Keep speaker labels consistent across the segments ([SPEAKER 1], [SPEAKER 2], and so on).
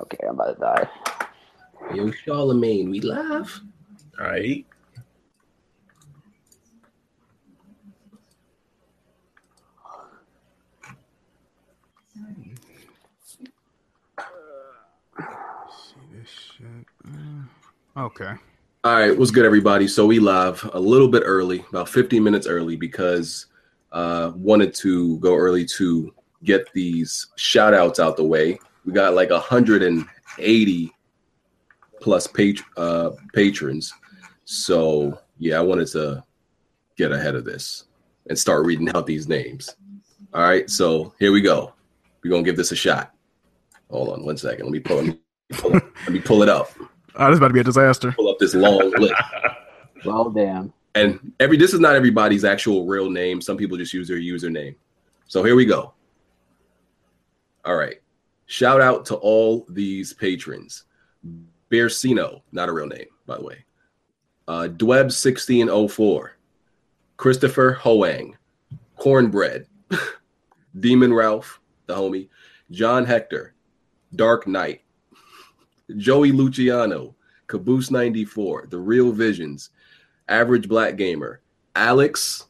[SPEAKER 1] Okay, I'm about to die.
[SPEAKER 2] Yo, Charlemagne, we live.
[SPEAKER 3] All right.
[SPEAKER 4] See this shit. Uh, okay.
[SPEAKER 3] All right, what's good, everybody? So we live a little bit early, about 15 minutes early, because uh wanted to go early to get these shout outs out the way. We got like 180 plus page uh patrons. So yeah, I wanted to get ahead of this and start reading out these names. All right, so here we go. We're gonna give this a shot. Hold on one second. Let me pull, let me pull, let me pull it up.
[SPEAKER 4] Oh, this is about to be a disaster.
[SPEAKER 3] Pull up this long list.
[SPEAKER 1] Well, damn.
[SPEAKER 3] and every this is not everybody's actual real name. Some people just use their username. So here we go. All right. Shout out to all these patrons. Bearcino, not a real name, by the way. Uh, Dweb1604, Christopher Hoang, Cornbread, Demon Ralph, the homie, John Hector, Dark Knight, Joey Luciano, Caboose94, The Real Visions, average black gamer. Alex,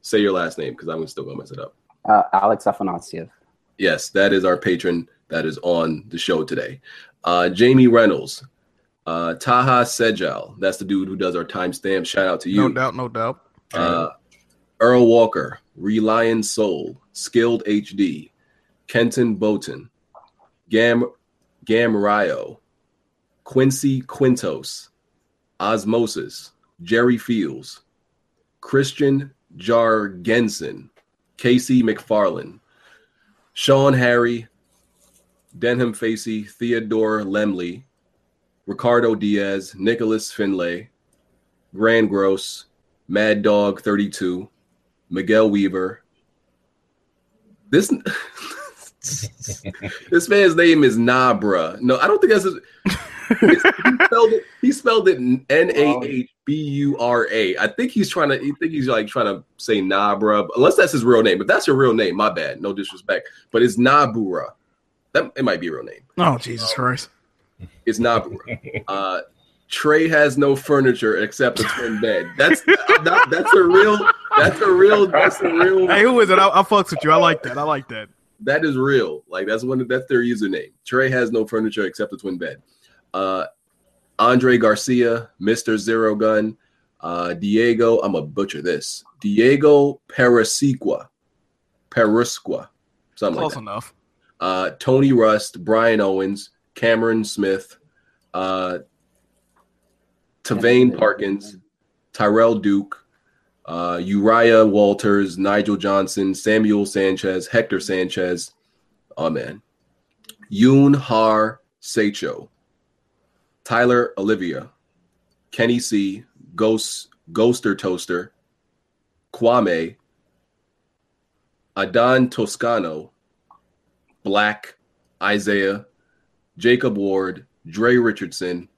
[SPEAKER 3] say your last name because I'm still gonna mess it up.
[SPEAKER 1] Uh, Alex Afanasiev.
[SPEAKER 3] Yes, that is our patron that is on the show today. Uh, Jamie Reynolds, uh, Taha Sejal, that's the dude who does our timestamp. Shout out to you.
[SPEAKER 4] No doubt, no doubt.
[SPEAKER 3] Uh, Earl Walker, Reliant Soul, Skilled HD, Kenton Boton, Gam Gam Rio, Quincy Quintos, Osmosis, Jerry Fields, Christian Jargensen, Casey McFarlane, Sean Harry, Denham Facey, Theodore Lemley, Ricardo Diaz, Nicholas Finlay, Grand Gross, Mad Dog 32, Miguel Weaver. This this man's name is Nabra. No, I don't think that's his, he spelled it. He spelled it N A H B U R A. I think he's trying to. I think he's like trying to say Nabra, unless that's his real name. If that's your real name, my bad. No disrespect, but it's Nabura. That it might be a real name.
[SPEAKER 4] Oh, Jesus Christ.
[SPEAKER 3] It's Nabura. Uh, Trey has no furniture except a twin bed. That's I'm not, that's a real. That's a real. That's a real.
[SPEAKER 4] Hey, who is it? I, I fucks with you. I like that. I like that.
[SPEAKER 3] that is real. Like that's one. That's their username. Trey has no furniture except a twin bed. Uh, Andre Garcia, Mister Zero Gun, uh, Diego. I'm gonna butcher this. Diego Perisiqua, Perisqua, something like
[SPEAKER 4] Close
[SPEAKER 3] that
[SPEAKER 4] enough.
[SPEAKER 3] uh, Tony Rust, Brian Owens, Cameron Smith, uh, Tavane Parkins, Tyrell Duke, uh, Uriah Walters, Nigel Johnson, Samuel Sanchez, Hector Sanchez, oh man, Yoon Har Secho, Tyler Olivia, Kenny C, Ghost Ghoster Toaster, Kwame, Adan Toscano, Black, Isaiah, Jacob Ward, Dre Richardson,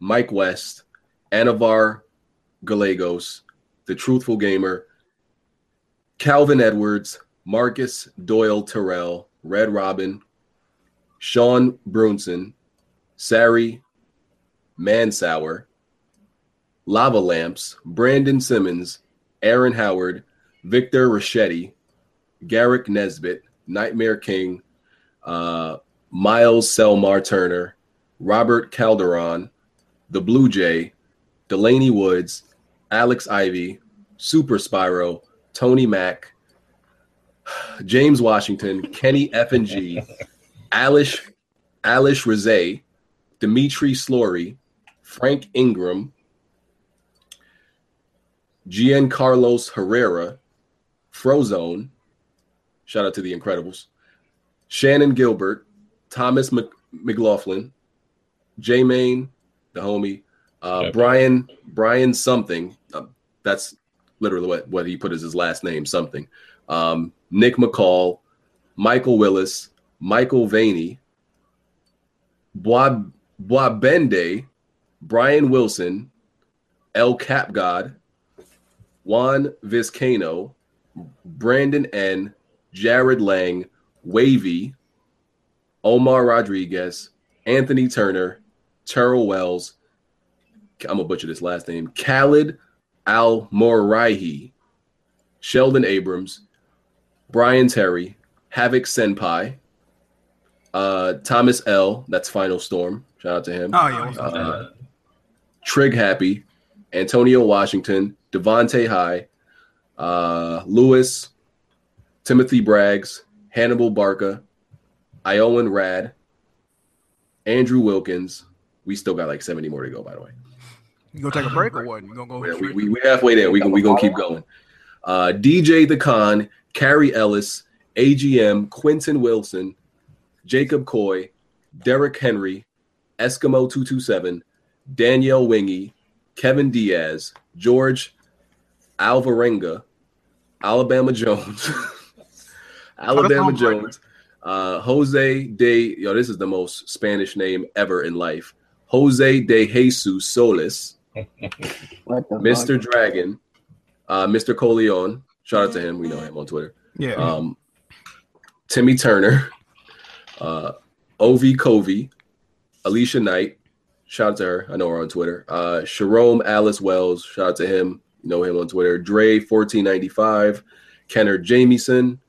[SPEAKER 3] Mike West, Anavar Gallegos, The Truthful Gamer, Calvin Edwards, Marcus Doyle Terrell, Red Robin, Sean Brunson, Sari Mansour, Lava Lamps, Brandon Simmons, Aaron Howard, Victor Rossetti, Garrick Nesbitt, Nightmare King, uh, Miles Selmar Turner, Robert Calderon, the Blue Jay, Delaney Woods, Alex Ivy, Super Spyro, Tony Mack, James Washington, Kenny F and G, Alish, Alish Rizay, Dimitri Slory, Frank Ingram, Giancarlos Herrera, Frozone, shout out to the Incredibles, Shannon Gilbert, Thomas Mc- McLaughlin, J Main, the homie, uh,
[SPEAKER 5] Okay.
[SPEAKER 3] Brian Brian something. uh, that's literally what, what he put as his last name, something. Um, Nick McCall, Michael Willis, Michael Vaney, Bois Boisbende, Brian Wilson, El Cap God, Juan Vizcano, Brandon N, Jared Lang, Wavy, Omar Rodriguez, Anthony Turner, Terrell Wells. I'm gonna butcher this last name. Khalid Al Moraihi, Sheldon Abrams, Brian Terry, Havoc Senpai, uh, Thomas L. That's Final Storm. Shout out to him.
[SPEAKER 4] Oh yeah, what's up?
[SPEAKER 3] Uh, Trig Happy, Antonio Washington, Devontae High, uh, Lewis, Timothy Braggs, Hannibal Barca, Iowan Rad, Andrew Wilkins. We still got like 70 more to go, by the way.
[SPEAKER 4] you gonna take a break or what? You gonna go?
[SPEAKER 3] We're,
[SPEAKER 4] straight?
[SPEAKER 3] we, we, are halfway there. We can we gonna keep going. Uh, DJ the Con, Carrie Ellis, AGM, Quentin Wilson, Jacob Coy, Derek Henry, Eskimo two two seven, Danielle Wingy, Kevin Diaz, George Alvarenga, Alabama Jones, Alabama
[SPEAKER 4] Alabama.
[SPEAKER 3] Jones, uh, Jose de yo. This is the most Spanish name ever in life. Jose de Jesus Solis.
[SPEAKER 1] What the
[SPEAKER 3] Mr.
[SPEAKER 1] fuck?
[SPEAKER 3] Dragon, uh, Mr. Coleon, shout out to him. We know him on Twitter.
[SPEAKER 4] yeah.
[SPEAKER 3] Um, Timmy Turner, uh, Ovi Covey, Alicia Knight, shout out to her. I know her on Twitter. Uh, Sharome Alice Wells, shout out to him. You know him on Twitter. Dre fourteen ninety five, Kenner Jamieson,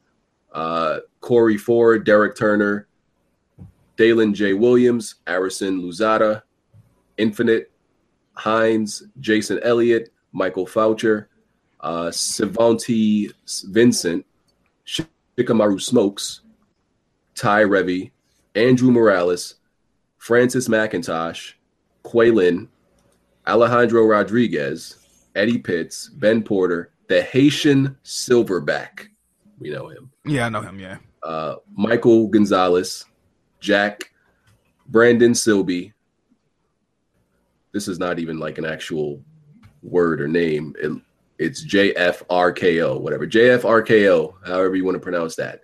[SPEAKER 3] uh, Corey Ford, Derek Turner, Dalen J Williams, Arison Luzada, Infinite, Hines, Jason Elliott, Michael Foucher, uh, Savanti Vincent, Shikamaru Smokes, Ty Revy, Andrew Morales, Francis McIntosh, Quaylin, Alejandro Rodriguez, Eddie Pitts, Ben Porter, the Haitian Silverback. We know him
[SPEAKER 4] yeah, I know him. Yeah.
[SPEAKER 3] uh, Michael Gonzalez, Jack, Brandon Silby. This is not even like an actual word or name. It- it's JFRKO, whatever. JFRKO, however you want to pronounce that.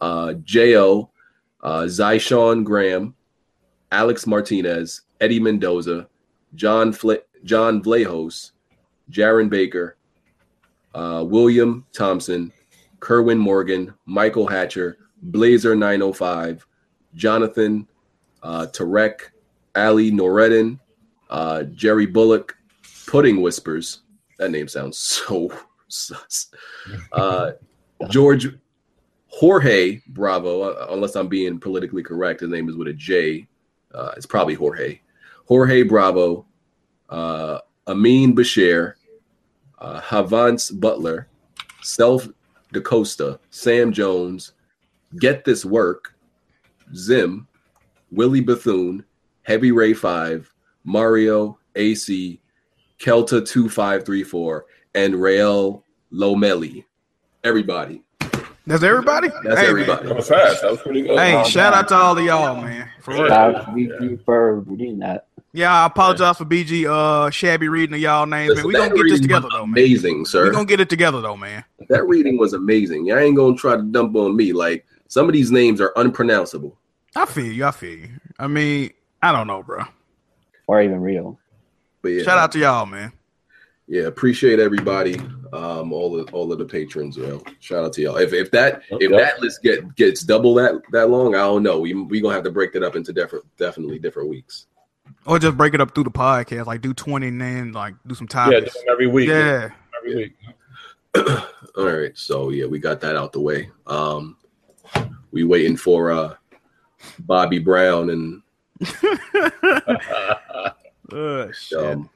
[SPEAKER 3] Uh, JO, uh, Zyshawn Graham, Alex Martinez, Eddie Mendoza, John, Fle- John Vlahos, Jaron Baker, uh, William Thompson, Kerwin Morgan, Michael Hatcher, Blazer 905, Jonathan uh, Tarek, Ali Noreddin, uh, Jerry Bullock, Pudding Whispers. That name sounds so sus. Uh, George Jorge Bravo, uh, unless I'm being politically correct, his name is with a J. Uh, it's probably Jorge. Jorge Bravo, uh, Amin Bashir, uh, Havance Butler, Self DaCosta, Sam Jones, Get This Work, Zim, Willie Bethune, Heavy Ray 5, Mario AC, Kelta2534, and Rael Lomeli. Everybody.
[SPEAKER 4] That's everybody.
[SPEAKER 3] That's
[SPEAKER 4] hey,
[SPEAKER 3] everybody. Oh,
[SPEAKER 5] That was fast. That was pretty good. Um,
[SPEAKER 4] Man. Hey, shout out to all of y'all, man. For real.
[SPEAKER 1] Shout out to BG for reading that.
[SPEAKER 4] Yeah, I apologize for BG uh shabby reading of y'all names, man.
[SPEAKER 3] Listen,
[SPEAKER 4] We gonna
[SPEAKER 3] that
[SPEAKER 4] get this
[SPEAKER 3] reading
[SPEAKER 4] together
[SPEAKER 3] was
[SPEAKER 4] though, man.
[SPEAKER 3] Amazing,
[SPEAKER 4] We
[SPEAKER 3] sir.
[SPEAKER 4] gonna get it together though, man.
[SPEAKER 3] That reading was amazing. Y'all ain't gonna try to dump on me. Like some of these names are unpronounceable.
[SPEAKER 4] I feel you. I feel you. I mean, I don't know, bro.
[SPEAKER 1] Or even real.
[SPEAKER 3] But yeah,
[SPEAKER 4] Shout out to y'all, man.
[SPEAKER 3] Yeah, appreciate everybody. Um, all of all of the patrons. Yo. Shout out to y'all. If if that if
[SPEAKER 5] Yeah.
[SPEAKER 3] that list get gets double that that long, I don't know. We we gonna have to break that up into different definitely different weeks.
[SPEAKER 4] Or just break it up through the podcast, like do twenty and then like do some
[SPEAKER 5] Yeah, do
[SPEAKER 4] topics.
[SPEAKER 5] them every week.
[SPEAKER 4] Yeah,
[SPEAKER 5] Every week.
[SPEAKER 3] all right, so yeah, we got that out the way. Um, we waiting for uh Bobby Brown and
[SPEAKER 4] Ugh, shit.
[SPEAKER 3] um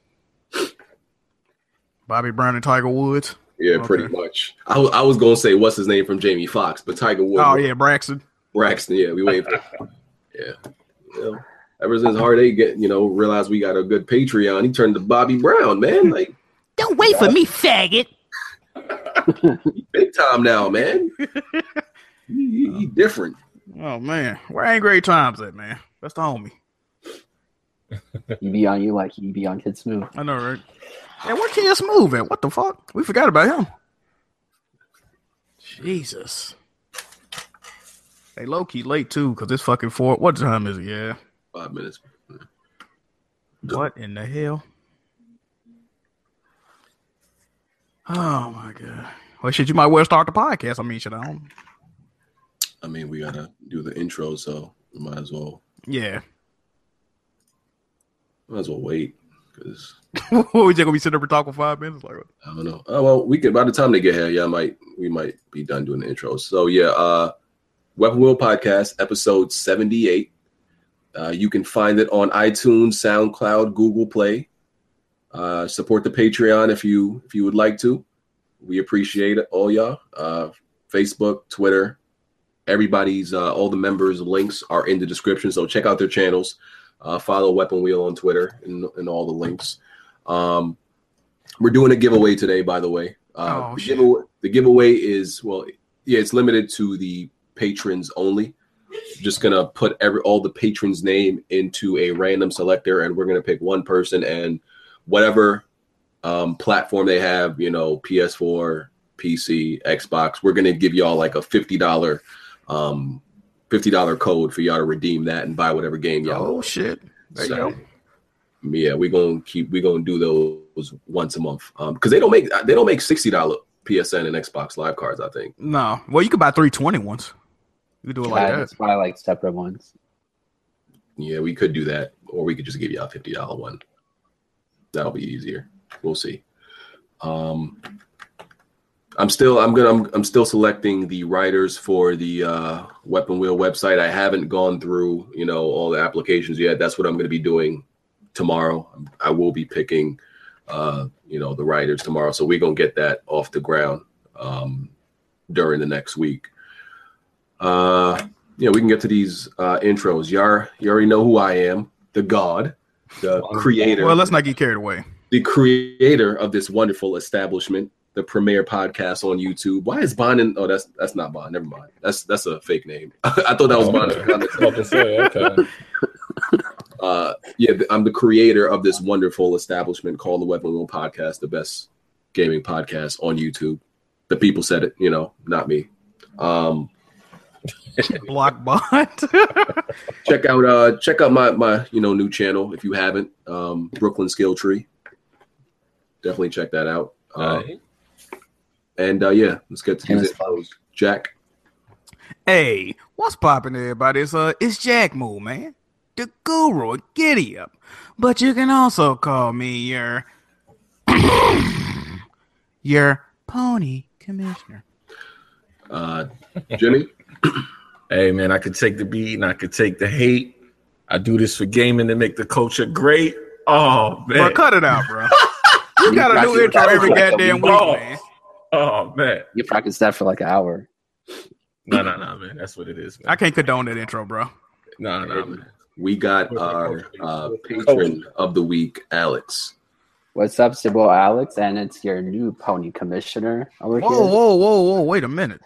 [SPEAKER 4] Bobby Brown and Tiger Woods.
[SPEAKER 3] yeah,
[SPEAKER 4] Okay.
[SPEAKER 3] pretty much. I was I was gonna say what's his name from Jamie Foxx, but Tiger Woods.
[SPEAKER 4] Oh yeah, Braxton.
[SPEAKER 3] Braxton, yeah, we waiting for yeah. You know, ever since Heartache, get, you know, realized we got a good Patreon, he turned to Bobby Brown, man. Like
[SPEAKER 6] Don't wait for me, faggot.
[SPEAKER 3] big time now, man. he, he- he different.
[SPEAKER 4] Oh man, where ain't great times at, man? That's the homie.
[SPEAKER 1] He be on you like he be on Kid Smooth.
[SPEAKER 4] I know, right? And where Kids Move at? What the fuck? We forgot about him. Jesus. They low key late too, because it's fucking four. What time is it? Yeah.
[SPEAKER 3] Five minutes.
[SPEAKER 4] What in the hell? Oh my god. Well, shit, you might well start the podcast. I mean, shit, I don't.
[SPEAKER 3] I mean, we gotta do the intro, so Might as well.
[SPEAKER 4] Yeah.
[SPEAKER 3] Might as well wait because
[SPEAKER 4] what we just gonna be sitting up and talking for five minutes? Like,
[SPEAKER 3] I don't know. Oh well, we could. By the time they get here, yeah, I might we might be done doing the intro. So yeah, uh, Weapon Wheel Podcast, episode seventy-eight. Uh, you can find it on iTunes, SoundCloud, Google Play. Uh, support the Patreon if you if you would like to. We appreciate it, all y'all. Uh, Facebook, Twitter, everybody's uh, all the members' links are in the description. So check out their channels. Uh, follow Weapon Wheel on Twitter and, and all the links. Um, we're doing a giveaway today, by the way. Uh,
[SPEAKER 4] Oh,
[SPEAKER 3] the,
[SPEAKER 4] shit.
[SPEAKER 3] giveaway, the giveaway is well, yeah, it's limited to the patrons only. Just gonna put every all the patrons' name into a random selector, and we're gonna pick one person and whatever um, platform they have, you know, PS4, PC, Xbox. We're gonna give y'all like a fifty dollar, um, fifty dollar code for y'all to redeem that and buy whatever game y'all.
[SPEAKER 4] oh
[SPEAKER 3] want.
[SPEAKER 4] shit. There you
[SPEAKER 3] So,
[SPEAKER 4] go.
[SPEAKER 3] yeah, we're gonna keep we're gonna do those once a month. Um because they don't make they don't make sixty dollar PSN and Xbox live cards, I think.
[SPEAKER 4] No. Well, you could buy 320 ones. You could do it like
[SPEAKER 1] I,
[SPEAKER 4] that.
[SPEAKER 1] that's why I like separate ones.
[SPEAKER 3] Yeah, we could do that, or we could just give you a fifty dollar one. That'll be easier. We'll see. Um I'm still I'm gonna I'm, I'm still selecting the writers for the uh weapon wheel website. I haven't gone through, you know, all the applications yet. That's what I'm gonna be doing tomorrow. I will be picking uh, you know, the writers tomorrow. So we're gonna get that off the ground um during the next week. Uh yeah, we can get to these uh, intros. You are you already know who I am, the God, the creator,
[SPEAKER 4] Well, let's not get carried away.
[SPEAKER 3] the creator of this wonderful establishment, the premier podcast on YouTube. Why is Bond? In, oh, that's that's not Bond. Never mind. That's that's a fake name. I thought that was Bond.
[SPEAKER 5] Oh, Fucking say, okay.
[SPEAKER 3] uh, yeah, th- I'm the creator of this wonderful establishment called the Weapon Wheel Podcast, the best gaming podcast on YouTube. The people said it, you know, not me. Um,
[SPEAKER 4] Block bond.
[SPEAKER 3] check out uh check out my my you know new channel if you haven't um brooklyn skill tree definitely check that out uh,
[SPEAKER 5] Alright.
[SPEAKER 3] and uh yeah let's get to
[SPEAKER 1] Tennis
[SPEAKER 3] these intros jack
[SPEAKER 4] hey, what's poppin', everybody? It's uh, it's Jack Moo, man, the Guru. Giddy up, but you can also call me your your pony commissioner.
[SPEAKER 3] uh jimmy
[SPEAKER 5] Hey man, I could take the beat and I could take the hate. I do this for gaming to make the culture great. Oh
[SPEAKER 4] Bro,
[SPEAKER 5] man.
[SPEAKER 4] cut it out, bro. You got a new intro every goddamn week,
[SPEAKER 5] Oh.
[SPEAKER 4] man.
[SPEAKER 5] Oh man.
[SPEAKER 1] You practice that for like an hour.
[SPEAKER 5] No, no, no, man. That's what it is,
[SPEAKER 4] I
[SPEAKER 5] man.
[SPEAKER 4] can't condone that intro, bro.
[SPEAKER 5] No, no, man.
[SPEAKER 3] we got our uh patron of the week alex
[SPEAKER 1] What's up, Sybil Alex? And it's your new pony commissioner over
[SPEAKER 4] Whoa,
[SPEAKER 1] here.
[SPEAKER 4] whoa, whoa, whoa! Wait a minute.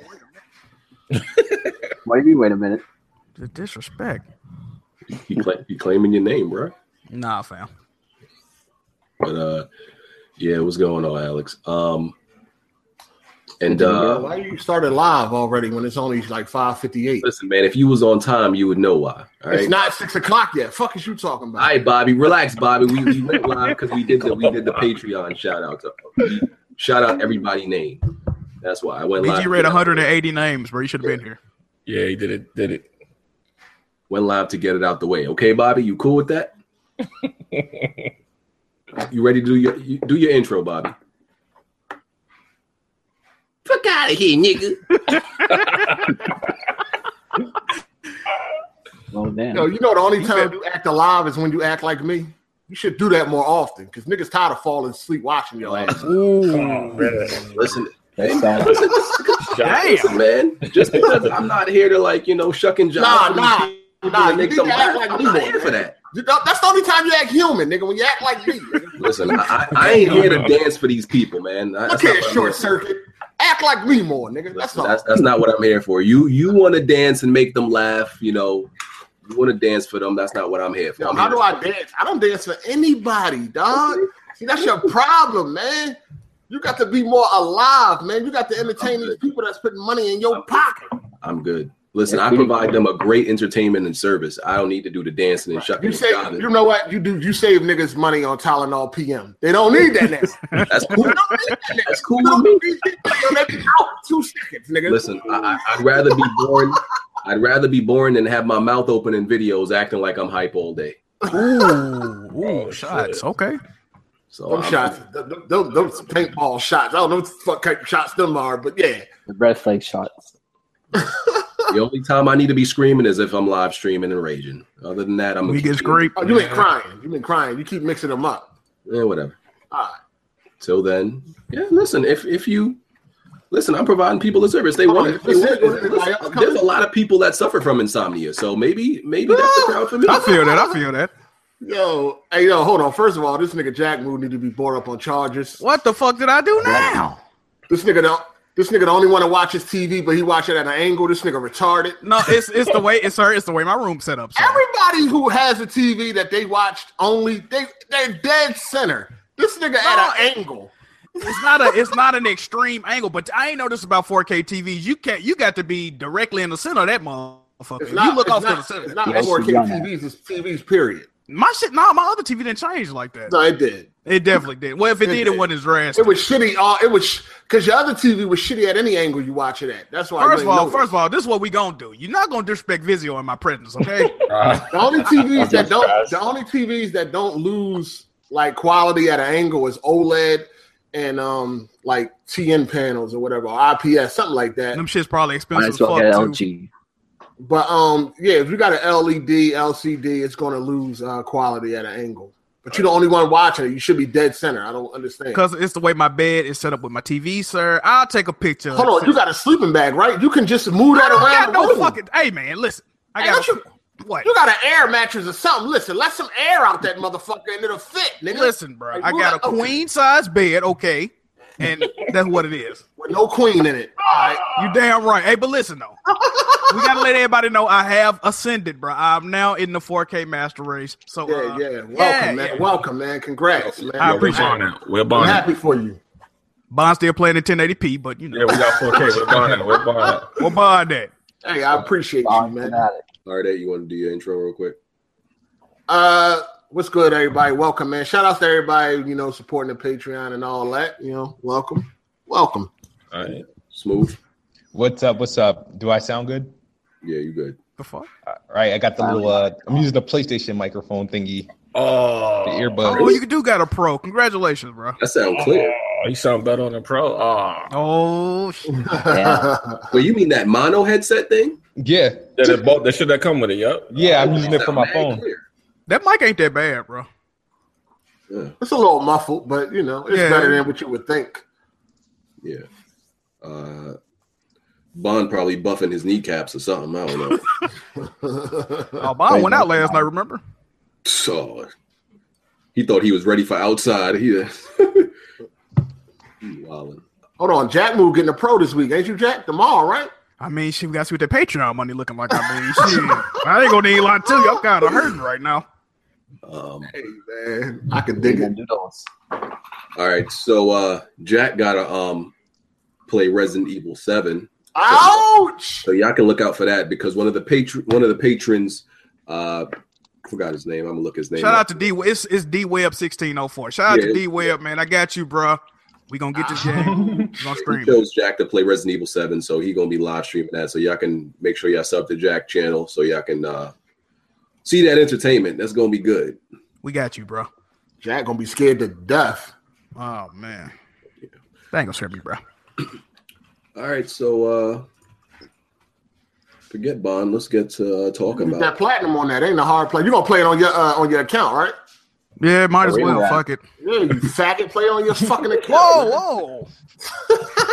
[SPEAKER 1] Wait, wait a minute.
[SPEAKER 4] The disrespect.
[SPEAKER 3] he, cla- he claiming your name bro
[SPEAKER 4] Nah, fam.
[SPEAKER 3] but uh yeah what's going on alex um and
[SPEAKER 7] Bro,
[SPEAKER 3] uh
[SPEAKER 7] why you started live already when it's only like five fifty eight?
[SPEAKER 3] listen man if you was on time you would know why all right
[SPEAKER 7] It's not six o'clock yet. Fuck is you talking
[SPEAKER 3] All
[SPEAKER 7] about?
[SPEAKER 3] right, Bobby, relax, Bobby. We, we went live because we did the we did the Patreon shout out to shout out everybody name. That's why I went live.
[SPEAKER 4] BG read 180 names, bro. You should have been here.
[SPEAKER 5] Yeah, he did it, did it.
[SPEAKER 3] Went live to get it out the way. Okay, Bobby, you cool with that? you ready to do your you, do your intro, Bobby?
[SPEAKER 2] Fuck out of here, nigga.
[SPEAKER 1] Well, damn.
[SPEAKER 7] Yo, you know the only time you act alive is when you act like me. You should do that more often because niggas tired of falling asleep watching your ass.
[SPEAKER 5] Oh, man.
[SPEAKER 3] Listen,
[SPEAKER 1] That sounds-
[SPEAKER 4] Damn.
[SPEAKER 3] listen, man. Just because I'm not here to like you know shuck and jive.
[SPEAKER 7] Nah, nah,
[SPEAKER 3] I'm
[SPEAKER 7] nah.
[SPEAKER 3] gonna
[SPEAKER 7] You
[SPEAKER 3] make
[SPEAKER 7] need
[SPEAKER 3] them
[SPEAKER 7] to act
[SPEAKER 3] laugh.
[SPEAKER 7] like
[SPEAKER 3] I'm
[SPEAKER 7] me
[SPEAKER 3] not
[SPEAKER 7] more.
[SPEAKER 3] here for that.
[SPEAKER 7] You know, that's the only time you act human, nigga. When you act like me, nigga.
[SPEAKER 3] Listen, I, I, I ain't here to dance for these people, man. I-
[SPEAKER 7] look
[SPEAKER 3] that's not
[SPEAKER 7] here,
[SPEAKER 3] what I'm
[SPEAKER 7] short
[SPEAKER 3] here for.
[SPEAKER 7] circuit. Act like me more, nigga. That's
[SPEAKER 3] Listen,
[SPEAKER 7] all.
[SPEAKER 3] that's, that's not what I'm here for. You you want to dance and make them laugh, you know. You want to dance for them. That's not what I'm here for.
[SPEAKER 7] Yo,
[SPEAKER 3] I'm
[SPEAKER 7] how
[SPEAKER 3] here
[SPEAKER 7] do I dance? I don't dance for anybody, dog. See, that's your problem, man. You got to be more alive, man. You got to entertain these people that's putting money in your pocket.
[SPEAKER 3] I'm good. Listen, I provide them a great entertainment and service. I don't need to do the dancing and shucking
[SPEAKER 7] You
[SPEAKER 3] and
[SPEAKER 7] say
[SPEAKER 3] jiving.
[SPEAKER 7] you know what? You do you save niggas money on Tylenol PM. They don't need that now.
[SPEAKER 3] That's cool.
[SPEAKER 7] They don't need that now.
[SPEAKER 3] That's cool
[SPEAKER 7] You
[SPEAKER 3] with
[SPEAKER 7] don't
[SPEAKER 3] me.
[SPEAKER 7] need that now. They be out in two seconds, nigga.
[SPEAKER 3] Listen, I, I- I'd rather be born. I'd rather be born than have my mouth open in videos acting like I'm hype all day.
[SPEAKER 4] Ooh, ooh
[SPEAKER 5] Oh,
[SPEAKER 4] shots.
[SPEAKER 5] shit.
[SPEAKER 4] Okay.
[SPEAKER 3] So
[SPEAKER 7] Them
[SPEAKER 3] I'm-
[SPEAKER 7] shots, them, them, them those paintball shots. I don't know what the fuck kind of shots them are, but yeah.
[SPEAKER 1] The red flag shots.
[SPEAKER 3] the only time I need to be screaming is if I'm live streaming and raging. Other than that, I'm
[SPEAKER 4] We get
[SPEAKER 3] screaming.
[SPEAKER 4] scraped.
[SPEAKER 7] Oh, you been crying. You been crying. You keep mixing them up. Ah.
[SPEAKER 3] Yeah, whatever.
[SPEAKER 7] All right.
[SPEAKER 3] Till then, yeah. Listen, if if you listen, I'm providing people a service. They want. it. They want it. Listen, There's a lot of people that suffer from insomnia, so maybe maybe that's the crowd for me.
[SPEAKER 4] I feel that. I feel that.
[SPEAKER 7] Yo, hey, yo, hold on. First of all, this nigga Jack Moon need to be brought up on charges.
[SPEAKER 4] What the fuck did I do now?
[SPEAKER 7] This nigga don't. This nigga the only want to watch his TV, but he watch it at an angle. This nigga retarded.
[SPEAKER 4] No, it's it's the way it's sir, it's the way my room set up. sir.
[SPEAKER 7] Everybody who has a TV that they watched only they they're dead center. This nigga
[SPEAKER 4] No,
[SPEAKER 7] at an angle.
[SPEAKER 4] It's not a it's not an extreme angle, but I ain't know this about 4K TVs. You can't you got to be directly in the center of that motherfucker.
[SPEAKER 7] It's
[SPEAKER 4] If
[SPEAKER 7] not,
[SPEAKER 4] you look
[SPEAKER 7] it's
[SPEAKER 4] off
[SPEAKER 7] not,
[SPEAKER 4] to the
[SPEAKER 7] It's
[SPEAKER 4] center.
[SPEAKER 7] not
[SPEAKER 1] Yes,
[SPEAKER 7] 4K
[SPEAKER 1] you done that.
[SPEAKER 7] TVs. It's TVs. Period.
[SPEAKER 4] My shit, nah, my other TV didn't change like that.
[SPEAKER 7] No, it did.
[SPEAKER 4] It definitely did. Well, if it
[SPEAKER 7] It
[SPEAKER 4] did,
[SPEAKER 7] did.
[SPEAKER 4] it wasn't as drastic.
[SPEAKER 7] It was shitty. All it was because your other TV was shitty at any angle you watch it at. That's why.
[SPEAKER 4] First of
[SPEAKER 7] you ain't
[SPEAKER 4] all,
[SPEAKER 7] know
[SPEAKER 4] first of all, this is what we gonna do. You're not gonna disrespect Vizio in my presence, okay?
[SPEAKER 5] Ah,
[SPEAKER 7] it. the only TVs that
[SPEAKER 1] That's
[SPEAKER 7] don't
[SPEAKER 5] fast.
[SPEAKER 7] the only TVs that don't lose like quality at an angle is OLED and um like TN panels or whatever or IPS something like that.
[SPEAKER 4] Them shit's probably
[SPEAKER 1] Might
[SPEAKER 4] expensive as
[SPEAKER 1] as well
[SPEAKER 4] fuck
[SPEAKER 1] get
[SPEAKER 4] too.
[SPEAKER 1] LG.
[SPEAKER 7] But um yeah, if you got E an LED LCD, it's going to lose uh, quality at an angle. But you're the only one watching it. You should be dead center. I don't understand.
[SPEAKER 4] Cause it's the way my bed is set up with my TV, sir. I'll take a picture. of
[SPEAKER 7] Hold
[SPEAKER 4] it.
[SPEAKER 7] on, you got a sleeping bag, right? You can just move that
[SPEAKER 4] I
[SPEAKER 7] around.
[SPEAKER 4] don't
[SPEAKER 7] the
[SPEAKER 4] got no
[SPEAKER 7] room.
[SPEAKER 4] fucking. Hey man, listen. I
[SPEAKER 7] Hey,
[SPEAKER 4] got
[SPEAKER 7] don't
[SPEAKER 4] what?
[SPEAKER 7] You got an air mattress or something. Listen, let some air out that motherfucker and it'll fit, nigga.
[SPEAKER 4] Listen, bro.
[SPEAKER 7] Like,
[SPEAKER 4] I
[SPEAKER 7] what?
[SPEAKER 4] got a
[SPEAKER 7] Okay.
[SPEAKER 4] queen size bed, okay, and that's what it is.
[SPEAKER 7] With no queen in it. All right.
[SPEAKER 4] You damn right. Hey, but listen though, we gotta let everybody know I have ascended, bro. I'm now in the 4K master race. So
[SPEAKER 7] Yeah,
[SPEAKER 4] uh,
[SPEAKER 7] yeah. Welcome,
[SPEAKER 4] yeah,
[SPEAKER 7] man.
[SPEAKER 4] yeah.
[SPEAKER 7] Welcome, man. Congrats, man.
[SPEAKER 4] I
[SPEAKER 5] yeah, we're
[SPEAKER 4] appreciate
[SPEAKER 5] bond
[SPEAKER 4] it.
[SPEAKER 5] now. We're
[SPEAKER 7] I'm
[SPEAKER 5] bond
[SPEAKER 7] happy for you.
[SPEAKER 4] Bond still playing at 1080p, but you know,
[SPEAKER 5] Yeah, we got 4K. We're bond now. We're bond now.
[SPEAKER 4] we'll bond that.
[SPEAKER 7] Hey, I appreciate you,
[SPEAKER 1] Bond
[SPEAKER 7] man.
[SPEAKER 1] fanatic.
[SPEAKER 3] All right, Ed, you want to do your intro real quick?
[SPEAKER 7] Uh what's good, everybody? Welcome, man. Shout outs to everybody, you know, supporting the Patreon and all that. You know, welcome. Welcome.
[SPEAKER 5] All right.
[SPEAKER 3] Smooth.
[SPEAKER 8] What's up? What's up? Do I sound good?
[SPEAKER 3] Yeah, you good.
[SPEAKER 4] The fuck?
[SPEAKER 8] All right, I got the
[SPEAKER 1] Sound
[SPEAKER 8] little. Uh, I'm using the PlayStation microphone thingy,
[SPEAKER 5] Oh,
[SPEAKER 8] the
[SPEAKER 4] Oh,
[SPEAKER 8] earbud.
[SPEAKER 4] you do got a pro. Congratulations, bro.
[SPEAKER 3] That sound clear.
[SPEAKER 5] Oh, you sound better on the pro. Oh,
[SPEAKER 4] Oh, shit.
[SPEAKER 1] Yeah.
[SPEAKER 3] Well, you mean that mono headset thing?
[SPEAKER 8] Yeah,
[SPEAKER 5] yeah, that bolt, that shit that come with it. Yep.
[SPEAKER 8] yeah, I'm
[SPEAKER 3] Oh,
[SPEAKER 8] using it for
[SPEAKER 3] sound
[SPEAKER 8] my
[SPEAKER 3] mad
[SPEAKER 8] phone.
[SPEAKER 3] clear.
[SPEAKER 4] that mic ain't that bad, bro.
[SPEAKER 3] Yeah,
[SPEAKER 7] it's a little muffled, but you know, it's
[SPEAKER 4] Yeah.
[SPEAKER 7] better than what you would think.
[SPEAKER 3] yeah. Uh, Bond probably buffing his kneecaps or something. I don't know.
[SPEAKER 4] Oh, Bond went out last night. Remember?
[SPEAKER 3] So he thought he was ready for outside. He, he wildin'.
[SPEAKER 7] Hold on, Jack Move getting a pro this week, ain't you, Jack? Tomorrow, right?
[SPEAKER 4] I mean, she we got to see what that Patreon money looking like. I mean, shit. I ain't gonna need a lot to you. I'm kind of hurting right now.
[SPEAKER 3] Um,
[SPEAKER 7] Hey man, I can dig
[SPEAKER 1] Dig
[SPEAKER 7] it.
[SPEAKER 1] and doodles.
[SPEAKER 3] all right, so uh, Jack gotta um play Resident Evil Seven,
[SPEAKER 7] Ouch!
[SPEAKER 3] so y'all can look out for that because one of the patron one of the patrons uh forgot his name. I'm gonna look his name.
[SPEAKER 4] Shout
[SPEAKER 3] up.
[SPEAKER 4] out to D. It's it's D Web sixteen oh four. Shout out
[SPEAKER 3] Yeah.
[SPEAKER 4] to D Web, man. I got you, bro. We gonna get this game. We gonna
[SPEAKER 3] He
[SPEAKER 4] scream.
[SPEAKER 3] chose Jack to play Resident Evil 7, so he gonna be live streaming that. So y'all can make sure y'all sub to Jack channel so y'all can uh see that entertainment. That's gonna be good.
[SPEAKER 4] We got you, bro.
[SPEAKER 7] Jack gonna be scared to death.
[SPEAKER 4] Oh man, that ain't gonna scare me, bro.
[SPEAKER 3] All right, so uh forget Bond. Let's get to uh, talking
[SPEAKER 7] Get that
[SPEAKER 3] about
[SPEAKER 7] platinum on that ain't a hard play. You gonna play it on your uh, on your account, right?
[SPEAKER 4] Yeah, might as
[SPEAKER 1] Arena
[SPEAKER 4] well.
[SPEAKER 1] Rap.
[SPEAKER 4] Fuck it.
[SPEAKER 7] Yeah, you faggot. Play it on your fucking account. man.
[SPEAKER 4] whoa.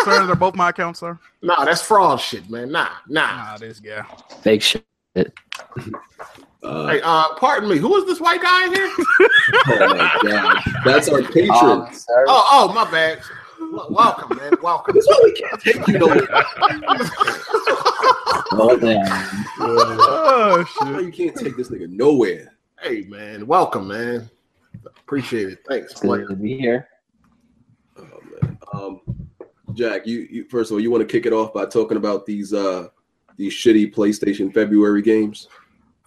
[SPEAKER 4] sir, they're both my accounts, sir.
[SPEAKER 7] Nah, that's fraud shit, man. Nah, nah.
[SPEAKER 4] Nah, this guy.
[SPEAKER 1] Fake shit.
[SPEAKER 3] uh,
[SPEAKER 7] Hey, uh, pardon me. Who is this white guy in here?
[SPEAKER 3] oh my god. That's our patron.
[SPEAKER 1] Um, sir,
[SPEAKER 7] oh, oh, my bad. Well, welcome, man. Welcome.
[SPEAKER 3] That's why we can't take you nowhere.
[SPEAKER 1] well, damn.
[SPEAKER 4] Oh
[SPEAKER 3] Why
[SPEAKER 4] shit.
[SPEAKER 3] you can't take this nigga nowhere.
[SPEAKER 7] Hey, man. Welcome, man. Appreciate it. Thanks,
[SPEAKER 1] It's
[SPEAKER 7] player.
[SPEAKER 1] good to be here.
[SPEAKER 3] Oh man. Um Jack, you, you first of all, you want to kick it off by talking about these uh these shitty PlayStation February games?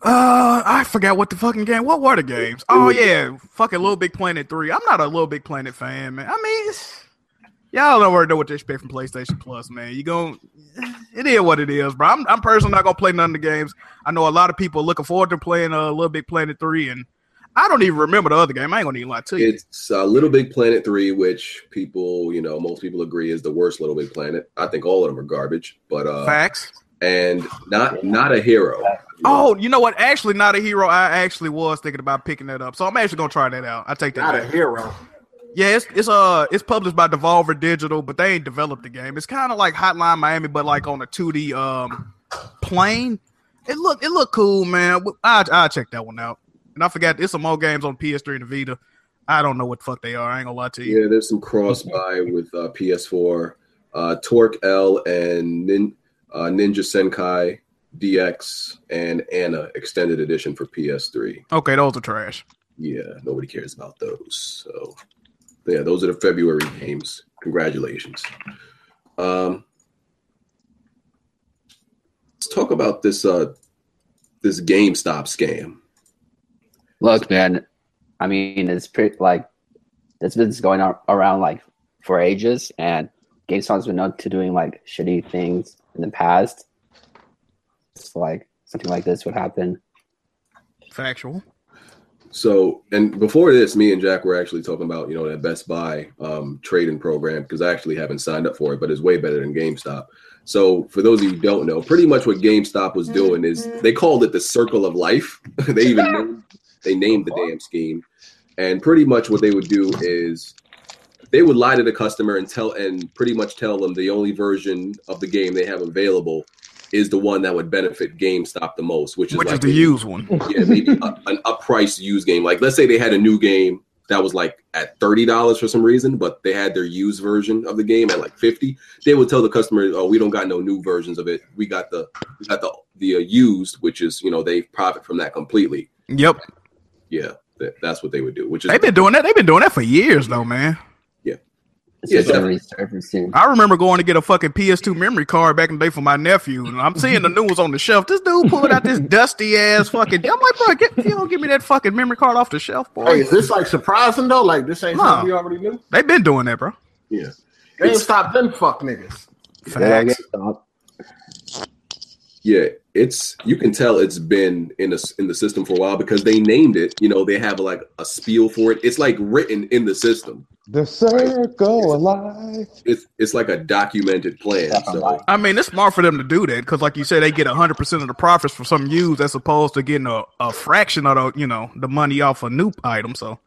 [SPEAKER 4] Uh, I forgot what the fucking game. What were the games? Oh yeah, fucking Little Big Planet three. I'm not a Little Big Planet fan, man. I mean, it's, Y'all don't already know what to expect from PlayStation Plus, man. You going it is what it is, bro. I'm, I'm personally not gonna play none of the games. I know a lot of people looking forward to playing a uh, Little Big Planet three, and I don't even remember the other game. I ain't gonna even lie to you.
[SPEAKER 3] It's uh, Little Big Planet 3, which people, you know, most people agree is the worst Little Big Planet. I think all of them are garbage, but uh
[SPEAKER 4] Facts.
[SPEAKER 3] and not not a hero.
[SPEAKER 4] Oh, you know what? Actually, not a hero. I actually was thinking about picking that up, so I'm actually gonna try that out. I take that.
[SPEAKER 7] Not
[SPEAKER 4] back.
[SPEAKER 7] a hero.
[SPEAKER 4] Yeah, it's it's uh it's published by Devolver Digital, but they ain't developed the game. It's kind of like Hotline Miami, but like on a two D um plane. It look it look cool, man. I I check that one out. And I forgot it's some more games on PS3 and Vita. I don't know what the fuck they are. I ain't gonna lie to you.
[SPEAKER 3] Yeah, there's some cross by with uh, PS4, uh, Torque L and Nin, uh, Ninja Senkai DX and Anna Extended Edition for PS3.
[SPEAKER 4] Okay, those are trash.
[SPEAKER 3] Yeah, nobody cares about those. So, yeah, those are the February games. Congratulations. Um, let's talk about this uh, this GameStop scam.
[SPEAKER 1] Look, man. I mean, it's pretty like this business going on, around like for ages, and GameStop's been known to doing like shitty things in the past. It's like something like this would happen.
[SPEAKER 4] Factual.
[SPEAKER 3] So, and before this, me and Jack were actually talking about you know that Best Buy um, trading program because I actually haven't signed up for it, but it's way better than GameStop. So, for those of you who don't know, pretty much what GameStop was doing is they called it the Circle of Life. they even named, they named the damn scheme, and pretty much what they would do is they would lie to the customer and tell and pretty much tell them the only version of the game they have available is the one that would benefit GameStop the most, which is
[SPEAKER 4] Which
[SPEAKER 3] like
[SPEAKER 4] is the used one.
[SPEAKER 3] yeah, maybe a, an uppriced used game. Like let's say they had a new game that was like at thirty dollars for some reason, but they had their used version of the game at like fifty. They would tell the customer, "Oh, we don't got no new versions of it. We got the we got the the uh, used, which is you know they profit from that completely."
[SPEAKER 4] Yep.
[SPEAKER 3] Yeah, that, that's what they would do. Which is
[SPEAKER 4] They've been doing that. They've been doing that for years though, man.
[SPEAKER 1] It's
[SPEAKER 3] Yeah,
[SPEAKER 1] just a
[SPEAKER 3] so-
[SPEAKER 1] resurfacing.
[SPEAKER 4] I remember going to get a fucking PS2 memory card back in the day for my nephew, and I'm seeing the new ones on the shelf. This dude pulled out this dusty ass fucking. I'm like, bro, get, you don't give me that fucking memory card off the shelf, boy.
[SPEAKER 7] Hey, is this like surprising though? Like this ain't
[SPEAKER 4] No.
[SPEAKER 7] something we already knew.
[SPEAKER 4] They've been doing that, bro.
[SPEAKER 3] yeah. It's-
[SPEAKER 7] GameStop them fuck niggas.
[SPEAKER 1] Yeah,
[SPEAKER 4] Facts.
[SPEAKER 1] GameStop.
[SPEAKER 3] Yeah, it's you can tell it's been in the in the system for a while because they named it. You know, they have like a spiel for it. It's like written in the system.
[SPEAKER 8] The circle of life.
[SPEAKER 3] It's it's like a documented plan.
[SPEAKER 1] Stop on
[SPEAKER 3] So
[SPEAKER 1] by.
[SPEAKER 4] I mean, it's smart for them to do that because, like you said, they get 100% of the profits from some used as opposed to getting a, a fraction of the, you know, the money off a new item. So,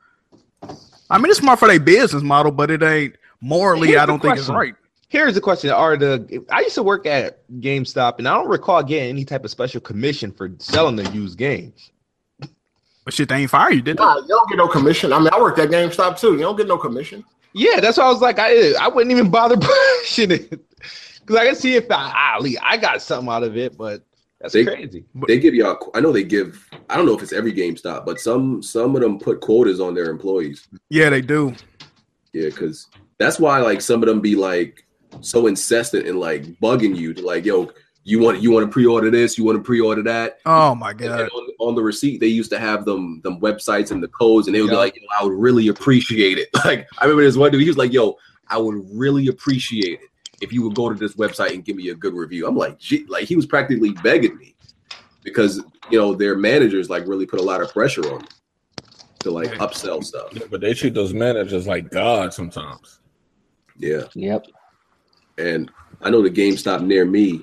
[SPEAKER 4] I mean, it's smart for their business model, but it ain't morally,
[SPEAKER 9] Here's
[SPEAKER 4] I
[SPEAKER 9] the
[SPEAKER 4] don't think it's
[SPEAKER 9] question.
[SPEAKER 4] right.
[SPEAKER 9] Here's the question: Are the I used to work at GameStop, and I don't recall getting any type of special commission for selling the used games.
[SPEAKER 4] But shit, they ain't fire you, did they?
[SPEAKER 7] Nah, you don't get no commission. I mean, I worked at GameStop too. You don't get no commission.
[SPEAKER 9] Yeah, that's why I was like, I I wouldn't even bother pushing it because I can see if I Ali I got something out of it, but that's
[SPEAKER 3] They-
[SPEAKER 9] crazy.
[SPEAKER 3] they give y'all. I know they give. I don't know if it's every GameStop, but some some of them put quotas on their employees.
[SPEAKER 4] Yeah, they do.
[SPEAKER 3] Yeah, because that's why like some of them be like so incessant and like bugging you to like, yo, you want you want to pre-order this, you want to pre-order that.
[SPEAKER 4] Oh, my
[SPEAKER 3] And
[SPEAKER 4] God.
[SPEAKER 3] then on, on the receipt, they used to have them them websites and the codes, and they would
[SPEAKER 9] Yeah.
[SPEAKER 3] be like, "Yo, I would really appreciate it." Like, I remember this one dude, he was like, "Yo, I would really appreciate it if you would go to this website and give me a good review." I'm like, Gee, like he was practically begging me because you know their managers like really put a lot of pressure on them to like upsell stuff.
[SPEAKER 5] Yeah, but they treat those managers like God sometimes.
[SPEAKER 3] Yeah.
[SPEAKER 1] Yep.
[SPEAKER 3] and I know the GameStop near me,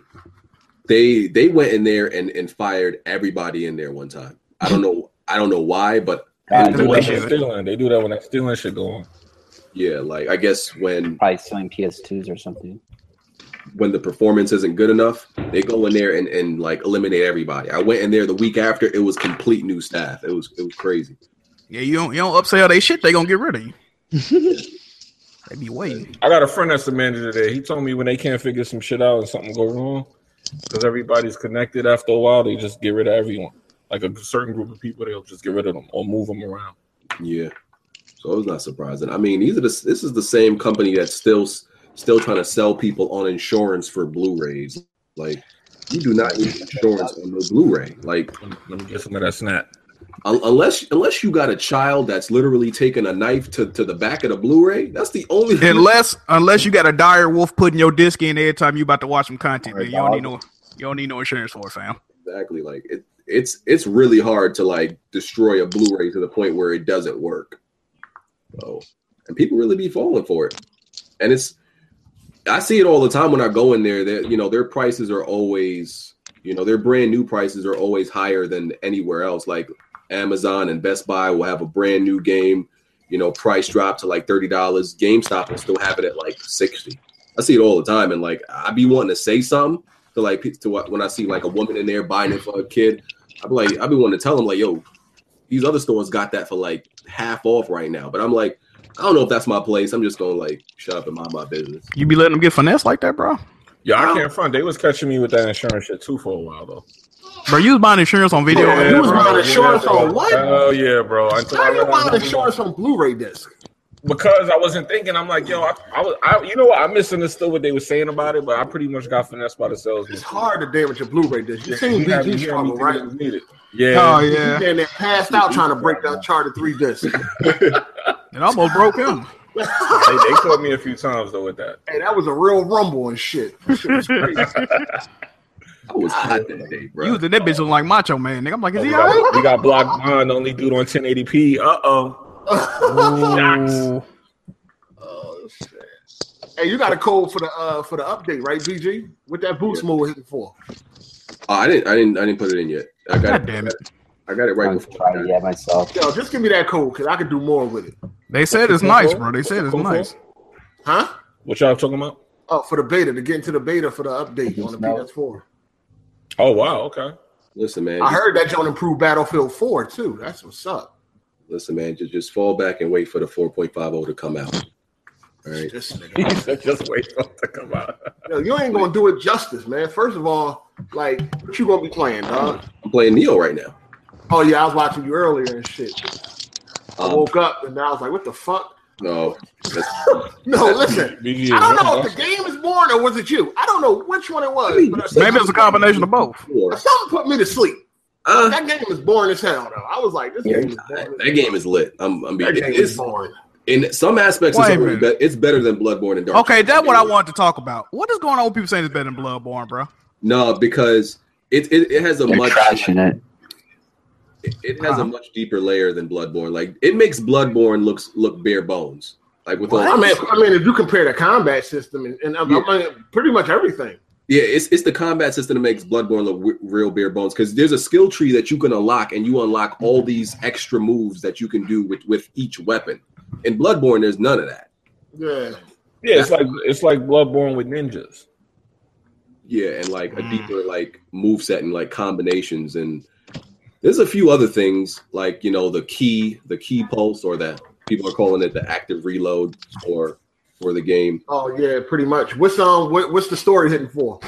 [SPEAKER 3] they they went in there and and fired everybody in there one time. I don't know I don't know why, but
[SPEAKER 5] They
[SPEAKER 1] God,
[SPEAKER 5] do,
[SPEAKER 4] They
[SPEAKER 5] that
[SPEAKER 4] should.
[SPEAKER 5] when stealing. they do that when that stealing shit go on.
[SPEAKER 3] yeah, like I guess when
[SPEAKER 1] probably selling PS2s or something.
[SPEAKER 3] when the performance isn't good enough, they go in there and and like eliminate everybody. I went in there the week after, it was complete new staff. It was it was crazy.
[SPEAKER 4] Yeah, you don't you don't upsell they shit, they gonna get rid of you. they be waiting.
[SPEAKER 5] I got a friend that's the manager there. He told me when they can't figure some shit out and something go wrong, because everybody's connected. After a while, they just get rid of everyone. Like a certain group of people, they'll just get rid of them or move them around.
[SPEAKER 3] Yeah, so it was not surprising. I mean, these are the this is the same company that's still s- still trying to sell people on insurance for Blu-rays. Like you do not need insurance on no Blu-ray. Like
[SPEAKER 5] Let me- let me get some of that snap.
[SPEAKER 3] Un- Unless unless you got a child that's literally taking a knife to, to the back of the Blu-ray, that's the only
[SPEAKER 4] Unless unless you got a dire wolf putting your disc in every time you about to watch some content,
[SPEAKER 1] Or a
[SPEAKER 4] man. You don't need no
[SPEAKER 1] dog.
[SPEAKER 4] you don't need no insurance for it, fam.
[SPEAKER 3] exactly like it, it's it's really hard to like destroy a Blu-ray to the point where it doesn't work. So, and people really be falling for it, and it's I see it all the time when I go in there. That you know their prices are always you know their brand new prices are always higher than anywhere else. Like Amazon and Best Buy will have a brand new game, you know, price drop to like thirty dollars. GameStop will still have it at like sixty. I see it all the time, and like I be wanting to say something to like pe- to what- when I see like a woman in there buying it for a kid, I be like I be wanting to tell them like, yo, these other stores got that for like half off right now, but I'm like, I don't know if that's my place. I'm just gonna like shut up and mind my business.
[SPEAKER 4] You be letting them get finesse like that, bro?
[SPEAKER 5] Yeah, I can't front. They was catching me with that insurance shit too for a while though.
[SPEAKER 4] Bro, you was buying insurance on video.
[SPEAKER 7] Yeah,
[SPEAKER 4] you was
[SPEAKER 7] bro.
[SPEAKER 4] buying-
[SPEAKER 7] buying insurance
[SPEAKER 5] bro.
[SPEAKER 7] on what?
[SPEAKER 5] Hell yeah, bro. Until
[SPEAKER 7] How
[SPEAKER 5] I
[SPEAKER 7] you
[SPEAKER 5] realized-
[SPEAKER 7] buying insurance on Blu-ray disc?
[SPEAKER 5] because I wasn't thinking. I'm like, yo, I, I was, I, you know what? I misunderstood what they were saying about it, but I pretty much got finessed by the salesman.
[SPEAKER 7] It's hard to damage a Blu-ray disc. You seen
[SPEAKER 5] You had me
[SPEAKER 7] BG
[SPEAKER 5] hearing me
[SPEAKER 7] struggle,
[SPEAKER 5] thinking
[SPEAKER 7] right?
[SPEAKER 5] it was needed. Yeah.
[SPEAKER 4] Oh yeah.
[SPEAKER 7] And they passed out trying to break the Uncharted 3 disc.
[SPEAKER 4] It almost broke him.
[SPEAKER 5] they, they caught me a few times though with that.
[SPEAKER 7] Hey, that was a real rumble and shit. Shit was crazy.
[SPEAKER 3] I was hot that day, bro.
[SPEAKER 4] You was in that bitch looking like Macho Man. Nigga, I'm like, is
[SPEAKER 5] we,
[SPEAKER 4] he all right?
[SPEAKER 5] got, we got blocked behind, only dude on 1080p. Uh oh. Shocks.
[SPEAKER 7] Oh, shit. Hey, you got a code for the uh for the update, right, BG? What that boost mode was hitting for?
[SPEAKER 3] Oh, I didn't I didn't I didn't put it in yet. I got
[SPEAKER 4] God
[SPEAKER 3] it.
[SPEAKER 4] damn it.
[SPEAKER 3] I got it right
[SPEAKER 1] I'm
[SPEAKER 3] before.
[SPEAKER 1] trying to get myself.
[SPEAKER 7] Yo, just give me that code because I could do more with it.
[SPEAKER 4] They said it's nice, bro. They said it's nice.
[SPEAKER 7] Huh?
[SPEAKER 5] What y'all talking about?
[SPEAKER 7] Oh, for the beta to get into the beta for the update on the PS4.
[SPEAKER 5] Oh wow, okay.
[SPEAKER 3] Listen, man.
[SPEAKER 7] I
[SPEAKER 3] Just,
[SPEAKER 7] heard that you improved Battlefield 4 too. That's what's up.
[SPEAKER 3] listen, man. Just just fall back and wait for the 4.50 to come out. All right.
[SPEAKER 7] This nigga.
[SPEAKER 5] He said, just wait for it to come out.
[SPEAKER 7] Yo, you ain't gonna do it justice, man. First of all, like what you gonna be playing, dog?
[SPEAKER 3] I'm playing Neo right now.
[SPEAKER 7] Oh yeah, I was watching you earlier and shit. I
[SPEAKER 3] Um,
[SPEAKER 7] woke up and I was like, what the fuck?
[SPEAKER 3] no, that's-
[SPEAKER 7] No, listen.
[SPEAKER 5] BG is
[SPEAKER 7] I don't know
[SPEAKER 5] wrong.
[SPEAKER 7] if the game is born or was it you. I don't know which one it was. but I-
[SPEAKER 4] Maybe it's a combination of both.
[SPEAKER 3] four.
[SPEAKER 7] Something put me to sleep.
[SPEAKER 3] Uh,
[SPEAKER 7] That game was boring as hell, though. I was like, this game is boring.
[SPEAKER 3] that game is lit. I'm, I'm being
[SPEAKER 7] That game
[SPEAKER 3] it's,
[SPEAKER 7] is boring.
[SPEAKER 3] in some aspects.
[SPEAKER 4] Wait
[SPEAKER 3] It's,
[SPEAKER 4] a
[SPEAKER 3] already be,
[SPEAKER 4] minute.
[SPEAKER 3] it's better than Bloodborne and Dark.
[SPEAKER 4] Okay,
[SPEAKER 3] Souls.
[SPEAKER 4] that's what I wanted to talk about. What is going on with people saying it's better than Bloodborne, bro?
[SPEAKER 3] No, because it it, it has a
[SPEAKER 1] They're
[SPEAKER 3] much
[SPEAKER 1] trashing it.
[SPEAKER 3] it, it has a much deeper layer than Bloodborne. Like it makes Bloodborne looks look bare bones. Like with all,
[SPEAKER 7] I mean, I mean, if you compare the combat system and, and I mean,
[SPEAKER 3] Yeah.
[SPEAKER 7] pretty much everything.
[SPEAKER 3] Yeah, it's it's the combat system that makes Bloodborne look w- real bare bones because there's a skill tree that you can unlock, and you unlock all these extra moves that you can do with with each weapon. In Bloodborne, there's none of that.
[SPEAKER 7] Yeah.
[SPEAKER 5] Yeah, it's like it's like Bloodborne with ninjas.
[SPEAKER 3] Yeah, and like a deeper like move set and like combinations, and there's a few other things like you know the key, the key pulse, or that people are calling it the active reload, or for the game.
[SPEAKER 7] Oh yeah, pretty much. What's um, what, what's the story hitting for?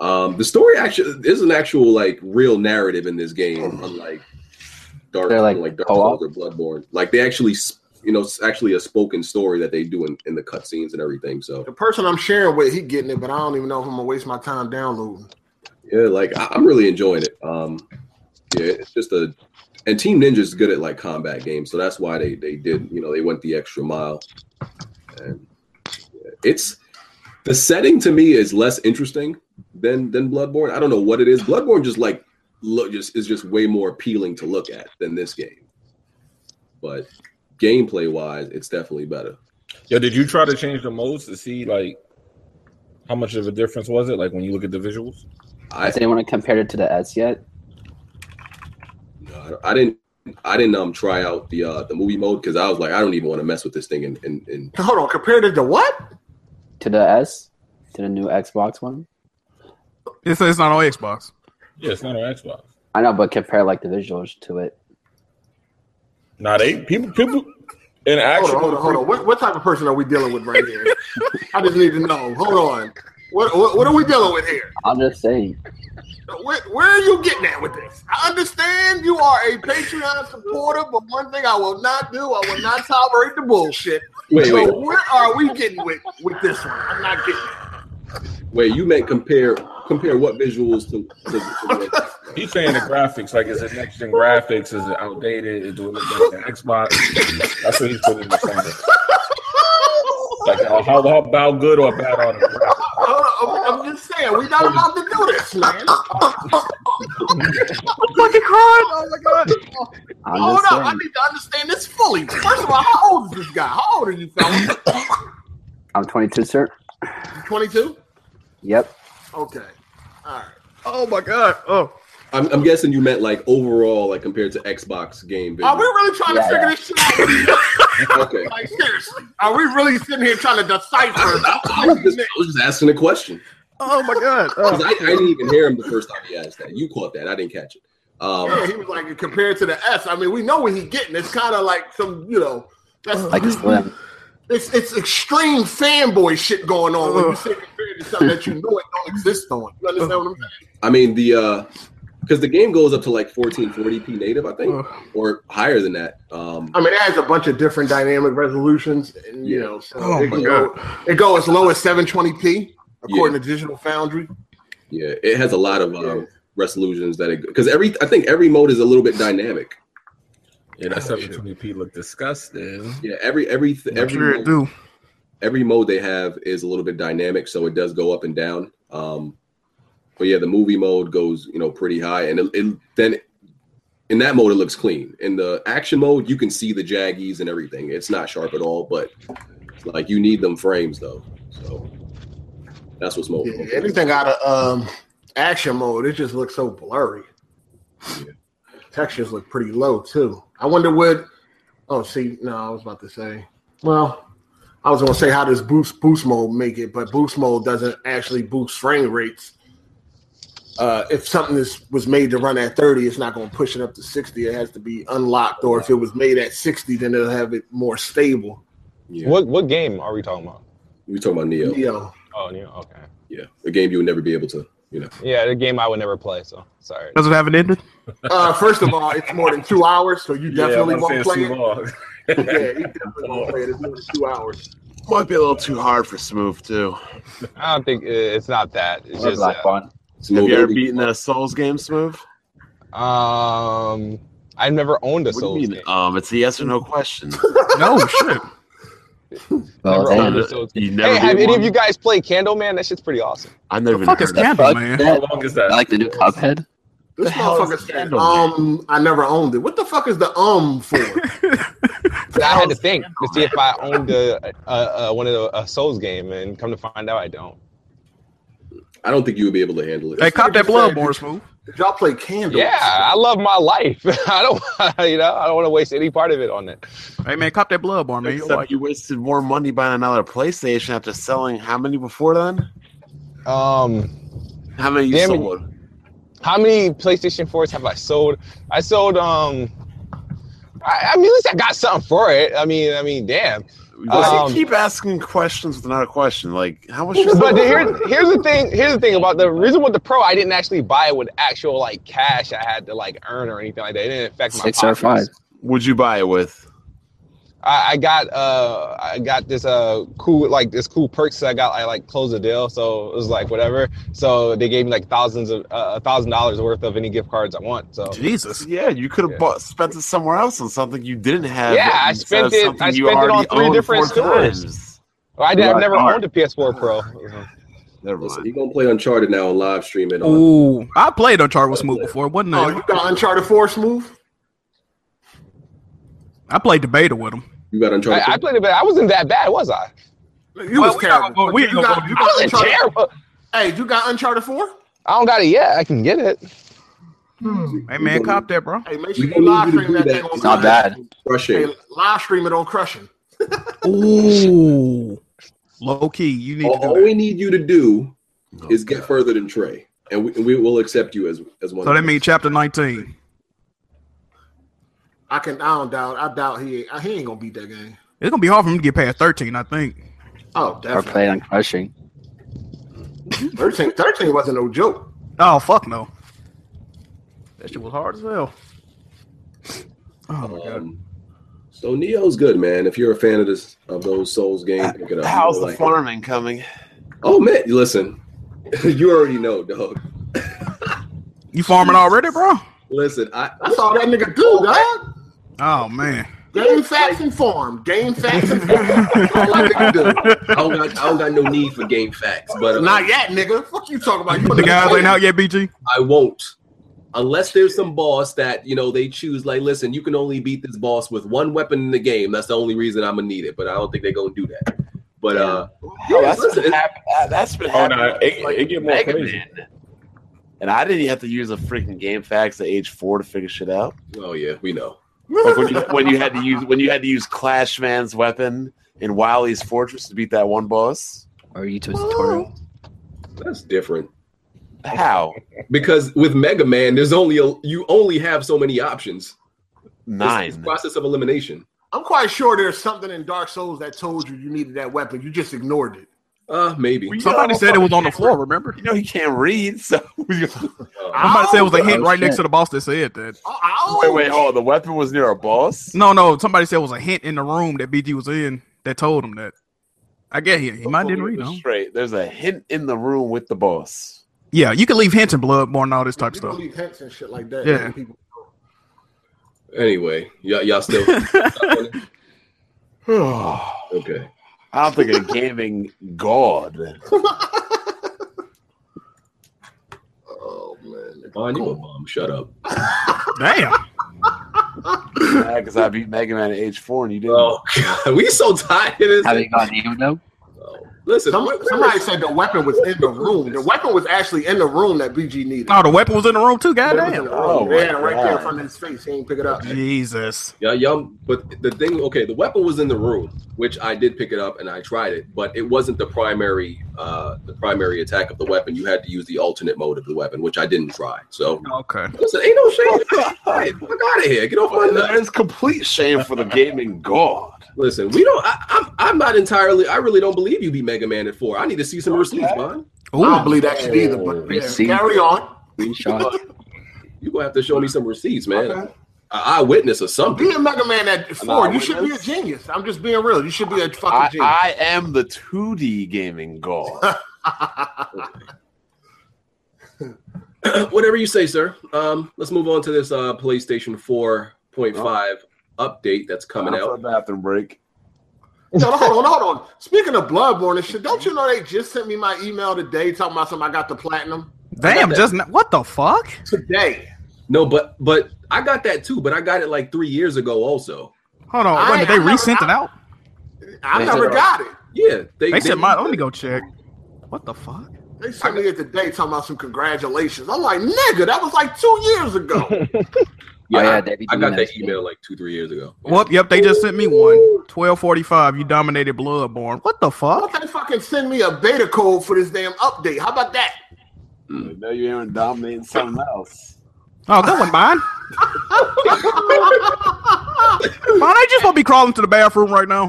[SPEAKER 3] Um, the story actually there's an actual like real narrative in this game, unlike Dark
[SPEAKER 1] They're,
[SPEAKER 3] like,
[SPEAKER 1] like,
[SPEAKER 3] Dark
[SPEAKER 1] co-op?
[SPEAKER 3] Souls or Bloodborne. Like they actually, s- you know, it's actually a spoken story that they do in, in the cutscenes and everything. So
[SPEAKER 7] The person I'm sharing with, he getting it, but I don't even know if I'm gonna waste my time downloading.
[SPEAKER 3] yeah, like I, I'm really enjoying it. Um, yeah, it's just a and Team Ninja's good at like combat games, so that's why they they did you know they went the extra mile. And yeah, it's the setting to me is less interesting than than Bloodborne. I don't know what it is. Bloodborne just like look just is just way more appealing to look at than this game. But gameplay wise, it's definitely better.
[SPEAKER 5] Yo, did you try to change the modes to see like how much of a difference was it? Like when you look at the visuals?
[SPEAKER 3] I
[SPEAKER 1] Has anyone compared it to the S yet?
[SPEAKER 3] No, I I didn't. I didn't um try out the uh the movie mode because I was like I don't even want to mess with this thing and and, and
[SPEAKER 7] Hold on, compared it to what?
[SPEAKER 1] To the S? To the new Xbox one?
[SPEAKER 4] It says it's not on Xbox.
[SPEAKER 5] Yeah, it's not on Xbox.
[SPEAKER 1] I know, but compare like the visuals to it.
[SPEAKER 5] Nah, they people people in
[SPEAKER 7] Hold
[SPEAKER 5] actual
[SPEAKER 7] on, hold on, hold on. What, what type of person are we dealing with right here? I just need to know. Hold on. What, what what are we dealing with here?
[SPEAKER 1] I'm just saying.
[SPEAKER 7] Where, where are you getting at with this? I understand you are a Patreon supporter, but one thing I will not do, I will not tolerate the bullshit.
[SPEAKER 3] wait
[SPEAKER 7] so
[SPEAKER 3] wait
[SPEAKER 7] where are we getting with with this one? I'm not getting.
[SPEAKER 3] Wait, you meant compare compare what visuals to, to, to what?
[SPEAKER 5] He's saying the graphics, like is it next gen graphics? Is it outdated? Is it look like the Xbox? That's what he's putting in the center. Like how how how about good or bad are the graphics?
[SPEAKER 7] Hold on, Uh, I'm, I'm just saying, we not allowed to do this, man.
[SPEAKER 4] fucking crying. Oh my god.
[SPEAKER 1] I'm
[SPEAKER 7] Hold
[SPEAKER 1] just
[SPEAKER 7] up, I
[SPEAKER 1] saying.
[SPEAKER 7] need to understand this fully. First of all, how old is this guy? How old are you, fella?
[SPEAKER 1] I'm 22, sir.
[SPEAKER 7] 22?
[SPEAKER 1] Yep.
[SPEAKER 7] Okay. All right.
[SPEAKER 4] Oh my god. Oh.
[SPEAKER 3] I'm, I'm guessing you meant like overall, like compared to Xbox game.
[SPEAKER 7] Are we really trying to
[SPEAKER 1] Yeah,
[SPEAKER 7] figure
[SPEAKER 1] yeah.
[SPEAKER 7] this shit out?
[SPEAKER 3] okay.
[SPEAKER 7] like, seriously. Are we really sitting here trying to decipher?
[SPEAKER 3] I, I was just, I was just asking a question.
[SPEAKER 4] Oh my god.
[SPEAKER 3] 'Cause
[SPEAKER 4] Oh.
[SPEAKER 3] I, I didn't even hear him the first time he asked that. You caught that. I didn't catch it.
[SPEAKER 7] Yeah,
[SPEAKER 3] Um,
[SPEAKER 7] he was like, compared to the S, I mean, we know what he's getting. It's kind of like some, you know, that's
[SPEAKER 1] Like a slim.
[SPEAKER 7] it's it's extreme fanboy shit going on when you say compared to something that you know it don't exist on. You understand what I'm saying?
[SPEAKER 3] I mean, the because the game goes up to like 1440p native, I think, or higher than that. Um,
[SPEAKER 7] I mean, it has a bunch of different dynamic resolutions, and you know, so
[SPEAKER 4] Oh
[SPEAKER 7] it,
[SPEAKER 4] my
[SPEAKER 7] can go, it go as low as 720p according to Digital Foundry.
[SPEAKER 3] yeah, it has a lot of
[SPEAKER 7] Yeah.
[SPEAKER 3] um, resolutions that it because every I think every mode is a little bit dynamic.
[SPEAKER 5] Yeah, that 720p look disgusting.
[SPEAKER 3] Yeah, every every every
[SPEAKER 4] Sure it
[SPEAKER 3] mode-
[SPEAKER 4] do.
[SPEAKER 3] every mode they have is a little bit dynamic, so it does go up and down. Um, but yeah, the movie mode goes you know pretty high, and it, it, then in that mode it looks clean. In the action mode, you can see the jaggies and everything. It's not sharp at all, but like you need them frames though. So that's what's mode.
[SPEAKER 7] Yeah, anything out of um, action mode, it just looks so blurry. Textures look pretty low too. I wonder what. Oh, see, no, I was about to say. Well, I was gonna say how does boost boost mode make it, but boost mode doesn't actually boost frame rates. Uh, if something is was made to run at 30, it's not going to push it up to 60. It has to be unlocked, or if it was made at 60, then it'll have it more stable.
[SPEAKER 3] Yeah.
[SPEAKER 9] What what game are we talking about?
[SPEAKER 3] We talking about Neo? Yeah.
[SPEAKER 7] Yo,
[SPEAKER 9] Oh, yeah, okay.
[SPEAKER 3] a game you would never be able to. You know,
[SPEAKER 9] Yeah, the game I would never play. So sorry.
[SPEAKER 4] Does it have an ending?
[SPEAKER 7] uh, first of all, it's more than two hours, so you definitely won't play it. Yeah, he definitely won't play it. It's only two hours.
[SPEAKER 2] Might be a little too hard for Smooth too.
[SPEAKER 9] I don't think it's not that. It's
[SPEAKER 1] Or
[SPEAKER 9] just
[SPEAKER 1] Black Bond.
[SPEAKER 2] Have
[SPEAKER 3] Smooth
[SPEAKER 2] you ever
[SPEAKER 3] movie.
[SPEAKER 2] beaten a Souls game, Smooth?
[SPEAKER 9] uh, um, I've never owned a
[SPEAKER 2] What do you
[SPEAKER 9] Souls
[SPEAKER 2] mean?
[SPEAKER 9] game.
[SPEAKER 2] Um, it's a yes or no question.
[SPEAKER 4] No shit.
[SPEAKER 1] Well,
[SPEAKER 9] Never
[SPEAKER 1] Oh, damn.
[SPEAKER 9] owned
[SPEAKER 2] Uh,
[SPEAKER 9] a Souls game.
[SPEAKER 2] you never
[SPEAKER 9] Hey, have
[SPEAKER 2] beat
[SPEAKER 9] any of
[SPEAKER 2] one?
[SPEAKER 9] you guys played Candleman? That shit's pretty awesome.
[SPEAKER 2] I've never
[SPEAKER 4] The
[SPEAKER 2] even
[SPEAKER 4] fuck
[SPEAKER 2] heard
[SPEAKER 4] is
[SPEAKER 2] of that.
[SPEAKER 4] Candle Man?
[SPEAKER 5] How long is that?
[SPEAKER 1] I like the new Cuphead.
[SPEAKER 7] This
[SPEAKER 2] The hell is
[SPEAKER 7] motherfucker said,
[SPEAKER 2] Scandal?
[SPEAKER 7] um, I never owned it. What the fuck is the um for?
[SPEAKER 9] But I had to think to see if I owned a, a, a one of the a Souls game, and come to find out I don't.
[SPEAKER 3] I don't think you would be able to handle it.
[SPEAKER 4] Hey, cop that Bloodborne smooth.
[SPEAKER 7] Did y'all play Candle?
[SPEAKER 9] Yeah, I love my life. I don't, you know, I don't want to waste any part of it on it.
[SPEAKER 4] Hey man, cop that Bloodborne, man. You're
[SPEAKER 2] Except
[SPEAKER 4] like,
[SPEAKER 2] you wasted more money buying another PlayStation after selling how many before then?
[SPEAKER 9] Um,
[SPEAKER 2] How many you
[SPEAKER 9] Damn it.
[SPEAKER 2] sold?
[SPEAKER 9] how many PlayStation 4s have I sold? I sold um I, I mean at least I got something for it. I mean, I mean, damn.
[SPEAKER 2] Why
[SPEAKER 9] Um,
[SPEAKER 2] do you keep asking questions without a question? Like, how much? you
[SPEAKER 9] But
[SPEAKER 2] sold
[SPEAKER 9] the-
[SPEAKER 2] for?
[SPEAKER 9] here, here's the thing. Here's the thing about the reason with the pro, I didn't actually buy it with actual like cash. I had to like earn or anything like that. It didn't affect my
[SPEAKER 1] Six or
[SPEAKER 9] pockets.
[SPEAKER 1] five.
[SPEAKER 2] would you buy it with?
[SPEAKER 9] I, I got uh I got this uh cool like this cool perks that I got I like closed the deal so it was like whatever so they gave me like thousands of uh, a thousand dollars worth of any gift cards I want so
[SPEAKER 4] Jesus.
[SPEAKER 2] Yeah, you could have
[SPEAKER 9] Yeah.
[SPEAKER 2] bought spent it somewhere else on something you didn't have.
[SPEAKER 9] Yeah, I
[SPEAKER 2] instead of
[SPEAKER 9] spent it-
[SPEAKER 2] something
[SPEAKER 9] I
[SPEAKER 2] you
[SPEAKER 9] spent it on
[SPEAKER 2] already
[SPEAKER 9] three
[SPEAKER 2] owned
[SPEAKER 9] different
[SPEAKER 2] four
[SPEAKER 9] stores.
[SPEAKER 2] times.
[SPEAKER 9] I did, I've
[SPEAKER 1] Right.
[SPEAKER 9] never
[SPEAKER 1] Alright.
[SPEAKER 9] owned a PS4 Pro
[SPEAKER 2] Never
[SPEAKER 3] Listen,
[SPEAKER 2] mind.
[SPEAKER 3] he gonna play Uncharted now on live stream and on
[SPEAKER 4] Ooh, I played Uncharted with Smooth before. Wasn't
[SPEAKER 7] Oh, you
[SPEAKER 4] it?
[SPEAKER 7] got Uncharted 4 smooth?
[SPEAKER 4] I played the beta with him.
[SPEAKER 3] You got Uncharted.
[SPEAKER 9] I, I
[SPEAKER 3] four?
[SPEAKER 9] played it but I wasn't that bad was I
[SPEAKER 7] You
[SPEAKER 4] Well,
[SPEAKER 7] was
[SPEAKER 4] we not gonna
[SPEAKER 7] terrible.
[SPEAKER 4] go-
[SPEAKER 7] but
[SPEAKER 4] we
[SPEAKER 7] you
[SPEAKER 4] ain't gonna
[SPEAKER 7] got-
[SPEAKER 4] go-
[SPEAKER 7] you
[SPEAKER 9] I
[SPEAKER 7] got
[SPEAKER 9] wasn't
[SPEAKER 7] Uncharted-
[SPEAKER 9] terrible
[SPEAKER 7] Hey, you got Uncharted 4?
[SPEAKER 9] I don't got it yet I can get it
[SPEAKER 4] Hey man, cop that, bro.
[SPEAKER 7] Hey, make
[SPEAKER 3] We
[SPEAKER 7] sure you
[SPEAKER 3] don't
[SPEAKER 7] live
[SPEAKER 3] need you to
[SPEAKER 7] stream
[SPEAKER 3] do
[SPEAKER 7] that
[SPEAKER 3] that.
[SPEAKER 7] thing on
[SPEAKER 3] It's
[SPEAKER 1] not
[SPEAKER 7] Crushing.
[SPEAKER 1] bad.
[SPEAKER 3] Crushing.
[SPEAKER 7] Hey, live stream it on Crushing.
[SPEAKER 4] Ooh. Low key, you need
[SPEAKER 3] All,
[SPEAKER 4] to
[SPEAKER 3] all
[SPEAKER 4] do
[SPEAKER 3] we need you to do
[SPEAKER 2] Oh,
[SPEAKER 3] is get
[SPEAKER 2] God.
[SPEAKER 3] further than Trey, and we, and we will accept you as as
[SPEAKER 4] that.
[SPEAKER 3] one.
[SPEAKER 4] So
[SPEAKER 3] of
[SPEAKER 4] that
[SPEAKER 3] us.
[SPEAKER 4] means chapter 19.
[SPEAKER 7] I can. I don't doubt. I doubt he. He ain't gonna beat that game.
[SPEAKER 4] It's gonna be hard for him to get past 13, I think.
[SPEAKER 7] Oh,
[SPEAKER 1] Or
[SPEAKER 7] definitely.
[SPEAKER 1] play on Crushing.
[SPEAKER 7] 13, 13 wasn't no joke.
[SPEAKER 4] Oh fuck no. That shit was hard as hell. Oh my god.
[SPEAKER 3] Um, so Neo's good, man. If you're a fan of this of those Souls games, pick it up.
[SPEAKER 2] How's
[SPEAKER 3] You'll
[SPEAKER 2] the
[SPEAKER 3] like it.
[SPEAKER 2] farming coming?
[SPEAKER 3] Oh man, listen, you already know, dog.
[SPEAKER 4] You farming already, bro?
[SPEAKER 3] Listen, I
[SPEAKER 7] That's all that nigga do, dog.
[SPEAKER 4] Oh man.
[SPEAKER 7] Game facts and farm. Game facts and farm. That's all that nigga do.
[SPEAKER 3] I don't got I don't got no need for game facts, but uh,
[SPEAKER 7] Not yet, nigga. Fuck you talking about. You
[SPEAKER 4] The guys ain't out yet, BG.
[SPEAKER 3] I won't. Unless there's some boss that you know they choose, like, listen, you can only beat this boss with one weapon in the game. That's the only reason I'm gonna need it. But I don't think they're gonna do that. But uh,
[SPEAKER 10] Yo, Oh, that's
[SPEAKER 3] listen,
[SPEAKER 10] been happen- that- that's been
[SPEAKER 5] Oh, no,
[SPEAKER 10] happening.
[SPEAKER 5] it-
[SPEAKER 10] like
[SPEAKER 5] it get more
[SPEAKER 10] Mega
[SPEAKER 5] crazy.
[SPEAKER 10] Man. And I didn't have to use a freaking game facts at age four to figure shit out.
[SPEAKER 3] oh yeah, we know.
[SPEAKER 10] Like when you, when you had to use when you had to use Clash Man's weapon in Wally's Fortress to beat that one boss.
[SPEAKER 1] Or YouTube's tutorial.
[SPEAKER 3] That's different
[SPEAKER 10] How
[SPEAKER 3] because with Mega Man, there's only a, you only have so many options. It's- It's,
[SPEAKER 10] nine?
[SPEAKER 3] process of elimination.
[SPEAKER 7] I'm quite sure there's something in Dark Souls that told you you needed that weapon. You just ignored it.
[SPEAKER 3] Uh, maybe.
[SPEAKER 4] Somebody said it was on the floor, remember?
[SPEAKER 10] You know he can't read, so wait,
[SPEAKER 3] Uh,
[SPEAKER 4] Somebody said it was a hint
[SPEAKER 1] Oh,
[SPEAKER 4] right
[SPEAKER 1] shit.
[SPEAKER 4] next to the boss that said that.
[SPEAKER 7] Oh, ow.
[SPEAKER 10] wait, hold on. The weapon was near a boss.
[SPEAKER 4] No, no, somebody said it was a hint in the room that BG was in that told him that. I get he, he might didn't read
[SPEAKER 10] Let's
[SPEAKER 4] them.
[SPEAKER 10] get this Straight. There's a hint in the room with the boss.
[SPEAKER 4] Yeah, you can leave hints and bloodborne and all this type of
[SPEAKER 7] People
[SPEAKER 4] stuff.
[SPEAKER 7] leave hints and shit like that.
[SPEAKER 4] Yeah.
[SPEAKER 7] People-
[SPEAKER 3] anyway, y'all, y'all still
[SPEAKER 10] I
[SPEAKER 3] okay?
[SPEAKER 10] don't think a gaming god.
[SPEAKER 7] Oh man.
[SPEAKER 3] Vaughn, you a bum. Shut up.
[SPEAKER 4] Damn.
[SPEAKER 10] Because I beat Mega Man at age four and you didn't.
[SPEAKER 3] Oh God, we so tired. Of
[SPEAKER 1] Have
[SPEAKER 3] this.
[SPEAKER 1] you gotten even though?
[SPEAKER 3] Oh, Listen,
[SPEAKER 7] Some,
[SPEAKER 3] where- where
[SPEAKER 7] somebody
[SPEAKER 3] is-
[SPEAKER 7] said the weapon was in the room. The weapon was actually in the room that BG needed.
[SPEAKER 4] Oh, the weapon was in the room too. Goddamn.
[SPEAKER 10] Oh,
[SPEAKER 7] Oh,
[SPEAKER 10] my
[SPEAKER 7] yeah, right there in
[SPEAKER 10] God.
[SPEAKER 7] front of his face. He ain't pick it up.
[SPEAKER 4] Jesus.
[SPEAKER 3] Yeah, yeah. But the thing, okay, the weapon was in the room, which I did pick it up and I tried it, but it wasn't the primary, uh, the primary attack of the weapon. You had to use the alternate mode of the weepon, which I didn't try. So
[SPEAKER 4] Okay.
[SPEAKER 3] listen, ain't no shame. I tried it. Fuck out of here. Get off my
[SPEAKER 10] Well,
[SPEAKER 3] nuts.
[SPEAKER 10] that is complete shame for the gaming god.
[SPEAKER 3] Listen, we don't. I, I'm, I'm not entirely. I really don't believe you be Mega Man at four. I need to see some receipts, man.
[SPEAKER 7] I don't
[SPEAKER 4] Ooh.
[SPEAKER 7] believe that shit either. But yeah,
[SPEAKER 1] Receipt.
[SPEAKER 7] carry on.
[SPEAKER 1] Screenshot.
[SPEAKER 3] You gonna have to show me some receipts, man.
[SPEAKER 7] Okay.
[SPEAKER 3] I eyewitness or something.
[SPEAKER 7] Be a Mega Man at four.
[SPEAKER 10] I
[SPEAKER 7] you should be a
[SPEAKER 10] witness.
[SPEAKER 7] genius. I'm just being real. You should be a
[SPEAKER 10] I,
[SPEAKER 7] fucking genius.
[SPEAKER 10] I am the 2D gaming god.
[SPEAKER 3] Whatever you say, sir. Um, let's move on to this uh, PlayStation 4.5
[SPEAKER 4] Oh.
[SPEAKER 3] update that's coming
[SPEAKER 10] After
[SPEAKER 4] Uh-huh.
[SPEAKER 3] out.
[SPEAKER 10] a bathroom break.
[SPEAKER 7] No, no, hold on, hold on. Speaking of Bloodborne and shit, don't you know they just sent me my email today talking about something I got the platinum
[SPEAKER 4] Damn, just now, what the fuck?
[SPEAKER 7] today.
[SPEAKER 3] No, but but I got that too, but I got it like three years ago also.
[SPEAKER 4] Hold on.
[SPEAKER 7] I-
[SPEAKER 4] Wait, did they
[SPEAKER 7] I never-
[SPEAKER 4] resent it out?
[SPEAKER 7] I
[SPEAKER 3] They
[SPEAKER 7] never
[SPEAKER 3] said-
[SPEAKER 10] uh,
[SPEAKER 7] got it.
[SPEAKER 3] Yeah.
[SPEAKER 4] They said my let me go check. What the fuck?
[SPEAKER 7] They sent me it today talking about some congratulations. I'm like, nigga, that was like two years ago.
[SPEAKER 3] Yeah,
[SPEAKER 1] Oh, yeah,
[SPEAKER 3] I-
[SPEAKER 1] they be
[SPEAKER 3] I,
[SPEAKER 1] doing
[SPEAKER 3] got
[SPEAKER 1] that
[SPEAKER 3] that email like two, three years ago.
[SPEAKER 4] Whoop, yep, they just sent me one. 1245, you dominated Bloodborne. What the
[SPEAKER 7] Why
[SPEAKER 4] fuck?
[SPEAKER 7] don't they fucking send me a beta code for this damn update? How about that?
[SPEAKER 10] No, you ain't dominating something else.
[SPEAKER 4] Oh, that one mine. Mine, I just want to be crawling to the bathroom right now.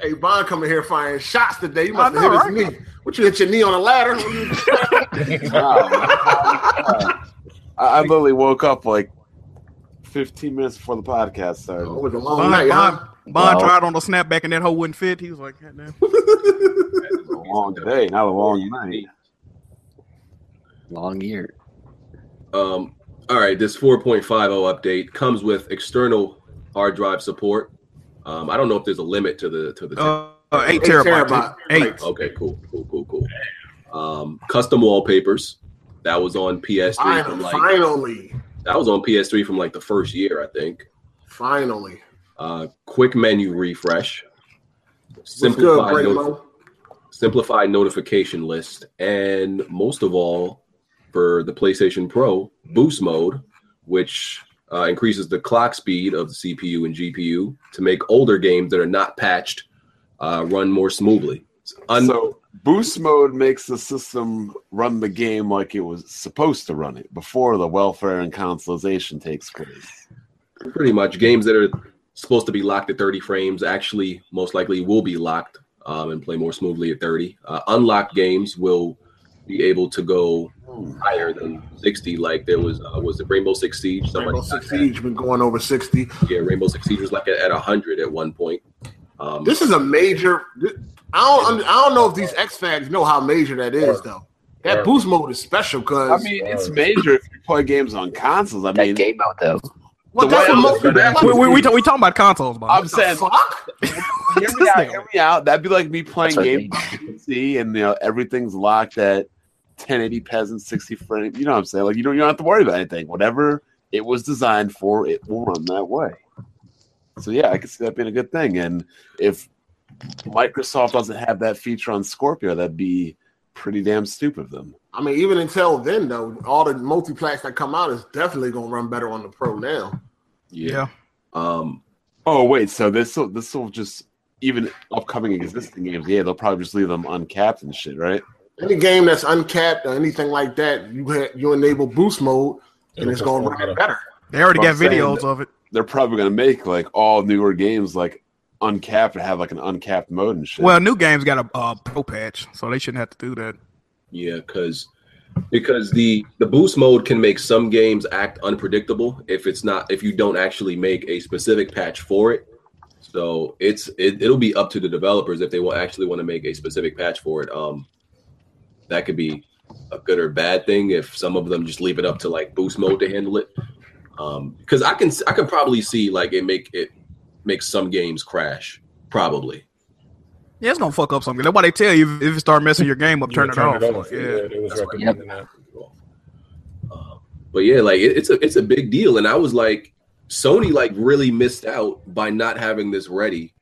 [SPEAKER 7] Hey, Bond coming here firing shots today. You must
[SPEAKER 4] I
[SPEAKER 7] have hit
[SPEAKER 4] know,
[SPEAKER 7] his knee. What you hit your knee on a ladder?
[SPEAKER 10] Wow, man. I, I literally woke up like 15 minutes before the podcast started.
[SPEAKER 7] Oh, it was a long
[SPEAKER 4] Bond,
[SPEAKER 7] night,
[SPEAKER 4] Bond,
[SPEAKER 7] huh?
[SPEAKER 4] Bond
[SPEAKER 10] Wow.
[SPEAKER 4] tried on the snapback and that hole wouldn't fit. He was like, God damn.
[SPEAKER 10] It was a long day, not a long night.
[SPEAKER 1] Long year.
[SPEAKER 3] Um, all right, this 4.50 update comes with external hard drive support. Um, I don't know if there's a limit to the to the
[SPEAKER 4] Uh, uh, eight,
[SPEAKER 7] Eight
[SPEAKER 4] terabytes.
[SPEAKER 7] terabyte.
[SPEAKER 4] Eight.
[SPEAKER 3] Okay, cool, cool, cool, cool. Um, custom wallpapers. That was on PS3 from
[SPEAKER 7] Finally,
[SPEAKER 3] like
[SPEAKER 7] finally,
[SPEAKER 3] that was on PS3 from like the first year, I think.
[SPEAKER 7] finally.
[SPEAKER 3] Uh, quick menu refresh.
[SPEAKER 7] What's good,
[SPEAKER 3] Simplified,
[SPEAKER 7] Braymo?
[SPEAKER 3] noti- simplified notification list, and most of all, for the PlayStation Pro, boost mode, which uh, increases the clock speed of the CPU and GPU to make older games that are not patched uh, run more smoothly. Un-
[SPEAKER 10] so boost mode makes the system run the game like it was supposed to run it before the welfare and consolidation takes place.
[SPEAKER 3] pretty much games that are supposed to be locked at 30 frames actually most likely will be locked um, and play more smoothly at 30 uh, unlocked games will be able to go higher than 60 like there was uh, was it rainbow six siege Somebody
[SPEAKER 7] Rainbow
[SPEAKER 3] got
[SPEAKER 7] Six
[SPEAKER 3] that.
[SPEAKER 7] Siege been going over sixty.
[SPEAKER 3] yeah rainbow six siege was like at, at 100 at one point um,
[SPEAKER 7] This is a major. I don't. I don't know if these X fans know how major that is, though. That boost mode is special
[SPEAKER 10] I
[SPEAKER 7] because
[SPEAKER 10] mean, it's major if you play games on consoles. I mean,
[SPEAKER 1] game mode though.
[SPEAKER 7] Well, that's
[SPEAKER 10] way
[SPEAKER 7] what
[SPEAKER 10] I
[SPEAKER 7] most
[SPEAKER 10] look at it,
[SPEAKER 4] We, we, we, talk- we talking about consoles, Bob.
[SPEAKER 10] I'm saying, hear me out, hear me out. That'd be like me playing
[SPEAKER 1] what I
[SPEAKER 10] games on PC and you know, everything's locked at 1080 peasant 60 frames. You know what I'm saying? Like you don't you don't have to worry about anything. Whatever it was designed for, it will run that way. So yeah, I could see that being a good thing. And if Microsoft doesn't have that feature on Scorpio, that'd be pretty damn stupid of them.
[SPEAKER 7] I mean, even until then, though, all the multiplats that come out is definitely gonna run better on the Pro now.
[SPEAKER 4] Yeah.
[SPEAKER 3] Um,
[SPEAKER 10] Oh wait, so this will this will just even upcoming existing games, yeah, they'll probably just leave them uncapped and shit, right?
[SPEAKER 7] Any game that's uncapped or anything like that, you ha- you enable boost mode, and
[SPEAKER 5] It'll
[SPEAKER 7] it's gonna
[SPEAKER 5] perform
[SPEAKER 7] run
[SPEAKER 5] better.
[SPEAKER 7] better.
[SPEAKER 4] They already
[SPEAKER 10] I'm
[SPEAKER 4] got
[SPEAKER 10] saying
[SPEAKER 4] videos
[SPEAKER 10] that-
[SPEAKER 4] of it.
[SPEAKER 10] They're probably gonna make like all newer games like uncapped and have like an uncapped mode and shit.
[SPEAKER 4] Well, new games got a uh, pro patch, so they shouldn't have to do that.
[SPEAKER 3] yeah, because because the the boost mode can make some games act unpredictable if it's not if you don't actually make a specific patch for it. So it's it, it'll be up to the developers if they will actually want to make a specific patch for it. Um, that could be a good or bad thing if some of them just leave it up to like boost mode to handle it. Um, because I can I can probably see like it make it make some games crash probably.
[SPEAKER 4] Yeah, it's gonna fuck up something. That's why they tell you if if it start messing your game up, turn, it, off. Yeah.
[SPEAKER 5] they was
[SPEAKER 3] That's right.
[SPEAKER 5] recommending that.
[SPEAKER 3] Um, but yeah, like it, it's a it's a big deal, and I was like, Sony like really missed out by not having this ready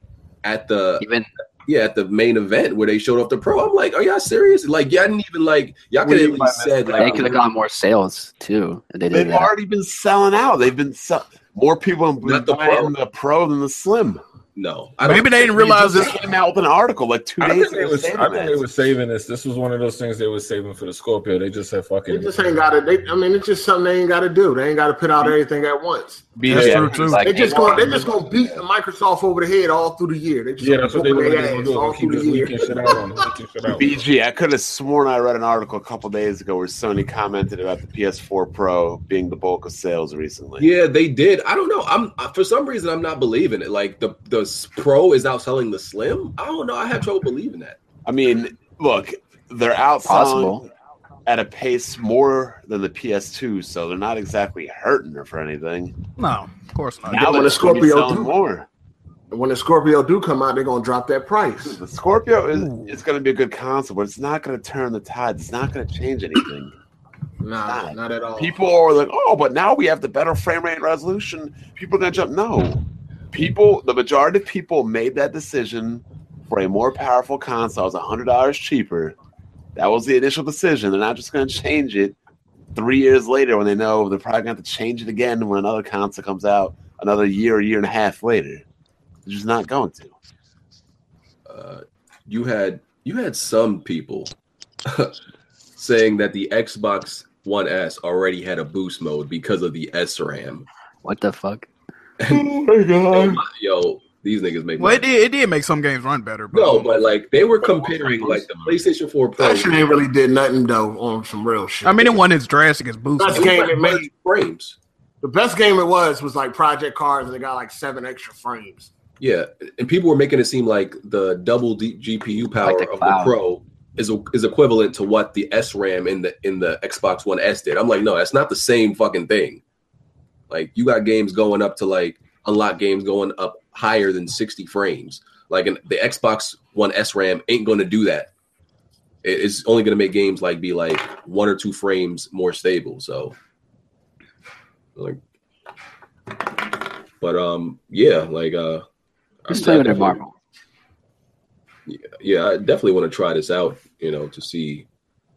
[SPEAKER 3] at the
[SPEAKER 1] Even
[SPEAKER 3] yeah at the main event where they showed off the pro. I'm like, are y'all serious? Like y'all didn't even like y'all
[SPEAKER 10] What
[SPEAKER 3] could
[SPEAKER 10] do
[SPEAKER 3] have
[SPEAKER 10] you
[SPEAKER 3] at
[SPEAKER 10] mean
[SPEAKER 3] least
[SPEAKER 10] by
[SPEAKER 3] said
[SPEAKER 10] missed
[SPEAKER 1] they
[SPEAKER 3] like uh,
[SPEAKER 10] out?
[SPEAKER 1] could have gotten more sales too if they did
[SPEAKER 10] They've
[SPEAKER 1] that.
[SPEAKER 10] already been selling out. They've been sell- more people have been
[SPEAKER 3] Not the
[SPEAKER 10] buying the pro than the slim.
[SPEAKER 3] no. I don't,
[SPEAKER 4] Maybe they didn't realize
[SPEAKER 10] They
[SPEAKER 4] this.
[SPEAKER 10] just came out with an article like two
[SPEAKER 5] I
[SPEAKER 10] days
[SPEAKER 5] think, they
[SPEAKER 10] ago.
[SPEAKER 5] was,
[SPEAKER 10] saying
[SPEAKER 5] I think
[SPEAKER 10] that.
[SPEAKER 5] they were saving this. This was one of those things they were saving for the Scorpio. They just said, fuck
[SPEAKER 7] They
[SPEAKER 5] it.
[SPEAKER 7] just ain't got to. They, I mean, it's just something they ain't got to do. They ain't got to put out everything at once.
[SPEAKER 4] That's true too.
[SPEAKER 1] Like,
[SPEAKER 7] They just going. They just going to beat Microsoft over the head all through the year. They just
[SPEAKER 5] Yeah, that's what they were
[SPEAKER 7] whooping
[SPEAKER 5] going
[SPEAKER 7] their
[SPEAKER 5] to
[SPEAKER 7] ass
[SPEAKER 5] do.
[SPEAKER 7] all
[SPEAKER 5] Keep
[SPEAKER 7] through
[SPEAKER 5] this
[SPEAKER 7] the year.
[SPEAKER 5] leaking shit out on them. Leaking shit out.
[SPEAKER 10] BG, I could have sworn I read an article a couple days ago where Sony commented about the PS4 Pro being the bulk of sales recently.
[SPEAKER 3] yeah, they did. I don't know. I'm I- for some reason I'm not believing it. Like the the s- pro is outselling the slim. I don't know. I have trouble believing that.
[SPEAKER 10] I mean, look, they're outselling
[SPEAKER 1] Possible.
[SPEAKER 10] at a pace more than the PS2, so they're not exactly hurting her for anything.
[SPEAKER 4] No, of course not.
[SPEAKER 10] Now
[SPEAKER 7] when
[SPEAKER 10] they're
[SPEAKER 7] the Scorpio
[SPEAKER 10] selling
[SPEAKER 7] do-
[SPEAKER 10] more.
[SPEAKER 7] When the Scorpio do come out, they're gonna drop that price.
[SPEAKER 10] The Scorpio is it's going to be a good console, but it's not going to turn the tide. It's not going to change anything.
[SPEAKER 7] Nah, not at all.
[SPEAKER 10] People are like, oh, but now we have the better frame rate resolution. People are going to jump. No. People, the majority of people made that decision for a more powerful console. It was $100 cheaper. That was the initial decision. They're not just going to change it three years later when they know they're probably going to have to change it again when another console comes out another year, year and a half later. They're just not going to.
[SPEAKER 3] uh, you had you had some people saying that the Xbox One S already had a boost mode because of the SRAM.
[SPEAKER 1] What the fuck?
[SPEAKER 3] Yo, these niggas make
[SPEAKER 4] Well,
[SPEAKER 3] money.
[SPEAKER 4] it did, it did make some games run better, but
[SPEAKER 3] no, but like they were comparing like the PlayStation 4 Pro.
[SPEAKER 7] That shit ain't really did nothing though on some real shit.
[SPEAKER 4] I mean, it wasn't as drastic as Boost.
[SPEAKER 7] That's
[SPEAKER 4] though.
[SPEAKER 7] game
[SPEAKER 3] Like,
[SPEAKER 7] that made-
[SPEAKER 3] frames.
[SPEAKER 7] the best game it was was like Project Cars, and it got like seven extra frames.
[SPEAKER 3] Yeah, and people were making it seem like the double D- GPU power
[SPEAKER 1] the
[SPEAKER 3] of the
[SPEAKER 1] cloud.
[SPEAKER 3] Pro is is equivalent to what the SRAM in the in the Xbox One S did. I'm like, no, that's not the same fucking thing. Like you got games going up to like unlock games going up higher than 60 frames. Like an, the Xbox One SRAM ain't going to do that. It- It's only going to make games like be like one or two frames more stable. So like but um yeah, like uh
[SPEAKER 1] Who's
[SPEAKER 3] I'm
[SPEAKER 1] playing with their
[SPEAKER 3] definitely-
[SPEAKER 1] marble?
[SPEAKER 3] yeah, I definitely want to try this out, you know, to see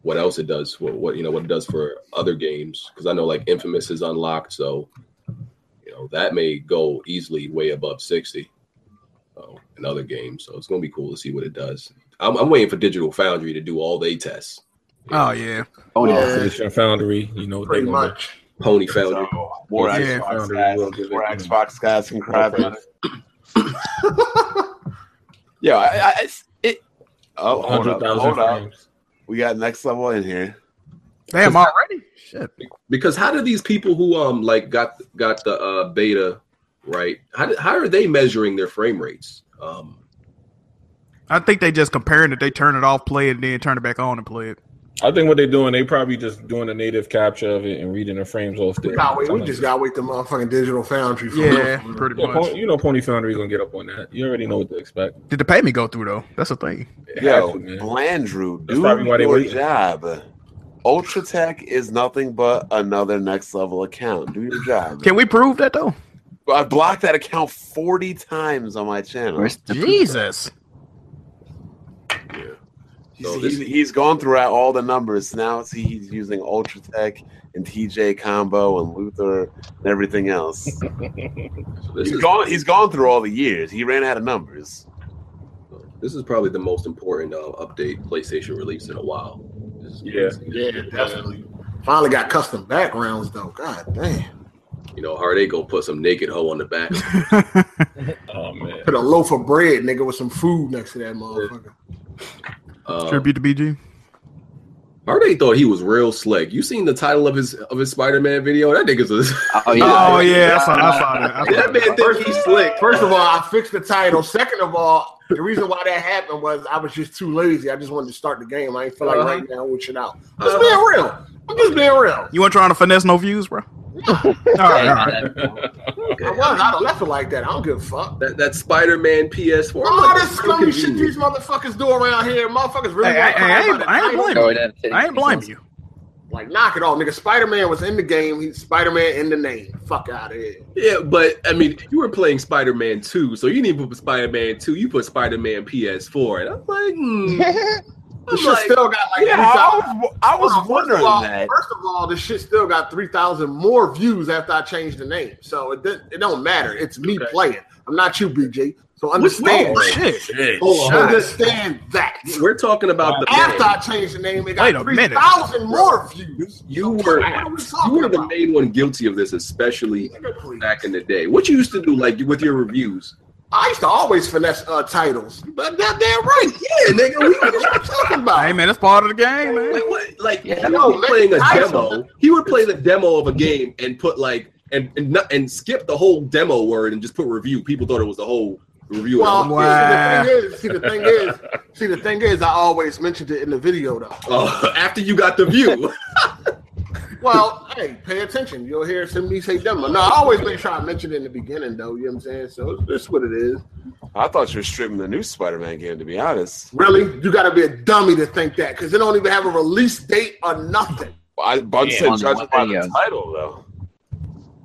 [SPEAKER 3] what else it does for what you know what it does for other games because I know like Infamous is unlocked, so you know that may go easily way above sixty so, in other games. So it's gonna be cool to see what it does. I'm, I'm waiting for Digital Foundry to do all they tests.
[SPEAKER 4] Oh yeah,
[SPEAKER 1] Oh no.
[SPEAKER 7] Yeah,
[SPEAKER 5] It's your Foundry, you know what they
[SPEAKER 7] pretty
[SPEAKER 5] want.
[SPEAKER 7] much.
[SPEAKER 3] Pony Foundry.
[SPEAKER 10] So, more
[SPEAKER 4] Yeah.
[SPEAKER 10] Xbox guys, more Xbox guys can cry about it. Yeah, I, I, it's- it. Oh, hold
[SPEAKER 5] Hundred
[SPEAKER 10] up,
[SPEAKER 5] thousand
[SPEAKER 10] hold up.
[SPEAKER 5] frames.
[SPEAKER 10] We got next level in here.
[SPEAKER 4] damn already. Shit.
[SPEAKER 3] Because how do these people who um like got got the uh, beta right? How do- how are they measuring their frame rates? Um,
[SPEAKER 4] I think they just comparing it. They turn it off, play it, and then turn it back on and play it.
[SPEAKER 5] I think what they're doing, they probably just doing a native capture of it and reading the frames off there.
[SPEAKER 7] We, gotta wait, we just gotta wait the motherfucking digital foundry. For
[SPEAKER 4] Yeah, pretty
[SPEAKER 5] Yeah,
[SPEAKER 4] much.
[SPEAKER 5] Pony- you know, Pony Foundry gonna get up on that. You already know what to expect.
[SPEAKER 4] Did the pay me go through though? That's the thing.
[SPEAKER 10] Yo, Blandrew,
[SPEAKER 5] That's
[SPEAKER 10] do
[SPEAKER 5] probably why they
[SPEAKER 10] your
[SPEAKER 5] waiting.
[SPEAKER 10] job. Ultra Tech is nothing but another next level account. Do your job.
[SPEAKER 4] Can we prove that though?
[SPEAKER 10] I blocked that account 40 times on my channel.
[SPEAKER 1] Where's the
[SPEAKER 4] Jesus.
[SPEAKER 10] He's, he's, he's gone throughout all the numbers. Now it's- he's using Ultra Tech and TJ Combo and Luther and everything else.
[SPEAKER 3] This
[SPEAKER 10] he's
[SPEAKER 3] is-
[SPEAKER 10] gone. He's gone through all the years. He ran out of numbers.
[SPEAKER 3] This is probably the most important uh, update PlayStation released in a while. This is-
[SPEAKER 5] Yeah.
[SPEAKER 7] Yeah, definitely. Finally got custom backgrounds though. God damn.
[SPEAKER 3] You know, Hard Eight gonna put some naked hoe on the back.
[SPEAKER 5] Oh man,
[SPEAKER 7] Put a loaf of bread, nigga, with some food next to that motherfucker.
[SPEAKER 3] Uh,
[SPEAKER 4] Tribute to BG.
[SPEAKER 3] Hard Eight thought he was real slick. You seen the title of his of his Spider Man video? That nigga's a
[SPEAKER 1] Oh yeah.
[SPEAKER 4] Oh yeah, I saw, I saw that. I
[SPEAKER 3] that
[SPEAKER 4] saw
[SPEAKER 3] man think he's slick.
[SPEAKER 7] First of all, I fixed the title. Second of all, the reason why that happened was I was just too lazy. I just wanted to start the game. I ain't feel like
[SPEAKER 3] Uh-huh.
[SPEAKER 7] right now wishing out. I'm just being real. I'm just being real.
[SPEAKER 4] You weren't trying to finesse no views, bro. all right, all right.
[SPEAKER 7] I was. I left it like that. I don't give a fuck.
[SPEAKER 3] That that Spider Man PS4. I'm
[SPEAKER 7] All
[SPEAKER 3] like,
[SPEAKER 7] this
[SPEAKER 3] that's real
[SPEAKER 7] scummy Oh, shit
[SPEAKER 3] convenient.
[SPEAKER 7] these motherfuckers do around here, motherfuckers really
[SPEAKER 4] Hey, I,
[SPEAKER 7] want to
[SPEAKER 4] I, I ain't, I ain't
[SPEAKER 7] title.
[SPEAKER 4] blaming
[SPEAKER 1] Going
[SPEAKER 4] you.
[SPEAKER 1] in and
[SPEAKER 4] I ain't blaming you.
[SPEAKER 7] Like, knock it off, nigga. Spider Man was in the game. He's Spider Man in the name. Fuck out of here.
[SPEAKER 3] Yeah, but I mean, you were playing Spider Man 2, so you didn't even put Spider Man 2, you put Spider Man PS4. And I'm like, hmm.
[SPEAKER 7] This
[SPEAKER 3] I'm
[SPEAKER 7] shit
[SPEAKER 3] like,
[SPEAKER 7] still got like.
[SPEAKER 10] Yeah,
[SPEAKER 7] 3,000
[SPEAKER 10] I was, I was
[SPEAKER 7] Hold on,
[SPEAKER 10] wondering
[SPEAKER 7] first of all,
[SPEAKER 10] that.
[SPEAKER 7] First of all, this shit still got three thousand more views after I changed the name, so it didn't, it don't matter. It's me
[SPEAKER 3] Okay.
[SPEAKER 7] playing. I'm not you, BJ. So
[SPEAKER 3] wrong?
[SPEAKER 7] understand, that.
[SPEAKER 5] shit.
[SPEAKER 3] Hold on.
[SPEAKER 7] understand that.
[SPEAKER 3] we're talking about the
[SPEAKER 7] After
[SPEAKER 3] man.
[SPEAKER 7] I changed the name, it
[SPEAKER 4] Wait
[SPEAKER 7] got
[SPEAKER 4] a
[SPEAKER 7] three
[SPEAKER 4] minute.
[SPEAKER 7] thousand more views.
[SPEAKER 3] You were,
[SPEAKER 7] What are we
[SPEAKER 3] you
[SPEAKER 7] talking
[SPEAKER 3] were the
[SPEAKER 7] about?
[SPEAKER 3] main one guilty of this, especially
[SPEAKER 7] Nigga, please.
[SPEAKER 3] back in the day. What you used to do, like with your reviews?
[SPEAKER 7] I used to always finesse uh, titles, but goddamn right,
[SPEAKER 3] Yeah, nigga, we
[SPEAKER 7] what you talking about?
[SPEAKER 4] Hey man, that's part of the game, man.
[SPEAKER 3] Like, what, like
[SPEAKER 1] Yeah.
[SPEAKER 3] he was playing a
[SPEAKER 7] I-
[SPEAKER 3] demo. He would play the demo of a game and put like and and, not, and skip the whole demo word and just put review. People thought it was the whole review.
[SPEAKER 7] Well,
[SPEAKER 3] And I'm like,
[SPEAKER 4] Wow.
[SPEAKER 7] see, the thing is, see the thing is, see the thing is, I always mentioned it in the video though.
[SPEAKER 3] oh, after you got the view,
[SPEAKER 7] Well, hey, pay attention. You'll hear somebody say demo. No, I always make sure I mention it in the beginning, though. You know what I'm saying? So this is what it is.
[SPEAKER 10] I thought you were stripping the new Spider-Man game. To be honest,
[SPEAKER 7] Really, you got to be a dummy to think that because it don't even have a release date or nothing.
[SPEAKER 10] I Bud
[SPEAKER 5] Yeah,
[SPEAKER 10] said
[SPEAKER 1] on
[SPEAKER 10] judging by the
[SPEAKER 1] video.
[SPEAKER 10] title though.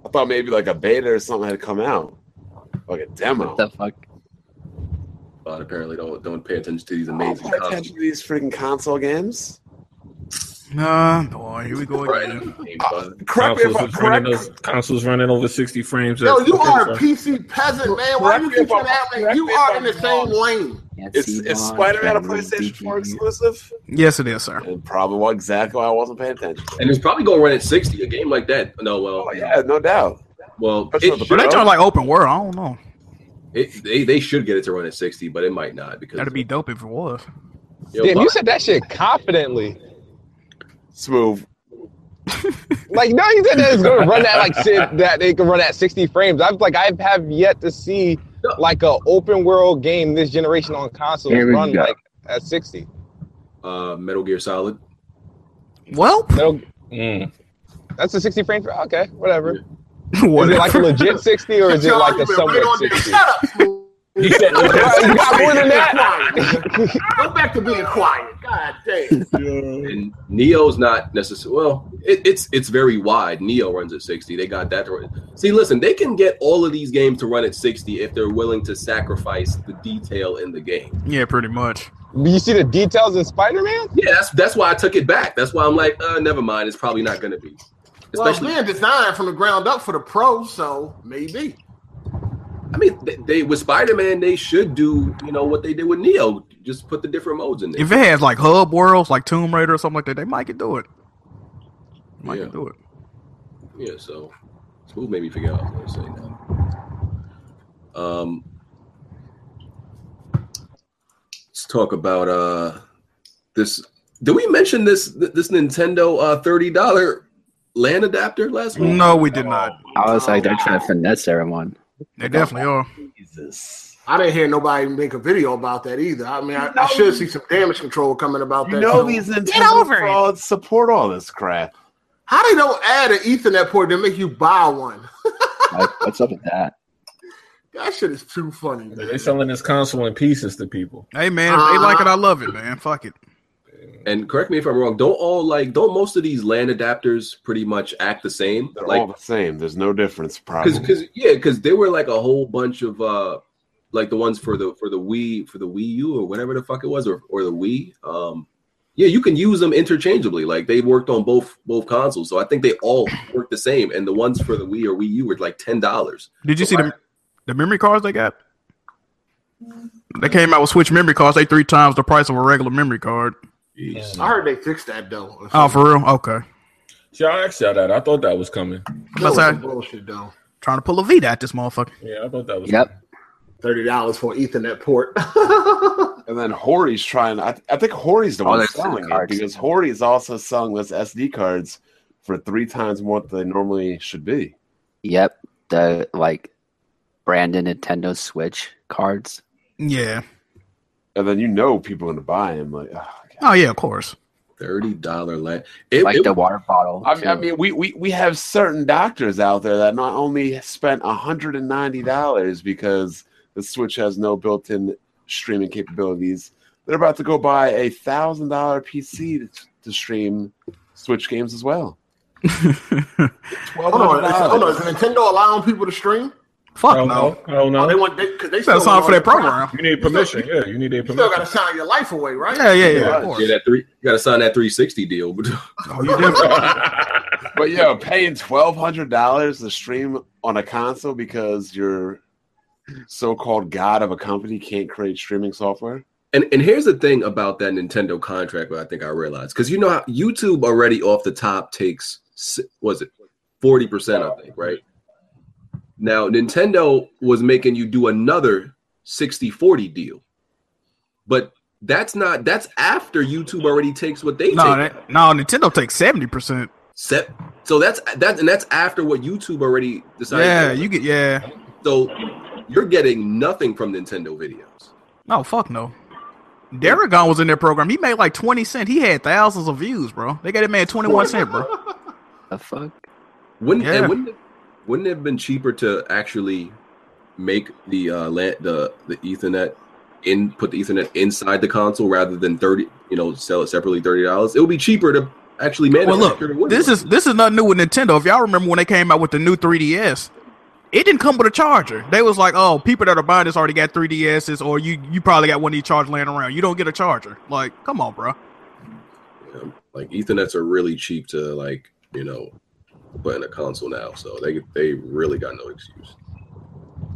[SPEAKER 10] I thought maybe like a beta or something had come out, like a demo.
[SPEAKER 1] What the fuck?
[SPEAKER 3] but apparently don't don't pay attention to these
[SPEAKER 10] I don't
[SPEAKER 3] amazing
[SPEAKER 10] pay attention
[SPEAKER 3] concepts.
[SPEAKER 10] to these freaking console games.
[SPEAKER 4] Nah, boy, here we go again.
[SPEAKER 10] Correct me
[SPEAKER 5] Consoles
[SPEAKER 10] if I'm
[SPEAKER 5] was running
[SPEAKER 10] correct.
[SPEAKER 5] those consoles running over sixty frames.
[SPEAKER 7] Yo,
[SPEAKER 5] at-
[SPEAKER 7] you are a PC peasant, man. Why
[SPEAKER 10] Correct
[SPEAKER 7] you
[SPEAKER 10] me
[SPEAKER 7] keep
[SPEAKER 10] if I'm-
[SPEAKER 7] acting like
[SPEAKER 10] correct
[SPEAKER 7] you
[SPEAKER 10] me if
[SPEAKER 7] are in
[SPEAKER 10] I'm
[SPEAKER 7] the same lane?
[SPEAKER 1] Can't
[SPEAKER 10] Is,
[SPEAKER 1] see Bond,
[SPEAKER 10] is Spider-Man a
[SPEAKER 1] can't read
[SPEAKER 10] PlayStation 4
[SPEAKER 1] DPU.
[SPEAKER 10] exclusive?
[SPEAKER 4] Yes, it is, sir.
[SPEAKER 10] And probably why exactly why I wasn't paying attention.
[SPEAKER 3] And it's probably gonna run at sixty. A game like that, no, well,
[SPEAKER 10] Oh yeah, no doubt.
[SPEAKER 3] well,
[SPEAKER 10] That's
[SPEAKER 3] it
[SPEAKER 10] not the
[SPEAKER 4] But
[SPEAKER 3] should,
[SPEAKER 4] they trying like open world. I don't know.
[SPEAKER 3] it, they they should get it to run at sixty, but it might not because
[SPEAKER 4] That'd be dope if it was.
[SPEAKER 3] Yo,
[SPEAKER 9] Damn, you
[SPEAKER 3] Bud-
[SPEAKER 9] said that shit confidently.
[SPEAKER 10] Smooth.
[SPEAKER 9] Like no, you said that it's gonna run at like si- that it can run at sixty frames. I've like I have yet to see like a open world game this generation on console
[SPEAKER 1] Here we
[SPEAKER 9] run
[SPEAKER 1] go.
[SPEAKER 9] like at sixty.
[SPEAKER 3] uh, Metal Gear Solid.
[SPEAKER 4] Well,
[SPEAKER 9] No,
[SPEAKER 5] Mm.
[SPEAKER 9] that's a sixty frame. Okay, whatever. Is it like a
[SPEAKER 4] whatever.
[SPEAKER 9] legit sixty or is it
[SPEAKER 7] Y'all,
[SPEAKER 9] like
[SPEAKER 7] you
[SPEAKER 9] a
[SPEAKER 7] been right
[SPEAKER 9] somewhat
[SPEAKER 7] on there.
[SPEAKER 9] sixty?
[SPEAKER 7] Shut up. Smooth.
[SPEAKER 5] He said,
[SPEAKER 9] You got more than that.
[SPEAKER 7] Go back to being quiet. God damn.
[SPEAKER 3] And Neo's not necessarily well. It, it's it's very wide. Neo runs at sixty. They got that. To run. See, listen, they can get all of these games to run at sixty if they're willing to sacrifice the detail in the game.
[SPEAKER 4] Yeah, pretty much.
[SPEAKER 9] You see the details in Spider Man?
[SPEAKER 3] Yeah, that's that's why I took it back. That's why I'm like, uh, never mind. It's probably not going to be.
[SPEAKER 7] Well, it's
[SPEAKER 3] Especially,
[SPEAKER 7] being designed from the ground up for the pros, so maybe.
[SPEAKER 3] I mean, they, they with Spider Man, they should do you know what they did with Neo, just put the different modes in there.
[SPEAKER 4] If it has like hub worlds, like Tomb Raider or something like that, they might could do it. Might
[SPEAKER 3] Yeah.
[SPEAKER 4] could do it.
[SPEAKER 3] Yeah, so Smooth made me figure out what I was going to say now. Um, let's talk about uh this. Did we mention this th- this Nintendo uh thirty dollar LAN adapter last week?
[SPEAKER 4] No, we did not.
[SPEAKER 1] Oh, I was like, they're trying to finesse everyone.
[SPEAKER 4] They definitely are.
[SPEAKER 10] Jesus.
[SPEAKER 7] I didn't hear nobody make a video about that either. I mean, I, I should see some damage control coming about
[SPEAKER 10] You
[SPEAKER 7] that.
[SPEAKER 10] know
[SPEAKER 7] too.
[SPEAKER 10] these Nintendo frauds support all this crap.
[SPEAKER 7] How they don't add an Ethernet port to make you buy one?
[SPEAKER 1] Like, what's up with that?
[SPEAKER 7] That shit is too funny.
[SPEAKER 5] They're selling this console in pieces to people.
[SPEAKER 4] Hey man, if they like it, I love it, man. Fuck it.
[SPEAKER 3] And correct me if I'm wrong. Don't all like don't most of these land adapters pretty much act the same?
[SPEAKER 10] They're
[SPEAKER 3] like
[SPEAKER 10] all the same. There's no difference,
[SPEAKER 3] because
[SPEAKER 10] probably.
[SPEAKER 3] because yeah because there were like a whole bunch of uh like the ones for the for the Wii for the Wii U or whatever the fuck it was or or the Wii um yeah you can use them interchangeably like they worked on both both consoles so I think they all work the same and the ones for the Wii or Wii U were like ten dollars
[SPEAKER 4] Did you see the the memory cards they got? They came out with Switch memory cards. They three times the price of a regular memory card.
[SPEAKER 7] I heard they fixed that though.
[SPEAKER 4] Oh, for real? Okay.
[SPEAKER 5] See, I asked y'all that. I thought that was coming.
[SPEAKER 7] That was
[SPEAKER 4] That's
[SPEAKER 7] some bullshit though.
[SPEAKER 4] Trying to pull a Vita at this motherfucker.
[SPEAKER 5] Yeah, I thought that was.
[SPEAKER 4] Yep.
[SPEAKER 7] Thirty dollars for an Ethernet port.
[SPEAKER 10] and then Hori's trying. I, I think Hori's the
[SPEAKER 1] Oh,
[SPEAKER 10] one
[SPEAKER 1] that's
[SPEAKER 10] selling
[SPEAKER 1] the
[SPEAKER 10] it
[SPEAKER 1] cards.
[SPEAKER 10] because Hori is also selling those SD cards for three times more than they normally should be.
[SPEAKER 1] Yep, the like branded Nintendo Switch cards.
[SPEAKER 4] Yeah.
[SPEAKER 10] And then you know people are going to buy them. Like, ugh.
[SPEAKER 4] Oh yeah, of course.
[SPEAKER 3] thirty dollar land.
[SPEAKER 1] like the water bottle.
[SPEAKER 10] I mean, I
[SPEAKER 1] too.
[SPEAKER 10] mean we, we, we have certain doctors out there that not only spent $190 because the Switch has no built in streaming capabilities, they're about to go buy a $1,000 PC to, to stream Switch games as well.
[SPEAKER 7] hold on, is, hold on. Is Nintendo allowing people to stream?
[SPEAKER 4] Fuck
[SPEAKER 5] Hell no. Hell no.
[SPEAKER 7] Oh, they want they, cause they
[SPEAKER 4] That's
[SPEAKER 7] still
[SPEAKER 4] all
[SPEAKER 7] want
[SPEAKER 4] for
[SPEAKER 7] all
[SPEAKER 4] that program.
[SPEAKER 5] You need permission. Yeah, you need a
[SPEAKER 7] You still
[SPEAKER 5] permission.
[SPEAKER 7] got to sign your life away, right?
[SPEAKER 4] Yeah, yeah, yeah. Of
[SPEAKER 10] Yeah.
[SPEAKER 4] course.
[SPEAKER 3] yeah that three you got to sign that three sixty deal but
[SPEAKER 4] Oh, you definitely.
[SPEAKER 10] But yo, paying $1,200 to stream on a console because your so called god of a company can't create streaming software?
[SPEAKER 3] And and here's the thing about that Nintendo contract that I think I realized because you know how YouTube already off the top takes s- was it forty percent I think right now Nintendo was making you do another 60-40 deal, but that's not that's after YouTube already takes what they
[SPEAKER 4] no,
[SPEAKER 3] take.
[SPEAKER 4] that, no, Nintendo takes seventy percent.
[SPEAKER 3] Set- so that's that and that's after what YouTube already decided.
[SPEAKER 4] Yeah, you get yeah.
[SPEAKER 3] so you're getting nothing from Nintendo videos.
[SPEAKER 4] No, fuck no. Daragon was in their program. He made like twenty cent. He had thousands of views, bro. They got that man twenty one cent, bro.
[SPEAKER 1] the fuck?
[SPEAKER 3] Wouldn't
[SPEAKER 4] Yeah.
[SPEAKER 3] and wouldn't it, wouldn't it have been cheaper to actually make the uh land, the the Ethernet in put the Ethernet inside the console rather than thirty you know sell it separately thirty dollars? It would be cheaper to actually manage.
[SPEAKER 4] Well, look, this is this is nothing new with Nintendo. If y'all remember when they came out with the new 3DS, it didn't come with a charger. They was like, "Oh, people that are buying this already got 3DSs, or you you probably got one of these chargers laying around. You don't get a charger. Like, come on, bro.
[SPEAKER 3] like Ethernets are really cheap to like you know put in a console now, so they they really got no excuse.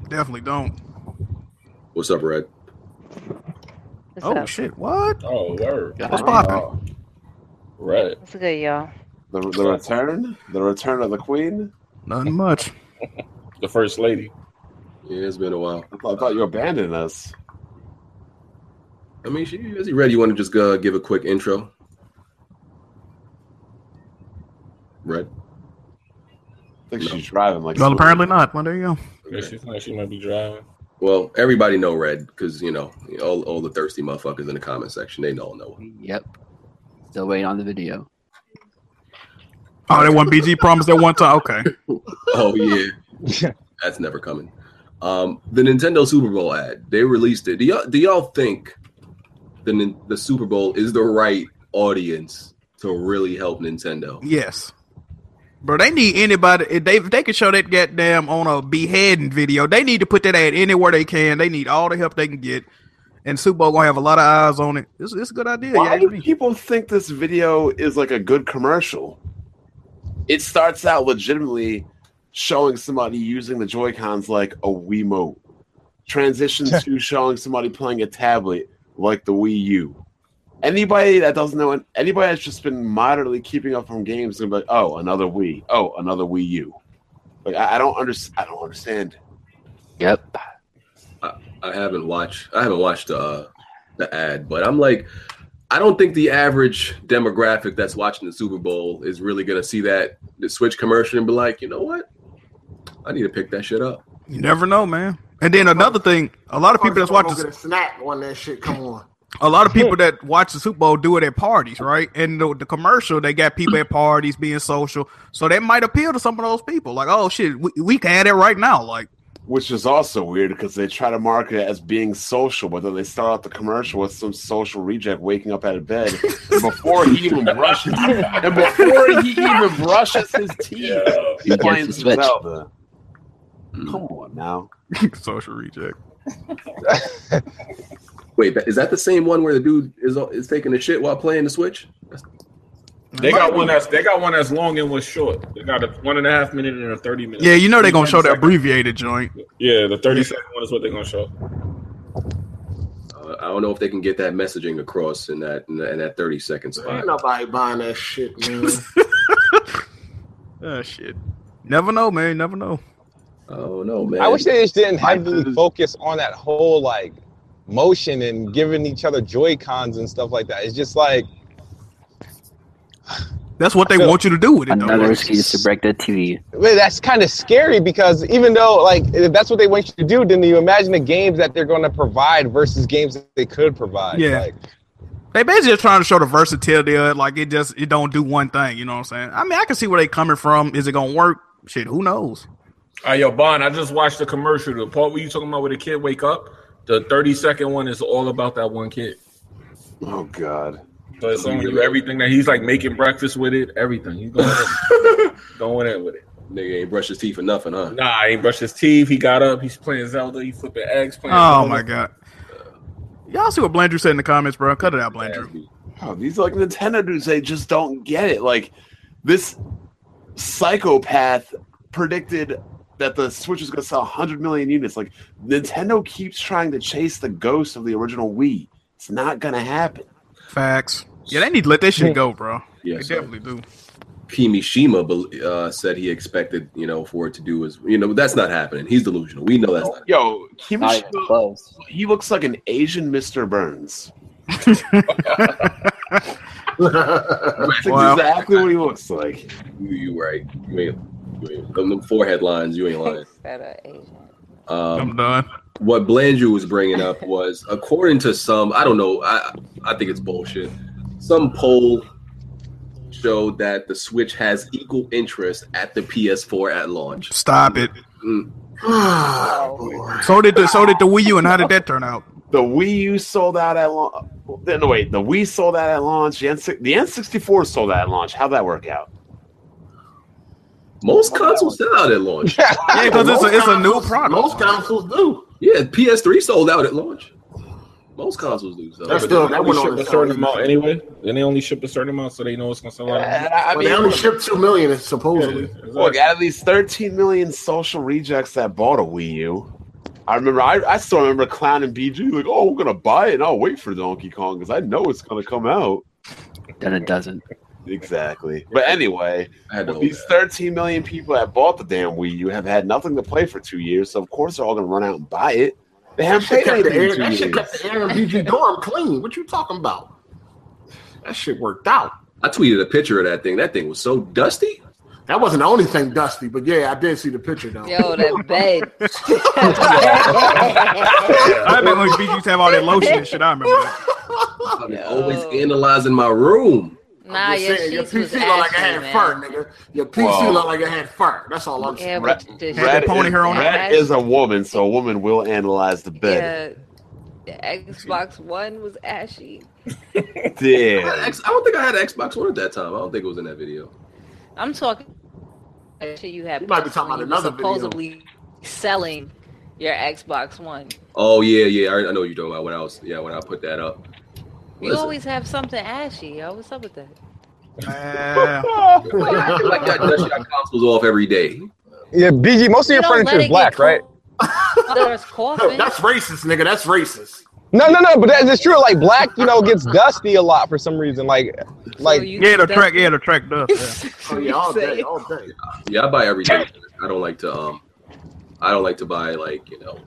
[SPEAKER 4] Definitely don't.
[SPEAKER 3] What's up, Red?
[SPEAKER 11] What's
[SPEAKER 4] Oh
[SPEAKER 11] up?
[SPEAKER 4] shit, what?
[SPEAKER 5] Oh, word.
[SPEAKER 4] What's poppin'?
[SPEAKER 5] Right.
[SPEAKER 11] What's good, y'all?
[SPEAKER 10] The, the return? The return of the queen?
[SPEAKER 4] Nothing much.
[SPEAKER 5] The first lady.
[SPEAKER 3] Yeah, it's been a while.
[SPEAKER 10] I thought, I thought you abandoned us.
[SPEAKER 3] I mean, she is he ready? You want to just uh, give a quick intro? Red.
[SPEAKER 10] I think she's driving like
[SPEAKER 4] Well, apparently not. Well, there you go.
[SPEAKER 5] Yeah, she's like she might be driving.
[SPEAKER 3] Well, everybody know Red because you know all, all the thirsty motherfuckers in the comment section. They all know. him.
[SPEAKER 1] Yep. Still waiting on the video.
[SPEAKER 4] Oh, that one BG promised that one time. Okay,
[SPEAKER 3] Oh yeah, that's never coming. Um, the Nintendo Super Bowl ad. They released it. Do y'all do y'all think the Nin- the Super Bowl is the right audience to really help Nintendo?
[SPEAKER 4] yes. Bro, they need anybody. If they, if they can show that goddamn on a beheading video, they need to put that ad anywhere they can. They need all the help they can get. And Super Bowl gonna have a lot of eyes on it. It's, it's a good idea.
[SPEAKER 10] Why
[SPEAKER 4] yeah,
[SPEAKER 10] do people think this video is like a good commercial? It starts out legitimately showing somebody using the Joy Cons like a Wiimote. Transitions to showing somebody playing a tablet like the Wii U. Anybody that doesn't know, anybody that's just been moderately keeping up from games, and be like, "Oh, another Wii. Oh, another Wii U." Like I, I don't understand. I don't understand.
[SPEAKER 1] Yep.
[SPEAKER 3] I haven't watched I haven't watched uh, the ad, but I'm like I don't think the average demographic that's watching the Super Bowl is really gonna see that the Switch commercial and be like, you know what? I need to pick that shit up.
[SPEAKER 4] You never know, man. And then another thing, a lot of people that's
[SPEAKER 7] Gonna
[SPEAKER 4] watching
[SPEAKER 7] go get a snack when that shit come on.
[SPEAKER 4] a lot of people that watch the Super Bowl do it at parties, right? And the, the commercial, they got people at parties being social, so that might appeal to some of those people. Like, oh shit, we, we can add it right now. Like,
[SPEAKER 10] Which is also weird because they try to market it as being social, but then they start out the commercial with some social reject waking up out of bed and before he even brushes and before he even brushes his teeth, he's
[SPEAKER 3] Against
[SPEAKER 10] playing
[SPEAKER 3] the switch.
[SPEAKER 10] Zelda. Come on now.
[SPEAKER 4] social reject.
[SPEAKER 3] Wait, that- is that the same one where the dude is is taking a shit while playing the Switch?
[SPEAKER 5] They got one that's they got one that's long and one short. They got a one and a half minute and a thirty minute.
[SPEAKER 4] yeah, you know they're gonna show the
[SPEAKER 5] that.
[SPEAKER 4] abbreviated joint.
[SPEAKER 5] Yeah, the thirty second one is what they're gonna show.
[SPEAKER 3] Uh, I don't know if they can get that messaging across in that in, that- in that thirty second spot.
[SPEAKER 7] Ain't nobody buying that shit, man.
[SPEAKER 4] Oh shit, never know, man, never know.
[SPEAKER 3] Oh no, man.
[SPEAKER 9] I wish they just didn't heavily focus on that whole like motion and giving each other Joy Cons and stuff like that. It's just like
[SPEAKER 4] That's what they want you to do with it.
[SPEAKER 1] Another
[SPEAKER 4] though.
[SPEAKER 1] excuse to break the TV.
[SPEAKER 9] Well, that's kind of scary because even though, like, if that's what they want you to do, then you imagine the games that they're going to provide versus games that they could provide.
[SPEAKER 4] Yeah.
[SPEAKER 9] Like,
[SPEAKER 4] They basically just trying to show the versatility of it, like it just it don't do one thing. You know what I'm saying? I mean, I can see where they coming from. Is it gonna work? Shit, who knows?
[SPEAKER 5] All right, yo, Bond, I just watched the commercial. The part where you talking about where the kid wake up, the 30 second one is all about that one kid.
[SPEAKER 10] Oh God.
[SPEAKER 5] So it's going to do everything that he's like making breakfast with it, everything. He's going in, going in with it.
[SPEAKER 3] Nigga ain't brushed his teeth for nothing, huh?
[SPEAKER 5] Nah, he brushed his teeth. He got up. He's playing Zelda. He flipping eggs. Playing
[SPEAKER 4] Oh
[SPEAKER 5] Zelda.
[SPEAKER 4] my god. Y'all see what Blandrew said in the comments, bro? Cut it out, Blandrew.
[SPEAKER 10] Oh, these like Nintendo dudes, they just don't get it. Like this psychopath predicted that the Switch is going to sell 100 million units. Like Nintendo keeps trying to chase the ghost of the original Wii. It's not going to happen.
[SPEAKER 4] Facts. Yeah, they need to let that shit go, bro.
[SPEAKER 3] Yeah,
[SPEAKER 4] they
[SPEAKER 3] so-
[SPEAKER 4] definitely do.
[SPEAKER 3] Kimishima bel- uh, said he expected, you know, for it to do is, you know, that's not happening. He's delusional. We know that's not.
[SPEAKER 10] Yo,
[SPEAKER 3] Not even
[SPEAKER 10] Kimishima, he looks like an Asian Mr. Burns. That's
[SPEAKER 4] Wow.
[SPEAKER 10] exactly what he looks like.
[SPEAKER 3] You, you right. You ain't, you ain't. Them, them forehead lines, you ain't lying.
[SPEAKER 4] I'm
[SPEAKER 3] Um,
[SPEAKER 4] done.
[SPEAKER 3] what Blandrew was bringing up was, according to some, I don't know, I, I think it's bullshit. Some poll showed that the Switch has equal interest at the PS4 at launch.
[SPEAKER 4] Stop it.
[SPEAKER 3] Mm.
[SPEAKER 10] Ah,
[SPEAKER 7] Oh,
[SPEAKER 4] So did the so did the Wii U, and how did that turn out?
[SPEAKER 10] The Wii U sold out at launch. No, wait. The Wii sold out at launch. The, N- the N64 sold out at launch. How'd that work out?
[SPEAKER 3] Most consoles sell out at launch.
[SPEAKER 4] Yeah, because it's a it's a new product.
[SPEAKER 7] Most consoles do.
[SPEAKER 3] Yeah, PS3 sold out at launch. Most consoles do. So.
[SPEAKER 7] That's
[SPEAKER 5] But
[SPEAKER 7] still
[SPEAKER 5] they
[SPEAKER 7] that
[SPEAKER 5] only
[SPEAKER 7] went on
[SPEAKER 5] ship
[SPEAKER 7] the
[SPEAKER 5] a certain
[SPEAKER 7] sell.
[SPEAKER 5] amount anyway. Then they only ship a certain amount, so they know it's going to sell out.
[SPEAKER 10] And I, I
[SPEAKER 7] Well, they
[SPEAKER 10] mean,
[SPEAKER 7] only shipped two million, supposedly.
[SPEAKER 10] Look, out of these 13 million social rejects that bought a Wii U, I remember, I, I still remember Clown and BG like, oh, we're going to buy it and I'll wait for Donkey Kong because I know it's going to come out.
[SPEAKER 1] Then it doesn't.
[SPEAKER 10] Exactly. But anyway,
[SPEAKER 3] I had to hold
[SPEAKER 10] these 13 million people that bought the damn Wii U have had nothing to play for two years, so of course they're all going to run out and buy it. They
[SPEAKER 7] That
[SPEAKER 10] haven't
[SPEAKER 7] shit
[SPEAKER 10] played
[SPEAKER 7] kept the
[SPEAKER 10] anything
[SPEAKER 7] air. That
[SPEAKER 10] in two
[SPEAKER 7] shit
[SPEAKER 10] years.
[SPEAKER 7] kept the air and BG dorm clean. What you talking about? That shit worked out.
[SPEAKER 3] I tweeted a picture of that thing. That thing was so dusty.
[SPEAKER 7] That wasn't the only thing dusty, but yeah, I did see the picture though.
[SPEAKER 11] Yo, that bed.
[SPEAKER 4] I remember when BG used to have all that lotion and shit. I remember that.
[SPEAKER 3] I've been always analyzing my room.
[SPEAKER 11] nah,
[SPEAKER 7] Just
[SPEAKER 11] your
[SPEAKER 7] saying, your
[SPEAKER 11] sheets was
[SPEAKER 7] PC looked like it
[SPEAKER 11] ashy,
[SPEAKER 7] had
[SPEAKER 11] man.
[SPEAKER 7] fur, nigga. Your
[SPEAKER 10] Whoa.
[SPEAKER 7] PC looked like it had fur. That's all I'm
[SPEAKER 11] Yeah,
[SPEAKER 7] saying.
[SPEAKER 11] but
[SPEAKER 10] Red-
[SPEAKER 11] the,
[SPEAKER 10] Red,
[SPEAKER 4] pony
[SPEAKER 10] is,
[SPEAKER 4] hair on it.
[SPEAKER 10] Red is a woman, so a woman will analyze the bed.
[SPEAKER 11] yeah, the Xbox One was ashy.
[SPEAKER 3] I, had
[SPEAKER 10] Damn.
[SPEAKER 3] X, I don't think I had an Xbox One at that time. I don't think it was in that video.
[SPEAKER 11] I'm talking that shit you have.
[SPEAKER 7] You might be talking about another video.
[SPEAKER 11] supposedly selling your Xbox One.
[SPEAKER 3] Oh yeah, yeah. I, I know what you're talking about when I was yeah when I put that up.
[SPEAKER 11] You
[SPEAKER 3] Listen,
[SPEAKER 11] always have something ashy, yo. What's up with that?
[SPEAKER 4] Man.
[SPEAKER 3] I feel like I dust your consoles off every day.
[SPEAKER 9] yeah, BG, most of
[SPEAKER 11] You
[SPEAKER 9] your
[SPEAKER 11] don't
[SPEAKER 9] furniture
[SPEAKER 11] let
[SPEAKER 9] is
[SPEAKER 11] it
[SPEAKER 9] black,
[SPEAKER 11] get
[SPEAKER 9] right?
[SPEAKER 11] cold. There's coughing.
[SPEAKER 7] That's racist, nigga. That's racist.
[SPEAKER 9] No, no, no, but that is true. Like, black, you know, gets dusty a lot for some reason. Like, like,
[SPEAKER 4] Yeah, the track. Yeah, the track does. yeah.
[SPEAKER 7] Oh yeah, all day, all day.
[SPEAKER 3] Yeah, I buy every day. I don't like to um, I don't like to buy like you know,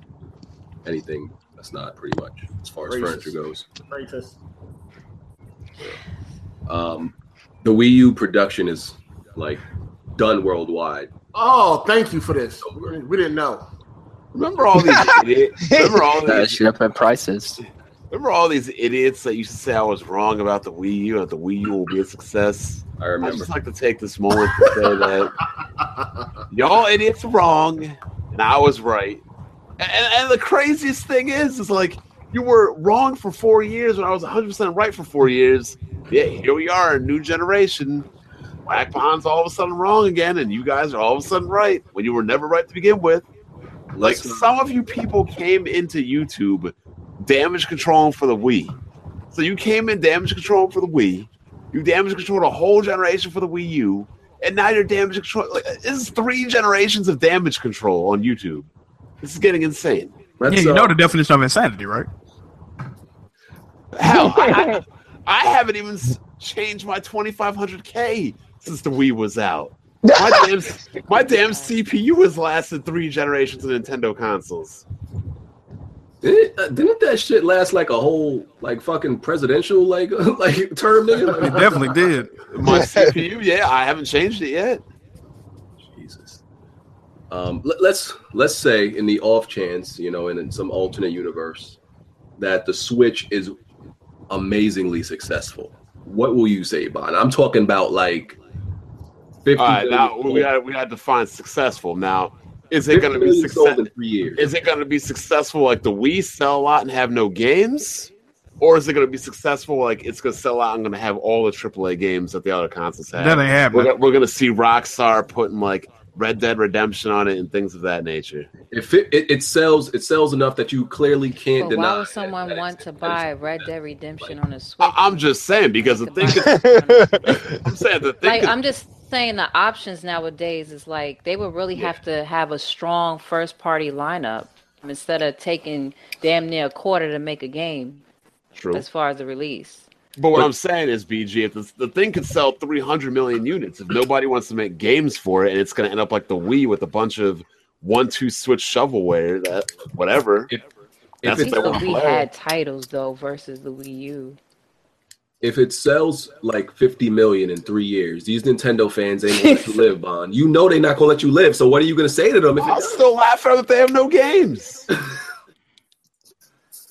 [SPEAKER 3] anything that's not pretty much as far as
[SPEAKER 7] Racist.
[SPEAKER 3] furniture goes.
[SPEAKER 7] Racist.
[SPEAKER 3] Um, the Wii U production is like done worldwide.
[SPEAKER 7] Oh, thank you for this. We didn't- we didn't know.
[SPEAKER 10] Remember all these idiots? Remember all
[SPEAKER 1] Uh,
[SPEAKER 10] these
[SPEAKER 1] should have put prices.
[SPEAKER 10] Remember all these idiots that used to say I was wrong about the Wii U and the Wii U will be a success?
[SPEAKER 3] I
[SPEAKER 10] remember. just like to take this moment to say that y'all idiots are wrong and I was right. And, and the craziest thing is, is like you were wrong for four years when I was 100% right for four years. Yeah, here we are, a new generation. Black Pond's all of a sudden wrong again, and you guys are all of a sudden right when you were never right to begin with. Like
[SPEAKER 3] Listen.
[SPEAKER 10] some of you people came into YouTube damage controlling for the Wii. So you came in damage control for the Wii. You damage controlled a whole generation for the Wii U, and now you're damage control. Like, this is three generations of damage control on YouTube. This is getting insane.
[SPEAKER 4] yeah, you
[SPEAKER 3] uh,
[SPEAKER 10] uh,
[SPEAKER 4] know the definition of insanity, right?
[SPEAKER 10] Hell, I, I, I haven't even s- changed my 2500K since the Wii was out. My damn, my damn CPU has lasted three generations of Nintendo consoles.
[SPEAKER 3] Didn't, uh, didn't that shit last like a whole like fucking presidential like like term? Nigga? Like,
[SPEAKER 4] It definitely did.
[SPEAKER 10] My CPU, yeah, I haven't changed it yet.
[SPEAKER 3] Jesus. Um, let, us let's say in the off chance, you know, in, in some alternate universe, that the Switch is amazingly successful. What will you say, Bon? I'm talking about like fifty.
[SPEAKER 10] All right, now
[SPEAKER 3] million
[SPEAKER 10] we got we got to find successful. Now, is
[SPEAKER 3] 50
[SPEAKER 10] it going to be
[SPEAKER 3] million sold
[SPEAKER 10] successful?
[SPEAKER 3] in three years?
[SPEAKER 10] Is it going to be successful like the Wii sell a lot and have no games, or is it going to be successful like it's going to sell out and going to have all the AAA games that the other consoles have?
[SPEAKER 4] That ain't happening.
[SPEAKER 10] We're, gonna- we're going to see Rockstar putting like Red Dead Redemption on it and things of that nature.
[SPEAKER 3] If it, it, it sells, it sells enough that you clearly can't
[SPEAKER 11] But why
[SPEAKER 3] deny.
[SPEAKER 11] would someone want to buy Red Dead Redemption on a Switch?
[SPEAKER 10] I, I'm just saying because the thing. I'm saying the thing.
[SPEAKER 11] Like
[SPEAKER 10] is-
[SPEAKER 11] I'm just saying the options nowadays is like they would really have to have a strong first party lineup instead of taking damn near a quarter to make a game
[SPEAKER 10] True.
[SPEAKER 11] as far as the release.
[SPEAKER 10] But what I'm saying is, BG, if this, the thing could sell 300 million units, if nobody wants to make games for it, and it's going to end up like the Wii with a bunch of one-two switch shovelware, that whatever.
[SPEAKER 11] At
[SPEAKER 10] that's
[SPEAKER 11] least
[SPEAKER 10] what
[SPEAKER 11] the
[SPEAKER 10] they want to
[SPEAKER 11] Wii
[SPEAKER 10] play.
[SPEAKER 11] had titles though versus the Wii U.
[SPEAKER 3] If it sells like fifty million in three years, these Nintendo fans ain't gonna let you live, Bon. You know they're not gonna let you live. So what are you gonna say to them? If it
[SPEAKER 10] I'll still laugh at them if they have no games.
[SPEAKER 3] What?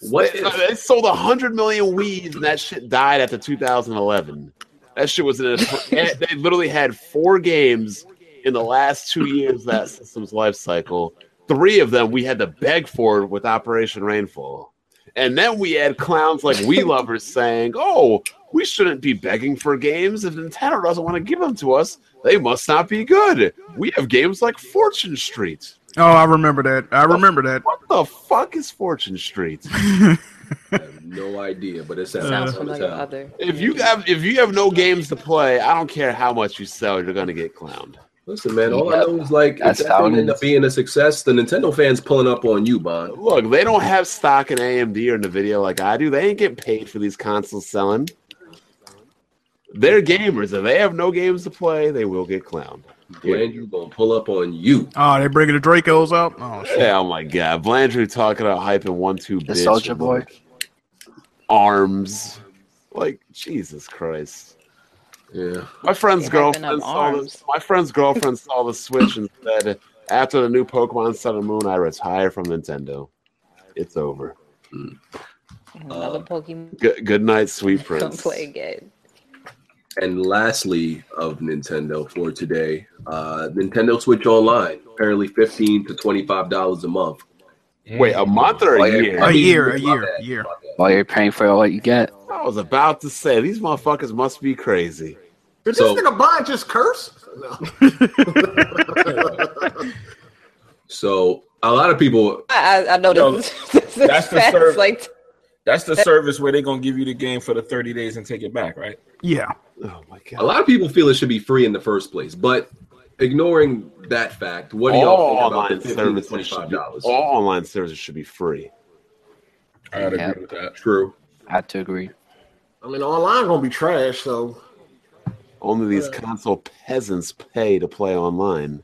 [SPEAKER 10] They, they sold 100 million Wii's, and that shit died after 2011. That shit was in a. they literally had four games in the last two years of that system's life cycle. Three of them we had to beg for with Operation Rainfall. And then we had clowns like We Lovers saying, oh, we shouldn't be begging for games. If Nintendo doesn't want to give them to us, they must not be good. We have games like Fortune Street.
[SPEAKER 4] Oh, I remember that. I remember that.
[SPEAKER 10] What the fuck is Fortune Street?
[SPEAKER 3] No idea, but it sounds,
[SPEAKER 11] Sounds
[SPEAKER 3] fun as
[SPEAKER 11] familiar
[SPEAKER 3] hell.
[SPEAKER 11] other.
[SPEAKER 10] If you have if you have no games to play, I don't care how much you sell, you're gonna get clowned.
[SPEAKER 3] Listen, man, all I know is like
[SPEAKER 1] That's
[SPEAKER 3] if that
[SPEAKER 1] how it
[SPEAKER 3] thing end
[SPEAKER 1] is.
[SPEAKER 3] up being a success, the Nintendo fans pulling up on you, Bon.
[SPEAKER 10] Look, they don't have stock in AMD or Nvidia like I do. They ain't getting paid for these consoles selling. They're gamers. If they have no games to play, they will get clowned. Yeah.
[SPEAKER 3] Brand you gonna pull up on you.
[SPEAKER 4] Oh, they bringing the Dracos out. Oh, shit.
[SPEAKER 10] Yeah, oh my god, Blandrew talking about hyping one two
[SPEAKER 1] The
[SPEAKER 10] bitch
[SPEAKER 1] Soldier
[SPEAKER 10] and,
[SPEAKER 1] Boy.
[SPEAKER 10] like, arms, like Jesus Christ.
[SPEAKER 3] Yeah.
[SPEAKER 10] My friend's
[SPEAKER 11] You're hyping
[SPEAKER 10] girlfriend
[SPEAKER 11] up
[SPEAKER 10] saw
[SPEAKER 11] arms.
[SPEAKER 10] this. My friend's girlfriend saw the Switch and said, "After the new Pokemon Sun and Moon, I retire from Nintendo. It's over.
[SPEAKER 11] Another Pokemon
[SPEAKER 10] Good good night, sweet
[SPEAKER 11] don't
[SPEAKER 10] uh, prince."
[SPEAKER 11] play again.
[SPEAKER 3] And lastly, of Nintendo for today, uh, Nintendo Switch Online apparently fifteen to twenty five dollars a month.
[SPEAKER 5] Mm-hmm.
[SPEAKER 10] Wait, a month or
[SPEAKER 1] Oh,
[SPEAKER 10] a
[SPEAKER 1] yeah.
[SPEAKER 10] year?
[SPEAKER 4] A year, a
[SPEAKER 3] my
[SPEAKER 4] year,
[SPEAKER 3] bad,
[SPEAKER 4] a year.
[SPEAKER 1] While you're paying for what you get.
[SPEAKER 10] I was about to say these motherfuckers must be crazy.
[SPEAKER 7] Did
[SPEAKER 3] So-
[SPEAKER 7] this nigga Bond just curse? No.
[SPEAKER 5] Oh,
[SPEAKER 3] So a lot of people,
[SPEAKER 11] I, I, I know
[SPEAKER 5] Yo,
[SPEAKER 11] this, is- this is
[SPEAKER 5] that's the
[SPEAKER 11] fast,
[SPEAKER 5] serve-
[SPEAKER 11] like
[SPEAKER 5] That's the service where they're gonna give you the game for the 30 days and take it back, right?
[SPEAKER 4] Yeah.
[SPEAKER 10] Oh my god!
[SPEAKER 3] a lot of people feel it should be free in the first place. But ignoring that fact, what do y'all
[SPEAKER 10] all
[SPEAKER 3] think about the
[SPEAKER 10] online
[SPEAKER 3] fifteen to twenty
[SPEAKER 10] services should
[SPEAKER 3] five
[SPEAKER 10] be,
[SPEAKER 3] dollars?
[SPEAKER 10] all online services should be free.
[SPEAKER 5] I'd agree
[SPEAKER 1] Yeah.
[SPEAKER 5] with that.
[SPEAKER 3] True.
[SPEAKER 1] I have to agree.
[SPEAKER 7] I mean, online gonna be trash. So
[SPEAKER 10] Only these console peasants pay to play online.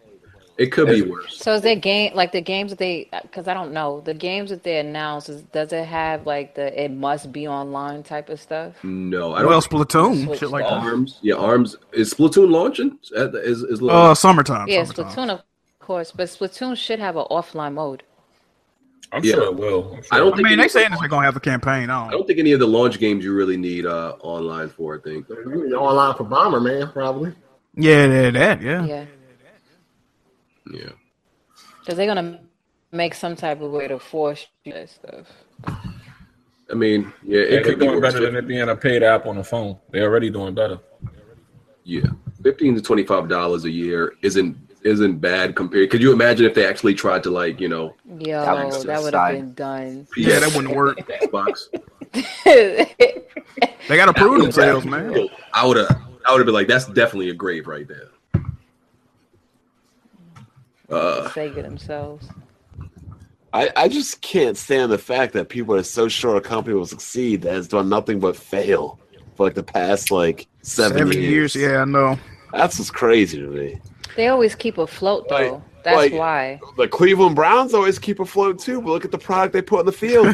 [SPEAKER 3] It could be worse.
[SPEAKER 11] So is their game like the games that they? Because I don't know the games that they announce. Is, does it have like the it must be online type of stuff?
[SPEAKER 3] No, I don't.
[SPEAKER 4] Well, Splatoon,
[SPEAKER 11] Switch
[SPEAKER 4] shit like that.
[SPEAKER 3] arms, yeah, arms. Is Splatoon launching? Is is, is
[SPEAKER 4] Uh, summertime.
[SPEAKER 11] yeah,
[SPEAKER 4] summertime.
[SPEAKER 11] Splatoon of course, but Splatoon should have an offline mode.
[SPEAKER 5] I'm
[SPEAKER 3] Yeah.
[SPEAKER 5] sure it will. I'm sure
[SPEAKER 3] I
[SPEAKER 5] it
[SPEAKER 3] don't
[SPEAKER 5] will.
[SPEAKER 4] I
[SPEAKER 3] think
[SPEAKER 4] mean,
[SPEAKER 3] it
[SPEAKER 4] they
[SPEAKER 3] is-
[SPEAKER 4] saying this they're gonna have a campaign. I
[SPEAKER 3] I
[SPEAKER 4] don't.
[SPEAKER 3] don't think any of the launch games you really need uh, online for. I think.
[SPEAKER 7] You need online for Bomberman, probably.
[SPEAKER 4] Yeah, yeah, that, yeah.
[SPEAKER 11] Yeah.
[SPEAKER 3] Yeah.
[SPEAKER 11] Because they're going to make some type of way to force you that stuff.
[SPEAKER 3] I mean, yeah,
[SPEAKER 5] Yeah,
[SPEAKER 3] it
[SPEAKER 5] they're
[SPEAKER 3] could be
[SPEAKER 5] doing
[SPEAKER 3] worse.
[SPEAKER 5] better than it being a paid app on the phone. They're already doing better.
[SPEAKER 3] Yeah, fifteen to twenty five dollars a year isn't isn't bad compared. Could you imagine if they actually tried to like you know
[SPEAKER 11] Yo,
[SPEAKER 3] That was
[SPEAKER 11] that would have
[SPEAKER 3] suicide.
[SPEAKER 11] been done.
[SPEAKER 4] Yeah, that wouldn't work.
[SPEAKER 3] Xbox?
[SPEAKER 4] They gotta prove themselves, man.
[SPEAKER 3] I would have I would have been like, that's definitely a grave right there.
[SPEAKER 10] Uh,
[SPEAKER 11] Sega themselves.
[SPEAKER 10] I, I just can't stand the fact that people are so sure a company will succeed that has done nothing but fail for like the past like seven, years.
[SPEAKER 4] Yeah, I know.
[SPEAKER 10] That's what's crazy to me.
[SPEAKER 11] They always keep afloat, though. That's
[SPEAKER 10] like-
[SPEAKER 11] why.
[SPEAKER 10] The Cleveland Browns always keep afloat too, but look at the product they put on the field.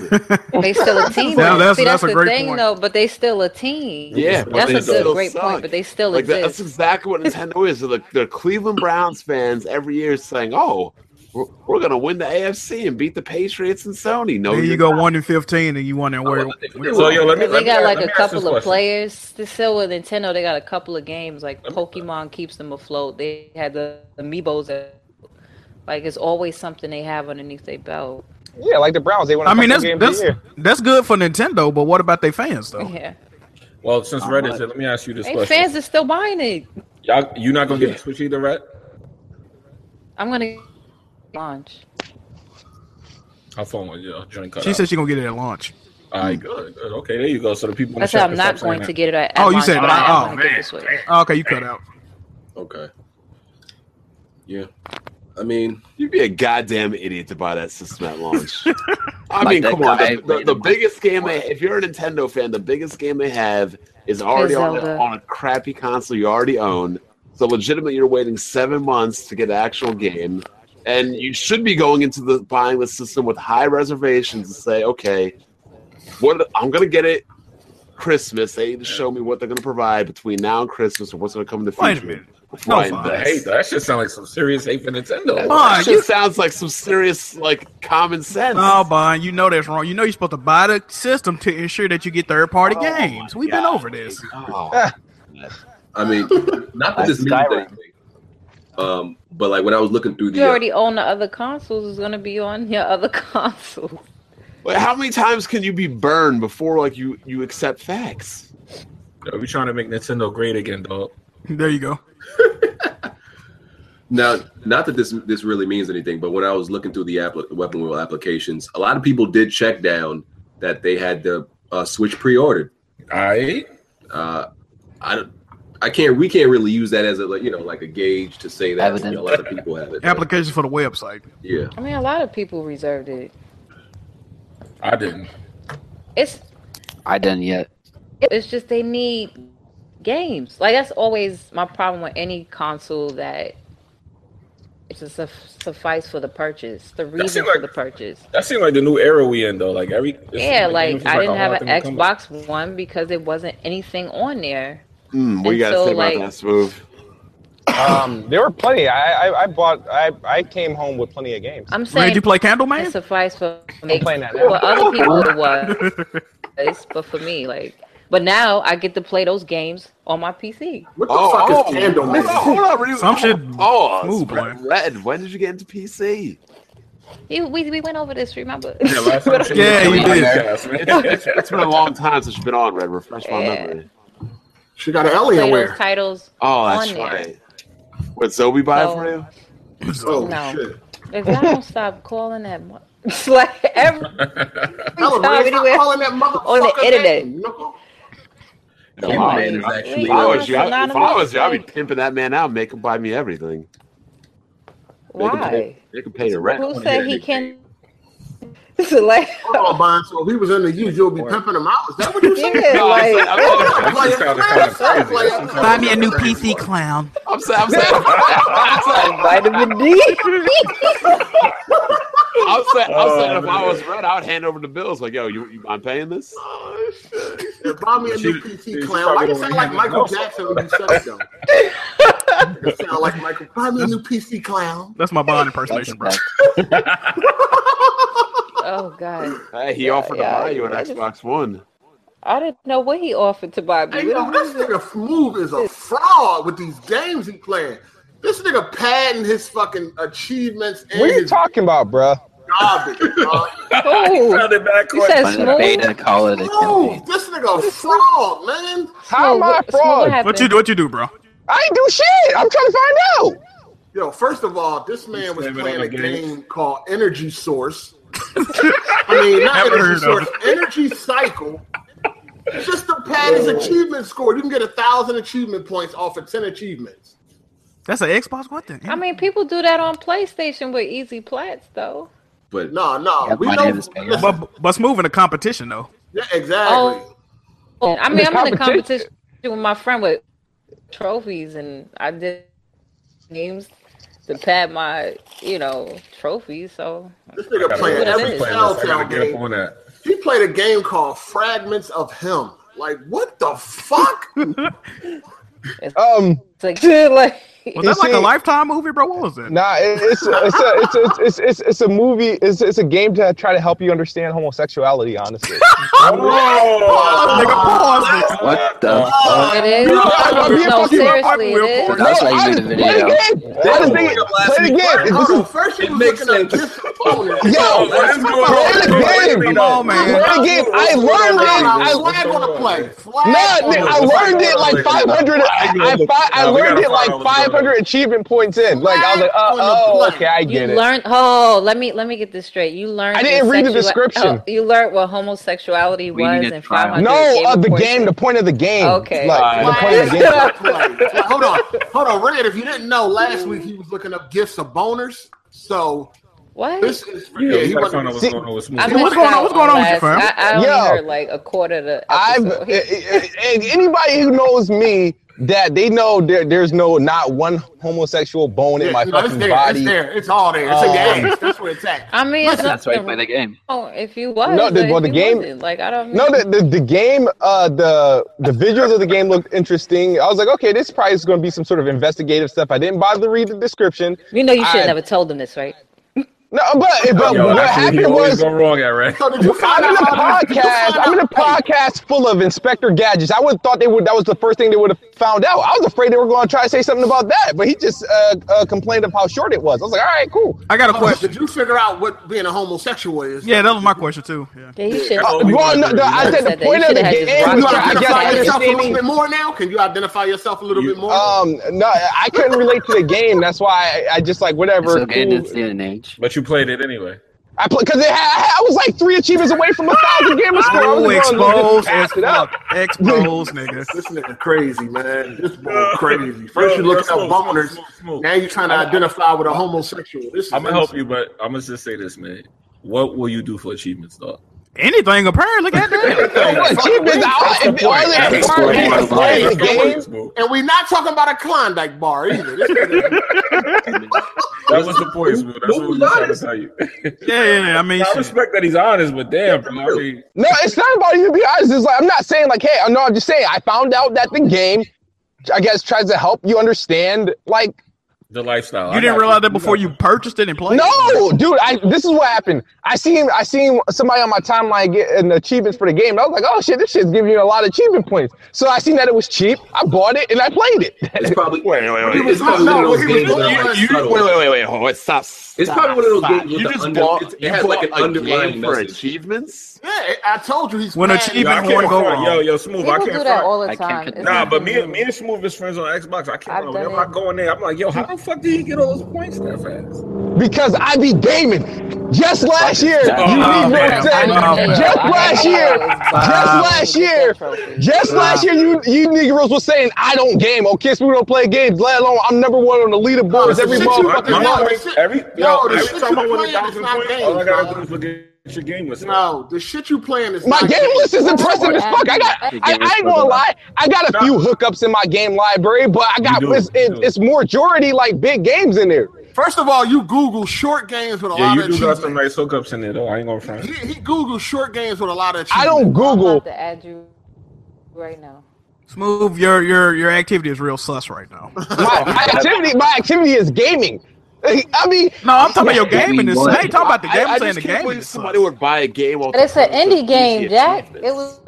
[SPEAKER 11] They still a team.
[SPEAKER 10] Now,
[SPEAKER 11] though.
[SPEAKER 10] that's-
[SPEAKER 11] See,
[SPEAKER 10] that's
[SPEAKER 11] that's,
[SPEAKER 10] a
[SPEAKER 11] the
[SPEAKER 10] great
[SPEAKER 11] thing,
[SPEAKER 10] point.
[SPEAKER 11] though, but they still a team.
[SPEAKER 10] Yeah, but
[SPEAKER 11] that's
[SPEAKER 10] they
[SPEAKER 11] a good,
[SPEAKER 10] still
[SPEAKER 11] great
[SPEAKER 10] suck.
[SPEAKER 11] point, but they still
[SPEAKER 10] like that- that's
[SPEAKER 11] exist.
[SPEAKER 10] exactly what Nintendo is. They're the, they're Cleveland Browns fans every year saying, "Oh, we're, we're gonna win the AFC and beat the Patriots and Sony." No,
[SPEAKER 4] There you
[SPEAKER 10] you're
[SPEAKER 4] go, one in fifteen, and you wonder where.
[SPEAKER 5] So, yo, let me- let me
[SPEAKER 11] Because they
[SPEAKER 5] ask-
[SPEAKER 11] got
[SPEAKER 5] let
[SPEAKER 11] like a
[SPEAKER 5] me ask this
[SPEAKER 11] couple of
[SPEAKER 5] question.
[SPEAKER 11] players. They Still with Nintendo, they got a couple of games like Pokemon keeps them afloat. They had the amiibos that, like, it's always something they have underneath their belt.
[SPEAKER 9] Yeah, like the Browns, they won. a
[SPEAKER 4] I mean,
[SPEAKER 9] couple
[SPEAKER 4] that's
[SPEAKER 9] games a
[SPEAKER 4] that's
[SPEAKER 9] year.
[SPEAKER 4] that's good for Nintendo, but what about their fans though?
[SPEAKER 11] Yeah,
[SPEAKER 5] Well, since
[SPEAKER 4] All
[SPEAKER 5] Reddit
[SPEAKER 4] right.
[SPEAKER 5] said, let me ask you this
[SPEAKER 11] hey,
[SPEAKER 5] question.
[SPEAKER 11] Oh, fans are still buying it.
[SPEAKER 5] Y'all, you not gonna get a Switch either, Red?
[SPEAKER 11] I'm gonna launch.
[SPEAKER 5] Her phone was yeah, joint cut
[SPEAKER 4] She
[SPEAKER 5] out.
[SPEAKER 4] said she gonna get it at launch.
[SPEAKER 5] All right, good, good. Okay, there you go. So the people. in the
[SPEAKER 11] I said
[SPEAKER 5] chat
[SPEAKER 11] I'm
[SPEAKER 5] can stop
[SPEAKER 11] not
[SPEAKER 5] saying
[SPEAKER 11] going to
[SPEAKER 5] that.
[SPEAKER 11] get it at.
[SPEAKER 4] Oh, you
[SPEAKER 11] launch,
[SPEAKER 4] said
[SPEAKER 11] but I
[SPEAKER 4] launch. Oh,
[SPEAKER 11] am gonna get
[SPEAKER 4] man.
[SPEAKER 11] the Switch.
[SPEAKER 4] Okay, you cut out.
[SPEAKER 3] Okay. Yeah. I mean,
[SPEAKER 10] you'd be a goddamn idiot to buy that system at launch. I
[SPEAKER 3] Like
[SPEAKER 10] mean,
[SPEAKER 3] that
[SPEAKER 10] come on.
[SPEAKER 3] guy
[SPEAKER 10] The, the,
[SPEAKER 3] made
[SPEAKER 10] the
[SPEAKER 3] a-
[SPEAKER 10] biggest game, they, if you're a Nintendo fan, the biggest game they have is already on,
[SPEAKER 11] Zelda.
[SPEAKER 10] on a crappy console you already own. So, legitimately, you're waiting seven months to get an actual game, and you should be going into the buying the system with high reservations and say, okay, what I'm gonna get it Christmas. They need to show me what they're gonna provide between now and Christmas, or what's gonna come in the future.
[SPEAKER 4] Wait a minute. No,
[SPEAKER 10] Right,
[SPEAKER 4] fine.
[SPEAKER 10] that's-
[SPEAKER 5] I hate that. That shit sound like some serious hate for Nintendo.
[SPEAKER 10] that
[SPEAKER 4] Fine,
[SPEAKER 10] shit
[SPEAKER 4] you-
[SPEAKER 10] sounds like some serious, like common sense.
[SPEAKER 4] No, Oh, Bond, you know that's wrong. You know you're supposed to buy the system to ensure that you get third party
[SPEAKER 10] Oh,
[SPEAKER 4] games.
[SPEAKER 10] my
[SPEAKER 4] We've been
[SPEAKER 10] God.
[SPEAKER 4] over this.
[SPEAKER 10] Oh.
[SPEAKER 3] I mean, not that this means anything. Um, but like when I was looking through
[SPEAKER 11] You
[SPEAKER 3] the, uh,
[SPEAKER 11] already own the other consoles. It's gonna be on your other console.
[SPEAKER 10] Wait, how many times can you be burned before like you you accept facts?
[SPEAKER 5] Yo, we trying to make Nintendo great again, dog.
[SPEAKER 4] There you go.
[SPEAKER 3] now, not that this this really means anything, but when I was looking through the appli- weapon wheel applications, a lot of people did check down that they had the uh, Switch pre-ordered.
[SPEAKER 5] I
[SPEAKER 3] Uh, I, don't- I can't. We can't really use that as a like, you know like a gauge to say that you know, a lot of people have it. but
[SPEAKER 4] Application for the website.
[SPEAKER 3] yeah,
[SPEAKER 11] I mean, a lot of people reserved it.
[SPEAKER 5] I didn't.
[SPEAKER 11] It's
[SPEAKER 1] I didn't yet.
[SPEAKER 11] It's just they need games. Like that's always my problem with any console that it's a suff- suffice for the purchase, the reason
[SPEAKER 5] seem like-
[SPEAKER 11] for the purchase.
[SPEAKER 5] That seemed like the new era we in though. Like every it seemed
[SPEAKER 11] Yeah,
[SPEAKER 5] games
[SPEAKER 11] like
[SPEAKER 5] was
[SPEAKER 11] I didn't
[SPEAKER 5] a
[SPEAKER 11] have
[SPEAKER 5] hard
[SPEAKER 11] an
[SPEAKER 5] thing to come up
[SPEAKER 11] Xbox One because there wasn't anything on there.
[SPEAKER 10] Mm, what
[SPEAKER 11] And
[SPEAKER 10] you gotta
[SPEAKER 11] so,
[SPEAKER 10] say about
[SPEAKER 11] like-
[SPEAKER 10] that smooth?
[SPEAKER 9] Um, there were plenty. I, I, I bought. I, I came home with plenty of games.
[SPEAKER 11] I'm saying
[SPEAKER 4] Red, you play
[SPEAKER 11] it
[SPEAKER 4] Candleman?
[SPEAKER 11] suffice for make,
[SPEAKER 9] playing that now.
[SPEAKER 11] for other people it was, but for me, like, but now I get to play those games on my PC.
[SPEAKER 7] What the
[SPEAKER 10] Oh,
[SPEAKER 7] fuck
[SPEAKER 10] oh,
[SPEAKER 7] is Candle
[SPEAKER 10] hold on, hold on, re-
[SPEAKER 4] Some shit
[SPEAKER 10] Oh, oh,
[SPEAKER 4] move,
[SPEAKER 10] Red-
[SPEAKER 4] boy.
[SPEAKER 10] Red, when did you get into PC?
[SPEAKER 11] You, we we went over this, remember?
[SPEAKER 5] with. Yeah, last time she was
[SPEAKER 4] Yeah,
[SPEAKER 5] on
[SPEAKER 4] you
[SPEAKER 5] the
[SPEAKER 4] did.
[SPEAKER 5] podcast, man.
[SPEAKER 10] It's been a long time since you've been on Red. Refresh my
[SPEAKER 11] Yeah.
[SPEAKER 10] memory.
[SPEAKER 7] She got an
[SPEAKER 11] play those
[SPEAKER 7] Alienware.
[SPEAKER 11] titles.
[SPEAKER 10] Oh, that's
[SPEAKER 11] On there.
[SPEAKER 10] right. What Zoe buy it
[SPEAKER 11] So-
[SPEAKER 10] for you?
[SPEAKER 7] Oh
[SPEAKER 11] No.
[SPEAKER 7] shit!
[SPEAKER 11] If y'all don't stop calling that, mo- it's like every
[SPEAKER 7] Tell her,
[SPEAKER 11] time
[SPEAKER 7] Red, stop
[SPEAKER 11] anywhere
[SPEAKER 7] calling that motherfucker
[SPEAKER 11] on the internet.
[SPEAKER 7] name, nigga.
[SPEAKER 10] No,
[SPEAKER 3] Yeah,
[SPEAKER 10] wow.
[SPEAKER 3] man,
[SPEAKER 10] If
[SPEAKER 3] it's
[SPEAKER 10] I-
[SPEAKER 3] actually,
[SPEAKER 10] if I
[SPEAKER 3] uh,
[SPEAKER 10] was you, I- if I
[SPEAKER 11] synonymous
[SPEAKER 10] was you, I'd be
[SPEAKER 11] with-
[SPEAKER 10] pimping that man out, make him buy me everything. Make him
[SPEAKER 11] Why?
[SPEAKER 10] pay, make him pay the rent.
[SPEAKER 11] Who said he can? Oh, It's like
[SPEAKER 7] Hold on, Bond. So if he was in the U, you'll be pimping him out. Is that what you said?
[SPEAKER 11] yeah,
[SPEAKER 10] No, I'm saying-
[SPEAKER 11] like
[SPEAKER 10] I'm saying-
[SPEAKER 5] That shit sounded kinda crazy. That shit sounded
[SPEAKER 4] Buy me a new
[SPEAKER 5] kinda crazy.
[SPEAKER 4] PC clown.
[SPEAKER 10] I'm saying, I'm saying, I'm saying,
[SPEAKER 11] vitamin D.
[SPEAKER 10] I'm saying, I'm
[SPEAKER 5] Oh,
[SPEAKER 10] saying if I
[SPEAKER 5] man.
[SPEAKER 10] was red, I would hand over the bills. Like, yo, you, you mind paying this?
[SPEAKER 7] Oh, shit. He said, Buy me a
[SPEAKER 5] She-
[SPEAKER 7] new
[SPEAKER 5] she
[SPEAKER 7] PT clown. Why
[SPEAKER 5] probably
[SPEAKER 7] you
[SPEAKER 5] don't even
[SPEAKER 7] sound like
[SPEAKER 5] have
[SPEAKER 7] Michael
[SPEAKER 5] no-
[SPEAKER 7] Jackson when you said it though? you sound like Michael. Buy me a new PC clown.
[SPEAKER 4] That's my Bond impersonation, bro.
[SPEAKER 11] God.
[SPEAKER 10] Hey, he
[SPEAKER 11] Yeah,
[SPEAKER 10] offered
[SPEAKER 11] yeah,
[SPEAKER 10] to buy you an
[SPEAKER 11] I just-
[SPEAKER 10] Xbox One.
[SPEAKER 11] I didn't know what he offered to buy me.
[SPEAKER 7] Hey, yo, this nigga move is a fraud with these games he playing. This nigga padding his fucking achievements and
[SPEAKER 9] What are you
[SPEAKER 7] his
[SPEAKER 9] talking about, bruh?
[SPEAKER 7] garbage. dog.
[SPEAKER 11] You said smooth?
[SPEAKER 1] call it
[SPEAKER 7] Smooth. This nigga a fraud, man.
[SPEAKER 9] How am I a fraud?
[SPEAKER 4] What you do? What you do, bro?
[SPEAKER 9] I ain't do shit. I'm trying to find out.
[SPEAKER 7] Yo, first of all, this man was
[SPEAKER 5] slamming
[SPEAKER 7] playing
[SPEAKER 5] on
[SPEAKER 7] a
[SPEAKER 5] the games.
[SPEAKER 7] game called Energy Source. I mean, not
[SPEAKER 4] Never
[SPEAKER 7] Energy
[SPEAKER 4] heard
[SPEAKER 7] Source, Energy Cycle. It's just to pad his achievement score. You can get a thousand achievement points off of ten achievements.
[SPEAKER 4] That's an Xbox. What the?
[SPEAKER 11] I mean, people do that on PlayStation with easy plats, though.
[SPEAKER 3] But
[SPEAKER 7] No, no,
[SPEAKER 1] Yeah,
[SPEAKER 7] we
[SPEAKER 1] my
[SPEAKER 7] know.
[SPEAKER 1] name is Bayer.
[SPEAKER 7] listen,
[SPEAKER 4] But but smooth in a competition though.
[SPEAKER 7] yeah, exactly.
[SPEAKER 11] Oh, I mean,
[SPEAKER 9] It's
[SPEAKER 11] I'm in
[SPEAKER 9] competition.
[SPEAKER 11] a competition with my friend with trophies, and I did games to pad my, you know, trophies. So
[SPEAKER 7] This
[SPEAKER 5] I
[SPEAKER 7] nigga
[SPEAKER 5] gotta-
[SPEAKER 7] playing
[SPEAKER 5] I've
[SPEAKER 11] Whatever
[SPEAKER 7] every
[SPEAKER 5] been
[SPEAKER 11] it is.
[SPEAKER 5] playing this. I
[SPEAKER 7] Telltale
[SPEAKER 5] gotta get
[SPEAKER 7] game.
[SPEAKER 5] up on that.
[SPEAKER 7] He played a game called Fragments of Him. Like, what the fuck?
[SPEAKER 9] Um,
[SPEAKER 11] it's like, dude, like
[SPEAKER 4] Was
[SPEAKER 9] You
[SPEAKER 4] that like a
[SPEAKER 9] see-
[SPEAKER 4] lifetime movie, bro? What was that?
[SPEAKER 9] nah, it, it's it's a it's a, it's, it's it's a movie. It's it's a game to try to help you understand homosexuality. Honestly,
[SPEAKER 4] Nigga,
[SPEAKER 5] Oh,
[SPEAKER 4] pause it.
[SPEAKER 1] What the?
[SPEAKER 11] it is.
[SPEAKER 9] No, I'm being
[SPEAKER 11] no,
[SPEAKER 9] fucking-
[SPEAKER 11] seriously, it is.
[SPEAKER 1] That was like you the video.
[SPEAKER 9] I just- play the game. I just think it- Play the game.
[SPEAKER 7] Hold
[SPEAKER 9] This is-
[SPEAKER 7] on, first he
[SPEAKER 5] It
[SPEAKER 7] was
[SPEAKER 5] makes
[SPEAKER 7] looking up
[SPEAKER 5] sense.
[SPEAKER 7] his opponent.
[SPEAKER 9] Yo,
[SPEAKER 5] what is going
[SPEAKER 9] play the game.
[SPEAKER 5] on?
[SPEAKER 4] Come on, man.
[SPEAKER 9] Play the game. I learned
[SPEAKER 7] I
[SPEAKER 9] it. I
[SPEAKER 7] flag on the play. Flag
[SPEAKER 9] Nah,
[SPEAKER 7] on
[SPEAKER 9] nigga,
[SPEAKER 7] the
[SPEAKER 9] I
[SPEAKER 7] play.
[SPEAKER 9] learned it like 500. I, I, fi- I
[SPEAKER 5] Nah, we gotta
[SPEAKER 9] learned it like
[SPEAKER 5] find out what's going
[SPEAKER 9] 500
[SPEAKER 5] on.
[SPEAKER 9] achievement points in. Like I was like, uh, oh, okay, I
[SPEAKER 11] You
[SPEAKER 9] get it.
[SPEAKER 11] learned. Oh, let me let me get this straight. You learned.
[SPEAKER 9] I didn't
[SPEAKER 11] what
[SPEAKER 9] read the
[SPEAKER 11] sexua-
[SPEAKER 9] description.
[SPEAKER 11] oh, you learned what homosexuality
[SPEAKER 1] We
[SPEAKER 11] was
[SPEAKER 1] need a
[SPEAKER 11] and
[SPEAKER 1] trial.
[SPEAKER 11] found out
[SPEAKER 9] No,
[SPEAKER 11] you
[SPEAKER 9] of the
[SPEAKER 11] gave
[SPEAKER 9] game, the point of the game.
[SPEAKER 11] Okay.
[SPEAKER 9] Like, the point of the game.
[SPEAKER 7] Flag on the play. Hold on, hold on, Red. If you didn't know, last week he was looking up gifts of boners. So
[SPEAKER 11] What?
[SPEAKER 7] this is
[SPEAKER 5] Yeah,
[SPEAKER 7] yeah.
[SPEAKER 5] we
[SPEAKER 7] He
[SPEAKER 5] gotta find out
[SPEAKER 7] wasn't.
[SPEAKER 5] what's going on with Smooth.
[SPEAKER 11] I
[SPEAKER 4] What's
[SPEAKER 11] missed
[SPEAKER 4] going on-
[SPEAKER 11] out
[SPEAKER 4] what's going on with you,
[SPEAKER 11] last-
[SPEAKER 4] fam?
[SPEAKER 11] I, I only
[SPEAKER 9] Yo.
[SPEAKER 11] heard like a quarter of the
[SPEAKER 9] I've eh,
[SPEAKER 11] episode.
[SPEAKER 9] and and anybody who knows me that they know there, there's no not one homosexual bone in
[SPEAKER 7] Yeah,
[SPEAKER 9] my
[SPEAKER 7] no, it's
[SPEAKER 9] fucking
[SPEAKER 7] there.
[SPEAKER 9] body.
[SPEAKER 7] It's there. It's all there. It's
[SPEAKER 5] Oh.
[SPEAKER 9] Um,
[SPEAKER 7] in the ass. That's where it's at.
[SPEAKER 11] I mean, it's
[SPEAKER 1] That's why you
[SPEAKER 11] nothing
[SPEAKER 1] play the game.
[SPEAKER 11] wrong if you was.
[SPEAKER 9] No, the-
[SPEAKER 11] but
[SPEAKER 9] well,
[SPEAKER 11] if
[SPEAKER 9] the
[SPEAKER 11] you
[SPEAKER 9] game-
[SPEAKER 11] wasn't, Like I don't.
[SPEAKER 9] No, the, the, the game, uh, the the visuals of the game looked interesting. I was like, okay, this probably is going to be some sort of investigative stuff. I didn't bother to read the description.
[SPEAKER 11] you know you should
[SPEAKER 9] I-
[SPEAKER 11] have never told them this, right?
[SPEAKER 9] No, but but
[SPEAKER 5] Yo,
[SPEAKER 9] what
[SPEAKER 5] that's he
[SPEAKER 9] happened
[SPEAKER 5] always
[SPEAKER 9] was
[SPEAKER 5] go wrong at, right?
[SPEAKER 7] So did you
[SPEAKER 9] I'm
[SPEAKER 7] find
[SPEAKER 9] in a
[SPEAKER 7] out? how- did you
[SPEAKER 9] podcast.
[SPEAKER 7] find
[SPEAKER 9] I'm in a
[SPEAKER 7] out-
[SPEAKER 9] podcast full of Inspector Gadgets. I would have thought they would. That was the first thing they would have found out. I was afraid they were going to try to say something about that, but he just uh, uh, complained of how short it was. I was like, all right, cool.
[SPEAKER 4] I got a
[SPEAKER 7] Hey,
[SPEAKER 4] question.
[SPEAKER 7] Did you figure out what being a homosexual is?
[SPEAKER 4] Yeah, that was my question too. Yeah.
[SPEAKER 11] Yeah, you should.
[SPEAKER 9] Uh, well, no, no, I said the point of the game.
[SPEAKER 7] Can
[SPEAKER 9] was
[SPEAKER 7] you
[SPEAKER 9] I guess
[SPEAKER 7] identify yourself a little
[SPEAKER 9] understanding.
[SPEAKER 7] bit more now? Can you identify yourself a little
[SPEAKER 5] You-
[SPEAKER 7] bit more?
[SPEAKER 9] Um, no, I couldn't relate to the game. That's why I, I just like
[SPEAKER 1] It's
[SPEAKER 9] whatever.
[SPEAKER 1] okay.
[SPEAKER 9] cool.
[SPEAKER 1] It's the age.
[SPEAKER 5] But you played it anyway.
[SPEAKER 9] I play because it had, I was like three achievements away from a thousand gamer score. I
[SPEAKER 4] Oh,
[SPEAKER 9] was going
[SPEAKER 4] exposed
[SPEAKER 9] to
[SPEAKER 4] as
[SPEAKER 9] pass it
[SPEAKER 4] fuck.
[SPEAKER 9] up.
[SPEAKER 4] Exposed, nigga.
[SPEAKER 7] this nigga crazy, man. This boy crazy. First you looking up boners, now you trying to identify with a homosexual. This is
[SPEAKER 5] I'm gonna help you, but I'm gonna just say this, man. What will you do for achievements, dog?
[SPEAKER 4] Anything apparently. Goddamn.
[SPEAKER 9] What achievements? All, all that
[SPEAKER 5] That's
[SPEAKER 9] required
[SPEAKER 1] the
[SPEAKER 9] was
[SPEAKER 1] point.
[SPEAKER 9] to play the
[SPEAKER 5] Let's go
[SPEAKER 9] game.
[SPEAKER 5] with Smooth.
[SPEAKER 7] And we not talking about a Klondike bar either. This nigga-
[SPEAKER 5] That was the point, Smooth. That's what we were trying to tell you.
[SPEAKER 4] Yeah, yeah. yeah, I mean,
[SPEAKER 5] I
[SPEAKER 4] shit.
[SPEAKER 5] respect that he's honest, but damn, bro, I mean,
[SPEAKER 9] No, it's not about you to be honest. It's like I'm not saying like, hey, no, I'm just saying I found out that the game, I guess, tries to help you understand. Like,
[SPEAKER 5] the lifestyle. I
[SPEAKER 4] you didn't
[SPEAKER 5] got
[SPEAKER 4] realize that before
[SPEAKER 5] got
[SPEAKER 4] you purchased it and played. it?
[SPEAKER 9] no, dude, I this is what happened. I seen I seen somebody on my timeline get an achievements for the game. And I was like, oh shit, this shit's giving you a lot of achievement points. So I seen that it was cheap. I bought it and I played it.
[SPEAKER 3] It's probably
[SPEAKER 10] Wait, wait, wait,
[SPEAKER 3] He
[SPEAKER 10] wait.
[SPEAKER 3] was probably
[SPEAKER 7] No,
[SPEAKER 3] one of those
[SPEAKER 7] he was-
[SPEAKER 3] games that are, like,
[SPEAKER 7] you-
[SPEAKER 10] Wait,
[SPEAKER 3] subtle.
[SPEAKER 10] wait, wait, wait. Hold on, stop.
[SPEAKER 3] It's
[SPEAKER 10] stop,
[SPEAKER 3] probably one of those
[SPEAKER 10] stop.
[SPEAKER 3] games with
[SPEAKER 10] You
[SPEAKER 3] the
[SPEAKER 10] just
[SPEAKER 3] under-
[SPEAKER 10] bought,
[SPEAKER 3] it- it
[SPEAKER 10] you
[SPEAKER 3] has, like,
[SPEAKER 10] bought
[SPEAKER 3] an
[SPEAKER 10] a
[SPEAKER 3] underlying
[SPEAKER 10] game for
[SPEAKER 3] message.
[SPEAKER 10] achievements.
[SPEAKER 7] yeah, I told you he's
[SPEAKER 4] When
[SPEAKER 7] mad.
[SPEAKER 5] Yo, I
[SPEAKER 4] achievement- Even
[SPEAKER 5] can't
[SPEAKER 4] one go
[SPEAKER 5] front.
[SPEAKER 4] wrong.
[SPEAKER 5] Yo, yo, smooth. I
[SPEAKER 11] People
[SPEAKER 5] can't
[SPEAKER 11] do that
[SPEAKER 5] front.
[SPEAKER 11] all the
[SPEAKER 1] I can't
[SPEAKER 11] time.
[SPEAKER 1] condone-
[SPEAKER 11] It's
[SPEAKER 5] Nah,
[SPEAKER 11] not
[SPEAKER 5] but me,
[SPEAKER 11] new.
[SPEAKER 5] and me and Smooth is friends on Xbox. I
[SPEAKER 11] I've
[SPEAKER 5] can't. remember.
[SPEAKER 11] done
[SPEAKER 5] Whenever I
[SPEAKER 11] it.
[SPEAKER 5] go in there, I'm like, yo, how the fuck did he get all those points that fast?
[SPEAKER 9] because I be gaming. Just last year, you
[SPEAKER 1] Oh,
[SPEAKER 9] need no
[SPEAKER 4] man.
[SPEAKER 9] sense.
[SPEAKER 4] Oh, man.
[SPEAKER 9] Just last year, just last year, just last year, you you niggas was saying I don't game. Oh, kiss me, we don't play games. Let alone I'm number one on the leaderboards
[SPEAKER 7] No,
[SPEAKER 9] every
[SPEAKER 7] the shit you-
[SPEAKER 9] motherfucking
[SPEAKER 7] no,
[SPEAKER 9] month.
[SPEAKER 7] the
[SPEAKER 5] Every,
[SPEAKER 7] shit-
[SPEAKER 5] every,
[SPEAKER 7] yo,
[SPEAKER 5] yo,
[SPEAKER 7] the
[SPEAKER 5] every
[SPEAKER 7] shit
[SPEAKER 5] time
[SPEAKER 7] you
[SPEAKER 5] I win a
[SPEAKER 7] playing is
[SPEAKER 5] thousand
[SPEAKER 7] not
[SPEAKER 5] points,
[SPEAKER 7] games,
[SPEAKER 5] all I gotta
[SPEAKER 7] dog.
[SPEAKER 5] do is look at your game list.
[SPEAKER 7] No, the shit you playing is
[SPEAKER 9] My
[SPEAKER 7] not
[SPEAKER 9] game list is impressive as fuck. I got, I, I ain't gonna lie, I got a few hookups in my game library, but I got
[SPEAKER 5] You do,
[SPEAKER 9] it's,
[SPEAKER 5] you
[SPEAKER 9] it,
[SPEAKER 5] do.
[SPEAKER 9] it's majority like big games in there.
[SPEAKER 7] First of all, you Google short games with a
[SPEAKER 5] Yeah,
[SPEAKER 7] lot
[SPEAKER 5] you
[SPEAKER 7] of
[SPEAKER 5] do got some
[SPEAKER 7] achievements.
[SPEAKER 5] nice hookups in there, though. I ain't gonna front.
[SPEAKER 7] He, he Googled short games with a lot of achievements.
[SPEAKER 9] I don't
[SPEAKER 11] I'm
[SPEAKER 9] Google.
[SPEAKER 11] about to add you right now.
[SPEAKER 4] Smooth. Your your your activity is real sus right now.
[SPEAKER 9] My, my activity, my activity is gaming. I mean,
[SPEAKER 4] no, I'm talking about your game in this. I ain't talking about the game.
[SPEAKER 10] I,
[SPEAKER 4] I'm saying
[SPEAKER 10] just
[SPEAKER 4] the
[SPEAKER 10] can't
[SPEAKER 4] game.
[SPEAKER 10] believe somebody would buy a game.
[SPEAKER 11] But it's an indie game, Jack. It was.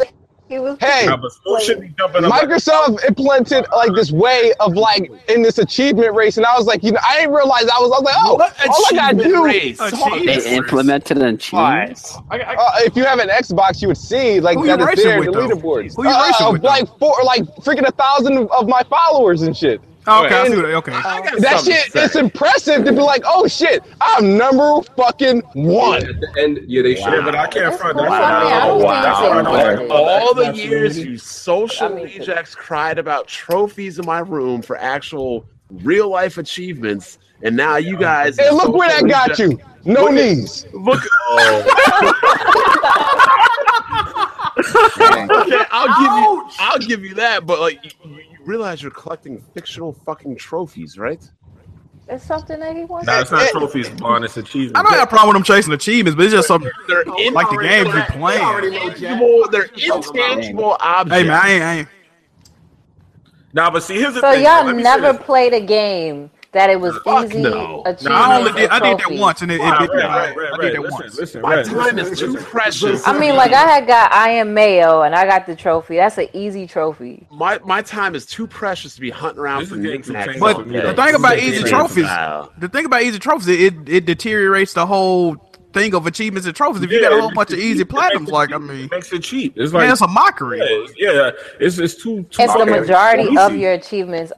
[SPEAKER 11] It was.
[SPEAKER 9] Hey, Microsoft implemented like this way of like in this achievement race, and I was like, you know, I didn't realize I was. I was like, oh, all I gotta do.
[SPEAKER 1] They implemented an achievement.
[SPEAKER 9] Uh, if you have an Xbox, you would see like
[SPEAKER 1] Who you
[SPEAKER 9] that is
[SPEAKER 1] racing
[SPEAKER 9] there in
[SPEAKER 1] with,
[SPEAKER 9] the
[SPEAKER 1] though?
[SPEAKER 9] leaderboards.
[SPEAKER 1] Who you racing
[SPEAKER 9] uh,
[SPEAKER 1] with, though?
[SPEAKER 9] Like four, like freaking a thousand of- of my followers and shit.
[SPEAKER 4] Okay, I
[SPEAKER 9] And
[SPEAKER 4] see what- okay.
[SPEAKER 9] that shit, it's impressive to be like, oh shit, I'm number fucking one.
[SPEAKER 3] At the end, yeah, they should.
[SPEAKER 5] but I can't front that.
[SPEAKER 10] Wow.
[SPEAKER 5] Wow.
[SPEAKER 10] All the years you social rejects cried about trophies in my room for actual real life achievements, and now you guys.
[SPEAKER 9] And look where that got you. No knees.
[SPEAKER 10] Look. okay, I'll give you. I'll give you that, but like, you, you realize you're collecting fictional fucking trophies, right?
[SPEAKER 11] It's something that he wants.
[SPEAKER 5] Nah, it's not trophies, Bond. It's
[SPEAKER 4] I
[SPEAKER 5] achievement.
[SPEAKER 4] don't have a problem with them chasing achievements, but it's just something like the games we playing.
[SPEAKER 10] Intangible, they're intangible objects.
[SPEAKER 4] Hey man, I ain't, I ain't.
[SPEAKER 5] Nah, but see, here's the
[SPEAKER 11] So
[SPEAKER 5] thing.
[SPEAKER 11] y'all
[SPEAKER 5] Let me say
[SPEAKER 11] never played a game that it was easy.
[SPEAKER 5] no.
[SPEAKER 11] achievements
[SPEAKER 5] Nah, I only
[SPEAKER 11] or
[SPEAKER 5] did- I did that
[SPEAKER 11] trophies.
[SPEAKER 4] once, and it- it
[SPEAKER 5] Nah,
[SPEAKER 4] didn't-
[SPEAKER 5] right, right,
[SPEAKER 4] I
[SPEAKER 5] right,
[SPEAKER 4] did that
[SPEAKER 5] listen,
[SPEAKER 4] once.
[SPEAKER 5] listen,
[SPEAKER 10] My
[SPEAKER 5] right,
[SPEAKER 10] time
[SPEAKER 5] listen,
[SPEAKER 10] is too
[SPEAKER 5] listen.
[SPEAKER 10] precious.
[SPEAKER 11] I mean, like I had got I am Mayo, and I got the trophy. That's an easy trophy.
[SPEAKER 10] My my time is too precious to be hunting around for knickknacks. all
[SPEAKER 4] But
[SPEAKER 10] day.
[SPEAKER 4] the thing about
[SPEAKER 10] This is
[SPEAKER 4] easy
[SPEAKER 10] getting
[SPEAKER 4] trophies,
[SPEAKER 10] wild.
[SPEAKER 4] the thing about easy trophies, it, it it deteriorates the whole thing of achievements and trophies. If you
[SPEAKER 5] Yeah,
[SPEAKER 4] got a
[SPEAKER 5] it
[SPEAKER 4] whole
[SPEAKER 5] makes
[SPEAKER 4] bunch
[SPEAKER 5] it
[SPEAKER 4] of easy
[SPEAKER 5] cheap. It makes
[SPEAKER 4] platinums,
[SPEAKER 5] it
[SPEAKER 4] like
[SPEAKER 5] cheap.
[SPEAKER 4] I mean,
[SPEAKER 5] makes it cheap. It's
[SPEAKER 4] Man,
[SPEAKER 5] like
[SPEAKER 4] it's a mockery.
[SPEAKER 5] Yeah, it's- yeah, it's it's too. too
[SPEAKER 11] It's the
[SPEAKER 5] okay.
[SPEAKER 11] majority
[SPEAKER 5] Easy.
[SPEAKER 11] of your achievements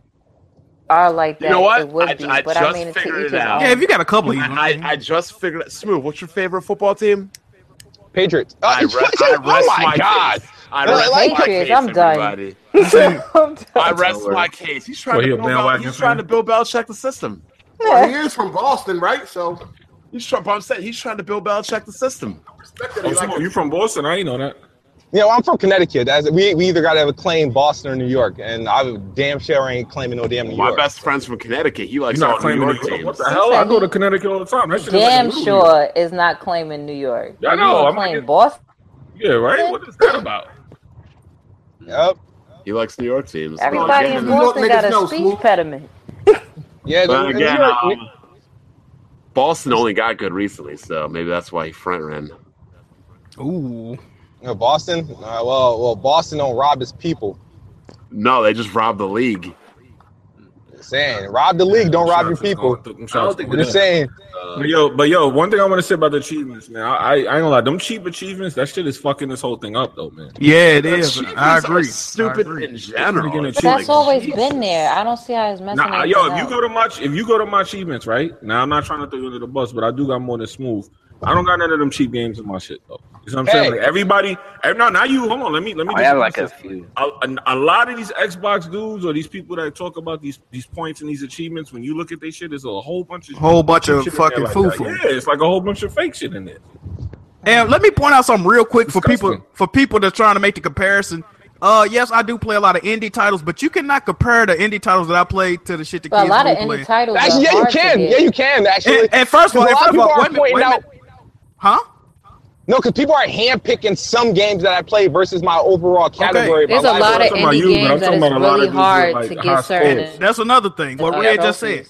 [SPEAKER 11] are like that.
[SPEAKER 10] You know what?
[SPEAKER 11] It would
[SPEAKER 10] I-
[SPEAKER 11] be,
[SPEAKER 10] I
[SPEAKER 11] but I
[SPEAKER 10] just
[SPEAKER 11] mean, to
[SPEAKER 10] figured
[SPEAKER 11] each
[SPEAKER 10] it
[SPEAKER 11] his
[SPEAKER 10] out.
[SPEAKER 11] own.
[SPEAKER 10] Yeah,
[SPEAKER 4] if you got a couple, of
[SPEAKER 10] I, I just figured. out- Smooth. What's your favorite football team?
[SPEAKER 9] Patriots.
[SPEAKER 10] I, re- I
[SPEAKER 9] oh
[SPEAKER 10] rest my, god! Case. I
[SPEAKER 9] Well,
[SPEAKER 10] rest
[SPEAKER 9] like
[SPEAKER 10] my
[SPEAKER 9] Patriots,
[SPEAKER 10] case.
[SPEAKER 9] I'm done.
[SPEAKER 10] everybody. I rest my case. He's trying
[SPEAKER 5] Well, he
[SPEAKER 10] to
[SPEAKER 5] a
[SPEAKER 10] build Bel-
[SPEAKER 5] bandwagon
[SPEAKER 10] he's
[SPEAKER 5] fan?
[SPEAKER 10] trying to Bill Belichick the system.
[SPEAKER 7] Well, he is from Boston, right? So
[SPEAKER 10] He's trying. But I'm saying he's trying to Bill Belichick the system.
[SPEAKER 5] Oh, so you from Boston? I ain't know that.
[SPEAKER 9] Yeah, well, I'm from Connecticut. That's, we, we either got to have a claim Boston or New York, and I damn sure ain't claiming no damn New
[SPEAKER 10] My
[SPEAKER 9] York.
[SPEAKER 10] best friend's from Connecticut. He likes
[SPEAKER 5] You're not
[SPEAKER 10] all New
[SPEAKER 5] claiming
[SPEAKER 10] York
[SPEAKER 5] New York. What
[SPEAKER 10] teams.
[SPEAKER 5] the hell? I go to Connecticut all the time. That shit is
[SPEAKER 11] Damn
[SPEAKER 5] like a little
[SPEAKER 11] sure is not claiming New York.
[SPEAKER 5] Yeah, I
[SPEAKER 11] You
[SPEAKER 5] know,
[SPEAKER 11] gonna
[SPEAKER 5] I'm
[SPEAKER 11] claim
[SPEAKER 5] like-
[SPEAKER 11] Boston.
[SPEAKER 5] Yeah, right. What is that about?
[SPEAKER 9] Yep.
[SPEAKER 10] He likes New York teams.
[SPEAKER 11] Everybody in
[SPEAKER 10] Again,
[SPEAKER 11] Boston got a
[SPEAKER 7] know,
[SPEAKER 11] speech pediment.
[SPEAKER 9] Yeah,
[SPEAKER 10] But
[SPEAKER 9] New
[SPEAKER 10] again,
[SPEAKER 9] York-
[SPEAKER 10] um, Boston only got good recently, so maybe that's why he front ran.
[SPEAKER 4] Ooh.
[SPEAKER 9] Uh, Boston. Uh, well, well, Boston don't rob his people.
[SPEAKER 10] No, they just robbed the league.
[SPEAKER 9] Saying rob the league, don't rob your
[SPEAKER 5] Shots is
[SPEAKER 9] people.
[SPEAKER 5] going through- them
[SPEAKER 9] I'm
[SPEAKER 5] shots going
[SPEAKER 9] just
[SPEAKER 5] in.
[SPEAKER 9] saying.
[SPEAKER 10] uh,
[SPEAKER 5] But yo, but yo, one thing I want to say about the achievements, man. I, I, I ain't gonna lie, them cheap achievements, that shit is fucking this whole thing up, though, man.
[SPEAKER 4] Yeah, it is. I
[SPEAKER 10] Achievements are
[SPEAKER 4] agree.
[SPEAKER 10] Stupid in
[SPEAKER 5] Freaking
[SPEAKER 10] general.
[SPEAKER 5] achievements.
[SPEAKER 11] But that's always been there. I don't see how it's messing
[SPEAKER 5] Nah,
[SPEAKER 11] up.
[SPEAKER 5] yo, if you go to my if you go to my achievements, right? Now I'm not trying to throw you under the bus, but I do got more than smooth. I don't got none of them cheap games in my shit though. You know what I'm saying?
[SPEAKER 9] Hey.
[SPEAKER 5] Like, everybody, every, no, now you hold on. Let me let me.
[SPEAKER 1] I
[SPEAKER 5] just-
[SPEAKER 1] have like a few.
[SPEAKER 5] a, a, a lot of these Xbox dudes or these people that talk about these these points and these achievements, when you look at their shit, there's a whole bunch of
[SPEAKER 4] Whole bunch of
[SPEAKER 5] shit in there
[SPEAKER 4] fucking
[SPEAKER 5] like that.
[SPEAKER 4] foo-foo.
[SPEAKER 5] Yeah, it's like a whole bunch of fake shit in there.
[SPEAKER 4] And let me point out something real quick for people
[SPEAKER 5] Disgusting.
[SPEAKER 4] for people that's trying to make the comparison. Uh, yes, I do play a lot of indie titles, but you cannot compare the indie titles that I played to the shit the
[SPEAKER 11] But
[SPEAKER 4] kids
[SPEAKER 11] a lot of
[SPEAKER 4] who
[SPEAKER 11] indie
[SPEAKER 4] play.
[SPEAKER 11] titles. are
[SPEAKER 9] Actually, yeah, you
[SPEAKER 11] hard to
[SPEAKER 9] can.
[SPEAKER 11] get.
[SPEAKER 9] Yeah, you can. Actually,
[SPEAKER 4] And, and first of all,
[SPEAKER 9] a
[SPEAKER 4] and
[SPEAKER 9] lot
[SPEAKER 4] first
[SPEAKER 9] of
[SPEAKER 4] of
[SPEAKER 9] people
[SPEAKER 4] all,
[SPEAKER 9] are
[SPEAKER 4] wait a minute,
[SPEAKER 9] pointing
[SPEAKER 4] wait a
[SPEAKER 9] out.
[SPEAKER 4] minute. huh?
[SPEAKER 9] No, because people are handpicking some games that I play versus my overall category. of my
[SPEAKER 11] There's a
[SPEAKER 9] library.
[SPEAKER 11] lot of
[SPEAKER 5] I'm talking about
[SPEAKER 11] indie
[SPEAKER 5] you, but I'm
[SPEAKER 11] games that
[SPEAKER 5] talking
[SPEAKER 11] is
[SPEAKER 5] about a lot
[SPEAKER 11] really
[SPEAKER 5] of dudes that
[SPEAKER 11] hard
[SPEAKER 5] like
[SPEAKER 11] to
[SPEAKER 5] high
[SPEAKER 11] get certain.
[SPEAKER 4] That's another thing. What
[SPEAKER 11] Oh,
[SPEAKER 4] Red
[SPEAKER 11] yeah.
[SPEAKER 4] just said.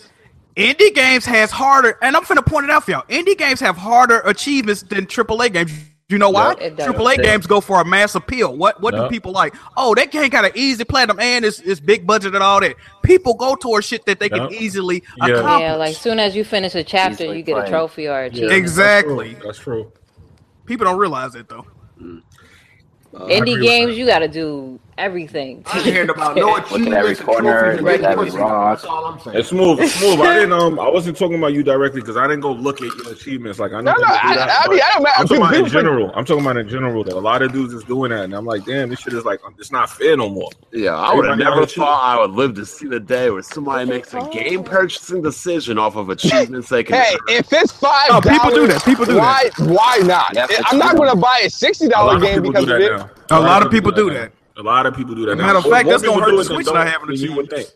[SPEAKER 4] Indie games has harder, and I'm finna point it out for y'all. Indie games have harder achievements than AAA games. You know why?
[SPEAKER 11] Yep. It does.
[SPEAKER 4] AAA
[SPEAKER 11] Yeah.
[SPEAKER 4] games go for a mass appeal. What what
[SPEAKER 5] Yep.
[SPEAKER 4] do people like? Oh, that game got an easy platinum and it's, it's big budget and all that. People go towards shit that they can
[SPEAKER 5] Yep.
[SPEAKER 4] easily
[SPEAKER 5] Yeah.
[SPEAKER 4] accomplish.
[SPEAKER 11] Yeah, like soon as you finish a chapter,
[SPEAKER 1] Easily
[SPEAKER 11] you get a
[SPEAKER 1] played.
[SPEAKER 11] trophy or a
[SPEAKER 5] Yeah,
[SPEAKER 11] achievement.
[SPEAKER 4] Exactly.
[SPEAKER 5] That's true.
[SPEAKER 4] People don't realize it though.
[SPEAKER 3] agree
[SPEAKER 11] Indie
[SPEAKER 3] with
[SPEAKER 11] games, you got to do everything.
[SPEAKER 7] I ain't hearing about no
[SPEAKER 1] Look at every
[SPEAKER 7] achievements.
[SPEAKER 1] corner,
[SPEAKER 7] trophies,
[SPEAKER 1] look at
[SPEAKER 7] and
[SPEAKER 1] every
[SPEAKER 7] pussy. That's
[SPEAKER 1] rock.
[SPEAKER 7] all I'm saying.
[SPEAKER 5] It's smooth, it's smooth. I didn't um, I wasn't talking about you directly because I didn't go look at your achievements. Like I know.
[SPEAKER 9] No, no,
[SPEAKER 5] people do
[SPEAKER 9] I-
[SPEAKER 5] that,
[SPEAKER 9] I
[SPEAKER 5] but
[SPEAKER 9] mean, I don't matter.
[SPEAKER 5] I'm talking about in
[SPEAKER 9] People-
[SPEAKER 5] general. I'm talking about in general that a lot of dudes is doing that, and I'm like, damn, this shit is like it's not fair no more.
[SPEAKER 10] Yeah, I would have
[SPEAKER 5] Everybody
[SPEAKER 10] never
[SPEAKER 5] knows you.
[SPEAKER 10] thought I would live to see the day where somebody makes a game purchasing decision off of achievements they can.
[SPEAKER 9] Hey, if it's five,
[SPEAKER 4] No, Oh, people do that. People do
[SPEAKER 9] why, that. Why? not?
[SPEAKER 1] Yeah, that's
[SPEAKER 9] I'm not
[SPEAKER 1] true.
[SPEAKER 9] going to buy a sixty
[SPEAKER 5] A lot
[SPEAKER 9] dollar
[SPEAKER 5] of people
[SPEAKER 9] game
[SPEAKER 5] do
[SPEAKER 9] because of
[SPEAKER 5] that
[SPEAKER 9] it.
[SPEAKER 4] A
[SPEAKER 5] now.
[SPEAKER 4] lot of people do that.
[SPEAKER 5] now. A lot of people do that. now.
[SPEAKER 4] Matter of
[SPEAKER 5] More-
[SPEAKER 4] fact,
[SPEAKER 5] more
[SPEAKER 4] that's gonna hurt
[SPEAKER 5] people do
[SPEAKER 4] the
[SPEAKER 5] it than
[SPEAKER 4] Switch
[SPEAKER 5] don't
[SPEAKER 4] not having
[SPEAKER 5] than you would think.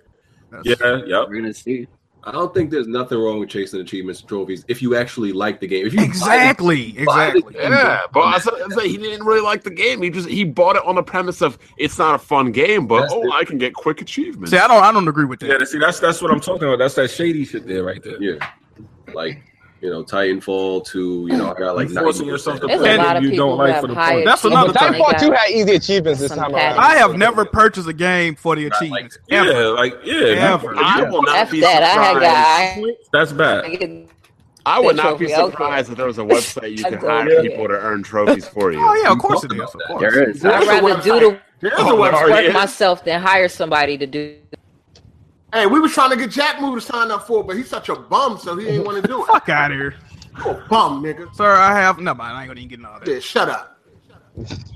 [SPEAKER 4] achievements.
[SPEAKER 5] Yeah, yep.
[SPEAKER 1] We're gonna see.
[SPEAKER 3] I don't think there's nothing wrong with chasing achievements and trophies if you actually like the game. If you buy the-
[SPEAKER 4] Exactly.
[SPEAKER 10] buy the-
[SPEAKER 4] Exactly.
[SPEAKER 10] Yeah, but I said, I said he didn't really like the game. He just he bought it on the premise of it's not a fun game, but oh, I can get quick achievements.
[SPEAKER 4] See, I don't I don't agree with that.
[SPEAKER 5] Yeah, see, that's that's what I'm talking about. That's that shady shit there, right there.
[SPEAKER 3] yeah, like you know Titanfall to you know I got like
[SPEAKER 5] You forcing
[SPEAKER 3] 90%.
[SPEAKER 5] yourself to There's a play lot
[SPEAKER 11] of you people don't like for the high
[SPEAKER 4] That's another thing.
[SPEAKER 9] easy achievements this time around.
[SPEAKER 4] I have never purchased a game for the achievements.
[SPEAKER 5] Yeah,
[SPEAKER 4] ever.
[SPEAKER 5] like yeah,
[SPEAKER 4] Ever.
[SPEAKER 10] I will not
[SPEAKER 11] F
[SPEAKER 10] be
[SPEAKER 11] that.
[SPEAKER 10] surprised.
[SPEAKER 11] I had
[SPEAKER 5] that's bad.
[SPEAKER 11] guy. I,
[SPEAKER 10] I would not be
[SPEAKER 11] Trophy, okay.
[SPEAKER 10] surprised if there was a website you
[SPEAKER 11] I
[SPEAKER 10] could
[SPEAKER 11] don't
[SPEAKER 10] hire
[SPEAKER 11] get it.
[SPEAKER 10] people to earn trophies for you.
[SPEAKER 4] Oh yeah, of course it is. Of course.
[SPEAKER 1] There is.
[SPEAKER 11] I'd rather do the
[SPEAKER 7] There's
[SPEAKER 10] Oh,
[SPEAKER 7] a
[SPEAKER 10] Lord,
[SPEAKER 7] website.
[SPEAKER 11] work myself than hire somebody to do.
[SPEAKER 7] Hey, we was trying to get Jack Moo to sign up for, it, but he's such a bum, so he didn't want to do it.
[SPEAKER 4] Fuck out of here,
[SPEAKER 7] You a bum, nigga.
[SPEAKER 4] sir. I have no. I ain't gonna even get none of that.
[SPEAKER 7] Yeah, shut up.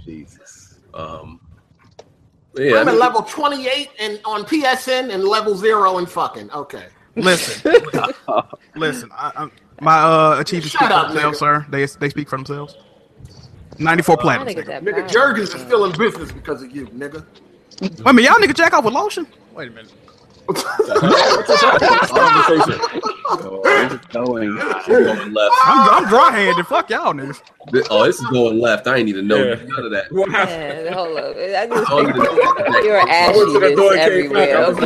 [SPEAKER 3] Jesus. Um, yeah, I
[SPEAKER 7] I'm at
[SPEAKER 3] mean,
[SPEAKER 7] level 28 and on PSN and level zero and fucking. Okay.
[SPEAKER 4] Listen, listen. I, I'm, my uh, achievements
[SPEAKER 7] Shut
[SPEAKER 4] speak
[SPEAKER 7] up,
[SPEAKER 4] for themselves,
[SPEAKER 7] nigga.
[SPEAKER 4] sir. They they speak for themselves. Ninety-four
[SPEAKER 11] I
[SPEAKER 4] planets.
[SPEAKER 11] think it's
[SPEAKER 4] Nigga.
[SPEAKER 11] that
[SPEAKER 7] Nigga,
[SPEAKER 11] bad.
[SPEAKER 7] Jurgens is still in business because of you, nigga.
[SPEAKER 4] Wait a minute, y'all nigga jack off with lotion? Wait a minute.
[SPEAKER 5] Conversation.
[SPEAKER 1] Where's it going?
[SPEAKER 3] this is going left.
[SPEAKER 4] I'm, I'm dry-handed. Fuck y'all niggas.
[SPEAKER 3] This- oh, this is going left. I ain't even know
[SPEAKER 5] Yeah.
[SPEAKER 3] none of that.
[SPEAKER 5] What happened?
[SPEAKER 11] Yeah, hold up. I just
[SPEAKER 3] Oh, yeah.
[SPEAKER 11] pure
[SPEAKER 5] to the door
[SPEAKER 11] ashiness
[SPEAKER 5] and came
[SPEAKER 11] everywhere.
[SPEAKER 5] back. I was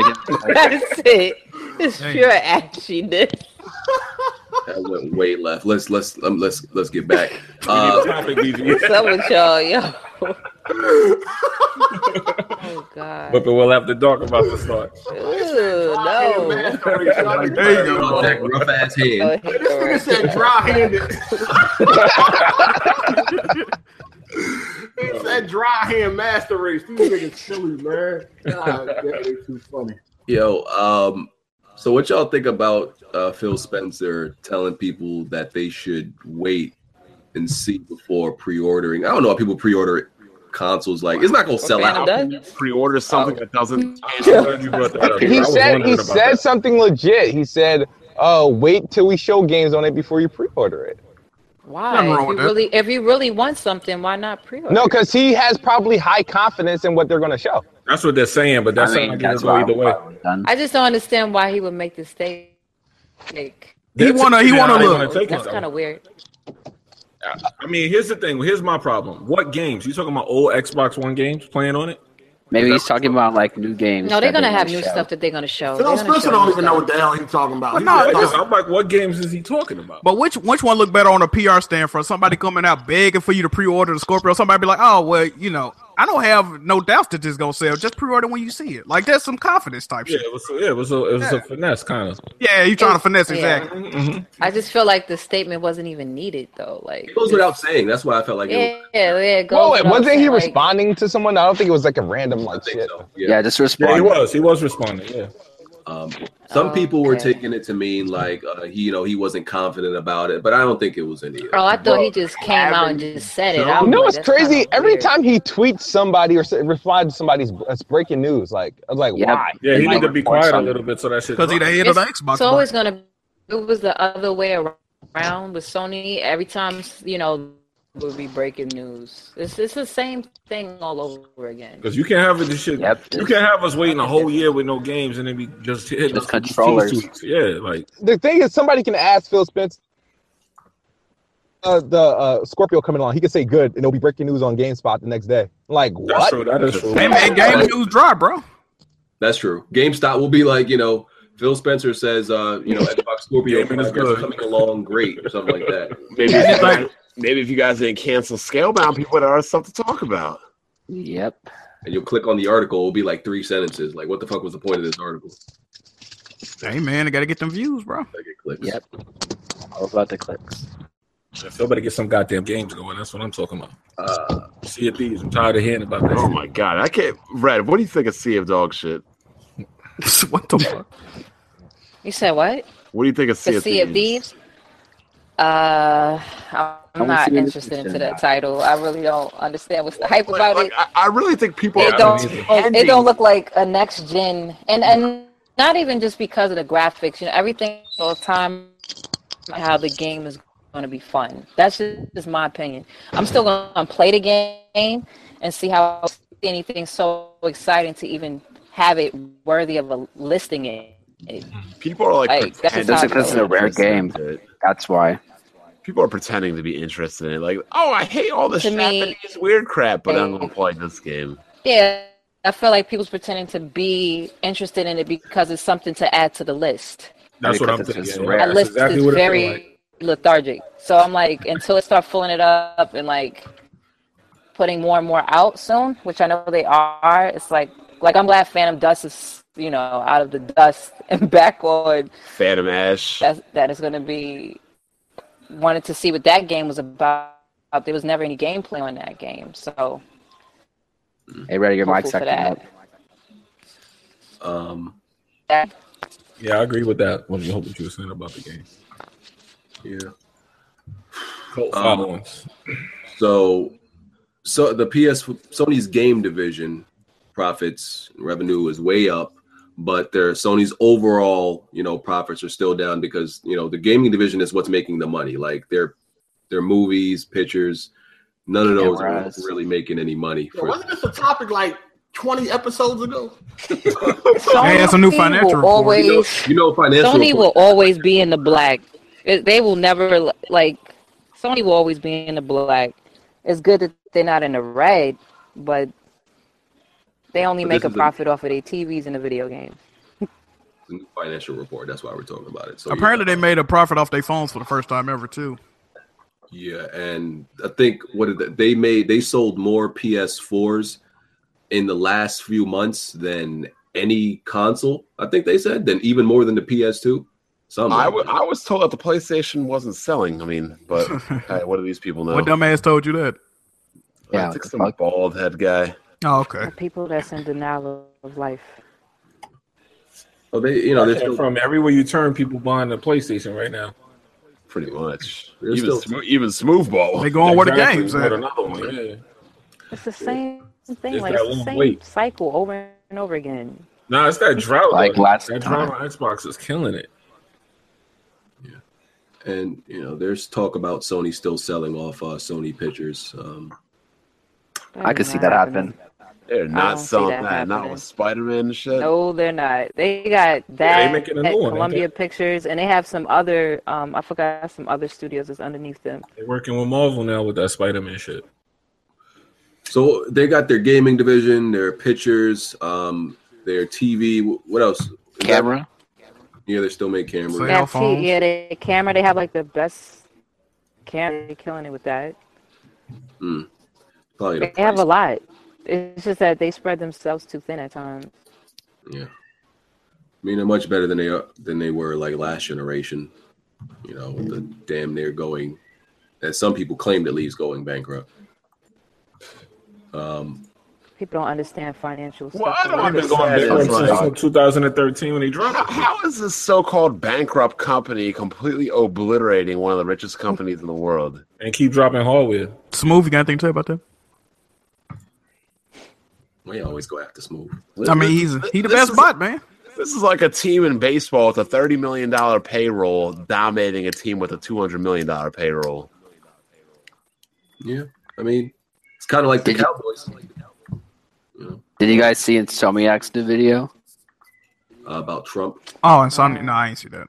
[SPEAKER 11] Okay, That's it. That's it. It's
[SPEAKER 4] Dang.
[SPEAKER 11] pure ashiness.
[SPEAKER 3] That went way left. Let's let's um, let's let's get back.
[SPEAKER 5] We need a
[SPEAKER 3] Uh,
[SPEAKER 5] topic, DG.
[SPEAKER 11] What's up with y'all, yo? oh God.
[SPEAKER 5] But we'll have to talk about this thought.
[SPEAKER 11] Ooh, no.
[SPEAKER 7] There
[SPEAKER 4] you go.
[SPEAKER 3] that Uh, rough ass
[SPEAKER 11] Oh,
[SPEAKER 3] hand.
[SPEAKER 7] This
[SPEAKER 11] hey,
[SPEAKER 7] nigga
[SPEAKER 11] correct.
[SPEAKER 7] said dry handed. he said dry hand master race. These niggas silly, man. God, that ain't too funny.
[SPEAKER 3] Yo, um, so what y'all think about uh, Phil Spencer telling people that they should wait and see before pre-ordering? I don't know why people pre-order consoles. Like it's not gonna sell
[SPEAKER 11] Phantom
[SPEAKER 3] out.
[SPEAKER 11] Dust?
[SPEAKER 10] Pre-order something that doesn't.
[SPEAKER 5] I'm glad you brought that up. I
[SPEAKER 9] He
[SPEAKER 5] was
[SPEAKER 9] said he
[SPEAKER 5] wondering about
[SPEAKER 9] said
[SPEAKER 5] that.
[SPEAKER 9] something legit. He said, "Uh, wait till we show games on it before you pre-order it."
[SPEAKER 11] Why?
[SPEAKER 4] Nothing wrong
[SPEAKER 11] If you
[SPEAKER 4] with that.
[SPEAKER 11] really, if you really want something, why not pre-order?
[SPEAKER 9] No, because he has probably high confidence in what they're going to show.
[SPEAKER 5] That's what they're saying, but
[SPEAKER 1] I
[SPEAKER 5] that's
[SPEAKER 1] mean,
[SPEAKER 5] not going to
[SPEAKER 1] that's
[SPEAKER 5] go
[SPEAKER 1] why
[SPEAKER 5] either
[SPEAKER 1] I'm
[SPEAKER 5] way.
[SPEAKER 1] probably done.
[SPEAKER 11] I just don't understand why he would make this statement. Like,
[SPEAKER 4] He wanna- he wanna look.
[SPEAKER 11] that's kind of weird.
[SPEAKER 5] I mean, here's the thing. Here's my problem. What games? You talking about old Xbox One games playing on it?
[SPEAKER 1] Maybe he's talking about like new games.
[SPEAKER 11] No, they're
[SPEAKER 1] that
[SPEAKER 11] gonna
[SPEAKER 1] they
[SPEAKER 11] have
[SPEAKER 1] won't
[SPEAKER 11] new
[SPEAKER 1] show.
[SPEAKER 11] stuff that they're gonna show.
[SPEAKER 7] Phil
[SPEAKER 11] They're gonna
[SPEAKER 7] Spencer
[SPEAKER 11] show
[SPEAKER 7] don't
[SPEAKER 11] new
[SPEAKER 7] even know
[SPEAKER 11] stuff.
[SPEAKER 7] what the hell he's talking about.
[SPEAKER 4] But
[SPEAKER 7] He
[SPEAKER 4] no,
[SPEAKER 7] just
[SPEAKER 4] it's-
[SPEAKER 7] thought-
[SPEAKER 5] I'm like, what games is he talking about?
[SPEAKER 4] But which which one look better on a PR stand for somebody coming out begging for you to pre-order the Scorpio? Somebody be like, oh well, you know, I don't have no doubts that this gonna sell. Just pre-order when you see it. Like that's some confidence type
[SPEAKER 5] yeah,
[SPEAKER 4] shit.
[SPEAKER 5] it was, yeah, it was a, it was
[SPEAKER 4] Yeah.
[SPEAKER 5] a finesse kind of.
[SPEAKER 4] Yeah, you trying to finesse
[SPEAKER 11] Yeah.
[SPEAKER 4] exactly.
[SPEAKER 9] Mm-hmm.
[SPEAKER 11] I just feel like the statement wasn't even needed though. Like,
[SPEAKER 3] It goes without saying. That's why I felt like
[SPEAKER 11] yeah,
[SPEAKER 3] it
[SPEAKER 11] yeah, it goes
[SPEAKER 9] Well,
[SPEAKER 11] without
[SPEAKER 9] wasn't he
[SPEAKER 11] saying, like,
[SPEAKER 9] responding to someone? I don't think it was like a random
[SPEAKER 3] was,
[SPEAKER 9] like
[SPEAKER 3] I think
[SPEAKER 9] shit.
[SPEAKER 3] so.
[SPEAKER 1] Yeah, just respond.
[SPEAKER 5] Yeah, he was. He was responding. Yeah.
[SPEAKER 3] Um, some people were
[SPEAKER 11] Okay.
[SPEAKER 3] taking it to mean like uh, he, you know, he wasn't confident about it, but I don't think it was any. of that.
[SPEAKER 11] Bro, I thought he just came out and just said it. I
[SPEAKER 9] You
[SPEAKER 11] was
[SPEAKER 9] know
[SPEAKER 11] like,
[SPEAKER 9] what's
[SPEAKER 11] that's
[SPEAKER 9] crazy?
[SPEAKER 11] kinda
[SPEAKER 9] Every
[SPEAKER 11] weird.
[SPEAKER 9] time he tweets somebody or replies to somebody's it's breaking news. Like, I was like,
[SPEAKER 1] Yeah.
[SPEAKER 9] why?
[SPEAKER 5] Yeah, he
[SPEAKER 1] Like,
[SPEAKER 5] need to be
[SPEAKER 1] report
[SPEAKER 5] quiet a
[SPEAKER 1] something.
[SPEAKER 5] little bit so that shit.
[SPEAKER 4] Because he the head
[SPEAKER 11] it's,
[SPEAKER 4] of the Xbox.
[SPEAKER 11] it's always gonna. It was the other way around with Sony. Every time you know, would be breaking news. It's it's the same thing all over again.
[SPEAKER 5] Because you can't have it. This shit.
[SPEAKER 1] Yep.
[SPEAKER 5] You can't have us waiting a whole year with no games and then be just hitting
[SPEAKER 1] Just
[SPEAKER 5] us with these
[SPEAKER 1] controllers.
[SPEAKER 5] tweets. Yeah, like
[SPEAKER 9] The thing is, somebody can ask Phil Spencer. Uh, the uh, Scorpio coming along, he could say good, and it'll be breaking news on GameSpot the next day. Like
[SPEAKER 5] that's
[SPEAKER 9] what?
[SPEAKER 5] true. That is true.
[SPEAKER 4] Hey man, game news dry, bro.
[SPEAKER 3] That's true. GameStop will be like, you know, Phil Spencer says, uh, you know, Xbox Scorpio
[SPEAKER 5] Gaming is
[SPEAKER 3] progress
[SPEAKER 5] good.
[SPEAKER 3] coming along great or something like that.
[SPEAKER 10] Maybe if, you guys, maybe if you guys didn't cancel Scalebound, people would have stuff to talk about.
[SPEAKER 1] Yep.
[SPEAKER 3] And you'll click on the article, it'll be like three sentences. Like, what the fuck was the point of this article?
[SPEAKER 4] Hey man, I gotta get them views, bro.
[SPEAKER 3] Like it clicks.
[SPEAKER 1] Yep. All about the clicks.
[SPEAKER 5] If nobody get some goddamn games going, that's what I'm talking about.
[SPEAKER 3] Uh,
[SPEAKER 5] See of Thieves. I'm tired of hearing about that.
[SPEAKER 10] Oh my god, I can't. Red, what do you think of Sea of Dog shit?
[SPEAKER 4] what the fuck?
[SPEAKER 11] You said what?
[SPEAKER 10] What do you think of Sea
[SPEAKER 11] The
[SPEAKER 10] of
[SPEAKER 11] Sea of
[SPEAKER 10] Thieves?
[SPEAKER 11] Thieves. Uh, I'm
[SPEAKER 1] wanna
[SPEAKER 11] not
[SPEAKER 1] see what
[SPEAKER 11] interested
[SPEAKER 1] it's
[SPEAKER 11] into
[SPEAKER 1] about.
[SPEAKER 11] that title. I really don't understand what's the hype about
[SPEAKER 10] Like,
[SPEAKER 11] it.
[SPEAKER 10] I, I really think people
[SPEAKER 11] It
[SPEAKER 10] are
[SPEAKER 11] don't.
[SPEAKER 10] pretending-
[SPEAKER 11] Oh, It don't look like a next gen, and and not even just because of the graphics. You know, everything all the time. How the game is going to be fun. That's just, just my opinion. I'm still going to play the game and see how see anything so exciting to even have it worthy of a listing. It.
[SPEAKER 10] People are like,
[SPEAKER 11] Like, that's
[SPEAKER 10] pretending
[SPEAKER 11] just
[SPEAKER 10] to
[SPEAKER 11] how it
[SPEAKER 10] be
[SPEAKER 1] This is a rare
[SPEAKER 10] interested in
[SPEAKER 1] game.
[SPEAKER 10] it.
[SPEAKER 1] That's why.
[SPEAKER 10] People are pretending to be interested in it. Like, oh, I hate all this
[SPEAKER 11] To me-
[SPEAKER 10] Japanese weird crap, but I'm gonna play this game.
[SPEAKER 11] Yeah, I feel like people's pretending to be interested in it because it's something to add to the list.
[SPEAKER 5] That's
[SPEAKER 1] because
[SPEAKER 5] what I'm
[SPEAKER 1] it's
[SPEAKER 5] thinking,
[SPEAKER 1] just
[SPEAKER 5] yeah.
[SPEAKER 1] rare.
[SPEAKER 11] my list
[SPEAKER 5] exactly
[SPEAKER 11] is
[SPEAKER 5] what it feel
[SPEAKER 11] very lethargic. So I'm like, until it start filling it up and like putting more and more out soon, which I know they are. It's like, like I'm glad Phantom Dust is, you know, out of the dust and back on.
[SPEAKER 10] Phantom Ash.
[SPEAKER 11] That's, that is going to be. Wanted to see what that game was about. There was never any gameplay on that game, so
[SPEAKER 1] Hey, ready? Your
[SPEAKER 11] Hopeful
[SPEAKER 1] mic's
[SPEAKER 11] for
[SPEAKER 1] acting
[SPEAKER 11] that.
[SPEAKER 1] up.
[SPEAKER 3] Um,
[SPEAKER 11] that
[SPEAKER 5] Yeah, I agree with that. What you hope what you were saying about the game.
[SPEAKER 3] Yeah.
[SPEAKER 5] Cult
[SPEAKER 3] Um,
[SPEAKER 5] followings.
[SPEAKER 3] So, so the PS Sony's game division profits revenue is way up, but their Sony's overall you know profits are still down because you know the gaming division is what's making the money. Like their their movies, pictures, none of those
[SPEAKER 1] Cameras.
[SPEAKER 3] are really making any money.
[SPEAKER 7] Yeah,
[SPEAKER 3] for-
[SPEAKER 7] wasn't this a topic like 20 episodes ago?
[SPEAKER 4] They had some new
[SPEAKER 11] Sony
[SPEAKER 4] financial
[SPEAKER 11] will
[SPEAKER 4] report.
[SPEAKER 11] always,
[SPEAKER 3] you know, financial.
[SPEAKER 11] Sony will always be in the black. It, they will never like Sony will always be in the black. It's good that they're not in the red, but they only
[SPEAKER 3] But
[SPEAKER 11] make a
[SPEAKER 3] this is a-
[SPEAKER 11] profit off of their TVs and the video games.
[SPEAKER 3] new financial report. That's why we're talking about it. So yeah.
[SPEAKER 4] Apparently, they made a profit off their phones for the first time ever too.
[SPEAKER 3] Yeah, and I think what did they, they made they sold more PS4s in the last few months than any console. I think they said than even more than the PS2. Some
[SPEAKER 10] I, w- I was told that the PlayStation wasn't selling. I mean, but hey, what do these people know?
[SPEAKER 4] What dumbass told you that?
[SPEAKER 10] I think some bald head guy.
[SPEAKER 4] Oh, okay.
[SPEAKER 11] The people that's in denial of life.
[SPEAKER 3] oh, they you know
[SPEAKER 5] I
[SPEAKER 3] they're
[SPEAKER 5] can't-
[SPEAKER 3] still
[SPEAKER 5] from everywhere you turn, people buying the PlayStation right now.
[SPEAKER 10] Pretty much.
[SPEAKER 3] They're
[SPEAKER 10] even,
[SPEAKER 3] still-
[SPEAKER 10] smo- even Smoothball.
[SPEAKER 4] They going where the
[SPEAKER 5] Exactly,
[SPEAKER 4] games
[SPEAKER 5] you want
[SPEAKER 4] at.
[SPEAKER 5] another one. Yeah.
[SPEAKER 11] It's the same thing,
[SPEAKER 5] It's
[SPEAKER 11] like
[SPEAKER 5] that
[SPEAKER 11] it's the
[SPEAKER 5] long
[SPEAKER 11] same
[SPEAKER 5] wait.
[SPEAKER 11] cycle over and over again.
[SPEAKER 5] Nah, it's that drought.
[SPEAKER 1] Like
[SPEAKER 5] though.
[SPEAKER 1] last
[SPEAKER 5] that drought on Xbox is killing it.
[SPEAKER 3] and you know there's talk about Sony still selling off uh, Sony pictures. Um,
[SPEAKER 11] That
[SPEAKER 1] I
[SPEAKER 11] is
[SPEAKER 1] could see
[SPEAKER 11] not
[SPEAKER 1] that
[SPEAKER 11] happening.
[SPEAKER 1] happen.
[SPEAKER 10] They're
[SPEAKER 11] don't
[SPEAKER 10] not
[SPEAKER 11] see
[SPEAKER 10] selling
[SPEAKER 11] that
[SPEAKER 10] that. Not
[SPEAKER 11] happening.
[SPEAKER 10] with Spider Man and shit.
[SPEAKER 11] No, they're not. They got that
[SPEAKER 5] making a
[SPEAKER 11] at
[SPEAKER 5] new one, ain't
[SPEAKER 11] Columbia Pictures, and they have some other. Um, I forgot some other studios that's underneath them.
[SPEAKER 5] They're working with Marvel now with that Spider Man shit.
[SPEAKER 3] so they got their gaming division, their pictures, um, their TV. wh- What else? Is that-
[SPEAKER 1] Camera.
[SPEAKER 3] yeah, they still make cameras.
[SPEAKER 4] So-
[SPEAKER 11] They have
[SPEAKER 4] Cell phones.
[SPEAKER 11] T- yeah, the camera. They have like the best camera. They're killing it with that.
[SPEAKER 3] Probably the
[SPEAKER 11] They have a
[SPEAKER 3] price.
[SPEAKER 11] lot. It's just that they spread themselves too thin at times.
[SPEAKER 3] Yeah. I mean, they're much better than they are than they were like last generation. You know, with the damn near going, as some people claim that leaves going bankrupt. Um,
[SPEAKER 11] People don't understand financial stuff.
[SPEAKER 10] Well, I don't
[SPEAKER 5] They've been
[SPEAKER 10] understand.
[SPEAKER 5] going
[SPEAKER 10] That's
[SPEAKER 5] bankrupt since
[SPEAKER 10] right.
[SPEAKER 5] like 2013 when they
[SPEAKER 10] How,
[SPEAKER 5] dropped it.
[SPEAKER 10] how is this so called bankrupt company completely obliterating one of the richest companies in the world?
[SPEAKER 5] and keep dropping hardware.
[SPEAKER 4] Smooth, you got anything to say about that?
[SPEAKER 3] we always go after smooth.
[SPEAKER 4] I mean, he's he the
[SPEAKER 10] This
[SPEAKER 4] best
[SPEAKER 10] is-
[SPEAKER 4] bot, man.
[SPEAKER 10] This is like a team in baseball with a $30 million payroll dominating a team with a $200 million payroll.
[SPEAKER 3] Yeah, I mean, it's kind of like the
[SPEAKER 1] Did you-
[SPEAKER 3] Cowboys. You know,
[SPEAKER 1] Did you guys see Insomniac's new video?
[SPEAKER 3] uh, about Trump.
[SPEAKER 4] Oh, and Sony. No, I ain't see that.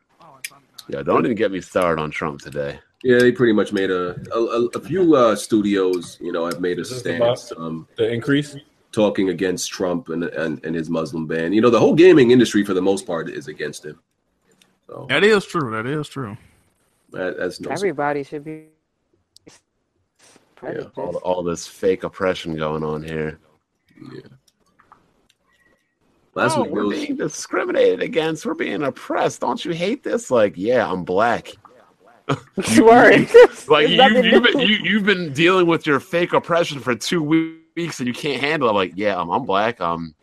[SPEAKER 10] Yeah, don't even get me started on Trump today.
[SPEAKER 3] Yeah, they pretty much made a a, a, a few uh, studios. You know, have made a
[SPEAKER 5] This is the
[SPEAKER 3] stance. Um,
[SPEAKER 5] The increase.
[SPEAKER 3] talking against Trump and, and and his Muslim ban. You know, the whole gaming industry for the most part is against him. So
[SPEAKER 4] That is true. That is true.
[SPEAKER 3] that, that's no. surprise.
[SPEAKER 11] Everybody should be.
[SPEAKER 3] Yeah,
[SPEAKER 10] All, all this fake oppression going on here.
[SPEAKER 3] Last
[SPEAKER 10] Oh,
[SPEAKER 3] week
[SPEAKER 10] we're
[SPEAKER 3] there was-
[SPEAKER 10] being discriminated against. We're being oppressed. Don't you hate this? Like, yeah, I'm black.
[SPEAKER 11] Swear.
[SPEAKER 10] Like you, you've been you, you've been dealing with your fake oppression for two we- weeks and you can't handle it. Like, yeah, I'm, I'm black. Um,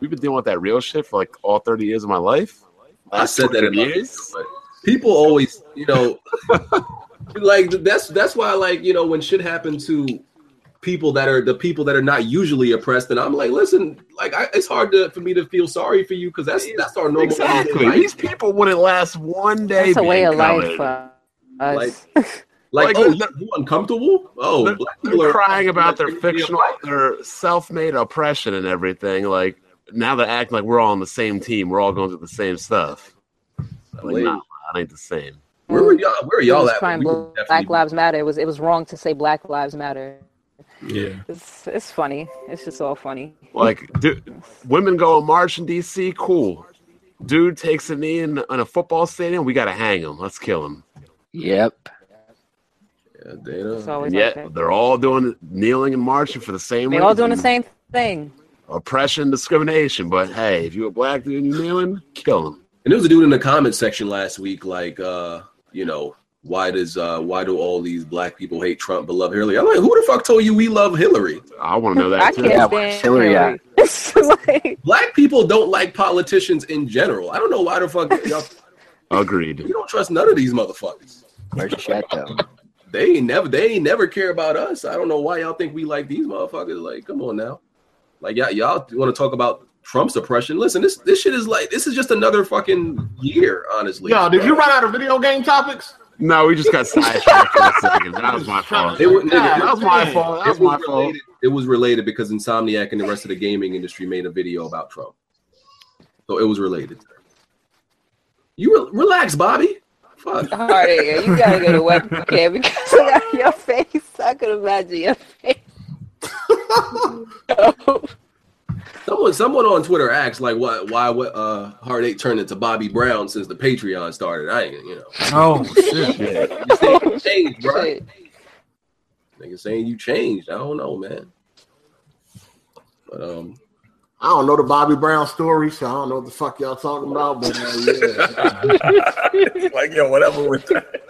[SPEAKER 10] we've been dealing with that real shit for like all 30 years of my life.
[SPEAKER 3] I said that
[SPEAKER 10] 20
[SPEAKER 3] about you, but people always, you know, like that's that's why like you know when shit happens to people that are the people that are not usually oppressed, and I'm like, listen, like I, it's hard to, for me to feel sorry for you because that's that's our normal
[SPEAKER 10] Exactly.
[SPEAKER 3] life.
[SPEAKER 10] These people wouldn't last one day.
[SPEAKER 11] That's a
[SPEAKER 10] being
[SPEAKER 11] way of life uh,
[SPEAKER 10] colored.
[SPEAKER 11] for us.
[SPEAKER 3] Like,
[SPEAKER 10] Like,
[SPEAKER 3] oh,
[SPEAKER 10] they're-
[SPEAKER 3] you uncomfortable? Oh,
[SPEAKER 10] They're,
[SPEAKER 3] black people
[SPEAKER 10] they're
[SPEAKER 3] are-
[SPEAKER 10] crying about their
[SPEAKER 3] Yeah.
[SPEAKER 10] fictional, their self-made oppression and everything. Like now they're acting like we're all on the same team. We're all going through the same stuff. Like,
[SPEAKER 3] Wait,
[SPEAKER 10] nah, it ain't the same.
[SPEAKER 3] Where were y'all? Where are
[SPEAKER 11] It
[SPEAKER 3] y'all
[SPEAKER 11] was
[SPEAKER 3] at?
[SPEAKER 11] crying
[SPEAKER 3] We were
[SPEAKER 11] Black
[SPEAKER 3] definitely-
[SPEAKER 11] Lives Matter. It was it was wrong to say Black Lives Matter.
[SPEAKER 5] Yeah.
[SPEAKER 11] It's it's funny. It's just all funny.
[SPEAKER 10] Like, do, women go and march in D.C. Cool. dude takes a knee in, in a football stadium, we gotta hang him. Let's kill him.
[SPEAKER 1] Yep.
[SPEAKER 3] Yeah, data.
[SPEAKER 11] It's always
[SPEAKER 10] And yet
[SPEAKER 11] like that.
[SPEAKER 10] they're all doing kneeling and marching for the same.
[SPEAKER 11] They all doing the
[SPEAKER 10] reason.
[SPEAKER 11] same thing.
[SPEAKER 10] oppression, discrimination. But hey, if you a black dude and you kneeling, kill him.
[SPEAKER 3] And there was a dude in the comment section last week, like, uh, you know, why does uh why do all these black people hate Trump but love Hillary? I'm like, who the fuck told you we love Hillary?
[SPEAKER 10] I want to know
[SPEAKER 11] I
[SPEAKER 10] that too.
[SPEAKER 11] can't stand Hillary. It's like,
[SPEAKER 3] Black people don't like politicians in general. I don't know why the fuck y'all,
[SPEAKER 10] Agreed.
[SPEAKER 3] we don't trust none of these motherfuckers.
[SPEAKER 1] Where's Chet though?
[SPEAKER 3] They ain't never they ain't never care about us. I don't know why y'all think we like these motherfuckers. Like, come on now. Like y'all y'all want to talk about Trump's oppression? Listen, this this shit is like this is just another fucking year, honestly.
[SPEAKER 7] Yo, did you run out of video game topics?
[SPEAKER 10] No, we just got sidetracked for a second. That was my fault.
[SPEAKER 3] They were- nigga,
[SPEAKER 7] God,
[SPEAKER 10] that was my
[SPEAKER 7] damn.
[SPEAKER 10] fault. That
[SPEAKER 3] It
[SPEAKER 10] was my fault.
[SPEAKER 3] related, it was related because Insomniac and the rest of the gaming industry made a video about Trump. So it was related. You re- relax, Bobby. Fuck.
[SPEAKER 11] all right, yeah, you gotta go to webcam because I got your face. I could imagine your face. Oh,
[SPEAKER 3] Someone, someone on Twitter asked like, why, why, what, uh, Heart Eight turned into Bobby Brown since the Patreon started? I ain't, you know,
[SPEAKER 4] Oh shit.
[SPEAKER 3] niggas saying you changed, bro.
[SPEAKER 11] Shit.
[SPEAKER 3] Niggas saying you changed. I don't know, man. But um,
[SPEAKER 7] I don't know the Bobby Brown story, so I don't know what the fuck y'all talking about. But uh, yeah,
[SPEAKER 5] like yo, whatever with that.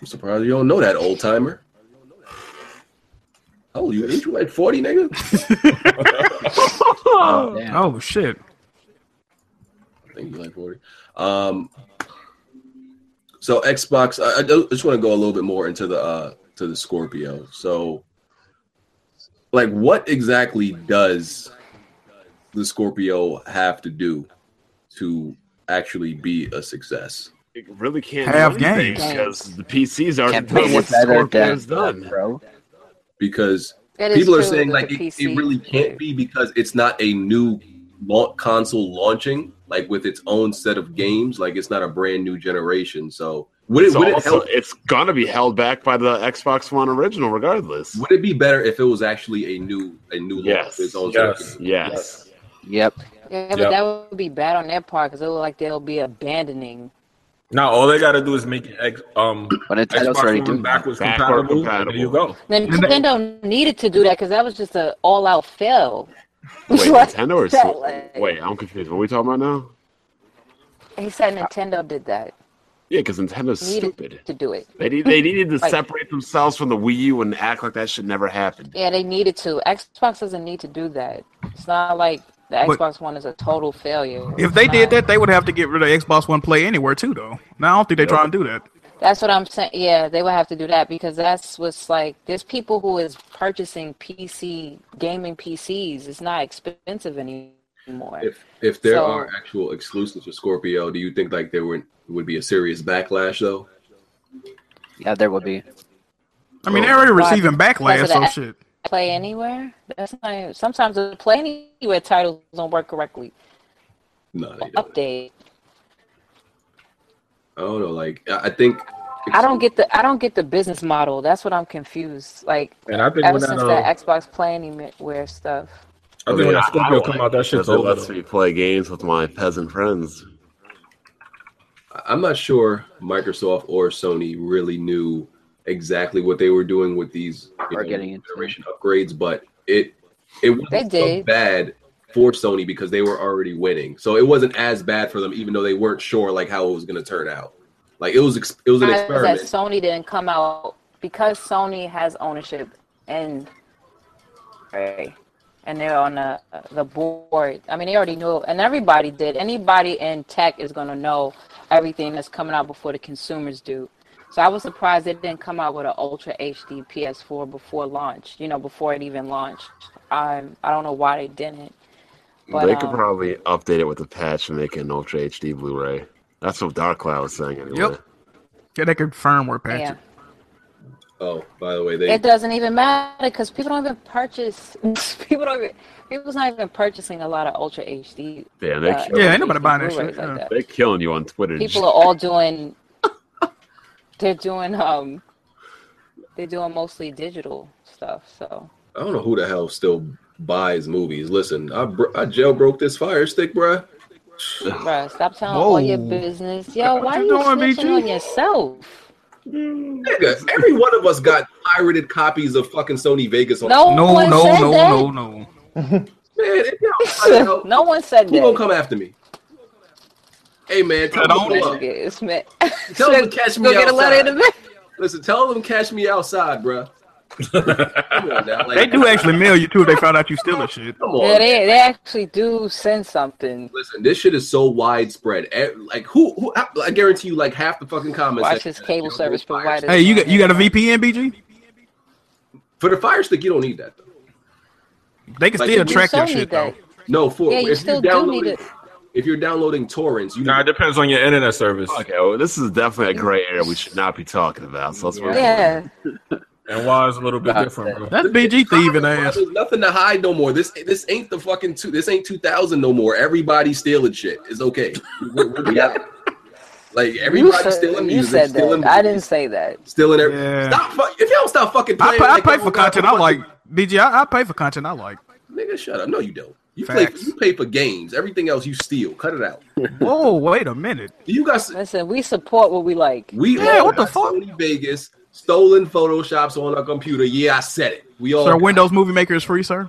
[SPEAKER 3] I'm surprised you don't know that old timer. Oh, you ain't you like forty, nigga?
[SPEAKER 1] Oh, damn.
[SPEAKER 4] Oh shit.
[SPEAKER 3] I think he's like 40. Um, so Xbox, I, I do- I just want to go a little bit more into the uh, to the Scorpio. So, like, what exactly does the Scorpio have to do to actually be a success?
[SPEAKER 10] It really can't
[SPEAKER 4] Half
[SPEAKER 10] do anything
[SPEAKER 4] games.
[SPEAKER 10] because the PCs
[SPEAKER 1] Can't
[SPEAKER 10] aren't doing
[SPEAKER 1] play
[SPEAKER 10] what
[SPEAKER 1] it
[SPEAKER 10] the
[SPEAKER 1] better than
[SPEAKER 10] Scorpio's done.
[SPEAKER 1] bro.
[SPEAKER 3] Because
[SPEAKER 11] That is
[SPEAKER 3] people are
[SPEAKER 11] true
[SPEAKER 3] saying
[SPEAKER 11] that
[SPEAKER 3] like
[SPEAKER 11] the
[SPEAKER 3] it, it
[SPEAKER 11] PC
[SPEAKER 3] really can't be because it's not a new launch console launching like with its own set of games. Like it's not a brand new generation. So would it
[SPEAKER 10] It's,
[SPEAKER 3] would it
[SPEAKER 10] also-
[SPEAKER 3] help?
[SPEAKER 10] it's gonna be held back by the Xbox One original, regardless.
[SPEAKER 3] Would it be better if it was actually a new a new launch
[SPEAKER 10] Yes.
[SPEAKER 3] with its own
[SPEAKER 5] Yes.
[SPEAKER 3] sort of-
[SPEAKER 10] Yes.
[SPEAKER 1] Yep.
[SPEAKER 11] Yeah, but
[SPEAKER 5] Yep.
[SPEAKER 11] that would be bad on their part because it look like they'll be abandoning.
[SPEAKER 5] Now all they gotta do is make it ex- um
[SPEAKER 1] But the title's already
[SPEAKER 5] Xbox One
[SPEAKER 1] doing
[SPEAKER 5] backwards
[SPEAKER 10] Backward
[SPEAKER 5] compatible.
[SPEAKER 10] compatible.
[SPEAKER 5] There you go.
[SPEAKER 11] Then
[SPEAKER 4] And they-
[SPEAKER 11] Nintendo needed to do that because that was just an all-out fail.
[SPEAKER 10] Wait,
[SPEAKER 11] Like
[SPEAKER 10] Nintendo or
[SPEAKER 11] that,
[SPEAKER 10] Sony?
[SPEAKER 11] like-
[SPEAKER 10] Wait, I'm confused. What are we talking about now?
[SPEAKER 11] He said Nintendo did that.
[SPEAKER 10] Yeah, because Nintendo's
[SPEAKER 11] Needed
[SPEAKER 10] stupid.
[SPEAKER 11] to do it.
[SPEAKER 10] They need, they needed to
[SPEAKER 11] Like-
[SPEAKER 10] separate themselves from the Wii U and act like that should never happen.
[SPEAKER 11] Yeah, they needed to. Xbox doesn't need to do that. It's not like the
[SPEAKER 4] But-
[SPEAKER 11] Xbox One is a total failure.
[SPEAKER 4] If they
[SPEAKER 11] It's
[SPEAKER 4] did
[SPEAKER 11] not.
[SPEAKER 4] that, they would have to get rid of Xbox One Play anywhere too, though. Now I don't think they try and do that.
[SPEAKER 11] That's what I'm saying. Yeah, they would have to do that because that's what's like. There's people who is purchasing PC gaming PCs. It's not expensive anymore.
[SPEAKER 3] If if there
[SPEAKER 11] So-
[SPEAKER 3] are actual exclusives for Scorpio, do you think like there would would be a serious backlash though?
[SPEAKER 1] Yeah, there would be.
[SPEAKER 4] I mean, they're already
[SPEAKER 11] Right.
[SPEAKER 4] receiving backlash,
[SPEAKER 11] That's
[SPEAKER 4] so
[SPEAKER 11] what I-
[SPEAKER 4] shit.
[SPEAKER 11] Play anywhere. That's not. Sometimes the play anywhere titles don't work correctly.
[SPEAKER 3] No, they don't.
[SPEAKER 11] Update.
[SPEAKER 3] I don't know. Like I I think
[SPEAKER 11] I don't get the. I don't get the business model. That's what I'm confused. Like
[SPEAKER 5] And I think
[SPEAKER 11] ever
[SPEAKER 5] when that,
[SPEAKER 11] since
[SPEAKER 5] uh,
[SPEAKER 11] that Xbox Play anywhere stuff.
[SPEAKER 5] I think when that
[SPEAKER 10] I
[SPEAKER 5] Scorpio
[SPEAKER 10] don't
[SPEAKER 5] come
[SPEAKER 10] like
[SPEAKER 5] out, that
[SPEAKER 10] it 'cause
[SPEAKER 5] shit's
[SPEAKER 10] it
[SPEAKER 5] over.
[SPEAKER 10] lets
[SPEAKER 5] though.
[SPEAKER 10] me play games with my peasant friends.
[SPEAKER 3] I- I'm not sure Microsoft or Sony really knew exactly what they were doing with these you
[SPEAKER 1] Are
[SPEAKER 3] know,
[SPEAKER 1] getting into-
[SPEAKER 3] generation upgrades, but it it wasn't
[SPEAKER 11] They
[SPEAKER 3] so
[SPEAKER 11] did.
[SPEAKER 3] bad for Sony because they were already winning, so it wasn't as bad for them, even though they weren't sure like how it was going to turn out. Like it was ex- it was an
[SPEAKER 11] surprised that
[SPEAKER 3] experiment.
[SPEAKER 11] Sony didn't come out because Sony has ownership and right, and they're on the the board. I mean, they already knew, and everybody did. Anybody in tech is gonna know everything that's coming out before the consumers do. So I was surprised it didn't come out with an Ultra HD PS4 before launch. You know, before it even launched. I I don't know why they didn't. But,
[SPEAKER 10] they could
[SPEAKER 11] um,
[SPEAKER 10] probably update it with a patch and make it an Ultra HD Blu-ray. That's what Dark Cloud was saying anyway.
[SPEAKER 4] Yep. Yeah, they could firmware patch
[SPEAKER 11] Yeah.
[SPEAKER 4] it.
[SPEAKER 3] Oh, by the way, they
[SPEAKER 11] It doesn't even matter because people don't even purchase. People don't. Even, people's not even purchasing a lot of Ultra HD.
[SPEAKER 10] Damn, they,
[SPEAKER 11] uh,
[SPEAKER 10] kill,
[SPEAKER 4] Yeah, ain't nobody
[SPEAKER 11] Ultra HD
[SPEAKER 4] buying that shit,
[SPEAKER 11] Blu-rays
[SPEAKER 4] yeah.
[SPEAKER 11] Like
[SPEAKER 10] they're killing you on Twitter.
[SPEAKER 11] that. People are all doing. they're doing um. They're doing mostly digital stuff. So
[SPEAKER 3] I don't know who the hell still buys movies. Listen, I, br- I jailbroke this fire stick, bruh.
[SPEAKER 11] Bruh, stop telling all your business. Yo, why are you snitching on yourself?
[SPEAKER 3] Nigga, every one of us got pirated copies of fucking Sony Vegas. on-
[SPEAKER 11] No No, one no, said no, that. no,
[SPEAKER 4] no.
[SPEAKER 11] no one said
[SPEAKER 3] Who gonna
[SPEAKER 11] that.
[SPEAKER 3] come after me? Hey man, tell
[SPEAKER 11] Said
[SPEAKER 3] them to
[SPEAKER 11] only-
[SPEAKER 3] pull up.
[SPEAKER 11] It's me.
[SPEAKER 3] Tell them to catch me
[SPEAKER 11] Go get a letter in
[SPEAKER 3] outside.
[SPEAKER 11] the mail.
[SPEAKER 3] Listen, tell them to catch me outside, bruh. Come on now, like-
[SPEAKER 4] They do actually mail you too if they found out you stealing shit.
[SPEAKER 3] Come on.
[SPEAKER 11] Yeah, they, they actually do send something.
[SPEAKER 3] Listen, this shit is so widespread. Eh, Like who, who? I I guarantee you, like half the fucking comments.
[SPEAKER 11] Watch
[SPEAKER 3] section-
[SPEAKER 11] this cable service provider.
[SPEAKER 4] Hey, you got you got a VPN, BG?
[SPEAKER 3] For the fire stick, you don't need that. Though.
[SPEAKER 4] They can
[SPEAKER 3] Like,
[SPEAKER 4] still
[SPEAKER 3] if you
[SPEAKER 4] track your
[SPEAKER 3] Sony
[SPEAKER 4] shit
[SPEAKER 3] guy-
[SPEAKER 4] though.
[SPEAKER 3] No, for
[SPEAKER 11] Yeah, you
[SPEAKER 3] if
[SPEAKER 11] still
[SPEAKER 3] you're
[SPEAKER 11] do need
[SPEAKER 3] downloading,
[SPEAKER 11] it.
[SPEAKER 3] if you're downloading torrents, you
[SPEAKER 5] Nah, it depends on your internet service.
[SPEAKER 10] Okay, well, this is definitely a gray area we should not be talking about. So let's move on.
[SPEAKER 11] Yeah.
[SPEAKER 5] And why is a little bit different, bro.
[SPEAKER 4] That's BG thieving ass.
[SPEAKER 3] There's nothing to hide no more. This this ain't the fucking two. This ain't 2000 no more. Everybody stealing shit. It's okay. We're- we're together. Like
[SPEAKER 11] You
[SPEAKER 3] everybody
[SPEAKER 11] said,
[SPEAKER 3] stealing
[SPEAKER 11] you
[SPEAKER 3] music.
[SPEAKER 11] said
[SPEAKER 3] stealing,
[SPEAKER 11] that. I didn't say that.
[SPEAKER 3] stealing every.
[SPEAKER 4] Yeah.
[SPEAKER 3] Stop. Fuck, if y'all stop fucking
[SPEAKER 4] I
[SPEAKER 3] playing,
[SPEAKER 4] pay, I
[SPEAKER 3] nigga,
[SPEAKER 4] pay
[SPEAKER 3] oh
[SPEAKER 4] for
[SPEAKER 3] God,
[SPEAKER 4] content I
[SPEAKER 3] fucking-
[SPEAKER 4] like. BG, I, I pay for content I like.
[SPEAKER 3] Nigga, shut up. No, you don't. You play.
[SPEAKER 4] Facts.
[SPEAKER 3] You pay for games. Everything else you steal. Cut it out.
[SPEAKER 4] Whoa, wait a minute.
[SPEAKER 3] You got. s-
[SPEAKER 11] Listen, we support what we like.
[SPEAKER 3] We
[SPEAKER 4] Yeah,
[SPEAKER 3] all
[SPEAKER 4] what the
[SPEAKER 3] got
[SPEAKER 4] fuck?
[SPEAKER 3] Sony Vegas stolen photoshops on our computer. Yeah, I said it. We
[SPEAKER 11] Oh,
[SPEAKER 3] all.
[SPEAKER 4] Sir, Windows Movie Maker is free, sir.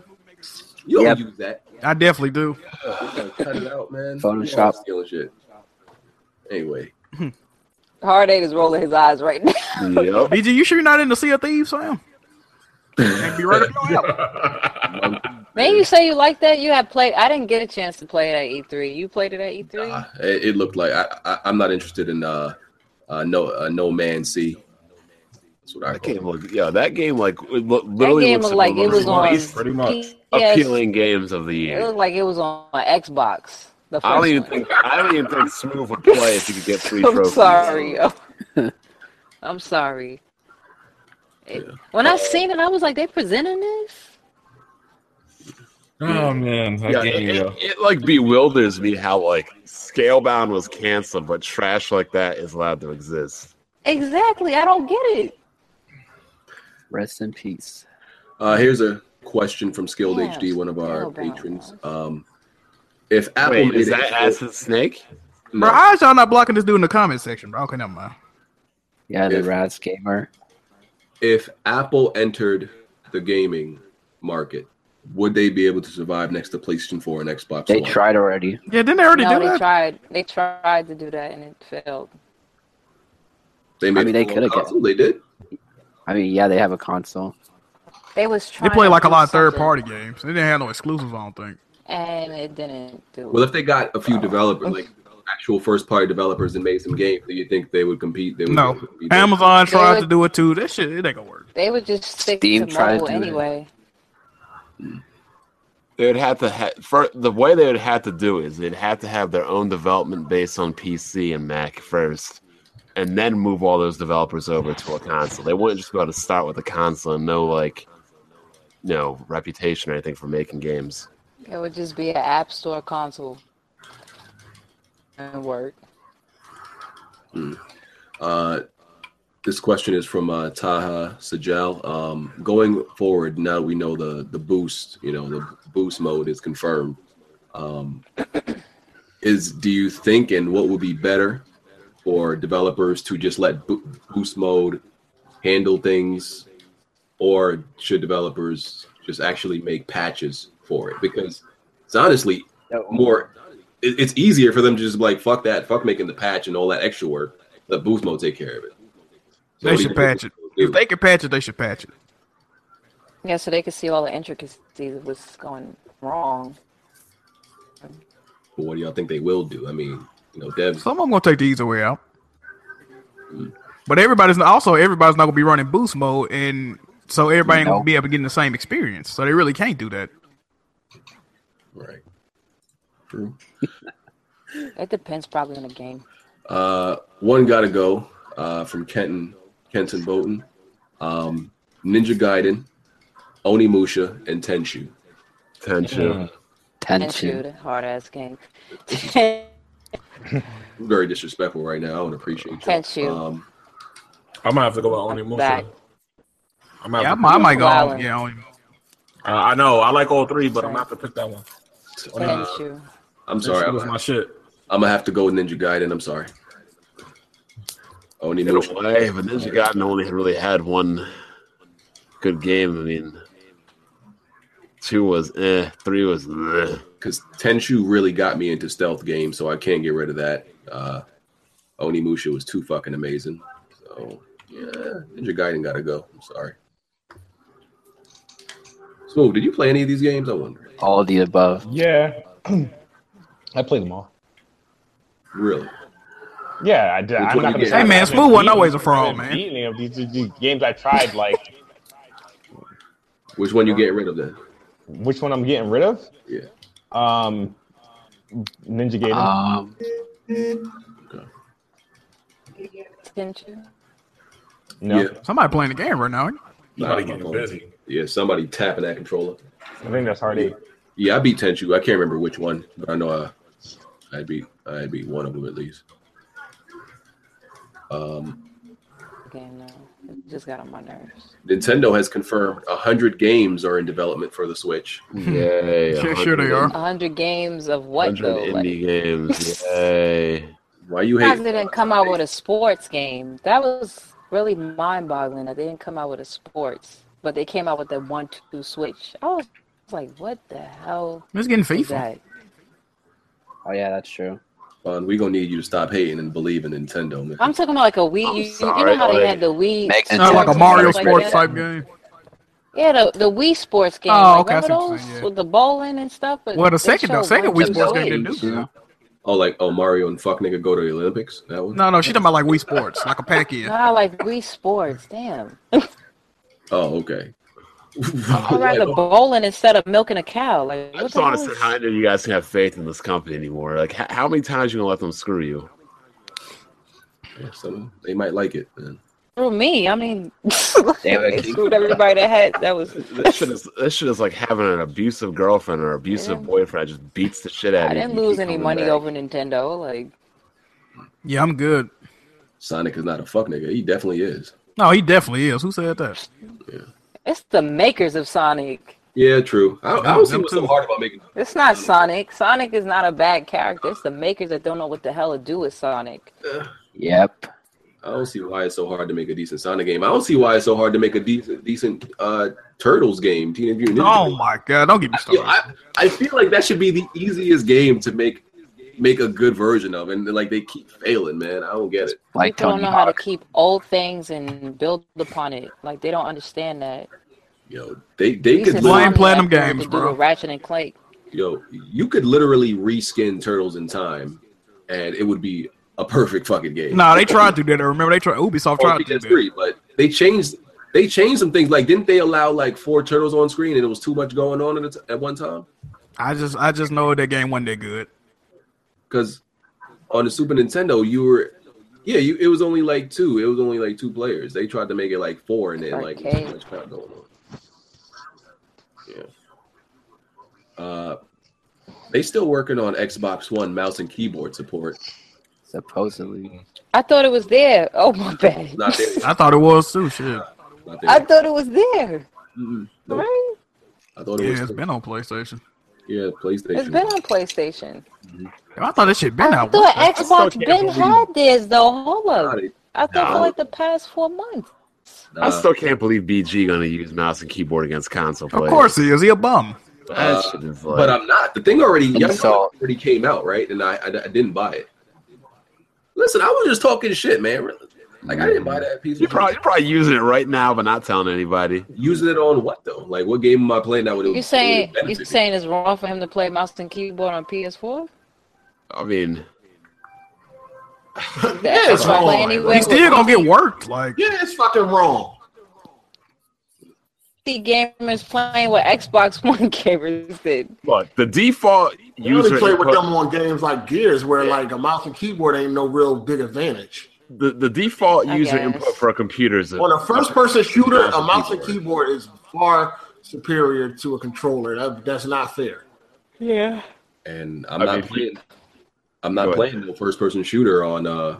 [SPEAKER 3] you don't
[SPEAKER 1] Yep.
[SPEAKER 3] use that.
[SPEAKER 4] I definitely do.
[SPEAKER 3] Cut it out, man.
[SPEAKER 1] Photoshop.
[SPEAKER 3] You all stealing shit. Anyway.
[SPEAKER 11] Hard eight is rolling his eyes right now.
[SPEAKER 10] Yep.
[SPEAKER 4] BG, you sure you're not in the Sea of Thieves, Sam? And be right up your alley.
[SPEAKER 11] Man, you say you like that? You had played. I didn't get a chance to play it at E3. You played it at E E3.
[SPEAKER 3] Nah, Uh, it, it looked like I, I, I'm not interested in uh, uh no uh, no man see. That's what I
[SPEAKER 10] That
[SPEAKER 3] call it.
[SPEAKER 10] game looked, yeah, that game like it lo-
[SPEAKER 11] that
[SPEAKER 10] literally
[SPEAKER 11] game
[SPEAKER 10] looks
[SPEAKER 11] looked like it
[SPEAKER 10] one of
[SPEAKER 11] was
[SPEAKER 10] the
[SPEAKER 11] on.
[SPEAKER 10] least
[SPEAKER 5] Pretty much.
[SPEAKER 11] PS
[SPEAKER 10] appealing games of the
[SPEAKER 11] It
[SPEAKER 10] year.
[SPEAKER 11] looked like it was on Xbox. The first
[SPEAKER 10] I don't even
[SPEAKER 11] one.
[SPEAKER 10] think I don't even think Smooth would play if you could get free
[SPEAKER 11] I'm
[SPEAKER 10] trophies.
[SPEAKER 11] sorry. I'm sorry. It- When I seen it, I was like, "They presenting this?"
[SPEAKER 5] Oh man, that
[SPEAKER 10] Yeah,
[SPEAKER 5] game,
[SPEAKER 10] it,
[SPEAKER 5] yo.
[SPEAKER 10] it, it, like bewilders me how like Scalebound was canceled, but trash like that is allowed to exist.
[SPEAKER 11] Exactly. I don't get it.
[SPEAKER 1] Rest in peace.
[SPEAKER 3] Uh, here's a question from Skilled
[SPEAKER 11] Yeah,
[SPEAKER 3] HD, one of our
[SPEAKER 11] Skilled Brown.
[SPEAKER 3] patrons. Um, if Apple
[SPEAKER 10] Wait,
[SPEAKER 3] made
[SPEAKER 10] is
[SPEAKER 3] it,
[SPEAKER 10] that Acid Snake?
[SPEAKER 3] No.
[SPEAKER 4] Bro, how is y'all not blocking this dude in the comment section, bro? Okay, never mind.
[SPEAKER 1] Yeah, the
[SPEAKER 3] If-
[SPEAKER 1] Rats gamer.
[SPEAKER 3] if Apple entered the gaming market, would they be able to survive next to PlayStation 4 and Xbox
[SPEAKER 1] They
[SPEAKER 3] One?
[SPEAKER 1] tried already.
[SPEAKER 4] Yeah, didn't they already do
[SPEAKER 11] No, they
[SPEAKER 4] that?
[SPEAKER 11] tried. They tried to do that and it failed.
[SPEAKER 3] They made
[SPEAKER 1] I mean,
[SPEAKER 3] a
[SPEAKER 1] they
[SPEAKER 3] full
[SPEAKER 1] coulda
[SPEAKER 3] console, They did.
[SPEAKER 1] I mean, yeah, they have a console.
[SPEAKER 11] They was
[SPEAKER 4] They
[SPEAKER 11] trying.
[SPEAKER 4] play
[SPEAKER 11] to
[SPEAKER 4] like a
[SPEAKER 11] do
[SPEAKER 4] lot of third
[SPEAKER 11] something,
[SPEAKER 4] party games. They didn't have no exclusives, I don't think.
[SPEAKER 11] and it didn't do.
[SPEAKER 3] Well,
[SPEAKER 11] it.
[SPEAKER 3] if they got a few developers, like actual first party developers, and made some games, do you think they would compete? They would
[SPEAKER 4] No.
[SPEAKER 3] compete there?
[SPEAKER 4] Amazon
[SPEAKER 11] They
[SPEAKER 4] tried
[SPEAKER 11] would-
[SPEAKER 4] to do it too. That shit, it ain't gonna work.
[SPEAKER 11] They would just stick
[SPEAKER 1] Steam
[SPEAKER 11] to
[SPEAKER 1] tried
[SPEAKER 11] mobile
[SPEAKER 1] to do that.
[SPEAKER 11] anyway.
[SPEAKER 10] They would have to ha- for the way they would have to do is they'd have to have their own development based on PC and Mac first, and then move all those developers over to a console. They wouldn't just be able to start with a console and no like, no reputation or anything for making games.
[SPEAKER 11] It would just be an app store console. And work.
[SPEAKER 3] Uh, this question is from uh, Taha Sajal. Um, going forward, now that we know the the boost, you know, the boost mode is confirmed. Um, is do you think and what would be better for developers to just let bo- boost mode handle things, or should developers just actually make patches for it? Because it's honestly more it- it's easier for them to just be like fuck that fuck making the patch and all that extra work let boost mode take care of it So
[SPEAKER 4] They
[SPEAKER 3] what do you think
[SPEAKER 4] should patch it.
[SPEAKER 3] they'll
[SPEAKER 4] If
[SPEAKER 3] do?
[SPEAKER 4] they can patch it, they should patch it.
[SPEAKER 11] Yeah, so they could see all the intricacies of what's going wrong.
[SPEAKER 3] but what do y'all think they will do i mean you know devs
[SPEAKER 4] Some of them gonna take the easy way out. But everybody's not, also everybody's not gonna be running boost mode, and so everybody ain't gonna
[SPEAKER 1] No.
[SPEAKER 4] be able to get the same experience. So they really can't do that.
[SPEAKER 3] right true
[SPEAKER 11] It depends probably on the game.
[SPEAKER 3] uh one gotta go uh from kenton kenton Bowden. um ninja gaiden onimusha and tenshu
[SPEAKER 10] Tension.
[SPEAKER 11] And
[SPEAKER 1] Tenchu.
[SPEAKER 11] shoot, a hard ass game.
[SPEAKER 3] I'm very disrespectful right now i don't appreciate you
[SPEAKER 1] Uh,
[SPEAKER 11] Tenchu.
[SPEAKER 3] um
[SPEAKER 5] I'm gonna have to go out on
[SPEAKER 11] Back.
[SPEAKER 5] emotion. I'm
[SPEAKER 4] Yeah, I
[SPEAKER 5] out.
[SPEAKER 4] might, I might go.
[SPEAKER 11] Wow.
[SPEAKER 4] Yeah, I don't even-
[SPEAKER 5] Uh, I know. I like all three, but I'm not to pick that one.
[SPEAKER 3] Thank
[SPEAKER 11] you.
[SPEAKER 3] uh, I'm sorry.
[SPEAKER 5] That was my shit.
[SPEAKER 3] I'm gonna have to go with Ninja Gaiden. I'm sorry. Oni
[SPEAKER 10] In a way, but Ninja Gaiden only really had one good game. I mean,
[SPEAKER 3] Two was eh. Three was
[SPEAKER 10] eh.
[SPEAKER 3] because Tenchu really got me into stealth games, so I can't get rid of that. Uh, Onimusha was too fucking amazing. So yeah, Ninja Gaiden gotta go. I'm sorry. Smooth, did you play any of these games? I wonder.
[SPEAKER 1] All of the above.
[SPEAKER 9] Yeah. I played them all.
[SPEAKER 3] Really?
[SPEAKER 9] Yeah, I did.
[SPEAKER 4] Which
[SPEAKER 9] I'm
[SPEAKER 4] one
[SPEAKER 9] not
[SPEAKER 4] you
[SPEAKER 9] gonna
[SPEAKER 4] get?
[SPEAKER 9] say
[SPEAKER 4] Hey,
[SPEAKER 9] I
[SPEAKER 4] man,
[SPEAKER 9] haven't
[SPEAKER 4] Smooth wasn't
[SPEAKER 9] beaten-
[SPEAKER 4] always a fraud,
[SPEAKER 9] I haven't
[SPEAKER 4] man.
[SPEAKER 9] beaten any of these, these- these games I tried, like
[SPEAKER 3] Which one you get rid of then?
[SPEAKER 9] which one I'm getting rid of?
[SPEAKER 3] Yeah.
[SPEAKER 9] Um, Ninja Gaiden.
[SPEAKER 11] Uh,
[SPEAKER 1] Um,
[SPEAKER 11] Didn't you?
[SPEAKER 9] No.
[SPEAKER 4] Somebody playing the game right now. ain't
[SPEAKER 3] Somebody getting busy. Yeah, somebody tapping that controller.
[SPEAKER 9] I think that's hard eight.
[SPEAKER 3] Yeah, I beat Tenchu. I can't remember which one, but I know I, I beat I beat one of them at least. Um,
[SPEAKER 11] Game now. It just got on my nerves.
[SPEAKER 3] Nintendo has confirmed hundred games are in development for the Switch.
[SPEAKER 10] Yay, Hmm. Sure- sure they 100.
[SPEAKER 11] A hundred games of what though? Like,
[SPEAKER 10] indie games. Yay.
[SPEAKER 3] Why you
[SPEAKER 11] Surprised
[SPEAKER 3] hate?
[SPEAKER 11] they didn't come out with a sports game. That was really mind-boggling that they didn't come out with a sports, but they came out with that one-two switch. I was like, what the hell?
[SPEAKER 4] It's getting FIFA.
[SPEAKER 11] was that?
[SPEAKER 1] Oh yeah, that's true.
[SPEAKER 3] Bon, we gonna need you to stop hating and believe in Nintendo, man.
[SPEAKER 11] I'm talking about like a Wii. You, you know
[SPEAKER 3] sorry,
[SPEAKER 11] how they
[SPEAKER 3] like-
[SPEAKER 11] had the Wii.
[SPEAKER 3] Make
[SPEAKER 11] sports
[SPEAKER 4] Sound like a
[SPEAKER 11] games
[SPEAKER 4] Mario
[SPEAKER 11] like
[SPEAKER 4] Sports
[SPEAKER 11] that?
[SPEAKER 4] type game.
[SPEAKER 11] Yeah, the, the Wii sports game.
[SPEAKER 4] Oh,
[SPEAKER 11] like,
[SPEAKER 4] okay, I
[SPEAKER 11] Remember
[SPEAKER 4] see what you're
[SPEAKER 11] those with the bowling and stuff? But
[SPEAKER 4] Well, the
[SPEAKER 11] they
[SPEAKER 4] second- the
[SPEAKER 11] showed
[SPEAKER 4] second
[SPEAKER 11] one
[SPEAKER 4] Wii sports game
[SPEAKER 11] switch.
[SPEAKER 4] didn't do so.
[SPEAKER 3] Oh, like oh Mario and fuck nigga go to the Olympics. That one.
[SPEAKER 4] No, no, she talking about like Wii Sports, like a Pac-Man.
[SPEAKER 11] Nah, like Wii sports. Damn.
[SPEAKER 3] Oh, okay. oh,
[SPEAKER 11] I'd rather bowling instead of milking a cow. Like,
[SPEAKER 10] I
[SPEAKER 11] what
[SPEAKER 10] just
[SPEAKER 11] the
[SPEAKER 10] want
[SPEAKER 11] hell?
[SPEAKER 10] to
[SPEAKER 11] is-
[SPEAKER 10] say how do you guys can have faith in this company anymore? Like, h- how many times you gonna let them screw you?
[SPEAKER 3] Yeah, so they might like it. Man.
[SPEAKER 11] Through me, I mean,
[SPEAKER 10] Damn it.
[SPEAKER 11] they screwed everybody that had that was.
[SPEAKER 10] This shit is this shit is like having an abusive girlfriend or abusive boyfriend that just beats the shit out
[SPEAKER 11] I
[SPEAKER 10] of you.
[SPEAKER 11] didn't
[SPEAKER 10] You
[SPEAKER 11] lose
[SPEAKER 10] keep
[SPEAKER 11] any
[SPEAKER 10] coming
[SPEAKER 11] money
[SPEAKER 10] back.
[SPEAKER 11] over Nintendo. Like,
[SPEAKER 4] Yeah, I'm good.
[SPEAKER 3] Sonic is not a fuck nigga. He definitely is.
[SPEAKER 4] No, he definitely is. Who said that?
[SPEAKER 11] it's the makers of Sonic.
[SPEAKER 3] Yeah, true. I, I don't see what's so hard about making.
[SPEAKER 11] It's not Sonic. Sonic is not a bad character. It's the makers that don't know what the hell to do with Sonic.
[SPEAKER 1] Yep.
[SPEAKER 3] I don't see why it's so hard to make a decent Sonic game. I don't see why it's so hard to make a decent decent uh, Turtles game. Teenage Mutant Ninja
[SPEAKER 4] Oh
[SPEAKER 3] Turtles.
[SPEAKER 4] my god, don't get me started.
[SPEAKER 3] I, I feel like that should be the easiest game to make make a good version of, and like they keep failing, man. I don't get it.
[SPEAKER 11] People don't know how to keep old things and build upon it. Like they don't understand that.
[SPEAKER 3] yo, they they
[SPEAKER 11] These
[SPEAKER 3] could
[SPEAKER 11] are
[SPEAKER 3] literally,
[SPEAKER 11] Sonic that had to do with Ratchet and Clank.
[SPEAKER 3] yo, you could literally reskin Turtles in time, and it would be a perfect fucking game.
[SPEAKER 4] Nah, they tried to do that. Remember, they tried. Ubisoft
[SPEAKER 3] on
[SPEAKER 4] tried to do that.
[SPEAKER 3] PS3, but they changed they changed some things. Like, didn't they allow like four turtles on screen, and it was too much going on at, a t- at one time?
[SPEAKER 4] I just, I just know that game wasn't that good.
[SPEAKER 3] Because on the Super Nintendo, you were yeah, you it was only like two. It was only like two players. They tried to make it like four, and then like it was too much crap going on. Yeah. Uh, they still working on Xbox One mouse and keyboard support.
[SPEAKER 1] Supposedly,
[SPEAKER 11] I thought it was there. Oh my bad.
[SPEAKER 3] not there.
[SPEAKER 4] I thought it was too. Shit.
[SPEAKER 3] Not
[SPEAKER 11] I
[SPEAKER 3] there.
[SPEAKER 11] thought it was there.
[SPEAKER 3] Mm-mm. Nope.
[SPEAKER 11] Right?
[SPEAKER 3] I thought it
[SPEAKER 4] Yeah,
[SPEAKER 3] was
[SPEAKER 4] it's been on PlayStation.
[SPEAKER 3] yeah PlayStation.
[SPEAKER 11] It's been on PlayStation.
[SPEAKER 4] I thought this shit been
[SPEAKER 11] I
[SPEAKER 4] out.
[SPEAKER 11] thought
[SPEAKER 4] What the-
[SPEAKER 11] Xbox been had theirs though. Hold up. I thought for like the past four months.
[SPEAKER 10] I still can't believe BG gonna use mouse and keyboard against console
[SPEAKER 4] Of
[SPEAKER 10] players.
[SPEAKER 4] course he is. He a bum.
[SPEAKER 10] That
[SPEAKER 3] Uh,
[SPEAKER 10] shit is like-
[SPEAKER 3] but I'm not. The thing already,
[SPEAKER 10] And
[SPEAKER 3] Young
[SPEAKER 10] so-
[SPEAKER 3] Thug already came out, right? And I, I, I didn't buy it. Listen, I was just talking shit, man. Like I didn't buy
[SPEAKER 4] Mm.
[SPEAKER 3] that piece.
[SPEAKER 10] You're probably, you're probably using it right now, but not telling anybody.
[SPEAKER 3] Using it on what though? Like what game am I playing that would?
[SPEAKER 11] You saying you saying it's wrong for him to play mouse and keyboard on PS4?
[SPEAKER 10] I mean,
[SPEAKER 11] That's
[SPEAKER 4] it's
[SPEAKER 11] why
[SPEAKER 4] wrong.
[SPEAKER 11] playing anywhere
[SPEAKER 4] He's still
[SPEAKER 11] with
[SPEAKER 4] gonna get worked. Like
[SPEAKER 7] yeah, it's fucking wrong.
[SPEAKER 11] PC gamers playing what Xbox One gamers did.
[SPEAKER 10] Look, the default
[SPEAKER 7] You only
[SPEAKER 10] user
[SPEAKER 7] play with
[SPEAKER 10] input-
[SPEAKER 7] them on games like Gears, where like a mouse and keyboard ain't no real big advantage.
[SPEAKER 10] the, the default
[SPEAKER 7] I
[SPEAKER 10] user
[SPEAKER 7] guess.
[SPEAKER 10] input for a computer is
[SPEAKER 7] On a first-person shooter, a mouse and keyboard is far superior to a controller. That, that's not fair.
[SPEAKER 11] Yeah.
[SPEAKER 3] And I'm
[SPEAKER 10] I
[SPEAKER 3] not
[SPEAKER 10] mean,
[SPEAKER 3] playing.
[SPEAKER 10] you-
[SPEAKER 3] I'm not
[SPEAKER 10] Go ahead.
[SPEAKER 3] playing no first-person shooter on uh,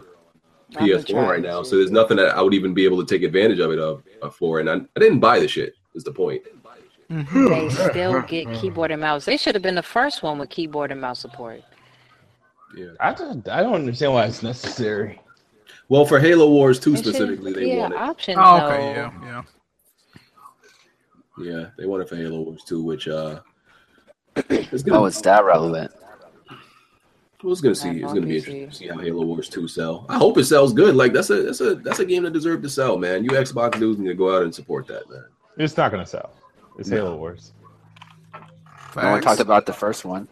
[SPEAKER 10] I've
[SPEAKER 3] PS4
[SPEAKER 10] been
[SPEAKER 3] right
[SPEAKER 10] trying
[SPEAKER 3] now. So there's nothing that I would even be able to take advantage of it of, of for. And I, I didn't buy the shit. Is the point?
[SPEAKER 4] mm-hmm.
[SPEAKER 11] they still get keyboard and mouse. They should have been the first one with keyboard and mouse support.
[SPEAKER 9] I don't, I don't understand why it's necessary.
[SPEAKER 3] Well, for Halo Wars 2
[SPEAKER 11] They should-
[SPEAKER 3] specifically, they
[SPEAKER 11] yeah,
[SPEAKER 3] want it.
[SPEAKER 11] option.
[SPEAKER 4] Oh, okay,
[SPEAKER 11] though.
[SPEAKER 4] yeah, yeah.
[SPEAKER 3] Yeah, they want it for Halo Wars 2, which uh, it's
[SPEAKER 1] Oh, it's that relevant.
[SPEAKER 3] Well, it's gonna see. It's gonna be interesting to see how Halo Wars Two sell. I hope it sells good. Like that's a that's a that's a game that deserved to sell, man. You Xbox dudes need to go out and support that, man.
[SPEAKER 9] It's not gonna sell. It's
[SPEAKER 3] No.
[SPEAKER 9] Halo Wars.
[SPEAKER 1] No one talked about the first one.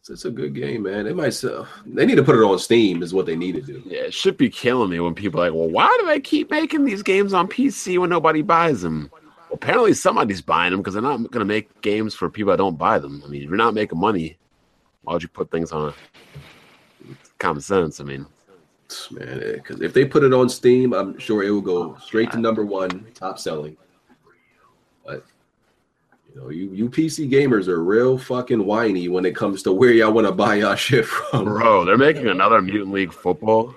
[SPEAKER 3] It's, it's a good game, man. They might sell. They need to put it on Steam. Is what they need to do.
[SPEAKER 10] Yeah, it should be killing me when people are like, well, why do they keep making these games on PC when nobody buys them? Well, apparently somebody's buying them because they're not going to make games for people that don't buy them. I mean, if you're not making money, why would you put things on? It's common sense. I mean,
[SPEAKER 3] man. Because if they put it on Steam, I'm sure it will go straight to number one, top selling. But you know, you you PC gamers are real fucking whiny when it comes to where y'all want to buy y'all shit from.
[SPEAKER 10] Bro, they're making another Mutant League Football.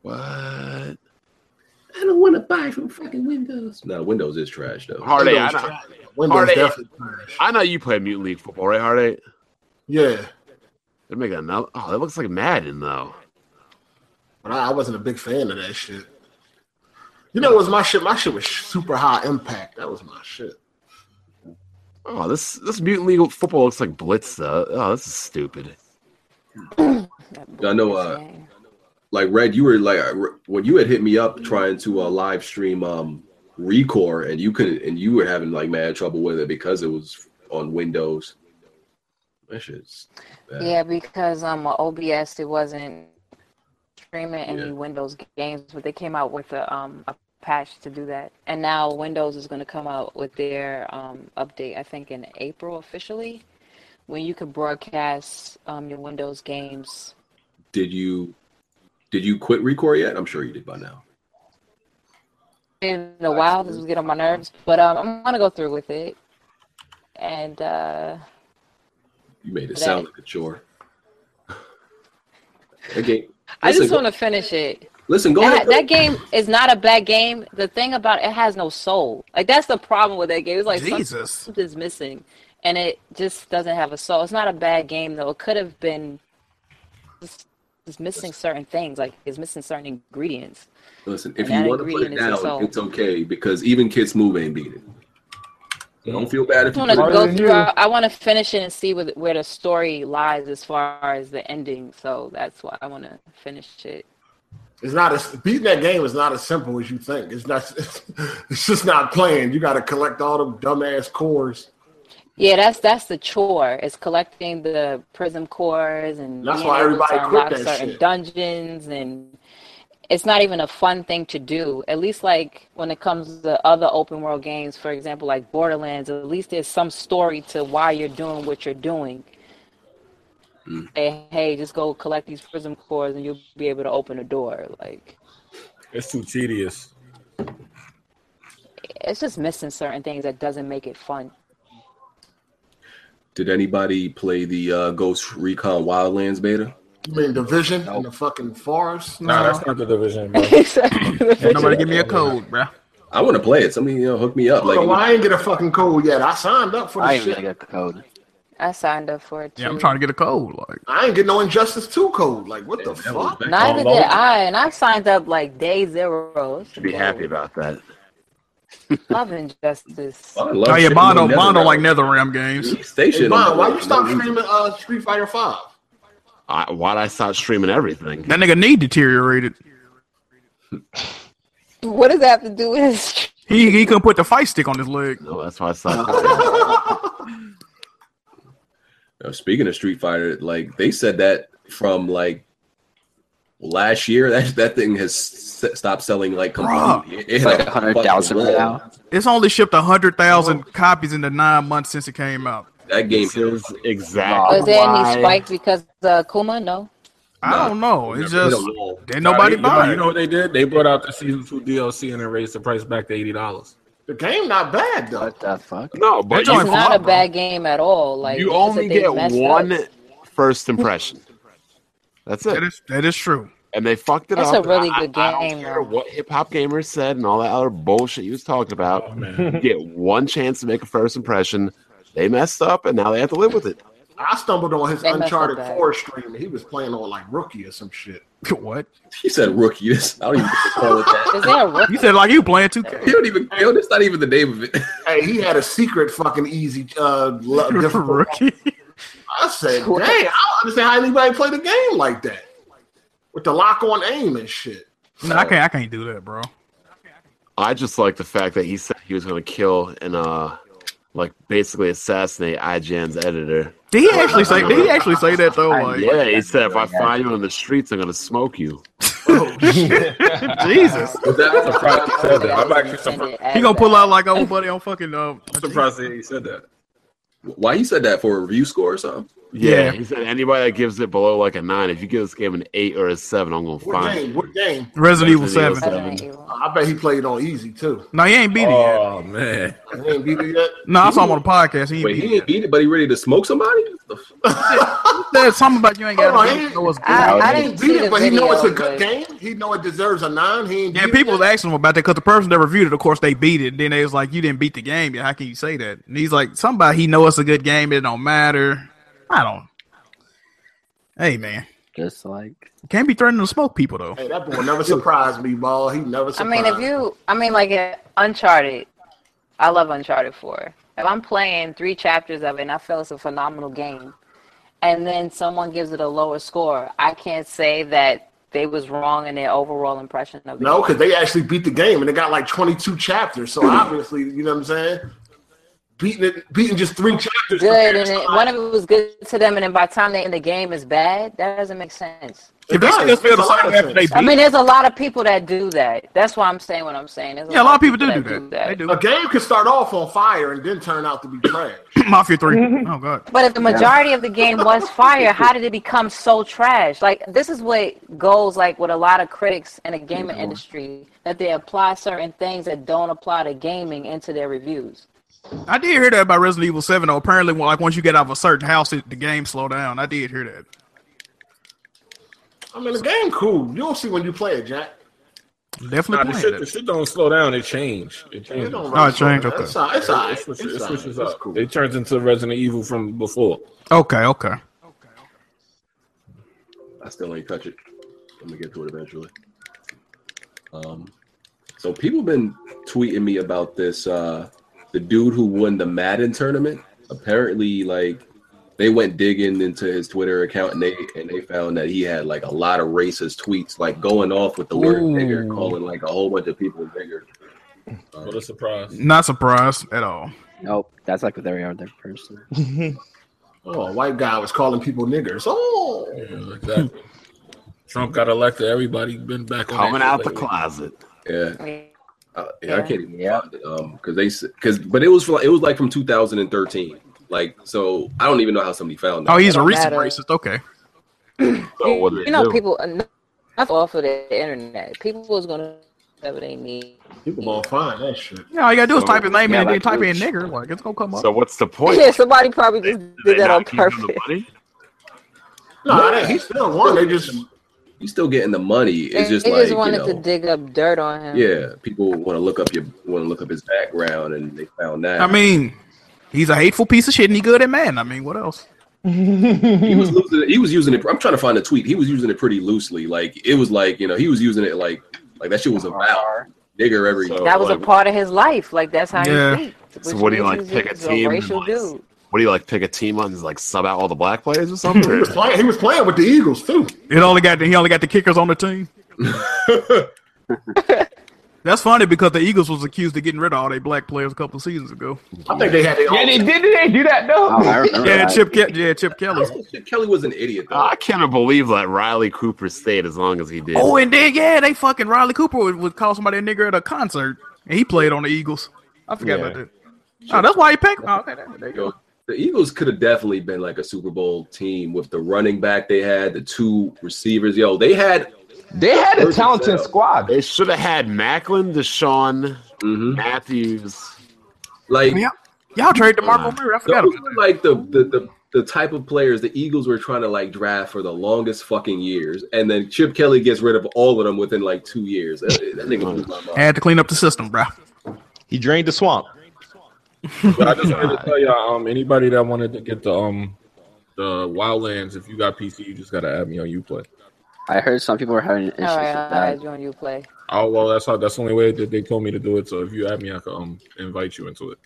[SPEAKER 10] What?
[SPEAKER 3] I don't want to buy from fucking Windows. No, Windows is trash though.
[SPEAKER 10] Hardy, I know,
[SPEAKER 7] Windows
[SPEAKER 10] Hardy,
[SPEAKER 7] definitely
[SPEAKER 10] I know you play Mutant League Football, right, Hardy?
[SPEAKER 7] Yeah,
[SPEAKER 10] They're making another. Oh, that looks like Madden though.
[SPEAKER 7] but I, I wasn't a big fan of that shit. You know, it was my shit. My shit was super high impact. That was my shit.
[SPEAKER 10] Oh, this this Mutant League Football looks like Blitz though. Oh, this is stupid.
[SPEAKER 3] I know, uh, like Red, you were like uh, re- when you had hit me up trying to uh, live stream um Recore, and you couldn't, and you were having like mad trouble with it because it was on Windows. That shit's bad.
[SPEAKER 11] Yeah, because um OBS it wasn't streaming any Windows games, but they came out with a um a patch to do that. And now Windows is going to come out with their um update I think in April officially when you can broadcast um your Windows games.
[SPEAKER 3] Did you did you quit Recore yet? I'm sure you did by now.
[SPEAKER 11] In a while this was getting on my nerves, but um I'm going to go through with it. And uh
[SPEAKER 3] You made it sound like a chore. okay,
[SPEAKER 11] I just
[SPEAKER 3] Listen,
[SPEAKER 11] want to finish it.
[SPEAKER 3] listen. Go ahead.
[SPEAKER 11] that, that game is not a bad game. The thing about it, it has no soul. Like that's the problem with that game. It's like some-
[SPEAKER 4] Jesus.
[SPEAKER 11] something's missing, and it just doesn't have a soul. It's not a bad game though. It could have been just, just missing certain things. Like it's missing certain ingredients.
[SPEAKER 3] Listen, if
[SPEAKER 11] And that
[SPEAKER 3] you want to put it
[SPEAKER 11] ingredient is the
[SPEAKER 3] down,
[SPEAKER 11] soul.
[SPEAKER 3] it's okay because even Kids Move ain't beat it. So Don't feel bad
[SPEAKER 11] I
[SPEAKER 3] if
[SPEAKER 11] just
[SPEAKER 3] you
[SPEAKER 11] want to
[SPEAKER 3] put it
[SPEAKER 11] go
[SPEAKER 3] down.
[SPEAKER 11] through. I want to finish it and see where, the- where the story lies as far as the ending. So that's why I want to finish it.
[SPEAKER 7] It's not as beating that game is not as simple as you think. It's not. It's, just not playing. You got to collect all them dumbass cores.
[SPEAKER 11] Yeah, that's that's the chore. It's collecting the prism cores and
[SPEAKER 7] That's
[SPEAKER 11] being
[SPEAKER 7] why
[SPEAKER 11] able
[SPEAKER 7] everybody
[SPEAKER 11] to
[SPEAKER 7] quit
[SPEAKER 11] unlock
[SPEAKER 7] that
[SPEAKER 11] certain
[SPEAKER 7] shit.
[SPEAKER 11] dungeons and it's not even a fun thing to do. At least like when it comes to other open world games, for example, like Borderlands, at least there's some story to why you're doing what you're doing.
[SPEAKER 7] Mm.
[SPEAKER 11] Say, hey, just go collect these prism cores and you'll be able to open a door. Like
[SPEAKER 5] It's too tedious.
[SPEAKER 11] it's just missing certain things that doesn't make it fun.
[SPEAKER 3] Did anybody play the uh, Ghost Recon Wildlands beta?
[SPEAKER 7] You mean division in the fucking forest?
[SPEAKER 5] Nah, that's not the division, bro.
[SPEAKER 7] exactly.
[SPEAKER 4] Nobody give me a code, bro.
[SPEAKER 3] I want to play it. Somebody you know, hook me up. Like,
[SPEAKER 7] well, I ain't get a fucking code yet. I signed up for
[SPEAKER 1] I
[SPEAKER 7] this
[SPEAKER 1] ain't
[SPEAKER 7] shit.
[SPEAKER 1] really got the code.
[SPEAKER 11] I signed up for it too.
[SPEAKER 4] Yeah, I'm trying to get a code. Like,
[SPEAKER 7] I ain't get no Injustice 2 code. Like, what the fuck?
[SPEAKER 11] Neither did I, and I signed up like day zero.
[SPEAKER 10] Should be happy about that.
[SPEAKER 11] Love injustice.
[SPEAKER 3] I love
[SPEAKER 4] oh yeah,
[SPEAKER 3] shitting
[SPEAKER 4] Mondo,
[SPEAKER 3] on Netherrealm.
[SPEAKER 4] Mondo like NetherRealm games.
[SPEAKER 7] Hey,
[SPEAKER 3] Station.
[SPEAKER 7] Bond, why you stop streaming uh, Street Fighter 5?
[SPEAKER 10] I, why'd I stop streaming everything?
[SPEAKER 4] That nigga need deteriorated.
[SPEAKER 11] What does that have to do with his?
[SPEAKER 4] He he couldn't put the fight stick on his leg.
[SPEAKER 10] No, that's why I stopped.
[SPEAKER 3] Now, Uh, speaking of Street Fighter, like they said that from like last year, that that thing has s- stopped selling like
[SPEAKER 4] Bruh.
[SPEAKER 3] completely. It- it
[SPEAKER 1] It's
[SPEAKER 3] hit
[SPEAKER 1] like
[SPEAKER 3] a fucking
[SPEAKER 1] 100,000 right
[SPEAKER 3] wall.
[SPEAKER 1] now.
[SPEAKER 4] It's only shipped hundred thousand copies in the nine months since it came out.
[SPEAKER 3] That game
[SPEAKER 10] This is
[SPEAKER 11] Was
[SPEAKER 10] exactly
[SPEAKER 11] there
[SPEAKER 10] why-
[SPEAKER 11] any spike because uh, Kuma? No.
[SPEAKER 4] I don't know. It's
[SPEAKER 3] Never hit
[SPEAKER 4] just
[SPEAKER 3] a wall.
[SPEAKER 4] did nobody
[SPEAKER 5] Nah, they-
[SPEAKER 4] buy
[SPEAKER 5] You know
[SPEAKER 4] it.
[SPEAKER 5] what they did? They brought out the season two DLC and then raised the price back to eighty dollars.
[SPEAKER 7] The game not bad, though.
[SPEAKER 1] What the fuck?
[SPEAKER 10] No, but
[SPEAKER 4] It's
[SPEAKER 10] you,
[SPEAKER 4] only
[SPEAKER 11] It's
[SPEAKER 4] Like,
[SPEAKER 11] not
[SPEAKER 4] why,
[SPEAKER 11] a
[SPEAKER 4] bro?
[SPEAKER 11] bad game at all. Like
[SPEAKER 10] you
[SPEAKER 11] it's just
[SPEAKER 10] only
[SPEAKER 11] that they
[SPEAKER 10] get
[SPEAKER 11] messed
[SPEAKER 10] one
[SPEAKER 11] up.
[SPEAKER 10] first impression. That's
[SPEAKER 4] That
[SPEAKER 10] it.
[SPEAKER 4] is that is true.
[SPEAKER 10] and they fucked it
[SPEAKER 11] That's
[SPEAKER 10] up.
[SPEAKER 11] a really
[SPEAKER 10] I-
[SPEAKER 11] good
[SPEAKER 10] I- I don't
[SPEAKER 11] game.
[SPEAKER 10] care what hip hop gamers said and all that other bullshit you was talking about. you get one chance to make a first impression. They messed up, and now they have to live with it.
[SPEAKER 7] I stumbled on his
[SPEAKER 11] They messed
[SPEAKER 7] Uncharted
[SPEAKER 11] up bad.
[SPEAKER 7] 4 stream. He was playing on like Rookie or some shit.
[SPEAKER 4] What?
[SPEAKER 3] He said rookie. This- I don't even think they call it that.
[SPEAKER 11] Is there a rookie?
[SPEAKER 4] You said like you playing 2K.
[SPEAKER 3] You don't even. Yo, that's not even the name of it.
[SPEAKER 7] Hey, he had a secret fucking easy uh lo- difficult-
[SPEAKER 4] Rookie.
[SPEAKER 7] I said, dang, I don't understand how anybody played a game like that. With the lock on aim and shit.
[SPEAKER 4] No, I can't. I can't do that, bro.
[SPEAKER 10] I just like the fact that he said he was going to kill and uh, like basically assassinate IGN's editor.
[SPEAKER 4] Did he actually say? Did he actually say that though? Like,
[SPEAKER 10] Yeah, he said if I find you on the streets, I'm going to smoke you.
[SPEAKER 4] Jesus,
[SPEAKER 5] Was that I'm surprised he said that? I'm actually surprised.
[SPEAKER 4] he gonna pull out like old buddy on fucking. Um,
[SPEAKER 5] I'm surprised he said that.
[SPEAKER 3] Why you said that for a review score or something?
[SPEAKER 10] Yeah,
[SPEAKER 4] Yeah.
[SPEAKER 10] he said anybody that gives it below like a nine, if you give this game an eight or a seven, I'm going to
[SPEAKER 7] What
[SPEAKER 10] find
[SPEAKER 7] game? What game?
[SPEAKER 4] Resident Evil
[SPEAKER 10] Resident Evil
[SPEAKER 4] Seven.
[SPEAKER 10] seven.
[SPEAKER 7] I bet he played on easy too.
[SPEAKER 4] No, he ain't beat it yet.
[SPEAKER 5] Oh man,
[SPEAKER 7] He ain't beat it yet.
[SPEAKER 4] No, I saw him on the podcast. He ain't
[SPEAKER 3] Wait,
[SPEAKER 4] beat
[SPEAKER 3] he ain't beat it, but he ready to smoke somebody? The f-
[SPEAKER 4] it. There's something about you ain't
[SPEAKER 7] Hold
[SPEAKER 4] got.
[SPEAKER 7] on,
[SPEAKER 4] to
[SPEAKER 7] he-
[SPEAKER 4] do it. It was good.
[SPEAKER 11] I, I
[SPEAKER 7] He
[SPEAKER 11] didn't
[SPEAKER 7] ain't
[SPEAKER 11] see
[SPEAKER 7] beat
[SPEAKER 11] the
[SPEAKER 7] it, but he
[SPEAKER 11] video,
[SPEAKER 7] know it's a
[SPEAKER 11] but-
[SPEAKER 7] good game. He know it deserves a nine. He ain't
[SPEAKER 4] Yeah,
[SPEAKER 7] beat
[SPEAKER 4] people
[SPEAKER 7] it
[SPEAKER 4] was asking him about that because the person that reviewed it, of course, they beat it. And then they was like, "You didn't beat the game. Yeah, how can you say that?" And he's like, "Somebody he know it's a good game. It don't matter. I don't." Hey man,
[SPEAKER 1] Just like
[SPEAKER 4] can't be threatening to smoke people though.
[SPEAKER 7] Hey, that boy never surprised me, ball. He never
[SPEAKER 11] I
[SPEAKER 7] surprised.
[SPEAKER 11] mean, if you, I mean, like uh, Uncharted, I love Uncharted 4. If I'm playing three chapters of it and I feel it's a phenomenal game, and then someone gives it a lower score, I can't say that they was wrong in their overall impression of the
[SPEAKER 7] No,
[SPEAKER 11] game.
[SPEAKER 7] because they actually beat the game and it got like 22 chapters. So obviously, you know what I'm saying? Beating it, beating just three chapters.
[SPEAKER 11] Good, and it, one of it was good to them, and then by the time they end the game is bad, that doesn't make sense.
[SPEAKER 4] If they
[SPEAKER 7] does.
[SPEAKER 4] still feel the
[SPEAKER 7] It's a lot
[SPEAKER 4] same
[SPEAKER 7] of
[SPEAKER 4] after they
[SPEAKER 7] sense.
[SPEAKER 4] beat,
[SPEAKER 11] I mean, there's a lot of people that do that. That's why I'm saying what I'm saying. There's
[SPEAKER 4] yeah, a lot of people do do that. They do.
[SPEAKER 7] A game can start off on fire and then turn out to be trash.
[SPEAKER 4] Mafia Three. Oh god.
[SPEAKER 11] But if the majority of the game was fire, how did it become so trash? Like this is what goes like with a lot of critics in the gaming industry that they apply certain things that don't apply to gaming into their reviews.
[SPEAKER 4] I did hear that about Resident Evil Seven. Though apparently, well, like once you get out of a certain house, it, the game slow down. I did hear that.
[SPEAKER 7] I mean, the game cool. You don't see when you play it, Jack.
[SPEAKER 4] I'm
[SPEAKER 5] nah,
[SPEAKER 4] Definitely
[SPEAKER 5] the
[SPEAKER 4] playing
[SPEAKER 5] shit, the
[SPEAKER 4] it.
[SPEAKER 5] shit don't slow down. It changed. It
[SPEAKER 7] It
[SPEAKER 5] changed.
[SPEAKER 7] don't
[SPEAKER 4] Oh, it changed, okay.
[SPEAKER 7] It's all right. It's all
[SPEAKER 5] It
[SPEAKER 7] right. It's
[SPEAKER 5] switches, it
[SPEAKER 7] all right.
[SPEAKER 5] switches
[SPEAKER 7] It's
[SPEAKER 5] up.
[SPEAKER 7] cool.
[SPEAKER 5] It turns into Resident Evil from before.
[SPEAKER 4] Okay, okay.
[SPEAKER 3] I still ain't touch it. I'm gonna get to it eventually. Um, so people been tweeting me about this. Uh, the dude who won the Madden tournament. Apparently, like they went digging into his Twitter account and they and they found that he had like a lot of racist tweets, like going off with the word nigger, calling like a whole bunch of people nigger.
[SPEAKER 5] What a surprise!
[SPEAKER 4] Not surprised at all.
[SPEAKER 1] nope, that's like their other person.
[SPEAKER 7] Oh, a white guy was calling people niggers. Oh,
[SPEAKER 5] Yeah, exactly. Trump got elected. Everybody been back on that
[SPEAKER 10] coming
[SPEAKER 5] shit
[SPEAKER 10] out the
[SPEAKER 5] lately.
[SPEAKER 10] closet.
[SPEAKER 3] Yeah, uh, yeah, I
[SPEAKER 11] Yeah.
[SPEAKER 3] can't even find it. Um, because they because but it was for, it was like from 2013. Like so, I don't even know how somebody found that.
[SPEAKER 4] Oh, he's a
[SPEAKER 11] don't
[SPEAKER 4] recent
[SPEAKER 11] matter.
[SPEAKER 4] racist. Okay.
[SPEAKER 10] So Oh, what did
[SPEAKER 11] You
[SPEAKER 10] they
[SPEAKER 11] know,
[SPEAKER 10] do?
[SPEAKER 11] people that's off of the internet. People is gonna do whatever they need.
[SPEAKER 7] people gonna find that shit.
[SPEAKER 4] Yeah, all you gotta do is
[SPEAKER 10] So,
[SPEAKER 4] type his name
[SPEAKER 10] yeah,
[SPEAKER 4] in and then
[SPEAKER 10] like
[SPEAKER 4] type in
[SPEAKER 10] this.
[SPEAKER 4] nigger. Like it's gonna come up.
[SPEAKER 10] So what's the point?
[SPEAKER 11] Yeah, somebody probably just
[SPEAKER 10] Did
[SPEAKER 11] did
[SPEAKER 10] they
[SPEAKER 11] that
[SPEAKER 10] not
[SPEAKER 11] on
[SPEAKER 10] give him the
[SPEAKER 11] purpose.
[SPEAKER 10] money?
[SPEAKER 7] No, that- he still won. They just
[SPEAKER 3] He's still getting the money. It's just
[SPEAKER 11] they
[SPEAKER 3] like
[SPEAKER 11] just wanted
[SPEAKER 3] you know,
[SPEAKER 11] to dig up dirt on him.
[SPEAKER 3] yeah, people want to look up your want to look up his background, and they found that.
[SPEAKER 4] I mean, he's a hateful piece of shit and he good at man. I mean, what else?
[SPEAKER 3] he was losing. He was using it. I'm trying to find a tweet. He was using it pretty loosely. Like it was like you know he was using it like like that shit was about nigger every.
[SPEAKER 10] So-
[SPEAKER 11] That was a
[SPEAKER 10] Like-
[SPEAKER 11] part of his life. Like that's how
[SPEAKER 4] Yeah.
[SPEAKER 11] he speaks.
[SPEAKER 10] So
[SPEAKER 11] which
[SPEAKER 10] what do you,
[SPEAKER 11] means
[SPEAKER 10] like, pick a
[SPEAKER 11] he's
[SPEAKER 10] team and,
[SPEAKER 11] Racial
[SPEAKER 10] like,
[SPEAKER 11] dude.
[SPEAKER 10] What do you like? Pick a team on and like sub out all the black players or something?
[SPEAKER 7] he was playing. He was playing with the Eagles too.
[SPEAKER 4] It only got he only got the kickers on the team. That's funny because the Eagles was accused of getting rid of all their black players a couple of seasons ago.
[SPEAKER 7] I think they had their
[SPEAKER 9] Yeah,
[SPEAKER 7] own.
[SPEAKER 9] they did. They do that though.
[SPEAKER 1] Oh, I remember
[SPEAKER 4] Yeah,
[SPEAKER 1] that.
[SPEAKER 4] Chip. Ke- yeah, Chip Kelly.
[SPEAKER 3] Kelly was an idiot though.
[SPEAKER 10] I cannot believe that Riley Cooper stayed as long as he did.
[SPEAKER 4] Oh, and then yeah, they fucking Riley Cooper would, would call somebody a nigger at a concert, and he played on the Eagles. I forgot
[SPEAKER 9] Yeah.
[SPEAKER 4] about that. Oh, that's why he picked. Oh, okay, there, there you
[SPEAKER 3] Yo,
[SPEAKER 4] go.
[SPEAKER 3] the Eagles could have definitely been like a Super Bowl team with the running back they had, the two receivers. Yo, they had.
[SPEAKER 9] They had a talented
[SPEAKER 3] Versatile.
[SPEAKER 9] squad.
[SPEAKER 10] They should have had Macklin, Deshaun,
[SPEAKER 3] mhm.
[SPEAKER 10] Matthews.
[SPEAKER 3] Like
[SPEAKER 4] Yeah. Y'all traded DeMarco
[SPEAKER 10] Uh,
[SPEAKER 4] Murray. I
[SPEAKER 3] those
[SPEAKER 4] forgot about
[SPEAKER 3] were
[SPEAKER 4] that.
[SPEAKER 3] like the, the the the type of players the Eagles were trying to like draft for the longest fucking years, and then Chip Kelly gets rid of all of them within like two years. That, that nigga blew my mind.
[SPEAKER 4] Had to clean up the system, bro.
[SPEAKER 9] He drained the swamp.
[SPEAKER 5] But I just wanted to tell y'all, um, anybody that wanted to get the um the Wildlands, if you got PC, you just gotta add me on UPlay.
[SPEAKER 1] I heard some people were having issues
[SPEAKER 11] All right,
[SPEAKER 1] with
[SPEAKER 11] I'll
[SPEAKER 1] that.
[SPEAKER 11] add you on your play.
[SPEAKER 5] Oh well, that's how. That's the only way that they told me to do it. So if you add me, I can um, invite you into it.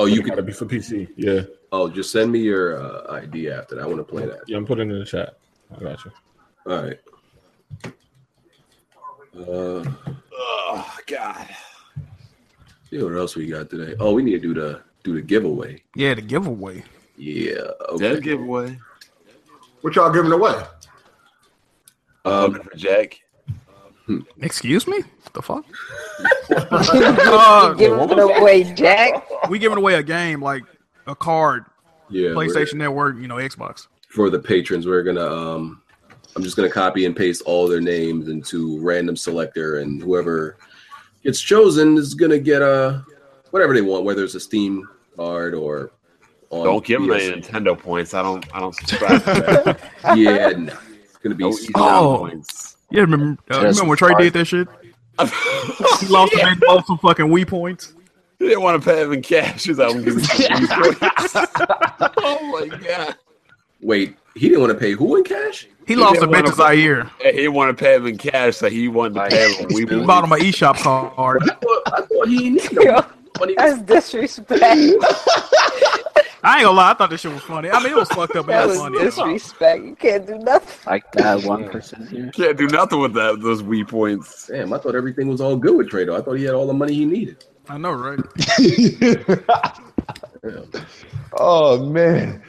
[SPEAKER 3] Oh, you
[SPEAKER 5] gotta be for PC. Yeah.
[SPEAKER 3] Oh, just send me your uh, ID after that. I want to play that.
[SPEAKER 5] Yeah, I'm putting it in the chat. I got you.
[SPEAKER 3] All right. Uh, oh God. See what else we got today? Oh, we need to do the do the giveaway.
[SPEAKER 4] Yeah, the giveaway.
[SPEAKER 3] Yeah. Okay.
[SPEAKER 2] giveaway.
[SPEAKER 7] What y'all giving away?
[SPEAKER 3] Um,
[SPEAKER 10] Jack.
[SPEAKER 4] Excuse me? What the fuck? Uh,
[SPEAKER 11] Give it away, Jack.
[SPEAKER 4] we giving away a game like a card,
[SPEAKER 3] Yeah. we're-
[SPEAKER 4] PlayStation Network, you know, Xbox.
[SPEAKER 3] for the patrons, we're gonna um I'm just gonna copy and paste all their names into random selector and whoever gets chosen is gonna get a whatever they want, whether it's a Steam card or on
[SPEAKER 10] Don't give him the
[SPEAKER 3] PS.
[SPEAKER 10] Nintendo points. I don't. I don't subscribe. To that.
[SPEAKER 3] Yeah, no. It's gonna be
[SPEAKER 10] No
[SPEAKER 3] Steam
[SPEAKER 10] Nintendo
[SPEAKER 3] points.
[SPEAKER 10] points.
[SPEAKER 4] Yeah, remember, uh,
[SPEAKER 3] Just
[SPEAKER 4] remember when Trey
[SPEAKER 3] card.
[SPEAKER 4] did that shit? he lost the big bowl for fucking Wii points.
[SPEAKER 10] He didn't want to pay him in cash. He's like, I'm giving him some points. oh my god.
[SPEAKER 3] Wait, he didn't want to pay who in cash?
[SPEAKER 4] He lost a bitch
[SPEAKER 10] didn't wanna-
[SPEAKER 4] to Zaire.
[SPEAKER 10] Hey, He didn't want to pay him in cash, so he wanted to pay him. We
[SPEAKER 4] He bought him an eShop card.
[SPEAKER 3] I thought, I thought he needed
[SPEAKER 11] Yo,
[SPEAKER 3] no money.
[SPEAKER 11] that's disrespect.
[SPEAKER 4] I ain't gonna lie, I thought this shit was funny. I mean, it was fucked up, but
[SPEAKER 11] That
[SPEAKER 4] it was
[SPEAKER 11] was
[SPEAKER 4] funny.
[SPEAKER 11] disrespect. You can't do nothing.
[SPEAKER 1] Like that one person here.
[SPEAKER 10] can't do nothing with that. Those Wii points.
[SPEAKER 3] Damn, I thought everything was all good with Trado. I thought he had all the money he needed.
[SPEAKER 4] I know, right?
[SPEAKER 3] Damn, that
[SPEAKER 9] Oh man.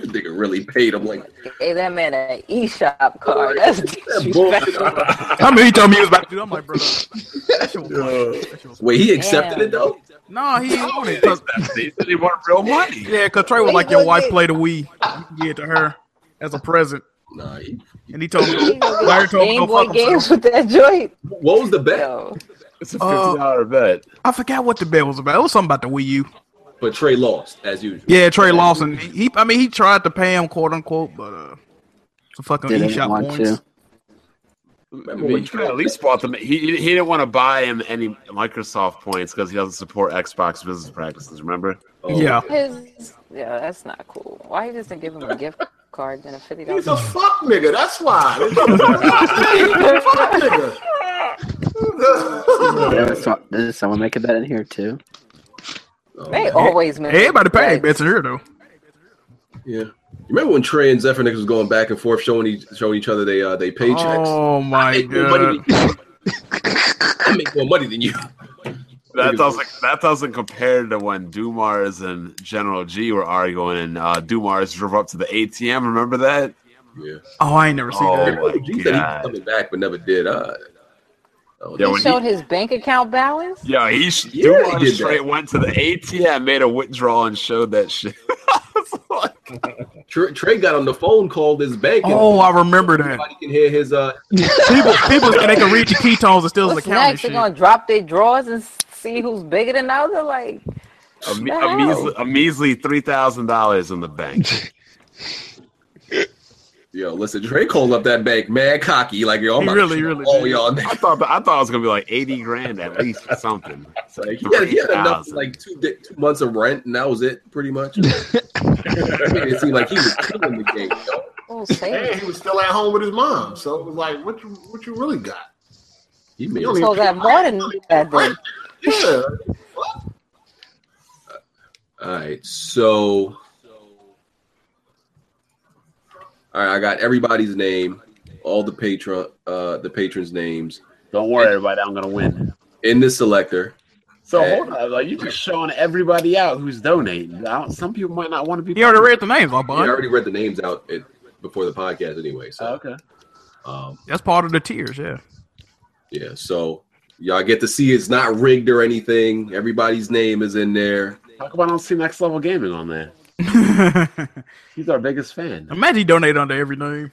[SPEAKER 3] nigga really paid him like
[SPEAKER 11] Hey, that man an eShop card. That's
[SPEAKER 3] that bullshit.
[SPEAKER 11] disrespect.
[SPEAKER 4] I mean, he told me he was about to do it. I'm like, bro, that shit was funny. That shit was-
[SPEAKER 3] Wait, he accepted
[SPEAKER 11] Damn.
[SPEAKER 3] it though?
[SPEAKER 4] No, he ain't on it. 'cause-
[SPEAKER 10] He said he wanted real money.
[SPEAKER 4] yeah, because Trey was like, your wife played a Wii. You can give it to her as a present.
[SPEAKER 3] Nah, he,
[SPEAKER 4] And he told
[SPEAKER 11] You
[SPEAKER 4] me,
[SPEAKER 11] gonna
[SPEAKER 4] Larry
[SPEAKER 11] get
[SPEAKER 4] told me,
[SPEAKER 11] Game
[SPEAKER 4] go
[SPEAKER 11] Boy
[SPEAKER 4] fuck himself.
[SPEAKER 11] games with that joint?
[SPEAKER 3] what was the bet?
[SPEAKER 11] Yo,
[SPEAKER 10] It's a
[SPEAKER 4] Uh,
[SPEAKER 10] fifty dollar bet.
[SPEAKER 4] I forgot what the bet was about. It was something about the Wii U.
[SPEAKER 3] But Trey lost as usual.
[SPEAKER 4] Yeah, Trey Lawson. He, he I mean, he tried to pay him, quote unquote, but uh, the fucking
[SPEAKER 1] Didn't
[SPEAKER 4] eShop
[SPEAKER 1] want
[SPEAKER 4] points.
[SPEAKER 1] to.
[SPEAKER 3] Remember when
[SPEAKER 10] you could at least bought them. He, he didn't want to buy him any Microsoft points because he doesn't support Xbox business practices. Remember?
[SPEAKER 3] Oh,
[SPEAKER 4] Yeah.
[SPEAKER 11] his yeah, that's not cool. Why he doesn't give him a gift card and a fifty
[SPEAKER 7] He's a
[SPEAKER 11] dollars?
[SPEAKER 7] fuck nigga. That's why. He's a fuck nigga.
[SPEAKER 1] There is some- Did someone make a bet in here too?
[SPEAKER 3] oh,
[SPEAKER 11] They always make
[SPEAKER 4] Everybody paid
[SPEAKER 11] mistakes.
[SPEAKER 4] bets in here, though.
[SPEAKER 3] Yeah. Remember when Trey and Zephyrnix was going back and forth showing each showing each other they uh they paychecks?
[SPEAKER 4] Oh, my
[SPEAKER 3] make more money
[SPEAKER 4] God.
[SPEAKER 3] than you. I make more money than you.
[SPEAKER 10] That doesn't that doesn't compare to when Dumars and General G were arguing, and uh, Dumars drove up to the ATM. Remember that?
[SPEAKER 3] Yeah.
[SPEAKER 4] Oh, I ain't never seen
[SPEAKER 10] Oh,
[SPEAKER 4] that.
[SPEAKER 10] my
[SPEAKER 3] G said he was
[SPEAKER 10] God.
[SPEAKER 3] coming back but never did. Uh, oh,
[SPEAKER 10] Yeah,
[SPEAKER 3] this-
[SPEAKER 10] when
[SPEAKER 11] He
[SPEAKER 10] he-
[SPEAKER 11] showed his bank account balance.
[SPEAKER 10] Yeah, he sh-
[SPEAKER 3] Yeah, he
[SPEAKER 10] Dumars
[SPEAKER 3] did that.
[SPEAKER 10] straight went to the ATM, made a withdrawal, and showed that shit. It's like-
[SPEAKER 3] Trey, Trey got on the phone, called his bank. and
[SPEAKER 4] Oh, I remember that.
[SPEAKER 3] Everybody can hear his uh.
[SPEAKER 4] People, people, and they can read the ketones and still
[SPEAKER 11] What's
[SPEAKER 4] account and
[SPEAKER 11] next? They're
[SPEAKER 4] shit.
[SPEAKER 11] gonna drop their drawers and s- see who's bigger than the other. Like,
[SPEAKER 10] a, me-
[SPEAKER 11] Wow.
[SPEAKER 10] a measly, a measly three thousand dollars in the bank.
[SPEAKER 3] Yo, listen, Trey called up that bank, mad cocky, like yo, I'm
[SPEAKER 4] He
[SPEAKER 3] about
[SPEAKER 4] really,
[SPEAKER 3] to show
[SPEAKER 4] really
[SPEAKER 3] all
[SPEAKER 4] did.
[SPEAKER 3] y'all.
[SPEAKER 10] I thought I thought it was gonna be like eighty grand at least or something. It's
[SPEAKER 3] Like,
[SPEAKER 10] like
[SPEAKER 3] he, had, he had enough
[SPEAKER 10] 3,000.
[SPEAKER 3] like two di- two months of rent, and that was it, pretty much. it seemed like he was killing the game. Yo.
[SPEAKER 11] oh, say
[SPEAKER 7] And he was still at home with his mom, so it was like, what you what you really got?
[SPEAKER 3] He made
[SPEAKER 7] You don't
[SPEAKER 3] it.
[SPEAKER 11] so that more than that then.
[SPEAKER 7] Yeah.
[SPEAKER 3] All right, so. All right, I got everybody's name, all the patron, uh, the patrons' names
[SPEAKER 10] Don't worry, everybody. I'm gonna win.
[SPEAKER 3] in this selector.
[SPEAKER 10] So hold on, like you just showing everybody out who's donating. I don't, some people might not want to be.
[SPEAKER 4] He already read the names, all
[SPEAKER 3] I
[SPEAKER 4] bun.
[SPEAKER 3] already read the names out it, before the podcast, anyway.
[SPEAKER 10] Oh,
[SPEAKER 3] So,
[SPEAKER 10] okay.
[SPEAKER 3] um,
[SPEAKER 4] That's part of the tears, yeah.
[SPEAKER 3] yeah, so y'all get to see it's not rigged or anything. Everybody's name is in there.
[SPEAKER 10] How come I don't see Next Level Gaming on there? He's our biggest fan.
[SPEAKER 4] Imagine he donate under every name.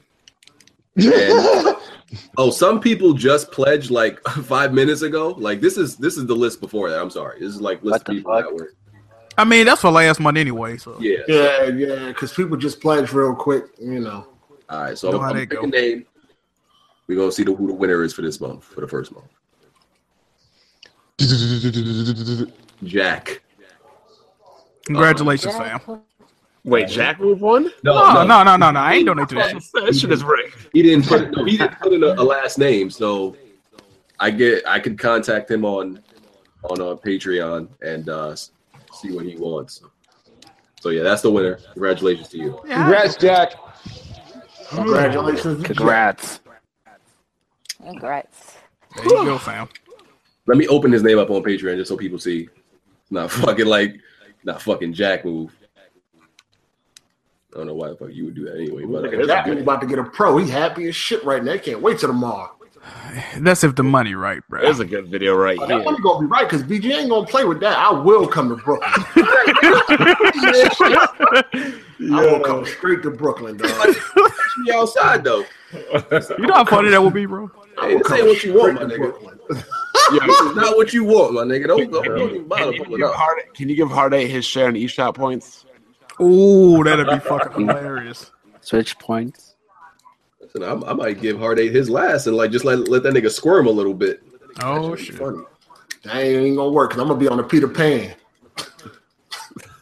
[SPEAKER 3] And, oh, some people just pledged like five minutes ago. Like this is this is the list before that. I'm sorry. This is like list
[SPEAKER 1] What
[SPEAKER 3] of
[SPEAKER 1] the
[SPEAKER 3] people
[SPEAKER 1] fuck?
[SPEAKER 3] that were
[SPEAKER 4] I mean, that's for last month anyway. So
[SPEAKER 3] yeah,
[SPEAKER 7] yeah, yeah, because people just pledge real quick, you know.
[SPEAKER 3] All right, so
[SPEAKER 7] Know
[SPEAKER 3] I'm,
[SPEAKER 7] how
[SPEAKER 3] I'm
[SPEAKER 7] they
[SPEAKER 3] picking a name. We're gonna see the, who the winner is for this month, for the first month. Jack.
[SPEAKER 4] congratulations, fam.
[SPEAKER 11] Oh,
[SPEAKER 10] Wait, Jack moved on?
[SPEAKER 4] No, no, no, no, no. I ain't donating that shit.
[SPEAKER 10] That shit is rigged.
[SPEAKER 3] He didn't put no, he didn't put in a, a last name, so I get I could contact him on on uh, Patreon and uh, s- see what he wants. So yeah, that's the winner. Congratulations to you.
[SPEAKER 9] Congrats, Jack.
[SPEAKER 7] Congratulations.
[SPEAKER 1] Congrats.
[SPEAKER 11] Congrats.
[SPEAKER 4] There you go, fam.
[SPEAKER 3] Let me open his name up on Patreon just so people see. Not fucking like not fucking Jack move. I don't know why the fuck you would do that anyway. But uh,
[SPEAKER 7] Look at that dude about to get a pro. He happy as shit right now. He can't wait till tomorrow.
[SPEAKER 4] That's if the money right, bro.
[SPEAKER 10] There's a good video right
[SPEAKER 7] But
[SPEAKER 10] here.
[SPEAKER 7] that one gonna be right because BG ain't gonna play with that. I will come to Brooklyn. I will come straight to Brooklyn, dog.
[SPEAKER 3] you outside though.
[SPEAKER 4] You know how funny that would be, bro.
[SPEAKER 3] Hey, this ain't what you want, my nigga. yeah, this is not what you want, my nigga. Don't, don't, don't even bother pulling up.
[SPEAKER 10] Hard- Can you give Hard Eight his share in eShot points?
[SPEAKER 4] Ooh, that'd be fucking hilarious.
[SPEAKER 1] Switch points.
[SPEAKER 3] Listen, I, I might give Hard Eight his last and like just let let that nigga squirm a little bit.
[SPEAKER 4] Oh shit.
[SPEAKER 3] Funny.
[SPEAKER 7] That ain't gonna work because I'm gonna be on the Peter Pan.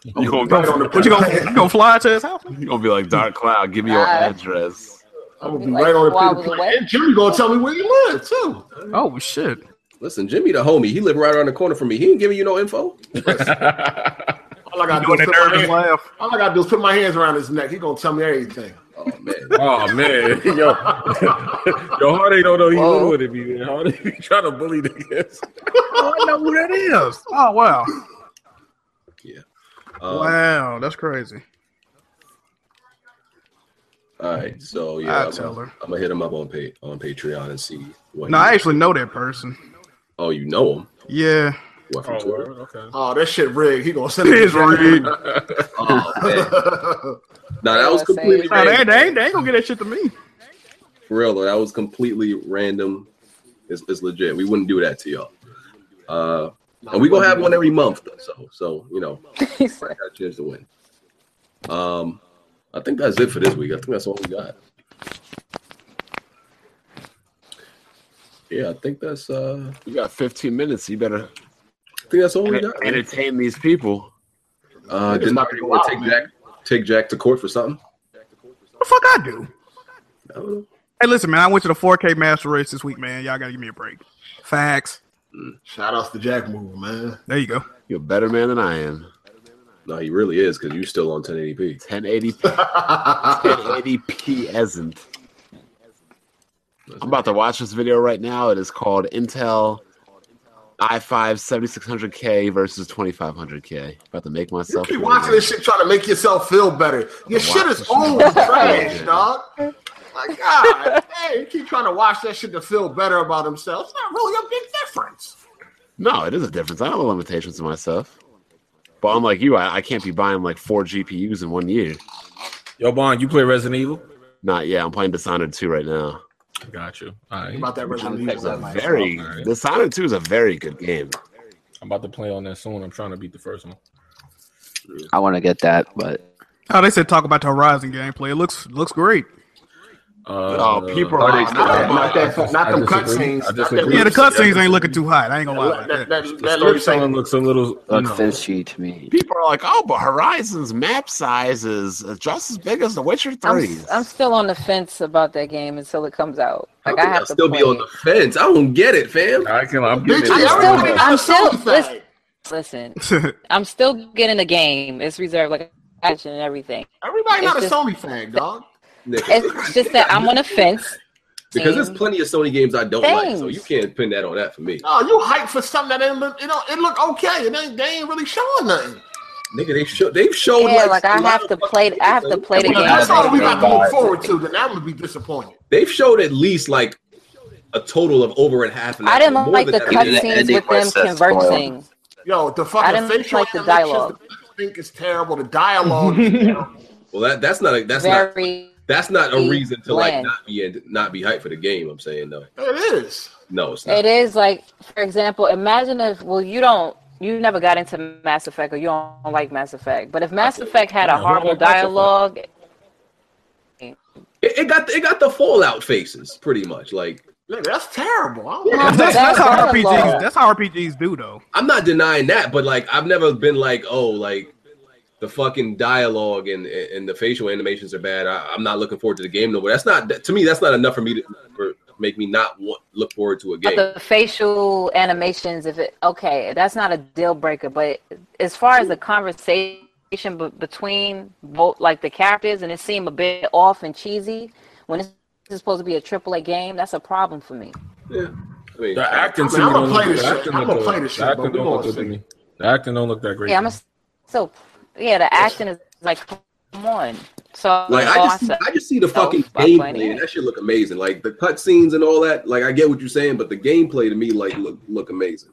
[SPEAKER 10] You gonna,
[SPEAKER 7] Right on the
[SPEAKER 4] Oh, What you gonna you gonna fly to his house?
[SPEAKER 10] you gonna be like Dark Cloud? Give me your address.
[SPEAKER 7] I'm gonna be right on the Peter Pan. And Jimmy gonna tell me where you live too.
[SPEAKER 4] Oh shit.
[SPEAKER 3] Listen, Jimmy the homie, he live right around the corner from me. He ain't giving you no info.
[SPEAKER 7] All I gotta do is put my hands, all I gotta do is put my hands around his neck. He gonna tell me everything.
[SPEAKER 3] Oh man.
[SPEAKER 5] Oh man, yo, yo, Hardy don't know he little with it. man. Hardy be trying to bully the kids.
[SPEAKER 4] Oh, I know who that is. Oh wow.
[SPEAKER 10] Uh,
[SPEAKER 3] Um,
[SPEAKER 4] wow, that's crazy.
[SPEAKER 3] All right, so
[SPEAKER 4] I'll
[SPEAKER 3] yeah, I'm,
[SPEAKER 4] tell her.
[SPEAKER 3] gonna- I'm gonna hit him up on pay, on Patreon and see what.
[SPEAKER 4] No,
[SPEAKER 3] he-
[SPEAKER 4] I actually know that person.
[SPEAKER 3] oh, you know him?
[SPEAKER 4] Yeah.
[SPEAKER 3] What from
[SPEAKER 5] Oh,
[SPEAKER 3] Twitter?
[SPEAKER 5] word, okay.
[SPEAKER 7] Oh, that shit rigged. He gonna send
[SPEAKER 4] It is rigged.
[SPEAKER 3] Oh man,
[SPEAKER 7] rigged.
[SPEAKER 3] no, that was
[SPEAKER 11] Yeah, same.
[SPEAKER 3] completely
[SPEAKER 4] No, they,
[SPEAKER 3] random.
[SPEAKER 4] they, ain't- they ain't gonna get that shit to me.
[SPEAKER 3] For real though, that was completely random. It's, it's legit. We wouldn't do that to y'all. Uh, and we gonna have one every month, though, so so you know,
[SPEAKER 11] He said,
[SPEAKER 3] got a chance to win. Um, I think that's it for this week. I think that's all we got. Yeah, I think that's uh,
[SPEAKER 10] You got 15 minutes. You better
[SPEAKER 3] I think that's all we got. man.
[SPEAKER 10] entertain these people.
[SPEAKER 3] Uh,
[SPEAKER 7] Niggas
[SPEAKER 3] didn't
[SPEAKER 7] about to
[SPEAKER 3] Hardy
[SPEAKER 7] go
[SPEAKER 3] wanna
[SPEAKER 7] out,
[SPEAKER 3] take
[SPEAKER 7] man.
[SPEAKER 3] Jack take Jack to court for something?
[SPEAKER 4] What the fuck I do?
[SPEAKER 3] I don't know.
[SPEAKER 4] Hey, listen, man, I went to the 4K Master Race this week, man. Y'all gotta give me a break. Facts.
[SPEAKER 7] Shout outs to Jack Move, man.
[SPEAKER 4] There you go.
[SPEAKER 10] You're a better man than I am.
[SPEAKER 3] No, he really is because you're still on 1080p.
[SPEAKER 10] 1080p, 1080p isn't. I'm about to watch this video right now. It is called Intel i5 7600K versus 2500K. About to make
[SPEAKER 7] You
[SPEAKER 10] myself.
[SPEAKER 7] keep watching this shit trying to make yourself feel better. Your shit is
[SPEAKER 10] this shit.
[SPEAKER 7] always trash, dog. My God. Hey, you keep trying to watch that shit to feel better about himself. It's not really a big difference.
[SPEAKER 10] No, it is a difference. I know the limitations of myself. But unlike you, I, I can't be buying like four GPUs in one year.
[SPEAKER 5] Yo, Bond, you play Resident Evil?
[SPEAKER 10] Not yet. I'm playing Dishonored 2 right now.
[SPEAKER 5] Got you. All right.
[SPEAKER 7] Think about that Resident
[SPEAKER 10] It's
[SPEAKER 7] Evil.
[SPEAKER 10] a very Dishonored 2 is a very good game.
[SPEAKER 5] I'm about to play on that soon. I'm trying to beat the first one.
[SPEAKER 1] I want to get that, but
[SPEAKER 4] Oh, they said talk about the Horizon gameplay. It looks looks great.
[SPEAKER 5] Uh,
[SPEAKER 10] oh, people
[SPEAKER 7] Oh,
[SPEAKER 10] are
[SPEAKER 7] not, that, not, that, not
[SPEAKER 5] I
[SPEAKER 7] them
[SPEAKER 5] disagree. I
[SPEAKER 7] cutscenes. Not
[SPEAKER 5] disagree.
[SPEAKER 7] them
[SPEAKER 4] Yeah, the
[SPEAKER 7] cutscenes.
[SPEAKER 4] cutscenes ain't looking too hot. I ain't gonna lie
[SPEAKER 7] That,
[SPEAKER 4] about
[SPEAKER 7] that,
[SPEAKER 4] that.
[SPEAKER 7] that,
[SPEAKER 5] The
[SPEAKER 7] that lip
[SPEAKER 5] storytelling
[SPEAKER 7] sync.
[SPEAKER 5] looks a little.
[SPEAKER 1] looks
[SPEAKER 5] no.
[SPEAKER 1] fishy to me.
[SPEAKER 10] people are like, oh, but Horizon's map size is just as big as The Witcher 3.
[SPEAKER 11] I'm, s- I'm still on the fence about that game until it comes out. Like
[SPEAKER 3] How can
[SPEAKER 11] I
[SPEAKER 3] y'all
[SPEAKER 11] have to
[SPEAKER 3] still
[SPEAKER 11] play
[SPEAKER 3] be on the
[SPEAKER 11] it.
[SPEAKER 3] fence. I don't get it, fam.
[SPEAKER 5] I can. I'm
[SPEAKER 7] Bitch,
[SPEAKER 5] getting
[SPEAKER 11] I'm
[SPEAKER 5] it.
[SPEAKER 11] still-
[SPEAKER 7] everybody got
[SPEAKER 11] I'm
[SPEAKER 7] a
[SPEAKER 11] still-
[SPEAKER 7] selfie.
[SPEAKER 11] listen. Listen,
[SPEAKER 4] That,
[SPEAKER 11] I'm still getting the game. It's reserved, like action and everything.
[SPEAKER 7] Everybody not
[SPEAKER 11] It's
[SPEAKER 7] a
[SPEAKER 11] just-
[SPEAKER 7] Sony fag, dog.
[SPEAKER 3] Nigga.
[SPEAKER 11] It's just that I'm on a fence.
[SPEAKER 3] Because there's plenty of Sony games I don't like, so
[SPEAKER 11] Things.
[SPEAKER 3] you can't pin that on that for me.
[SPEAKER 7] No, you hype for something that ain't look, you know, it look okay. It ain't, they ain't really showing nothing.
[SPEAKER 3] Nigga, they show, they've shown
[SPEAKER 11] Yeah,
[SPEAKER 3] like,
[SPEAKER 11] like I
[SPEAKER 3] a lot
[SPEAKER 11] have
[SPEAKER 3] of
[SPEAKER 11] to
[SPEAKER 3] fucking
[SPEAKER 11] play.
[SPEAKER 3] games,
[SPEAKER 11] I have to
[SPEAKER 3] though.
[SPEAKER 11] play the
[SPEAKER 7] Well,
[SPEAKER 11] game.
[SPEAKER 7] that's all we got to look
[SPEAKER 11] Like,
[SPEAKER 7] forward to. Then I'm gonna be disappointed.
[SPEAKER 3] They've showed at least like a total of over and half. An
[SPEAKER 11] I
[SPEAKER 3] hour,
[SPEAKER 11] didn't like
[SPEAKER 3] than
[SPEAKER 11] the
[SPEAKER 3] that in
[SPEAKER 1] cut-
[SPEAKER 3] that.
[SPEAKER 11] cutscenes
[SPEAKER 1] ending
[SPEAKER 11] with
[SPEAKER 1] where
[SPEAKER 11] them
[SPEAKER 1] it says
[SPEAKER 11] conversing.
[SPEAKER 7] Yo, the
[SPEAKER 11] I
[SPEAKER 7] fucking
[SPEAKER 11] didn't
[SPEAKER 7] facial
[SPEAKER 11] like the
[SPEAKER 7] animations,
[SPEAKER 11] dialogue.
[SPEAKER 7] the think is terrible. The dialogue is terrible.
[SPEAKER 3] Well, that that's not a, that's not
[SPEAKER 11] Very.
[SPEAKER 3] that's not a reason to like
[SPEAKER 11] bland.
[SPEAKER 3] not be in, not be hyped for the game. I'm saying though,
[SPEAKER 7] It is.
[SPEAKER 3] no, it's not.
[SPEAKER 11] It is like, for example, imagine if well, you don't you never got into Mass Effect or you don't like Mass Effect. But if Mass Effect had
[SPEAKER 3] Yeah,
[SPEAKER 11] a
[SPEAKER 3] who
[SPEAKER 11] horrible
[SPEAKER 3] like Mass Effect?
[SPEAKER 11] dialogue,
[SPEAKER 3] It, it got it got the Fallout faces pretty much. Like
[SPEAKER 7] that's terrible. I don't know.
[SPEAKER 4] That's, that's how RPGs. That's how RPGs do though.
[SPEAKER 3] I'm not denying that, but like I've never been like, oh, like the fucking dialogue and and the facial animations are bad. I, I'm not looking forward to the game no more. That's not to me. That's not enough for me to for, make me not want, look forward to a
[SPEAKER 11] But
[SPEAKER 3] game.
[SPEAKER 11] the facial animations, if it okay, that's not a deal breaker. But as far as the conversation be- between both, like the characters, and it seemed a bit off and cheesy when it's it's supposed to be a triple A game, that's a problem for me.
[SPEAKER 3] I mean,
[SPEAKER 5] the acting.
[SPEAKER 11] I mean,
[SPEAKER 5] to me
[SPEAKER 11] I'ma
[SPEAKER 5] don't
[SPEAKER 11] play
[SPEAKER 5] look-
[SPEAKER 11] this
[SPEAKER 5] the
[SPEAKER 11] shit.
[SPEAKER 5] acting
[SPEAKER 11] I'ma
[SPEAKER 5] look good.
[SPEAKER 11] play this shit,
[SPEAKER 5] The acting
[SPEAKER 11] but we
[SPEAKER 5] don't
[SPEAKER 11] gonna
[SPEAKER 5] look good to
[SPEAKER 11] see.
[SPEAKER 5] me. The acting don't look that great.
[SPEAKER 11] Yeah,
[SPEAKER 5] to me.
[SPEAKER 11] I'm a, so yeah. The acting is like, come on. So
[SPEAKER 3] Like I
[SPEAKER 11] oh,
[SPEAKER 3] just, see,
[SPEAKER 11] said-
[SPEAKER 3] I just see the
[SPEAKER 11] no,
[SPEAKER 3] fucking
[SPEAKER 11] I'm playing
[SPEAKER 3] gameplay.
[SPEAKER 11] it.
[SPEAKER 3] And that shit look amazing. Like the cutscenes and all that. Like I get what you're saying, but the gameplay to me like look look amazing.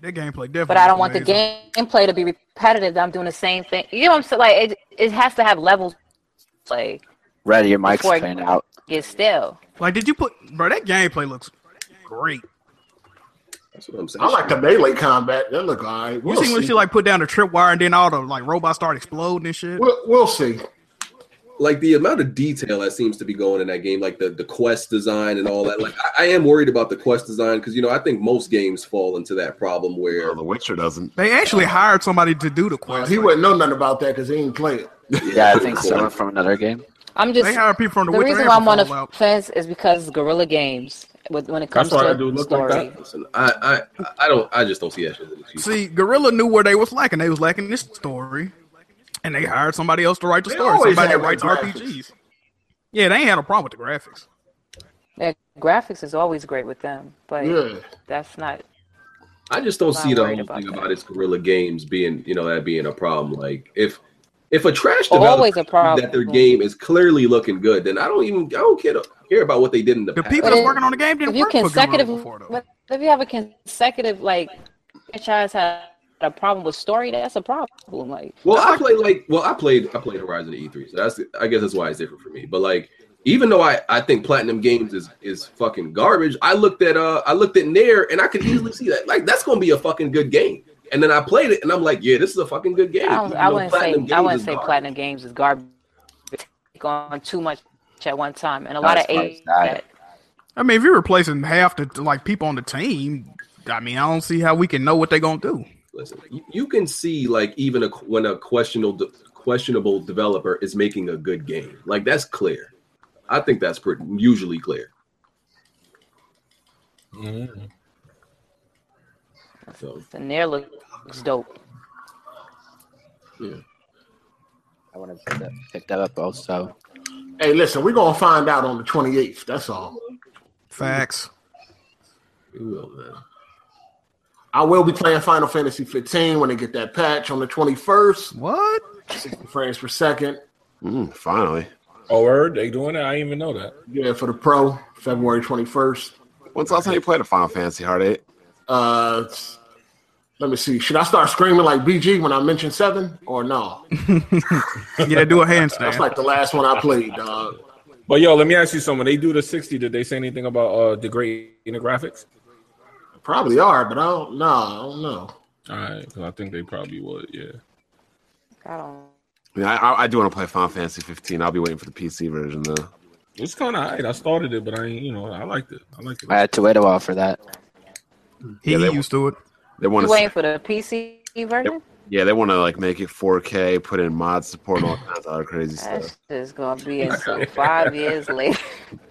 [SPEAKER 4] Their gameplay different.
[SPEAKER 11] But I don't want the gameplay to be repetitive. That I'm doing the same thing. You know what I'm saying? Like it, it has to have levels. Play
[SPEAKER 1] Ready, your mic's
[SPEAKER 11] Before-
[SPEAKER 1] playing out.
[SPEAKER 11] get still.
[SPEAKER 4] Like, did you put, bro? That gameplay looks great.
[SPEAKER 3] That's what I'm saying.
[SPEAKER 7] I like the melee combat. That look all right. We'll
[SPEAKER 4] you seen when
[SPEAKER 7] see.
[SPEAKER 4] she like put down the tripwire and then all the like robots start exploding and shit.
[SPEAKER 7] We'll, we'll see.
[SPEAKER 3] Like the amount of detail that seems to be going in that game, like the, the quest design and all that. Like I, I am worried about the quest design because you know I think most games fall into that problem where
[SPEAKER 10] The Witcher doesn't.
[SPEAKER 4] They actually hired somebody to do the quest.
[SPEAKER 7] He wouldn't know nothing about that because he ain't play it.
[SPEAKER 1] Yeah, I think someone from another game.
[SPEAKER 11] I'm just
[SPEAKER 4] They hired people from The
[SPEAKER 11] the
[SPEAKER 4] Witcher
[SPEAKER 11] reason
[SPEAKER 4] and
[SPEAKER 11] why
[SPEAKER 4] from
[SPEAKER 11] I'm on the
[SPEAKER 4] Fallout.
[SPEAKER 11] fence is because Guerrilla Games with when it comes
[SPEAKER 3] That's
[SPEAKER 11] to
[SPEAKER 3] why I do look
[SPEAKER 11] story.
[SPEAKER 3] like that. Listen, I, I I don't I just don't see that shit. as an excuse.
[SPEAKER 4] See, Gorilla knew where they was lacking. They was lacking this story, and they hired somebody else to write the
[SPEAKER 7] They
[SPEAKER 4] story.
[SPEAKER 7] always
[SPEAKER 4] Somebody that
[SPEAKER 7] have the
[SPEAKER 4] writes
[SPEAKER 7] graphics.
[SPEAKER 4] RPGs. Yeah, they ain't had a problem with the graphics.
[SPEAKER 11] Their graphics is always great with them, but
[SPEAKER 7] Yeah.
[SPEAKER 11] that's not.
[SPEAKER 3] I just don't
[SPEAKER 11] Not
[SPEAKER 3] see the
[SPEAKER 11] worried
[SPEAKER 3] whole
[SPEAKER 11] about
[SPEAKER 3] thing
[SPEAKER 11] that.
[SPEAKER 3] about it's Gorilla Games being, you know, that being a problem. Like if if a trash developer
[SPEAKER 11] Always a problem.
[SPEAKER 3] that their game is clearly looking good, then I don't even I don't care, care about what they did in the,
[SPEAKER 4] The
[SPEAKER 3] past.
[SPEAKER 4] people that's working on the game
[SPEAKER 11] If
[SPEAKER 4] didn't
[SPEAKER 11] you
[SPEAKER 4] work for
[SPEAKER 11] consecutive,
[SPEAKER 4] Gorilla before though.
[SPEAKER 11] but if you have a consecutive like franchise had a problem with story, that's a problem. Like
[SPEAKER 3] Well, I played like well, I played I played Horizon E three, so that's I guess that's why it's different for me. But like, even though I I think Platinum Games is is fucking garbage, I looked at uh I looked at Nair and I could easily see that like that's gonna be a fucking good game. And then I played it and I'm like, yeah, this is a fucking good game.
[SPEAKER 11] I, don't,
[SPEAKER 3] even
[SPEAKER 11] I
[SPEAKER 3] though
[SPEAKER 11] wouldn't
[SPEAKER 3] Platinum
[SPEAKER 11] say
[SPEAKER 3] Games
[SPEAKER 11] I wouldn't
[SPEAKER 3] is
[SPEAKER 11] say
[SPEAKER 3] garbage.
[SPEAKER 11] Platinum Games is garbage. They Take on too much at one time, and a
[SPEAKER 1] No,
[SPEAKER 11] lot of
[SPEAKER 1] it's not.
[SPEAKER 11] age.
[SPEAKER 1] It's not.
[SPEAKER 11] that-
[SPEAKER 4] I mean, if you're replacing half the like people on the team, I mean, I don't see how we can know what they're gonna do.
[SPEAKER 3] listen, you, you can see like even a, when a questionable questionable developer is making a good game, like that's clear. I think that's pretty usually clear.
[SPEAKER 5] Mhm.
[SPEAKER 3] So
[SPEAKER 11] And there looks dope.
[SPEAKER 3] yeah,
[SPEAKER 1] I want to pick that, pick that up also.
[SPEAKER 7] Hey, listen, we're gonna find out on the 28th. That's all.
[SPEAKER 4] Facts.
[SPEAKER 3] we will, oh, man.
[SPEAKER 7] I will be playing Final Fantasy 15 when they get that patch on the 21st,
[SPEAKER 4] What?
[SPEAKER 7] 60 frames per second.
[SPEAKER 10] Mm, finally.
[SPEAKER 5] Oh, word, they doing that? I didn't even know that.
[SPEAKER 7] Yeah, for the pro, February 21st.
[SPEAKER 10] When's the last time you played a Final Fantasy Heart Eight?
[SPEAKER 7] Uh, let me see. Should I start screaming like BG when I mention seven or no?
[SPEAKER 4] Yeah, do a
[SPEAKER 7] That's
[SPEAKER 4] handstand.
[SPEAKER 7] like the last one I played, dog.
[SPEAKER 5] But yo, let me ask you something. They do the sixty. Did they say anything about uh degrading the graphics?
[SPEAKER 7] Probably are, but I don't know. I don't know.
[SPEAKER 5] All right, 'cause I think they probably would. Yeah.
[SPEAKER 11] I don't.
[SPEAKER 10] I mean, I, I, I do want to play Final Fantasy 15. I'll be waiting for the PC version though.
[SPEAKER 5] It's kind of alright. I started it, but I, ain't- you know, I liked it. I liked it.
[SPEAKER 1] I had to wait a while for that.
[SPEAKER 4] He used to it.
[SPEAKER 10] They want
[SPEAKER 11] You
[SPEAKER 10] to,
[SPEAKER 11] waiting for the PC version?
[SPEAKER 10] yeah, they want to like make it 4K, put in mod support, and all kinds of other crazy stuff.
[SPEAKER 11] That's just gonna be in some five years later.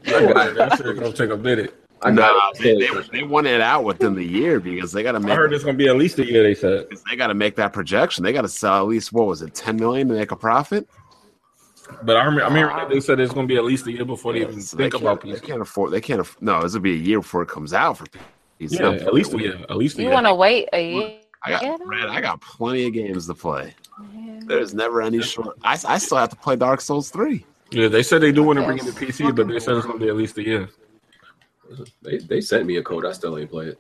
[SPEAKER 3] I got it.
[SPEAKER 5] That shit gonna take a minute.
[SPEAKER 3] I
[SPEAKER 10] Nah,
[SPEAKER 3] got
[SPEAKER 10] they,
[SPEAKER 3] it.
[SPEAKER 10] they, they want it out within the year because they got to
[SPEAKER 5] I
[SPEAKER 10] make
[SPEAKER 5] heard it's gonna be at least a year. They said.
[SPEAKER 10] they got to make that projection. They got to sell at least what was it, 10 million to make a profit.
[SPEAKER 5] But I remember, I remember that they said it's gonna be at least a year before they
[SPEAKER 10] Yeah,
[SPEAKER 5] even
[SPEAKER 10] so
[SPEAKER 5] think
[SPEAKER 10] can't-
[SPEAKER 5] about
[SPEAKER 10] They
[SPEAKER 5] PC.
[SPEAKER 10] can't afford. They can't. Aff- no, this will be a year before it comes out for PC.
[SPEAKER 5] Yeah, at least a year. At least a
[SPEAKER 11] You
[SPEAKER 5] year.
[SPEAKER 11] want to wait a year?
[SPEAKER 10] I got
[SPEAKER 11] Yeah.
[SPEAKER 10] Brad, I got plenty of games to play. There's never any short. I, I still have to play Dark Souls three.
[SPEAKER 5] Yeah, they said they do want to bring it to PC, but they said it's gonna be at least a year.
[SPEAKER 3] They, they sent me a code. I still ain't play it.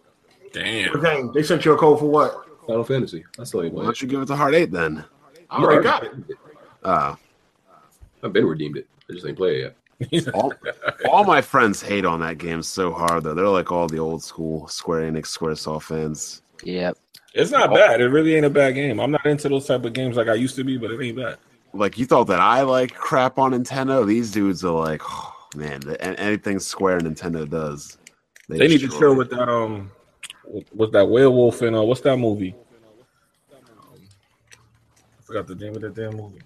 [SPEAKER 5] Damn.
[SPEAKER 7] Okay, they sent you a code for what?
[SPEAKER 3] Final Fantasy. I still ain't
[SPEAKER 10] Why
[SPEAKER 3] play
[SPEAKER 10] don't
[SPEAKER 3] it.
[SPEAKER 10] you give it to Heart Eight then?
[SPEAKER 7] I already got it.
[SPEAKER 10] Uh,
[SPEAKER 3] I've been redeemed it. I just ain't played it yet.
[SPEAKER 10] all, all my friends hate on that game so hard though. They're like all the old school Square Enix, Squaresoft fans.
[SPEAKER 1] Yep.
[SPEAKER 5] It's not bad. It really ain't a bad game. I'm not into those type of games like I used to be, but it ain't bad.
[SPEAKER 10] Like you thought that I like crap on Nintendo. These dudes are like, oh, man, the, an- anything Square Nintendo does,
[SPEAKER 5] They, need to chill with that um, with that werewolf and uh, what's that movie? I forgot the name of that damn movie.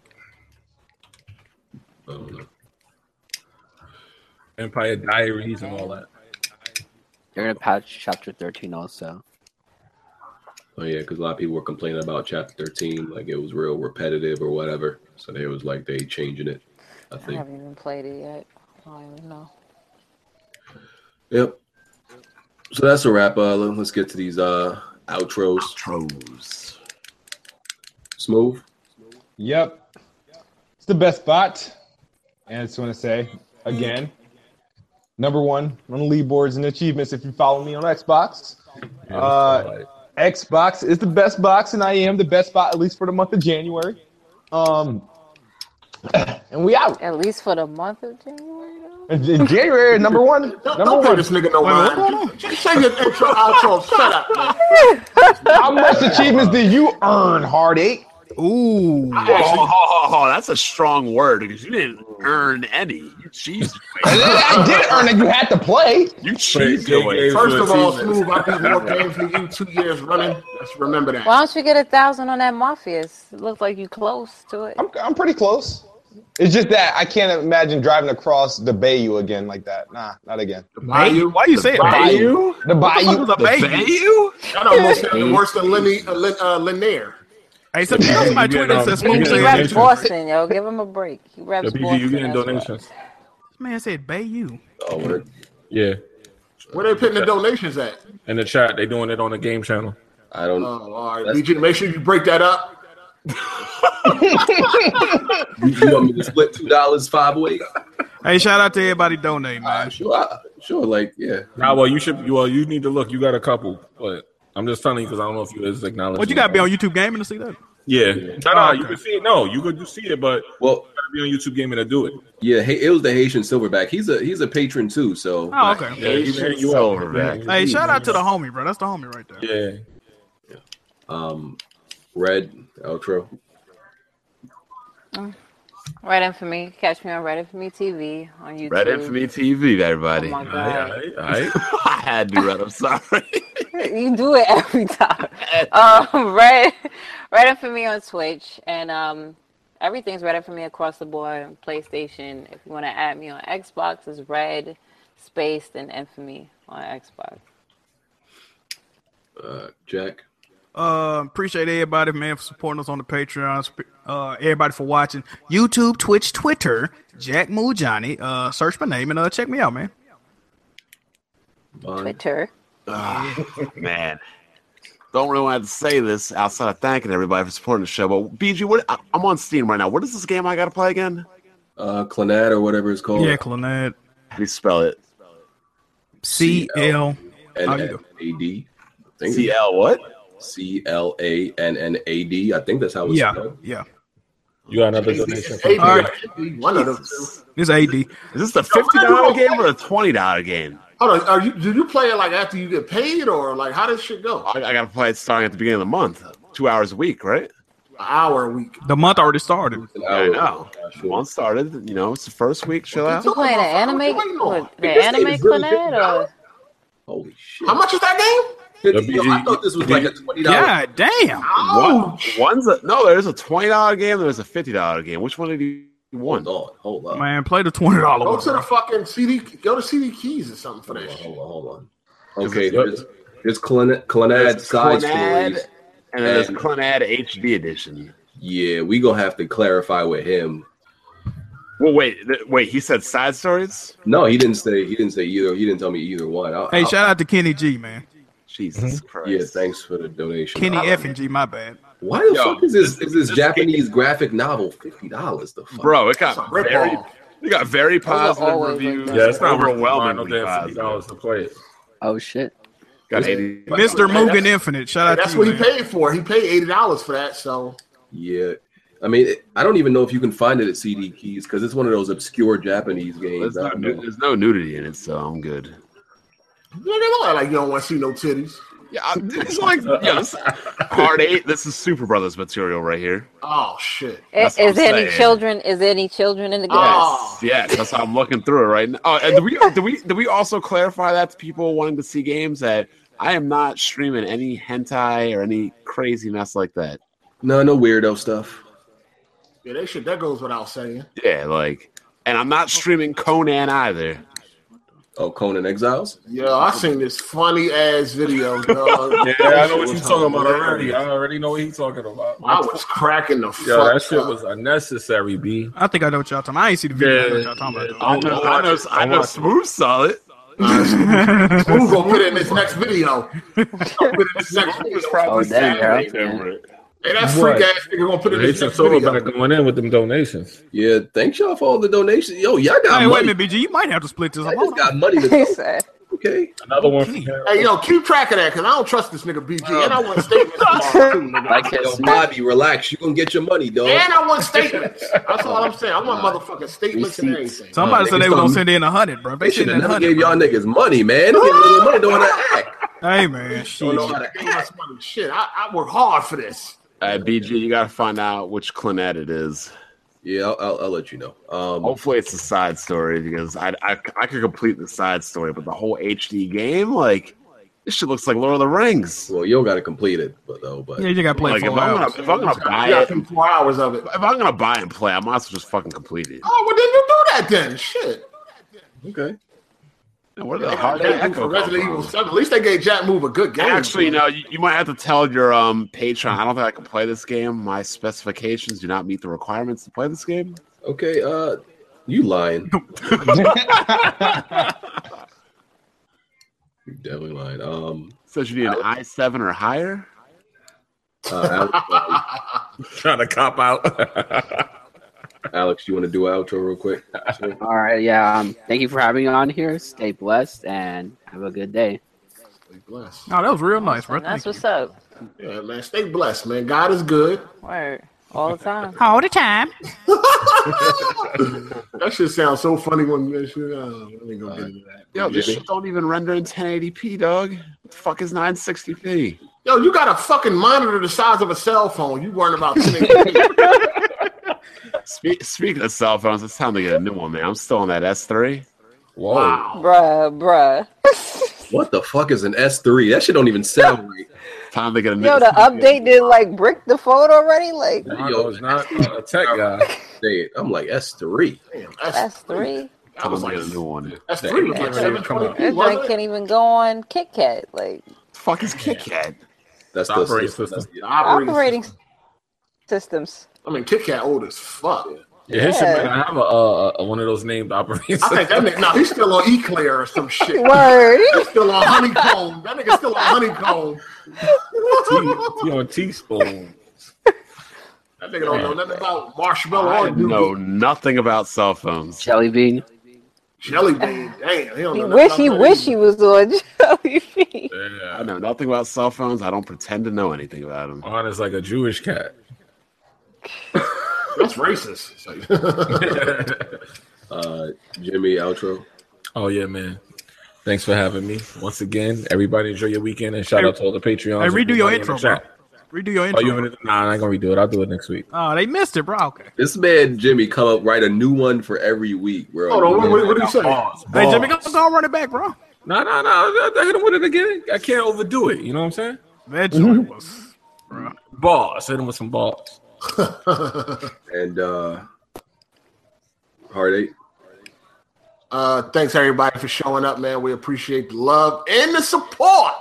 [SPEAKER 5] Empire Diaries and all that.
[SPEAKER 1] They're gonna patch chapter thirteen also.
[SPEAKER 3] Oh yeah, because a lot of people were complaining about chapter thirteen, like it was real repetitive or whatever. So they was like they changing it. I
[SPEAKER 11] I
[SPEAKER 3] think.
[SPEAKER 11] haven't even played it yet. I don't even know.
[SPEAKER 3] Yep. So that's a wrap. Uh, let- let's get to these uh outros.
[SPEAKER 10] Outros.
[SPEAKER 3] Smooth.
[SPEAKER 9] Yep. It's the best spot. And I just want to say again, number one on the leaderboards and achievements if you follow me on Xbox. Uh, Xbox is the best box, and I am the best spot, at least for the month of January. Um, and we out.
[SPEAKER 11] At least for the month of January.
[SPEAKER 9] In January, number one.
[SPEAKER 7] Don't,
[SPEAKER 9] number
[SPEAKER 7] don't
[SPEAKER 9] one.
[SPEAKER 7] think this nigga no
[SPEAKER 9] Wait, what's going
[SPEAKER 7] mind. Just say your intro, outro, shut up. man.
[SPEAKER 9] How much achievements did you earn, Heartache?
[SPEAKER 4] Ooh.
[SPEAKER 10] Oh, oh, oh, oh, that's a strong word because you didn't
[SPEAKER 11] Oh.
[SPEAKER 10] earn any. You cheesed.
[SPEAKER 9] I did earn it. You had to play.
[SPEAKER 10] You cheesed.
[SPEAKER 5] Jay
[SPEAKER 10] away.
[SPEAKER 5] gave
[SPEAKER 7] First
[SPEAKER 5] her
[SPEAKER 7] of all,
[SPEAKER 5] achievements.
[SPEAKER 7] Smooth, I beat more games than you two years running. Let's remember that.
[SPEAKER 11] Why don't you get a thousand on that Morpheus? It looks like you close to it.
[SPEAKER 9] I'm, I'm pretty close. It's just that I can't imagine driving across the bayou again like that. Nah, not again.
[SPEAKER 7] Bayou?
[SPEAKER 4] Why you say it?
[SPEAKER 7] Bayou?
[SPEAKER 9] The bayou.
[SPEAKER 4] What the fuck was a baby?
[SPEAKER 7] That almost sounded worse than Lin- uh, Lin- uh, Lanier.
[SPEAKER 4] Hey, somebody else might
[SPEAKER 5] You
[SPEAKER 4] tweet
[SPEAKER 5] get,
[SPEAKER 4] and said
[SPEAKER 5] um,
[SPEAKER 4] Smooth
[SPEAKER 5] you
[SPEAKER 11] He
[SPEAKER 5] get
[SPEAKER 4] said,
[SPEAKER 5] donations.
[SPEAKER 11] reps Boston, yo. Give him a break. He reps
[SPEAKER 5] The BG, you
[SPEAKER 11] Boston.
[SPEAKER 5] getting
[SPEAKER 11] that's why.
[SPEAKER 5] donations?
[SPEAKER 4] man said Bayou.
[SPEAKER 3] Oh, word.
[SPEAKER 5] Yeah.
[SPEAKER 7] Where they putting the donations at?
[SPEAKER 5] In the chat, they doing it on the game channel.
[SPEAKER 3] I don't.
[SPEAKER 7] Oh, all right,
[SPEAKER 3] That's-
[SPEAKER 7] BG, make sure you break that up.
[SPEAKER 3] you, you want me to split two dollars five ways?
[SPEAKER 4] Hey, shout out to everybody donating,
[SPEAKER 3] Uh,
[SPEAKER 4] man.
[SPEAKER 3] sure, I, sure. Like yeah.
[SPEAKER 5] Nah, well, you should. Well, you need to look. You got a couple, but I'm just telling you because I don't know if you is acknowledging.
[SPEAKER 4] What you got to be on YouTube Gaming to see that?
[SPEAKER 5] Yeah, no, no,
[SPEAKER 4] Oh,
[SPEAKER 5] you
[SPEAKER 4] okay.
[SPEAKER 5] can see it. No, you could you see it, but you
[SPEAKER 3] Well,
[SPEAKER 5] gotta be on YouTube Gaming to do it.
[SPEAKER 3] yeah. Hey, it was the Haitian silverback. He's a he's a patron too. So
[SPEAKER 4] Oh, okay.
[SPEAKER 5] Yeah, he hit you up.
[SPEAKER 10] Silverback.
[SPEAKER 4] Hey, shout out to the homie, bro. That's the homie right there.
[SPEAKER 5] Yeah,
[SPEAKER 3] um, red outro.
[SPEAKER 11] Right in for me. Catch me on Right in for me TV on YouTube.
[SPEAKER 10] Reddit for me TV, everybody.
[SPEAKER 11] Oh my
[SPEAKER 5] all right, all
[SPEAKER 11] god.
[SPEAKER 5] right, all right.
[SPEAKER 10] I had to read. I'm sorry.
[SPEAKER 11] you do it every time. Um, right, right up for me on Twitch, and um, everything's right up for me across the board. PlayStation. If you want to add me on Xbox, is red, spaced, and infamy on Xbox.
[SPEAKER 3] Uh, Jack.
[SPEAKER 4] Uh, appreciate everybody, man, for supporting us on the Patreon. Sp- Uh, everybody for watching YouTube, Twitch, Twitter. Jack Moo Johnny. Uh, search my name and uh, check me out, man.
[SPEAKER 3] Bond.
[SPEAKER 11] Twitter.
[SPEAKER 10] Ah, Man, don't really want to say this outside of thanking everybody for supporting the show. But BG, what I, I'm on Steam right now. What is this game I got to play again?
[SPEAKER 3] Uh, Clannad or whatever it's called.
[SPEAKER 4] Yeah, Clannad.
[SPEAKER 10] How do you spell it?
[SPEAKER 4] C L.
[SPEAKER 3] N
[SPEAKER 4] How you
[SPEAKER 3] N A D. I think
[SPEAKER 10] C
[SPEAKER 3] it's
[SPEAKER 10] L what?
[SPEAKER 3] C L A N N A D. I think that's how it's
[SPEAKER 4] Yeah,
[SPEAKER 3] spelled.
[SPEAKER 4] yeah.
[SPEAKER 5] You got another donation.
[SPEAKER 7] It's AB,
[SPEAKER 4] All right.
[SPEAKER 7] One of them.
[SPEAKER 10] Jesus.
[SPEAKER 4] It's AD.
[SPEAKER 10] Is this the fifty dollar game or the twenty dollar game?
[SPEAKER 7] Hold on, are you? Do you play it like after you get paid, or like how does shit go?
[SPEAKER 10] I, I got to play it starting at the beginning of the month. Two hours a week, right?
[SPEAKER 7] An hour a week.
[SPEAKER 4] The month already started.
[SPEAKER 3] An
[SPEAKER 10] I
[SPEAKER 3] hour.
[SPEAKER 10] know. Month started. You know, it's the first week. Chill out.
[SPEAKER 11] You playing an anime?
[SPEAKER 7] What you doing?
[SPEAKER 11] what, The
[SPEAKER 3] This game
[SPEAKER 11] anime
[SPEAKER 3] is really
[SPEAKER 11] Clannad, or
[SPEAKER 3] Holy shit.
[SPEAKER 7] How much is that game?
[SPEAKER 5] Yo,
[SPEAKER 3] Yo, I thought this was like a twenty dollars.
[SPEAKER 4] God damn.
[SPEAKER 7] Oh,
[SPEAKER 10] One, one's a, no. There's a twenty dollar game. There's a fifty dollar game. Which one did you
[SPEAKER 3] Hold
[SPEAKER 10] want?
[SPEAKER 3] on. Hold on.
[SPEAKER 4] Man, play the twenty dollar
[SPEAKER 7] go
[SPEAKER 4] one.
[SPEAKER 7] to the
[SPEAKER 4] bro.
[SPEAKER 7] fucking CD. Go to CD keys or something for
[SPEAKER 3] Hold
[SPEAKER 7] that.
[SPEAKER 3] on.
[SPEAKER 7] shit.
[SPEAKER 3] Hold on. Hold on. Okay. There's there's Clannad, Clannad side
[SPEAKER 10] Clannad,
[SPEAKER 3] stories.
[SPEAKER 10] and then there's
[SPEAKER 3] And-
[SPEAKER 10] Clannad HD edition.
[SPEAKER 3] Yeah, we gonna have to clarify with him.
[SPEAKER 10] Well, wait, th- wait. He said side stories.
[SPEAKER 3] No, he didn't say. He didn't say either. He didn't tell me either one. I'll,
[SPEAKER 4] Hey,
[SPEAKER 3] I'll-
[SPEAKER 4] shout out to Kenny G, man.
[SPEAKER 10] Jesus Christ.
[SPEAKER 3] Yeah, thanks for the donation.
[SPEAKER 4] Kenny
[SPEAKER 3] I-
[SPEAKER 4] F and G, my bad.
[SPEAKER 3] Why the
[SPEAKER 10] Yo,
[SPEAKER 3] fuck is this? Is this
[SPEAKER 10] this-
[SPEAKER 3] Japanese graphic novel fifty dollars? The fuck?
[SPEAKER 10] bro. It
[SPEAKER 7] It's a
[SPEAKER 10] got
[SPEAKER 7] rip
[SPEAKER 10] very,
[SPEAKER 7] off.
[SPEAKER 10] it got very positive
[SPEAKER 11] always like
[SPEAKER 10] reviews.
[SPEAKER 11] that.
[SPEAKER 5] Yeah, it's not overwhelming. No
[SPEAKER 10] overwhelmingly
[SPEAKER 5] damn fifty
[SPEAKER 10] positive.
[SPEAKER 5] dollars to play it.
[SPEAKER 1] Oh shit.
[SPEAKER 10] Got eighty.
[SPEAKER 4] Mr.
[SPEAKER 7] Hey,
[SPEAKER 4] Mugen
[SPEAKER 7] that's-
[SPEAKER 4] Infinite. Shout out to
[SPEAKER 7] That's
[SPEAKER 4] you.
[SPEAKER 7] what he
[SPEAKER 4] man.
[SPEAKER 7] paid for. He paid eighty dollars for that. So
[SPEAKER 3] Yeah, I mean, it, I don't even know if you can find it at CD Keys because it's one of those obscure Japanese
[SPEAKER 10] There's
[SPEAKER 3] games.
[SPEAKER 10] no,
[SPEAKER 3] I don't
[SPEAKER 10] nu-
[SPEAKER 3] know.
[SPEAKER 10] there's no nudity in it, so I'm good.
[SPEAKER 7] you look at that, like you don't want to see no titties.
[SPEAKER 10] Yeah, I- it's like yeah, this part eight. This is Super Brothers material right here.
[SPEAKER 7] Oh shit!
[SPEAKER 11] Is,
[SPEAKER 10] That's what I'm
[SPEAKER 11] there any
[SPEAKER 10] saying. Ah.
[SPEAKER 11] children? Is there any children in the game?
[SPEAKER 10] Yes, that's how I'm looking through it right now. Oh, and do we do we do we also clarify that to people wanting to see games that I am not streaming any hentai or any crazy mess like that.
[SPEAKER 3] No, no weirdo stuff.
[SPEAKER 7] Yeah, they should. That goes without saying.
[SPEAKER 10] Yeah, like, and I'm not streaming Conan either.
[SPEAKER 3] Oh, Conan Exiles.
[SPEAKER 7] Yo, I seen this funny ass video. Dog.
[SPEAKER 5] Yeah, I know what you're talking about already. I already know what he's talking about.
[SPEAKER 7] I was cracking the
[SPEAKER 5] Yeah,
[SPEAKER 7] fuck
[SPEAKER 5] that shit
[SPEAKER 7] up.
[SPEAKER 5] was unnecessary, B.
[SPEAKER 4] I think I know what y'all talking. about. I ain't see the video. I know what y'all talking about.
[SPEAKER 10] I know, I know, I know Smooth saw it.
[SPEAKER 7] Who's gonna put it in this next video? Who's gonna put it in this next video?
[SPEAKER 10] probably Oh, damn, Saturday,
[SPEAKER 7] Hey, that freak
[SPEAKER 5] What?
[SPEAKER 7] ass nigga gonna put it in
[SPEAKER 5] They
[SPEAKER 7] this
[SPEAKER 5] should
[SPEAKER 7] next
[SPEAKER 5] talk
[SPEAKER 7] video.
[SPEAKER 5] about going in with them donations.
[SPEAKER 3] Yeah, thanks y'all for all the donations. Yo, y'all got
[SPEAKER 4] Hey, wait a
[SPEAKER 3] money.
[SPEAKER 4] minute, BG. You might have to split this. I
[SPEAKER 3] just got money to okay.
[SPEAKER 5] Another one. From him.
[SPEAKER 7] Hey, yo, keep track of that because I don't trust this nigga BG, and I want statements tomorrow too, nigga.
[SPEAKER 3] Yo, Bobby, relax. You gonna get your money, dog.
[SPEAKER 7] And I want statements. That's all I'm saying. I want motherfucking statements and
[SPEAKER 3] Receipts.
[SPEAKER 7] everything.
[SPEAKER 4] Somebody
[SPEAKER 3] Nah,
[SPEAKER 4] said
[SPEAKER 3] niggas
[SPEAKER 4] they were gonna
[SPEAKER 3] don't-
[SPEAKER 4] send in a hundred, bro.
[SPEAKER 3] They
[SPEAKER 4] They
[SPEAKER 3] should
[SPEAKER 4] sending
[SPEAKER 3] have
[SPEAKER 4] in a
[SPEAKER 3] never
[SPEAKER 4] hundn't.
[SPEAKER 3] gave y'all niggas money, man. Don't give them money doing that act.
[SPEAKER 4] Hey man,
[SPEAKER 7] Don't
[SPEAKER 4] shit.
[SPEAKER 7] know how to aim us money. Shit, I, I work hard for this.
[SPEAKER 10] Uh, BG, you gotta find out which Clannad it is.
[SPEAKER 3] Yeah, I'll, I'll, I'll let you know. Um,
[SPEAKER 10] Hopefully, it's a side story because I, I I could complete the side story, but the whole HD game, like this shit looks like Lord of the Rings.
[SPEAKER 3] well, you gotta complete it, but though, but
[SPEAKER 4] Yeah, you gotta play
[SPEAKER 10] Like if
[SPEAKER 4] four
[SPEAKER 10] I'm, gonna,
[SPEAKER 4] hours.
[SPEAKER 10] if I'm gonna
[SPEAKER 7] I
[SPEAKER 10] buy
[SPEAKER 7] got
[SPEAKER 10] it,
[SPEAKER 7] some four hours of it.
[SPEAKER 10] if I'm gonna buy and play, I might as well just fucking complete it.
[SPEAKER 7] Oh, well, then you do that then. Shit.
[SPEAKER 3] okay.
[SPEAKER 10] What
[SPEAKER 7] They
[SPEAKER 10] the
[SPEAKER 7] got
[SPEAKER 10] hard
[SPEAKER 7] Jack Move for
[SPEAKER 10] echo
[SPEAKER 7] Resident
[SPEAKER 10] come
[SPEAKER 7] Evil
[SPEAKER 10] from?
[SPEAKER 7] 7. At least they gave Jack Move a good game.
[SPEAKER 10] Actually, no. You, you might have to tell your um Patreon. I don't think I can play this game. My specifications do not meet the requirements to play this game.
[SPEAKER 3] Okay, uh, you lying. you definitely lying. Um,
[SPEAKER 10] Says you need an i seven or higher.
[SPEAKER 3] uh, Alex,
[SPEAKER 5] Trying to cop out.
[SPEAKER 3] Alex, you want to do an outro real quick?
[SPEAKER 1] All right, yeah. Um, thank you for having me on here. Stay blessed and have a good day.
[SPEAKER 7] Stay blessed.
[SPEAKER 4] No, that was real nice, bro.
[SPEAKER 11] And that's
[SPEAKER 4] Thank you.
[SPEAKER 11] what's up.
[SPEAKER 7] Yeah, man. Stay blessed, man. God is good.
[SPEAKER 11] Word. All the time.
[SPEAKER 12] All the time.
[SPEAKER 7] That shit sounds so funny when that shit. Uh, let me go get into that.
[SPEAKER 10] Yo, this
[SPEAKER 3] Really?
[SPEAKER 10] shit don't even render in 1080p, dog. What the fuck is 960p?
[SPEAKER 7] Yo, you got a fucking monitor the size of a cell phone. You worrying about sitting-
[SPEAKER 10] Spe- speaking of cell phones, it's time to get a new one, man. I'm still on that S3.
[SPEAKER 5] Whoa.
[SPEAKER 7] Wow.
[SPEAKER 11] Bruh, bruh.
[SPEAKER 3] What the fuck is an S three? That shit don't even sound right.
[SPEAKER 10] Time to get a new.
[SPEAKER 11] Yo, the update did like brick the phone already. Like
[SPEAKER 5] Yo, it's not a tech guy.
[SPEAKER 3] Say it. I'm like S three.
[SPEAKER 7] Damn, that's,
[SPEAKER 11] that's three.
[SPEAKER 7] That was
[SPEAKER 10] time
[SPEAKER 7] like
[SPEAKER 10] to get a new one.
[SPEAKER 7] that's three was
[SPEAKER 5] Yeah,
[SPEAKER 7] like
[SPEAKER 5] yeah,
[SPEAKER 7] seven
[SPEAKER 5] come on.
[SPEAKER 7] twenty.
[SPEAKER 11] That joint can't even go on Kit Kat. Like
[SPEAKER 10] Fuck is Kit Kat?
[SPEAKER 3] That's the
[SPEAKER 5] Operating
[SPEAKER 3] system.
[SPEAKER 5] system.
[SPEAKER 7] The operating.
[SPEAKER 11] operating
[SPEAKER 7] system.
[SPEAKER 11] systems.
[SPEAKER 7] I mean, Kit Kat old as fuck.
[SPEAKER 5] Yeah, his
[SPEAKER 11] Yeah.
[SPEAKER 5] shit might not have a, uh, a one of those named operators.
[SPEAKER 7] I think that nigga. No, he's still on Eclair or some shit.
[SPEAKER 11] Word.
[SPEAKER 7] He's still on honeycomb. That nigga's still on honeycomb.
[SPEAKER 5] He on teaspoon.
[SPEAKER 7] That nigga don't know nothing about marshmallow
[SPEAKER 10] I
[SPEAKER 7] or Doobie.
[SPEAKER 10] know nothing about cell phones.
[SPEAKER 1] Jelly bean.
[SPEAKER 7] jelly bean. Damn, he don't
[SPEAKER 11] He
[SPEAKER 7] know
[SPEAKER 11] wish
[SPEAKER 7] nothing
[SPEAKER 11] he
[SPEAKER 7] about
[SPEAKER 11] wish
[SPEAKER 7] that.
[SPEAKER 11] he was on Jelly Bean.
[SPEAKER 10] I
[SPEAKER 5] Yeah,
[SPEAKER 10] know nothing about cell phones. I don't pretend to know anything about them.
[SPEAKER 5] mine is like a Jewish cat.
[SPEAKER 7] That's racist. It's like-
[SPEAKER 3] Uh, Jimmy outro.
[SPEAKER 5] oh yeah, man. Thanks for having me once again. Everybody enjoy your weekend and shout out to all the Patreons.
[SPEAKER 4] Hey, redo your
[SPEAKER 5] Everybody in
[SPEAKER 4] intro,
[SPEAKER 5] the chat.
[SPEAKER 4] Redo your
[SPEAKER 5] Oh, you
[SPEAKER 4] intro.
[SPEAKER 5] want to? Nah, I ain't gonna redo it. I'll do it next week.
[SPEAKER 4] Oh, they missed it, bro. Okay.
[SPEAKER 3] This man Jimmy come up write a new one for every week, bro.
[SPEAKER 7] Hold on, what, what, what did he say?
[SPEAKER 4] Hey, Jimmy, go, go run it back, bro.
[SPEAKER 5] No, no, no. I I hit him with it again. I can't overdo it. You know what I'm saying?
[SPEAKER 4] That joint was.
[SPEAKER 5] Balls. Hit him with some balls.
[SPEAKER 3] And uh, heartache.
[SPEAKER 7] Uh, thanks everybody for showing up, man. We appreciate the love and the support.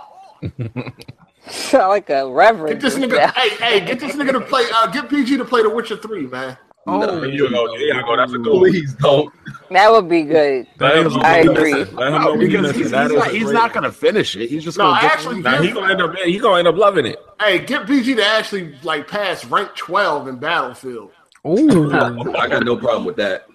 [SPEAKER 11] Sound like a
[SPEAKER 7] Get
[SPEAKER 11] reverend.
[SPEAKER 7] this nigga,
[SPEAKER 11] Yeah.
[SPEAKER 7] hey, hey, get this nigga to play. Uh, get PG to play The Witcher Three, man.
[SPEAKER 4] Oh,
[SPEAKER 3] Nah,
[SPEAKER 5] you go. There you go. That's a good one.
[SPEAKER 3] Please don't.
[SPEAKER 11] That would be good.
[SPEAKER 5] Let him know
[SPEAKER 11] I
[SPEAKER 5] when he
[SPEAKER 11] agree.
[SPEAKER 5] misses. Let him know
[SPEAKER 10] No,
[SPEAKER 5] when he
[SPEAKER 10] Uh, because
[SPEAKER 5] misses.
[SPEAKER 10] he's, he's
[SPEAKER 5] That is
[SPEAKER 10] not,
[SPEAKER 5] a
[SPEAKER 10] he's
[SPEAKER 5] great-
[SPEAKER 10] not gonna finish it. He's just
[SPEAKER 7] No,
[SPEAKER 10] gonna get-
[SPEAKER 7] actually,
[SPEAKER 5] Nah, he
[SPEAKER 7] give,
[SPEAKER 5] gonna end up. He gonna end up loving it.
[SPEAKER 7] hey, get PG to actually like pass rank twelve in Battlefield.
[SPEAKER 4] Ooh.
[SPEAKER 3] I got no problem with that.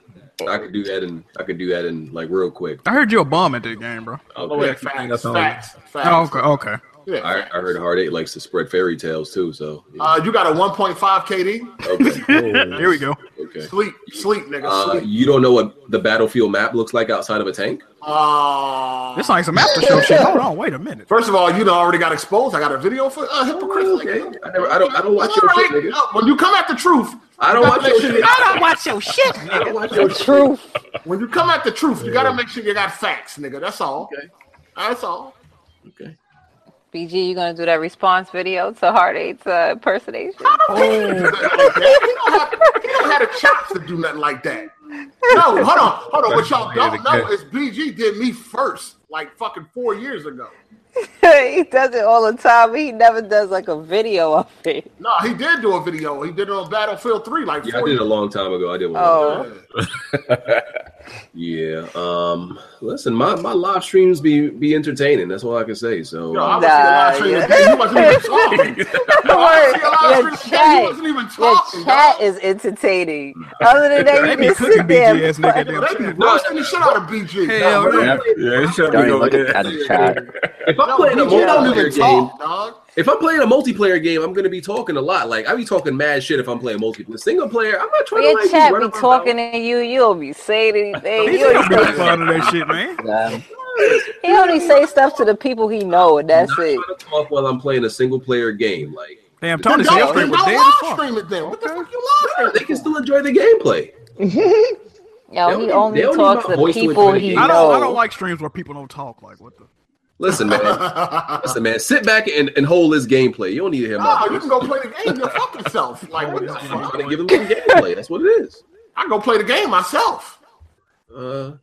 [SPEAKER 3] I could do that, and I could do that in like real quick.
[SPEAKER 4] I heard you a bomb at that game, bro.
[SPEAKER 7] Oh, yeah,
[SPEAKER 3] Okay.
[SPEAKER 7] facts,
[SPEAKER 5] that's all.
[SPEAKER 7] facts, facts.
[SPEAKER 4] Oh, okay, okay.
[SPEAKER 7] Yeah,
[SPEAKER 3] I, I heard heartache likes
[SPEAKER 11] Uh,
[SPEAKER 3] to spread fairy tales too. So yeah.
[SPEAKER 7] Uh, you got a 1.5 KD?
[SPEAKER 3] okay.
[SPEAKER 4] Here we go.
[SPEAKER 3] Okay. Okay.
[SPEAKER 7] Sleep, sleep, nigga,
[SPEAKER 3] Uh,
[SPEAKER 7] sleep.
[SPEAKER 3] you don't know what the battlefield map looks like outside of a tank?
[SPEAKER 7] Ah.
[SPEAKER 4] This like some after show shit. Hold on, wait a minute.
[SPEAKER 7] First of all, you done already got exposed. I got a video for uh, hypocrite.
[SPEAKER 3] Oh,
[SPEAKER 7] nigga.
[SPEAKER 3] I never, I don't, I don't watch your shit, nigga.
[SPEAKER 7] When you come at the truth,
[SPEAKER 3] I don't
[SPEAKER 7] you
[SPEAKER 3] watch
[SPEAKER 7] gotta make
[SPEAKER 3] your
[SPEAKER 7] sure
[SPEAKER 3] shit.
[SPEAKER 7] you-
[SPEAKER 3] I don't
[SPEAKER 6] watch your shit.
[SPEAKER 3] I don't watch your shit.
[SPEAKER 7] When you come at the truth, you gotta make sure you got facts, nigga. That's all. That's all.
[SPEAKER 11] BG, you gonna do that response video to Heartache's uh, impersonation?
[SPEAKER 7] He don't have the chops to do nothing like that. No, hold on, hold on. What y'all don't know is BG did me first, like fucking four years ago.
[SPEAKER 11] he does it all the time. But he never does like a video of it.
[SPEAKER 7] No, he did do a video. He did it on Battlefield Three, like
[SPEAKER 3] Yeah, I
[SPEAKER 7] four
[SPEAKER 3] did
[SPEAKER 7] years.
[SPEAKER 3] it a long time ago. I did one.
[SPEAKER 11] Oh,
[SPEAKER 3] Yeah. Um. Listen, my, my live streams be be entertaining. That's all I can say. So.
[SPEAKER 7] Yo, I was nah, yeah. you wasn't even talking.
[SPEAKER 11] Don't worry.
[SPEAKER 7] I
[SPEAKER 11] Your
[SPEAKER 7] was seeing a live stream today, you
[SPEAKER 11] chat,
[SPEAKER 7] wasn't even
[SPEAKER 11] your
[SPEAKER 7] talking.
[SPEAKER 11] chat is entertaining. Other than
[SPEAKER 4] They
[SPEAKER 11] that,
[SPEAKER 4] be
[SPEAKER 11] you just
[SPEAKER 4] cooking
[SPEAKER 11] sit there.
[SPEAKER 4] BG ass nigga. damn
[SPEAKER 7] They be roasting the shit out of BG.
[SPEAKER 4] Hell
[SPEAKER 7] dog.
[SPEAKER 4] yeah.
[SPEAKER 5] Yeah, it's
[SPEAKER 1] Don't even look at the chat.
[SPEAKER 3] If I'm
[SPEAKER 7] No,
[SPEAKER 3] playing a
[SPEAKER 7] BG don't
[SPEAKER 3] multiplayer
[SPEAKER 7] even
[SPEAKER 3] game,
[SPEAKER 7] talk, dog.
[SPEAKER 3] if I'm playing a multiplayer game, I'm gonna be talking a lot. Like I be talking mad shit if I'm playing multiplayer. Single player, I'm not trying to
[SPEAKER 11] Your
[SPEAKER 3] like
[SPEAKER 11] chat
[SPEAKER 3] run
[SPEAKER 11] be
[SPEAKER 3] around.
[SPEAKER 11] talking to you. You will be saying anything.
[SPEAKER 4] He
[SPEAKER 11] You
[SPEAKER 4] don't be
[SPEAKER 11] only,
[SPEAKER 4] fond of that shit, man.
[SPEAKER 1] Yeah.
[SPEAKER 11] he only say stuff to the people he know, and that's
[SPEAKER 3] I'm
[SPEAKER 11] it.
[SPEAKER 3] trying to talk while I'm playing a single player game. Like
[SPEAKER 4] Damn,
[SPEAKER 7] Then
[SPEAKER 4] Tony
[SPEAKER 7] don't,
[SPEAKER 4] Sanders
[SPEAKER 7] then
[SPEAKER 4] was
[SPEAKER 7] don't
[SPEAKER 4] dead as
[SPEAKER 7] live
[SPEAKER 4] fuck.
[SPEAKER 7] stream it then. What the fuck you
[SPEAKER 3] nah,
[SPEAKER 7] live
[SPEAKER 3] they
[SPEAKER 7] streaming?
[SPEAKER 3] can still enjoy the gameplay.
[SPEAKER 11] Yo,
[SPEAKER 3] They
[SPEAKER 11] he
[SPEAKER 3] don't-
[SPEAKER 11] only
[SPEAKER 3] they don't
[SPEAKER 11] talks
[SPEAKER 3] need my
[SPEAKER 11] to
[SPEAKER 3] voice to
[SPEAKER 11] people
[SPEAKER 3] intimidate
[SPEAKER 11] he
[SPEAKER 3] you.
[SPEAKER 4] I don't. I don't
[SPEAKER 11] know.
[SPEAKER 4] like streams where people don't talk. Like what the?
[SPEAKER 3] Listen, man.
[SPEAKER 7] for?
[SPEAKER 3] Listen, man. Sit back and, and hold this gameplay. You don't need to hear my.
[SPEAKER 7] Nah,
[SPEAKER 3] voice.
[SPEAKER 7] you can go play the game your fucking self. Like what the
[SPEAKER 3] I'm
[SPEAKER 7] fuck?
[SPEAKER 3] trying to give them some gameplay. That's what it is.
[SPEAKER 7] I go play the game myself.
[SPEAKER 3] Uh,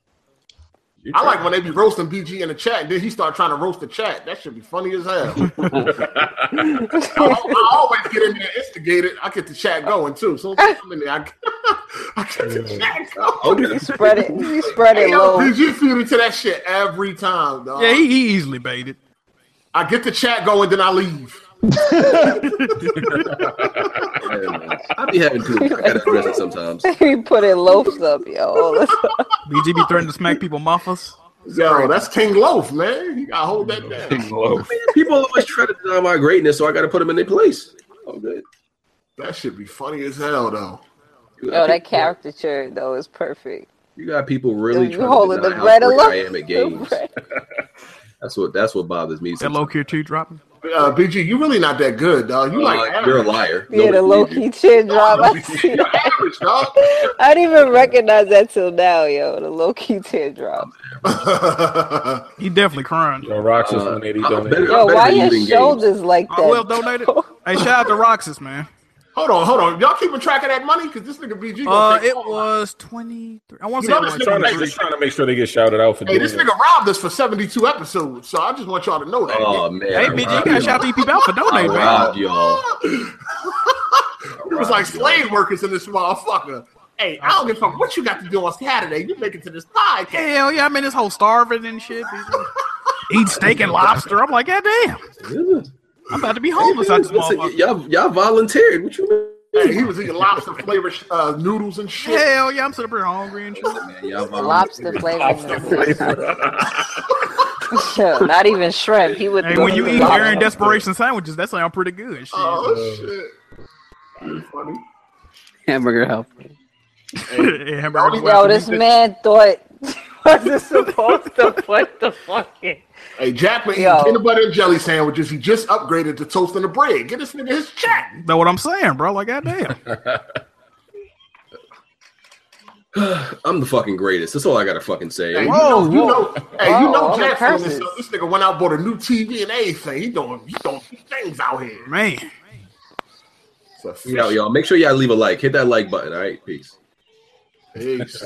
[SPEAKER 3] you're
[SPEAKER 7] I like
[SPEAKER 3] trying-
[SPEAKER 7] when they be roasting BG in the chat, and then he start trying to roast the chat. That should be funny as hell. I, al- I always get in there instigated. I get the chat going too. So I'm in there, I, I get the chat going.
[SPEAKER 3] Okay.
[SPEAKER 11] Spread it. You spread it
[SPEAKER 7] Hey, yo,
[SPEAKER 11] low.
[SPEAKER 7] BG feed into that shit every time, dog.
[SPEAKER 4] Yeah, he, he easily baited.
[SPEAKER 7] I get the chat going, then I leave.
[SPEAKER 3] I be having to. I gotta address it sometimes.
[SPEAKER 11] he put in loafs up, yo. all the time.
[SPEAKER 4] BG be threatening to smack people muffas.
[SPEAKER 7] Yo, that's King Loaf, man. You gotta hold that down.
[SPEAKER 3] People always try to deny my greatness, so I got to put them in their place. Oh, good.
[SPEAKER 7] That should be funny as hell, though.
[SPEAKER 3] You got
[SPEAKER 11] Yo, Oh, that
[SPEAKER 3] people-
[SPEAKER 11] caricature though is perfect.
[SPEAKER 3] You got people really
[SPEAKER 11] you
[SPEAKER 3] trying
[SPEAKER 11] holding
[SPEAKER 3] to
[SPEAKER 11] the
[SPEAKER 3] deny
[SPEAKER 11] bread
[SPEAKER 3] how
[SPEAKER 11] alone.
[SPEAKER 3] great I am at games. That's what that's what bothers me.
[SPEAKER 4] That
[SPEAKER 3] sometimes.
[SPEAKER 4] low key tear dropping.
[SPEAKER 7] Uh, BG, you really not that good, dog. You like
[SPEAKER 3] Uh, you're a liar.
[SPEAKER 11] Yeah, the
[SPEAKER 3] Nobody
[SPEAKER 11] low
[SPEAKER 3] believes you.
[SPEAKER 11] key chin drop. I see
[SPEAKER 7] you're
[SPEAKER 11] that.
[SPEAKER 7] average, dog.
[SPEAKER 11] I didn't even recognize that till now, yo. The low key teardrop.
[SPEAKER 4] He definitely crying.
[SPEAKER 5] Yo, Roxas
[SPEAKER 3] Uh,
[SPEAKER 5] 180
[SPEAKER 3] I'm
[SPEAKER 5] donated.
[SPEAKER 3] better-
[SPEAKER 11] Yo,
[SPEAKER 3] I'm better
[SPEAKER 11] why
[SPEAKER 3] than you in
[SPEAKER 11] your
[SPEAKER 3] games.
[SPEAKER 11] shoulders like that?
[SPEAKER 4] I will donate it. Hey, shout out to Roxas, man.
[SPEAKER 7] hold on, hold on. Y'all keeping track of that money? Because this nigga BG. gonna
[SPEAKER 4] Uh,
[SPEAKER 7] take
[SPEAKER 4] it
[SPEAKER 7] all
[SPEAKER 4] was twenty three. I want
[SPEAKER 7] You
[SPEAKER 4] to say
[SPEAKER 7] know
[SPEAKER 4] it
[SPEAKER 7] this
[SPEAKER 4] was
[SPEAKER 5] I'm trying to, just trying to make sure they get shouted out for
[SPEAKER 7] my- Hey,
[SPEAKER 5] doing
[SPEAKER 7] this
[SPEAKER 5] this.
[SPEAKER 7] nigga robbed us for 72 episodes, so I just want y'all to know that.
[SPEAKER 3] Oh man.
[SPEAKER 4] Hey,
[SPEAKER 3] I
[SPEAKER 4] BG, you
[SPEAKER 3] robbed
[SPEAKER 4] gotta shout out to E EP out for
[SPEAKER 3] I
[SPEAKER 4] donating, man.
[SPEAKER 3] robbed y'all.
[SPEAKER 7] it was like
[SPEAKER 3] Oh,
[SPEAKER 7] slave workers in this motherfucker. Hey, I don't give a fuck what you got to do on Saturday. You make it to this podcast.
[SPEAKER 4] Hell yeah, I mean this whole starving and shit. BG. Eat steak and lobster. I'm like, god damn,
[SPEAKER 3] Yeah.
[SPEAKER 4] I'm about to be homeless out this
[SPEAKER 3] Listen,
[SPEAKER 4] motherfucker.
[SPEAKER 3] y'all, y'all volunteered. What you mean?
[SPEAKER 7] Hey, he was eating lobster flavored uh, noodles and shit.
[SPEAKER 4] Hell yeah, I'm sitting up here hungry and shit.
[SPEAKER 3] Man, y'all
[SPEAKER 11] Lobster
[SPEAKER 3] volunteered.
[SPEAKER 11] flavor. Yo, Not even shrimp. He would.
[SPEAKER 4] Hey, when you eat Aaron Desperation sandwiches, that sound pretty good. Shit.
[SPEAKER 7] Oh shit. That's funny.
[SPEAKER 1] Hamburger help.
[SPEAKER 4] Yeah, hamburger
[SPEAKER 11] Yo, this man thought wasn't supposed to put the fucking.
[SPEAKER 7] Hey, Jackman eating
[SPEAKER 11] Yo.
[SPEAKER 7] peanut butter and jelly sandwiches. He just upgraded to toast and the bread. Get this nigga his check.
[SPEAKER 4] That's what I'm saying, bro. Like, goddamn.
[SPEAKER 3] I'm the fucking greatest. That's all I gotta fucking say.
[SPEAKER 7] Hey,
[SPEAKER 4] Whoa,
[SPEAKER 7] you know, you know, hey, you
[SPEAKER 11] Whoa,
[SPEAKER 7] know,
[SPEAKER 11] all the
[SPEAKER 7] Jackson. This,
[SPEAKER 11] curses.
[SPEAKER 7] this nigga went out bought a new TV and everything. He doing, he doing things out here.
[SPEAKER 4] Man.
[SPEAKER 7] It's a
[SPEAKER 3] Peace out,
[SPEAKER 7] fish.
[SPEAKER 3] y'all. Make sure y'all leave a like. Hit that like button. All right, peace.
[SPEAKER 7] Peace.